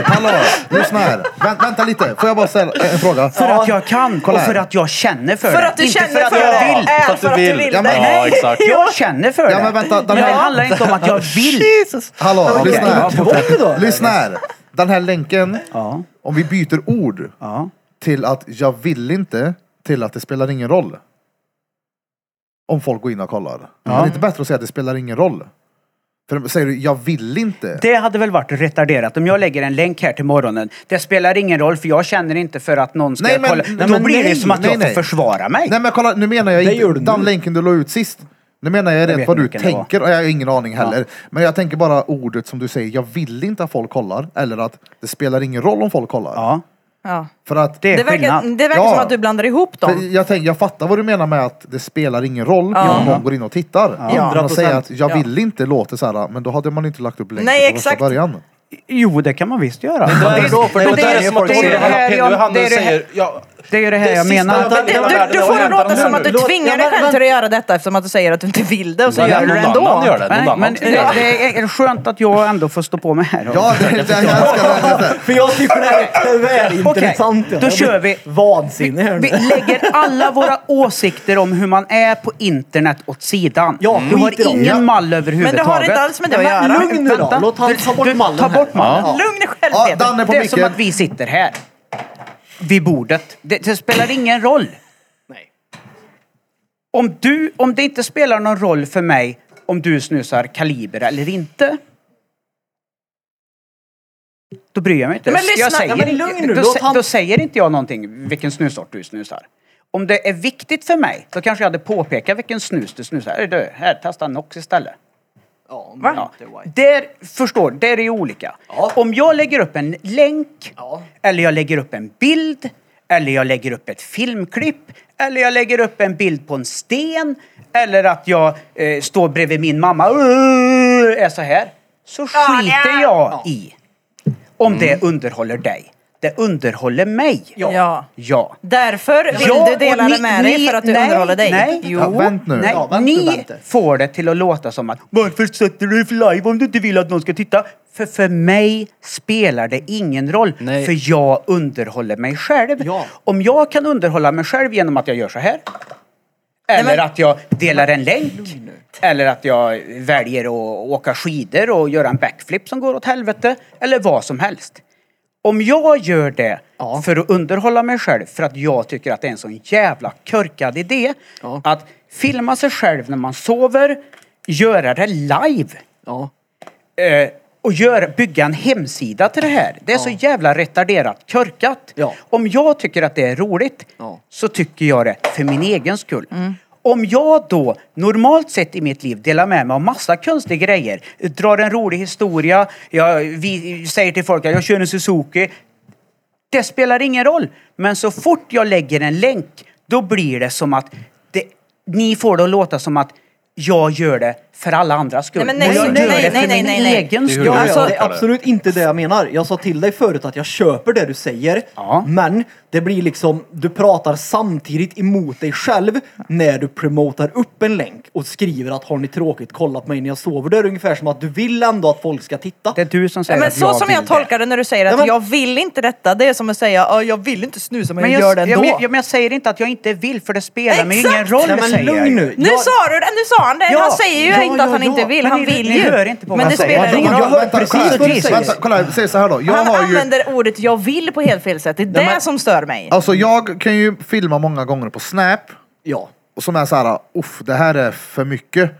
S1: Hallå, lyssna här. Vä- vänta lite, får jag bara ställa en, en fråga?
S4: För att jag kan
S1: Kolla
S4: och
S1: här.
S4: för att jag känner för,
S2: För
S4: det.
S2: att du
S4: Inte
S2: känner
S4: för att
S2: för
S4: jag
S2: det.
S4: vill.
S2: Är
S6: För att du
S2: för att du
S6: vill.
S2: vill
S1: Ja, men-
S2: det.
S6: Ja, exakt.
S4: Jag känner för
S1: Ja,
S4: det.
S1: men vänta, den
S4: det
S1: här-
S4: handlar inte om att jag vill.
S1: Hallå,
S4: okej.
S1: lyssna
S4: Ja,
S1: här.
S5: Tvång då?
S1: Lyssna här. Den här länken,
S4: Ja,
S1: om vi byter ord
S4: ja.
S1: till att jag vill inte, till att det spelar ingen roll. Om folk går in och kollar. Men det är inte bättre att säga att det spelar ingen roll. För säger du, jag vill inte.
S4: Det hade väl varit retarderat om jag lägger en länk här till morgonen. Det spelar ingen roll för jag känner inte för att någon ska
S1: Nej, men-
S4: kolla.
S1: nej,
S4: Då
S1: men
S4: blir
S1: nej,
S4: det som att
S1: nej,
S4: jag får
S1: nej.
S4: försvara mig.
S1: Nej men kolla, nu menar jag
S5: gör
S1: inte
S5: du nu.
S1: den länken du la ut sist. Nu menar jag rent
S4: vet
S1: vad du
S4: vilken det var.
S1: tänker och jag har ingen aning heller. Men jag tänker bara ordet som du säger, jag vill inte att folk kollar. Eller att det spelar ingen roll om folk kollar.
S4: Ja,
S2: Ja.
S1: För att...
S4: det är
S2: Det verkar,
S4: skillnad.
S2: det verkar
S1: Ja.
S2: som att du blandar ihop
S1: För
S2: dem.
S1: jag, tänker, jag fattar vad du menar med att det spelar ingen roll
S2: Ja.
S1: om någon går in och tittar.
S2: Ja.
S1: Men att säga att jag
S2: Ja.
S1: vill inte låter så här, men då hade man inte lagt upp länken
S2: Nej,
S1: från första
S2: exakt.
S1: början.
S4: Jo, det kan man visst göra.
S6: Då är det, då, för då
S4: det
S6: är
S4: är
S6: det som att
S4: det
S6: du
S4: är
S6: håller
S4: det
S6: en
S4: här
S6: jalapeno i
S4: jag- det
S6: handen
S4: är
S6: och
S4: det här-
S6: säger ja,
S4: Det är ju det här
S6: Det
S4: jag
S6: sista-
S4: menar.
S2: Det, du, du får det låta som att du tvingar dig själv till att göra detta eftersom att du säger att du inte vill det och så
S6: Ja,
S2: gör du
S6: någon
S2: det
S6: annan
S2: ändå.
S6: gör det.
S4: Nej,
S6: Någon
S4: men
S6: annan.
S4: det, det är skönt att jag ändå får stå på mig här.
S1: Ja, det, det, jag älskar det.
S5: För jag tycker det här är välintressant.
S4: Okej, då kör vi.
S5: Vansinne här
S4: Vi
S5: nu.
S4: lägger alla våra åsikter om hur man är på internet åt sidan.
S5: Ja,
S4: du
S5: skit i
S4: har
S5: dem.
S4: ingen
S5: Ja.
S4: mall
S2: Men
S4: överhuvudtaget.
S2: det har inte alls med det att
S4: Men
S2: göra.
S5: Lugn nu då.
S4: Vänta.
S5: Låt han ta bort mallen
S4: Ta bort mallen.
S2: Lugn dig själv
S1: Ja,
S2: Peter.
S1: Danne på
S4: Det är som
S1: micken.
S4: att vi sitter här. Vid bordet. Det, det spelar ingen roll.
S5: Nej.
S4: Om, du, om det inte spelar någon roll för mig om du snusar kaliber eller inte. Då bryr jag mig inte.
S2: Men lyssna,
S4: jag säger,
S2: ja, men
S5: lugn nu,
S4: då,
S5: låt
S4: sä-
S5: han-
S4: då säger inte jag någonting vilken snusart du snusar. Om det är viktigt för mig, då kanske jag hade påpekat vilken snus du snusar. Är det, här, testa Nox istället.
S5: Ja, men
S4: Ja.
S5: inte white.
S4: Där, förstår, där är det olika.
S5: Ja.
S4: Om jag lägger upp en länk,
S5: Ja.
S4: eller jag lägger upp en bild, eller jag lägger upp ett filmklipp, eller jag lägger upp en bild på en sten, eller att jag eh, står bredvid min mamma och är så här, så skiter jag i om det
S5: Mm.
S4: underhåller dig. Det underhåller mig.
S2: Ja.
S4: Ja.
S2: Därför vill
S4: Ja,
S2: du dela
S4: och
S2: det med dig för att du
S4: nej,
S2: underhåller dig.
S4: Nej,
S2: Jo.
S1: Ja, vänt nu.
S4: Nej,
S1: Ja,
S5: vänt nu,
S4: ni
S5: vänt nu.
S4: får det till att låta som att varför sätter du för live om du inte vill att någon ska titta? För för mig spelar det ingen roll,
S3: Nej.
S4: för jag underhåller mig själv.
S5: Ja.
S4: Om jag kan underhålla mig själv genom att jag gör så här, eller
S2: men-
S4: att jag delar en länk, eller att jag väljer att åka skidor och göra en backflip som går åt helvete, eller vad som helst. Om jag gör det
S5: Ja.
S4: för att underhålla mig själv för att jag tycker att det är en sån jävla körkad idé
S5: Ja.
S4: att filma sig själv när man sover, göra det live
S5: Ja.
S4: eh, och göra, bygga en hemsida till det här. Det är så jävla retarderat körkat.
S5: Ja.
S4: Om jag tycker att det är roligt
S5: Ja. Mm.
S4: så tycker jag det för min egen skull. Om jag då normalt sett i mitt liv delar med mig av massa konstiga grejer, drar en rolig historia, jag vi, säger till folk att jag kör en Suzuki. Det spelar ingen roll. Men så fort jag lägger en länk, då blir det som att det, ni får det att låta som att jag gör det för alla andras skull.
S2: Nej, men nej,
S4: Och jag
S2: nej,
S4: gör
S2: nej,
S4: det för
S2: nej, nej,
S4: min
S2: nej, nej.
S4: egen skull.
S6: hur
S5: Ja,
S2: Alltså-
S5: ja, det är absolut inte det jag menar. Jag sa till dig förut att jag köper det du säger.
S4: Ja.
S5: Men det blir liksom, du pratar samtidigt emot dig själv när du promotar upp en länk och skriver att har ni tråkigt kolla på mig när jag sover. Det är ungefär som att du vill ändå att folk ska titta.
S4: Det är du som säger
S2: men
S4: att
S2: så som
S4: vill
S2: jag tolkar det när du säger att
S5: Ja, men-
S2: jag vill inte detta, det är som att säga "Ja, jag vill inte snusa men,
S4: Men
S2: jag,
S4: jag,
S2: gör det
S4: ja,
S2: ändå.
S4: men, jag, ja, men jag säger inte att jag inte vill för det spelar mig
S2: Exakt!
S4: ingen roll.
S5: Nej men
S4: säger jag
S5: lugn
S4: ju.
S5: nu.
S2: nu
S5: Jag-
S2: sa du det, nu sa han det!
S5: Ja,
S2: han säger ju
S5: ja,
S2: inte
S5: ja,
S2: att han
S4: Ja,
S5: ja.
S2: inte vill,
S4: men
S2: han
S4: ni-
S2: vill
S4: ni
S2: ju.
S4: hör inte på vad
S2: men
S4: han
S2: det
S4: säger.
S2: spelar
S1: Vadå?
S2: ingen roll.
S5: Jag hör
S1: Vänta,
S5: precis
S1: kolla här.
S5: vad du säger.
S1: Vänta, kolla här. Säg så här då. Jag
S2: Han
S1: har ju...
S2: använder ordet jag vill på helt fel sätt, det är det som stör mig.
S1: Alltså jag kan ju filma många gånger på Snap
S5: Ja.
S1: som är så här, uff, det här är för mycket.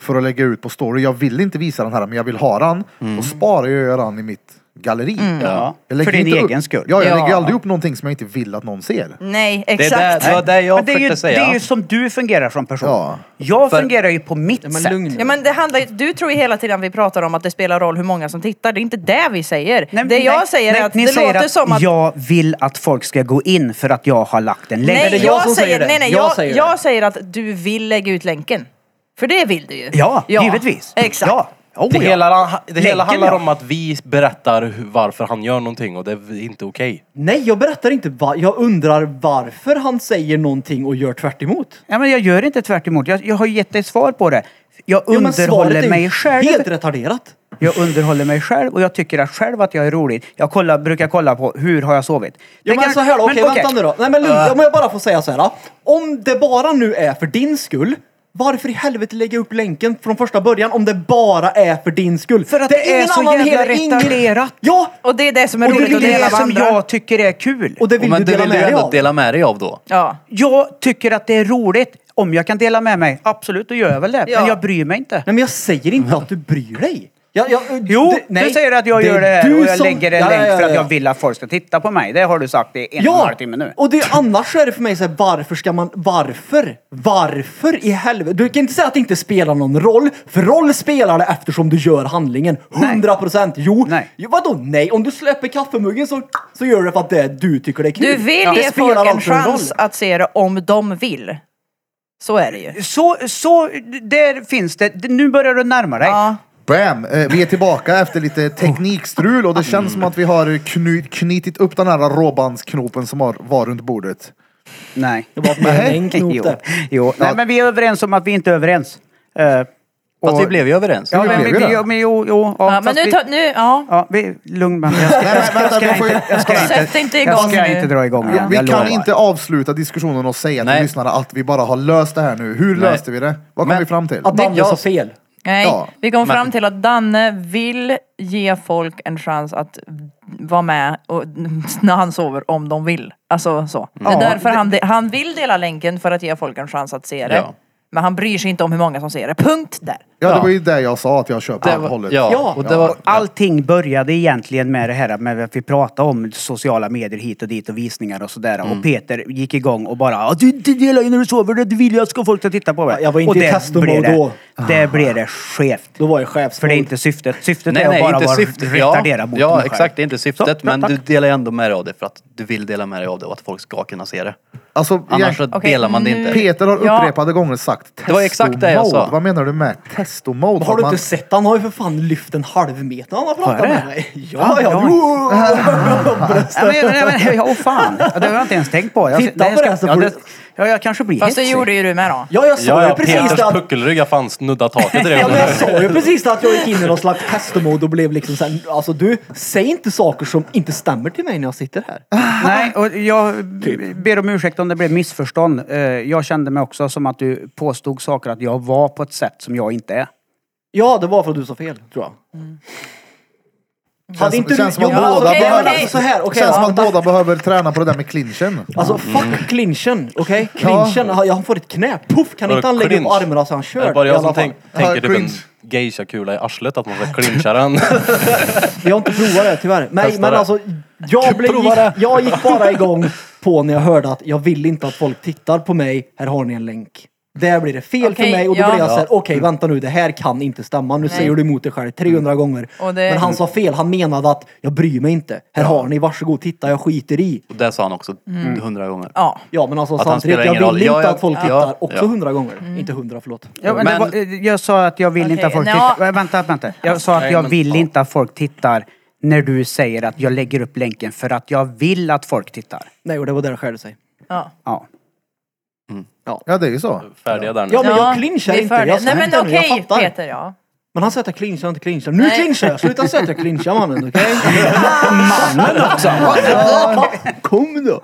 S1: för att lägga ut på story. Jag vill inte visa den här men jag vill ha den. Då sparar jag den i mitt galleri.
S4: Mm. Ja.
S1: Jag lägger
S4: För din
S1: inte
S4: egen
S1: upp,
S4: skull.
S1: Ja, jag
S2: Ja.
S1: lägger ju aldrig upp någonting som jag inte vill att någon ser.
S2: Nej,
S3: Det, är där,
S2: exakt.
S3: det var det jag
S4: Men det är, ju,
S3: försökte
S4: det är
S3: säga.
S4: ju som du fungerar som person.
S1: Ja.
S4: Jag
S3: För-
S4: fungerar ju på mitt
S5: Men
S4: sätt.
S5: lugn nu.
S2: Ja, men det handlar, ju- du tror ju hela tiden vi pratar om att det spelar roll hur många som tittar. Det är inte det vi säger.
S4: Nej,
S2: det jag
S4: nej,
S2: säger
S4: nej,
S2: är att
S4: ni
S2: det
S4: säger
S2: låter
S4: att
S2: som att...
S4: jag vill att folk ska gå in för att jag har lagt en länk.
S2: nej,
S5: det är
S2: jag,
S5: jag som säger
S2: säger,
S5: det.
S2: nej, nej,
S5: Jag
S2: jag,
S5: säger det.
S2: jag säger att du vill lägga ut länken. För det vill du ju.
S4: Ja, givetvis.
S2: Exakt.
S4: Ja. Oh,
S6: Det
S4: ja.
S6: hela, det
S4: Länken,
S6: hela handlar
S4: ja.
S6: om att vi berättar hur- varför han gör någonting och det är inte okej.
S5: Nej, jag berättar inte vad. Jag undrar varför han säger någonting och gör tvärt emot.
S4: Ja, men jag gör inte tvärt emot. Jag, jag har ju gett dig svar på det. Jag
S5: Jo, men svaret är
S4: underhåller
S5: ju
S4: mig själv.
S5: Helt retarderat.
S4: Jag underhåller mig själv och jag tycker att själv att jag är rolig. Jag kollar, brukar kolla på hur har jag sovit.
S5: Ja,
S4: Det
S5: men
S4: kan-
S5: så här då, okej vänta nu då. Nej men lugn, om jag bara får säga så här. då. Om det bara nu är för din skull, varför i helvete lägga upp länken från första början om det bara är för din skull?
S4: För att det är
S5: ingen
S4: så
S5: annan
S4: jävla
S5: hela- ingen-
S4: retarderat.
S5: Ja!
S2: Och det är det som är
S4: Och det
S2: roligt
S4: är
S2: att
S4: det
S2: dela med
S4: som
S2: andra.
S4: jag tycker är kul.
S5: Och det vill
S3: men
S5: du
S3: det
S5: dela
S3: vill du
S5: med dig
S3: ändå
S5: av.
S3: dela med dig av då.
S2: Ja.
S4: Jag tycker att det är roligt. Om jag kan dela med mig, absolut, då gör jag väl det.
S2: Ja.
S4: Men jag bryr mig inte.
S5: Nej men jag säger inte att du bryr dig. Jag, jag,
S4: Jo,
S5: det- nej.
S4: du säger att jag
S5: Det är
S4: gör det här
S5: du
S4: och jag
S5: som-
S4: lägger en
S5: Ja,
S4: länk
S5: ja, ja,
S4: för att
S5: ja.
S4: jag vill att folk ska titta på mig. Det har du sagt i en och en
S5: Ja,
S4: halv timme nu.
S5: och det är annars så är det för mig så här, varför ska man, varför? Varför i helvete? Du kan inte säga att det inte spelar någon roll, för roll spelar det eftersom du gör handlingen. 100 procent, jo.
S4: Nej.
S5: Jo, vadå nej? Om du släpper kaffemuggen så, så gör du det för att det, du tycker det är kul.
S2: Du vill
S5: Det
S2: ge
S5: spelar
S2: folk en
S5: alltså roll.
S2: chans att se det om de vill. Så är det ju.
S4: Så, så, där finns det. Nu börjar du närma dig.
S2: Ja.
S1: Bam! Eh, vi är tillbaka efter lite teknikstrul och det
S4: Mm.
S1: känns som att vi har kny, knutit upp den här råbandsknopen som har, var runt bordet.
S4: Nej.
S5: Det var att man hade en knop
S4: Jo,
S5: där.
S4: jo. Nej, men vi är överens om att vi inte är överens. Eh,
S3: Fast
S4: och-
S3: vi blev ju överens.
S4: Ja,
S1: Vi
S4: men,
S1: blev
S4: vi,
S1: ju det.
S4: jo, men jo, jo. Ja,
S2: Ja, men
S4: fast
S2: nu,
S4: vi,
S2: ta, nu ja.
S4: ja, vi, lugn man. Jag
S1: Nej,
S4: ska,
S1: nej, vänta,
S4: ska
S1: du får ju-
S4: inte, jag ska inte,
S2: Sätt inte
S4: jag
S2: igång
S4: ska
S2: nu.
S4: inte dra igång igen.
S1: Vi
S4: jag
S1: kan
S4: lovar.
S1: inte avsluta diskussionen och säga
S3: Nej.
S1: till lyssnarna att vi bara har löst det här nu. Hur
S3: Nej.
S1: löste vi det? Vad kom
S3: Men-
S1: vi fram till?
S5: Att Danne
S3: Jag-
S5: sa fel.
S2: Nej,
S1: Ja,
S2: vi kom
S3: men-
S2: fram till att Danne vill ge folk en chans att vara med och, när han sover om de vill. Alltså så.
S5: Mm.
S2: det är därför han, de, han vill dela länken för att ge folk en chans att se det.
S3: Ja.
S2: Men han bryr sig inte om hur många som ser det. Punkt där.
S1: Ja, det var ju det jag sa att jag köper
S3: Det
S1: allt
S3: var,
S1: hållet.
S3: ja,
S5: Ja.
S3: och det var,
S4: Allting började egentligen med det här med att vi pratade om sociala medier hit och dit och visningar och sådär. Och Peter gick igång och bara "Ah, du, du delar ju när du sover, det vill jag ska folk ska titta på mig.
S5: Ja, jag var inte
S4: och
S5: i
S4: det
S5: testomode
S4: blev det-
S5: då.
S4: Det blev det skevt.
S5: Då var jag chefsfolk.
S4: För det är inte syftet. Syftet
S3: nej,
S4: är att
S3: nej,
S4: bara
S3: inte
S4: vara
S3: syftet.
S4: retarderad mot mig
S3: ja
S4: själv.
S3: exakt. Det är inte syftet.
S4: Så,
S3: men
S4: tack.
S3: du delar ändå med dig av det för att du vill dela med dig av det och att folk ska kunna se det.
S1: Alltså,
S3: Annars
S1: jag,
S3: så
S2: Okej,
S3: delar man det
S2: nu-
S3: inte.
S1: Peter har
S2: Ja.
S1: upprepade gånger sagt testomode.
S3: Det var exakt det jag sa.
S1: Vad menar du med testomode?
S5: Har
S1: Att
S5: du
S1: man-
S5: inte sett? Han har ju för fan lyft en halv meter han har pratat
S4: Har det?
S5: med mig. Ja,
S4: Ja,
S5: ja.
S4: ja.
S5: jo. Bröstet.
S4: Ja, men, nej, men, ja, åh fan. Ja, Det har jag inte ens tänkt på. Jag,
S5: Titta på
S4: ska-
S5: det så
S4: ja,
S5: får
S4: det,
S5: du-
S4: ja, jag kanske blir
S2: Fast det
S4: hetsig.
S2: gjorde ju du med då.
S5: Ja, jag sa
S6: Ja,
S5: ju
S6: ja,
S5: precis det
S6: Peters
S5: att
S6: puckelrygg har fan snuddat taket
S5: Ja,
S6: redan.
S5: men jag sa ju precis det att jag gick in i någon slags testomode och blev liksom såhär, alltså du, säg inte saker som inte stämmer till mig när jag sitter här.
S4: Nej, och jag b- ber om ursäkt om det blev missförstånd. Eh, Jag kände mig också som att du påstod saker att jag var på ett sätt som jag inte är.
S5: Ja, det var för att du sa fel, tror jag. Hade
S1: Mm. Känns-
S5: inte du...
S1: känns som
S5: Jo,
S1: att
S5: men
S1: båda
S5: alltså,
S2: okej,
S5: okay,
S1: behöver-
S2: okej.
S5: alltså, så här, okej.
S1: känns som att
S5: vänta.
S1: båda behöver träna på det där med clinchen.
S5: Alltså fuck clinchen, okej?
S1: Ja.
S5: Clinchen, jag har fått ett knä. Puff, kan
S6: Var
S5: inte
S6: det
S5: han lägga upp
S6: clinch?
S5: armarna så han kör?
S6: Det är bara
S5: i
S6: jag
S5: alla
S6: som
S5: fall?
S6: tänk, tänker typ en
S1: cringe.
S6: geisha-kula i arslet, att man ska clincha den.
S5: Jag har inte provat det tyvärr. Nej,
S6: Testa
S5: men
S6: det.
S5: alltså jag, blev,
S6: Prova det.
S5: jag gick bara igång på när jag hörde att jag vill inte att folk tittar på mig, här har ni en länk. Där blir det fel
S2: Okej,
S5: för mig och då
S2: ja.
S5: blir jag såhär, okej
S3: Mm.
S5: vänta nu, det här kan inte stämma. Nu säger du emot dig själv 300 gånger.
S2: Och det-
S5: Men han sa fel, han menade att jag bryr mig inte. Här har ni, varsågod titta, jag skiter i.
S3: Och det sa han också hundra gånger.
S2: Ja.
S5: Ja men alltså
S3: Att han
S5: samtidigt,
S3: spelar
S5: jag
S3: ingen
S5: vill
S3: roll.
S5: inte
S3: Ja, ja,
S5: att folk
S3: ja,
S5: tittar.
S3: ja.
S5: Också 100 gånger.
S2: Mm.
S5: Inte 100, förlåt.
S4: Ja, men det
S3: Men-
S4: var, eh, jag sa att jag vill inte att folk
S2: Okej,
S4: tittar. Äh, Vänta, vänta. Jag sa att
S6: Nej,
S4: jag
S6: men-
S4: vill
S6: ja.
S4: inte att folk tittar när du säger att jag lägger upp länken för att jag vill att folk tittar.
S5: Nej, och det var där det skärde sig.
S2: ja.
S4: Ja.
S1: Ja, det är ju så.
S6: Färdiga där nu.
S5: Ja men
S2: Ja,
S5: jag clinchar
S2: vi är
S5: inte.
S2: för det.
S5: Jag sa
S2: Nej men
S5: inte nu, jag
S2: okej
S5: fattar.
S2: Peter, ja.
S5: Men han säger att jag clinchar, inte clinchar. Nu
S2: Nej.
S5: clinchar jag! Sluta säga att jag clinchar mannen, okej? Kom då!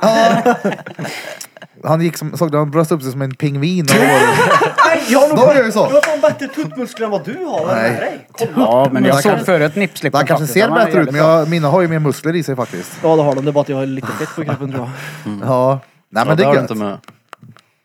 S1: Han gick som, såg du, han bröst upp sig som en pingvin. Och då var det-
S5: Nej, jag har nog
S1: Då gör vi så.
S5: Du har fan bättre tuttmuskler än vad du har. Vad är det med dig?
S4: Ja, men
S1: jag
S4: jag såg
S1: kanske-
S4: förut nippslippen
S1: han kanske
S4: faktiskt.
S1: ser
S4: Den var
S1: bättre ut,
S4: jävligt
S1: men jag, mina har ju mer muskler i sig faktiskt.
S5: Ja det har de, det är bara att jag har lite fett på kroppen tror jag.
S1: Ja. Nej men
S3: Ja,
S1: det
S3: det
S1: är
S3: har du
S1: gött.
S3: inte med.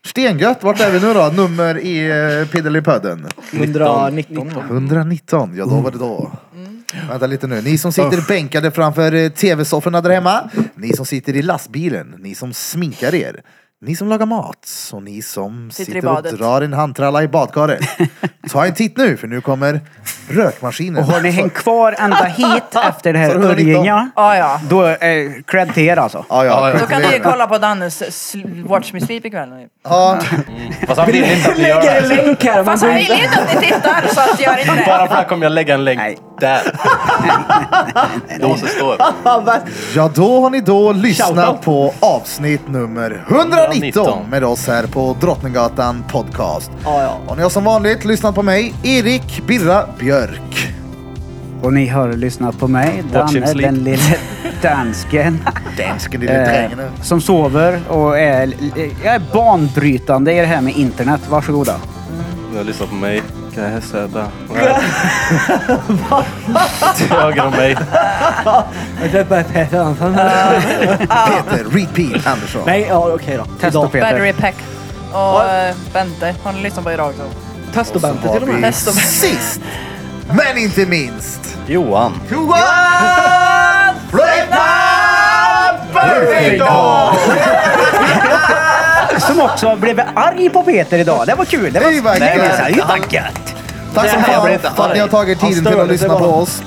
S1: Stengött, vart är vi nu då? Nummer i eh, Piddelipödden?
S5: 119.
S1: 119, ja då var det då.
S2: Mm.
S1: Vänta lite nu. Ni som sitter bänkade framför eh, tv-sofforna där hemma. Ni som sitter i lastbilen. Ni som sminkar er. Ni som lagar mat. Och ni som
S2: Sitter i
S1: sitter,
S2: badet.
S1: och drar en handtralla i badkaret. Ta en titt nu för nu kommer rökmaskinen.
S4: Och har ni hängt kvar ända hit efter det här
S1: Så det var
S4: Örjinga,
S2: Ja, ja.
S4: då är cred till er alltså.
S1: Ja, ja.
S2: Då kan ni kolla på Dannes sl- Watch Me Sleep ikväll.
S1: ja.
S6: Fast han vill inte att ni gör
S5: Lägger
S6: det.
S5: en
S6: här.
S5: länk här. om man
S2: Fast
S5: går
S2: han
S5: in.
S2: vill ju inte att ni tittar så att gör inte det.
S6: Bara för det här kommer jag lägga en länk
S4: Nej.
S6: där.
S3: Då så står det.
S1: Ja, då har ni då lyssnat
S5: Shoutout.
S1: på avsnitt nummer 119
S6: 119.
S1: med oss här på Drottninggatan Podcast.
S5: Ja, ja.
S1: Och ni har som vanligt lyssnat på mig, Erik Birra Björk.
S4: Och ni har lyssnat på mig,
S6: Watch him
S4: Danne,
S6: sleep.
S4: den lille dansken.
S1: Dansken lille drängen.
S4: eh, som sover och är, jag är banbrytande i det här med internet. Varsågoda.
S6: Du har lyssnat på mig. Kan jag hälsa där? Till höger om mig.
S5: Det är bara Peter Andersson.
S1: Peter Repeat Andersson.
S5: Ah. Nej, ja okej då.
S4: Testa
S5: Idag.
S4: Peter.
S2: Battery Pack och eh, Bente har ni lyssnat på idag också.
S5: Test och Bente till och med.
S1: vi
S2: Bäst och bäst.
S1: sist, men inte minst,
S3: Johan.
S1: Johan Flöjtnant Perfecto!
S4: Som också blev arg på Peter idag. Det var kul. Det var
S1: Hej, vad
S4: Nej, men
S1: gött.
S4: så här, det var gött.
S1: Tack som
S3: Det här
S1: fan
S3: blir inte
S1: för att ni har
S3: arg.
S1: tagit
S5: Han
S1: tiden till att
S5: störde
S1: lyssna
S5: bara.
S1: på oss.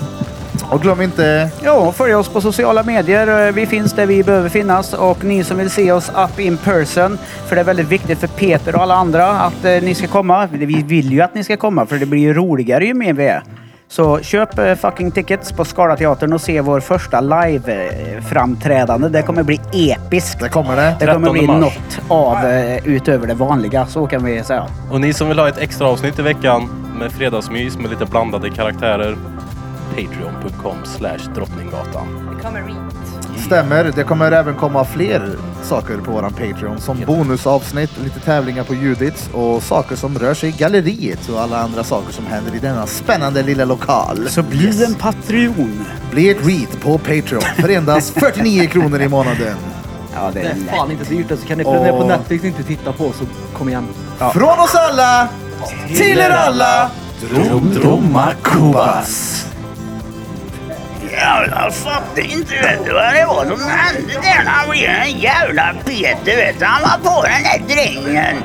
S1: Och glöm inte
S4: Ja, följ oss på sociala medier. Eh, Vi finns där vi behöver finnas och ni som vill se oss up in person, för det är väldigt viktigt för Peter och alla andra att eh, ni ska komma. Vi vill ju att ni ska komma för det blir ju roligare ju mer vi är. Så köp eh, fucking tickets på Skalateatern och se vår första live-framträdande. Det kommer bli episkt.
S1: det kommer det.
S4: Det kommer
S6: 13
S4: bli
S6: mars.
S4: något av eh, utöver det vanliga, så kan vi säga.
S6: Och ni som vill ha ett extra avsnitt i veckan med fredagsmys med lite blandade karaktärer. Patreon.com slash Drottninggatan.
S2: Det kommer hit.
S1: Stämmer. Det kommer även komma fler saker på våran Patreon som bonusavsnitt, lite tävlingar på Judits och saker som rör sig i galleriet och alla andra saker som händer i denna spännande lilla lokal.
S4: Så bli en Patreon.
S1: Bli ett read på Patreon för endast 49 kronor i månaden.
S4: Ja, det
S5: Det
S4: är
S5: är
S4: lätt.
S5: fan inte så dyrt. Så kan ni prenumerera på
S1: Åh.
S5: Netflix och inte titta på så kom igen.
S1: Från oss alla, till er alla, Drom Droma Kubas.
S8: Jävlar, fattar inte vet du vad det var som hände där när han blev en jävla Peter vet du. Han var på den där drängen.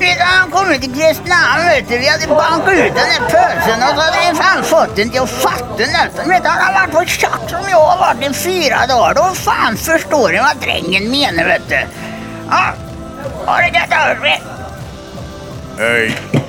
S8: Vet du, han kom ut till Kristinehamn vet du. Vi hade bankat ut den där pösen och så hade vi fan fått den till att fatta nästan. Vet du, han har varit på tjack som jag har varit i fyra dagar. Då fan förstår du vad drängen menar vet du. Ja, har du detta hört mig? Hej.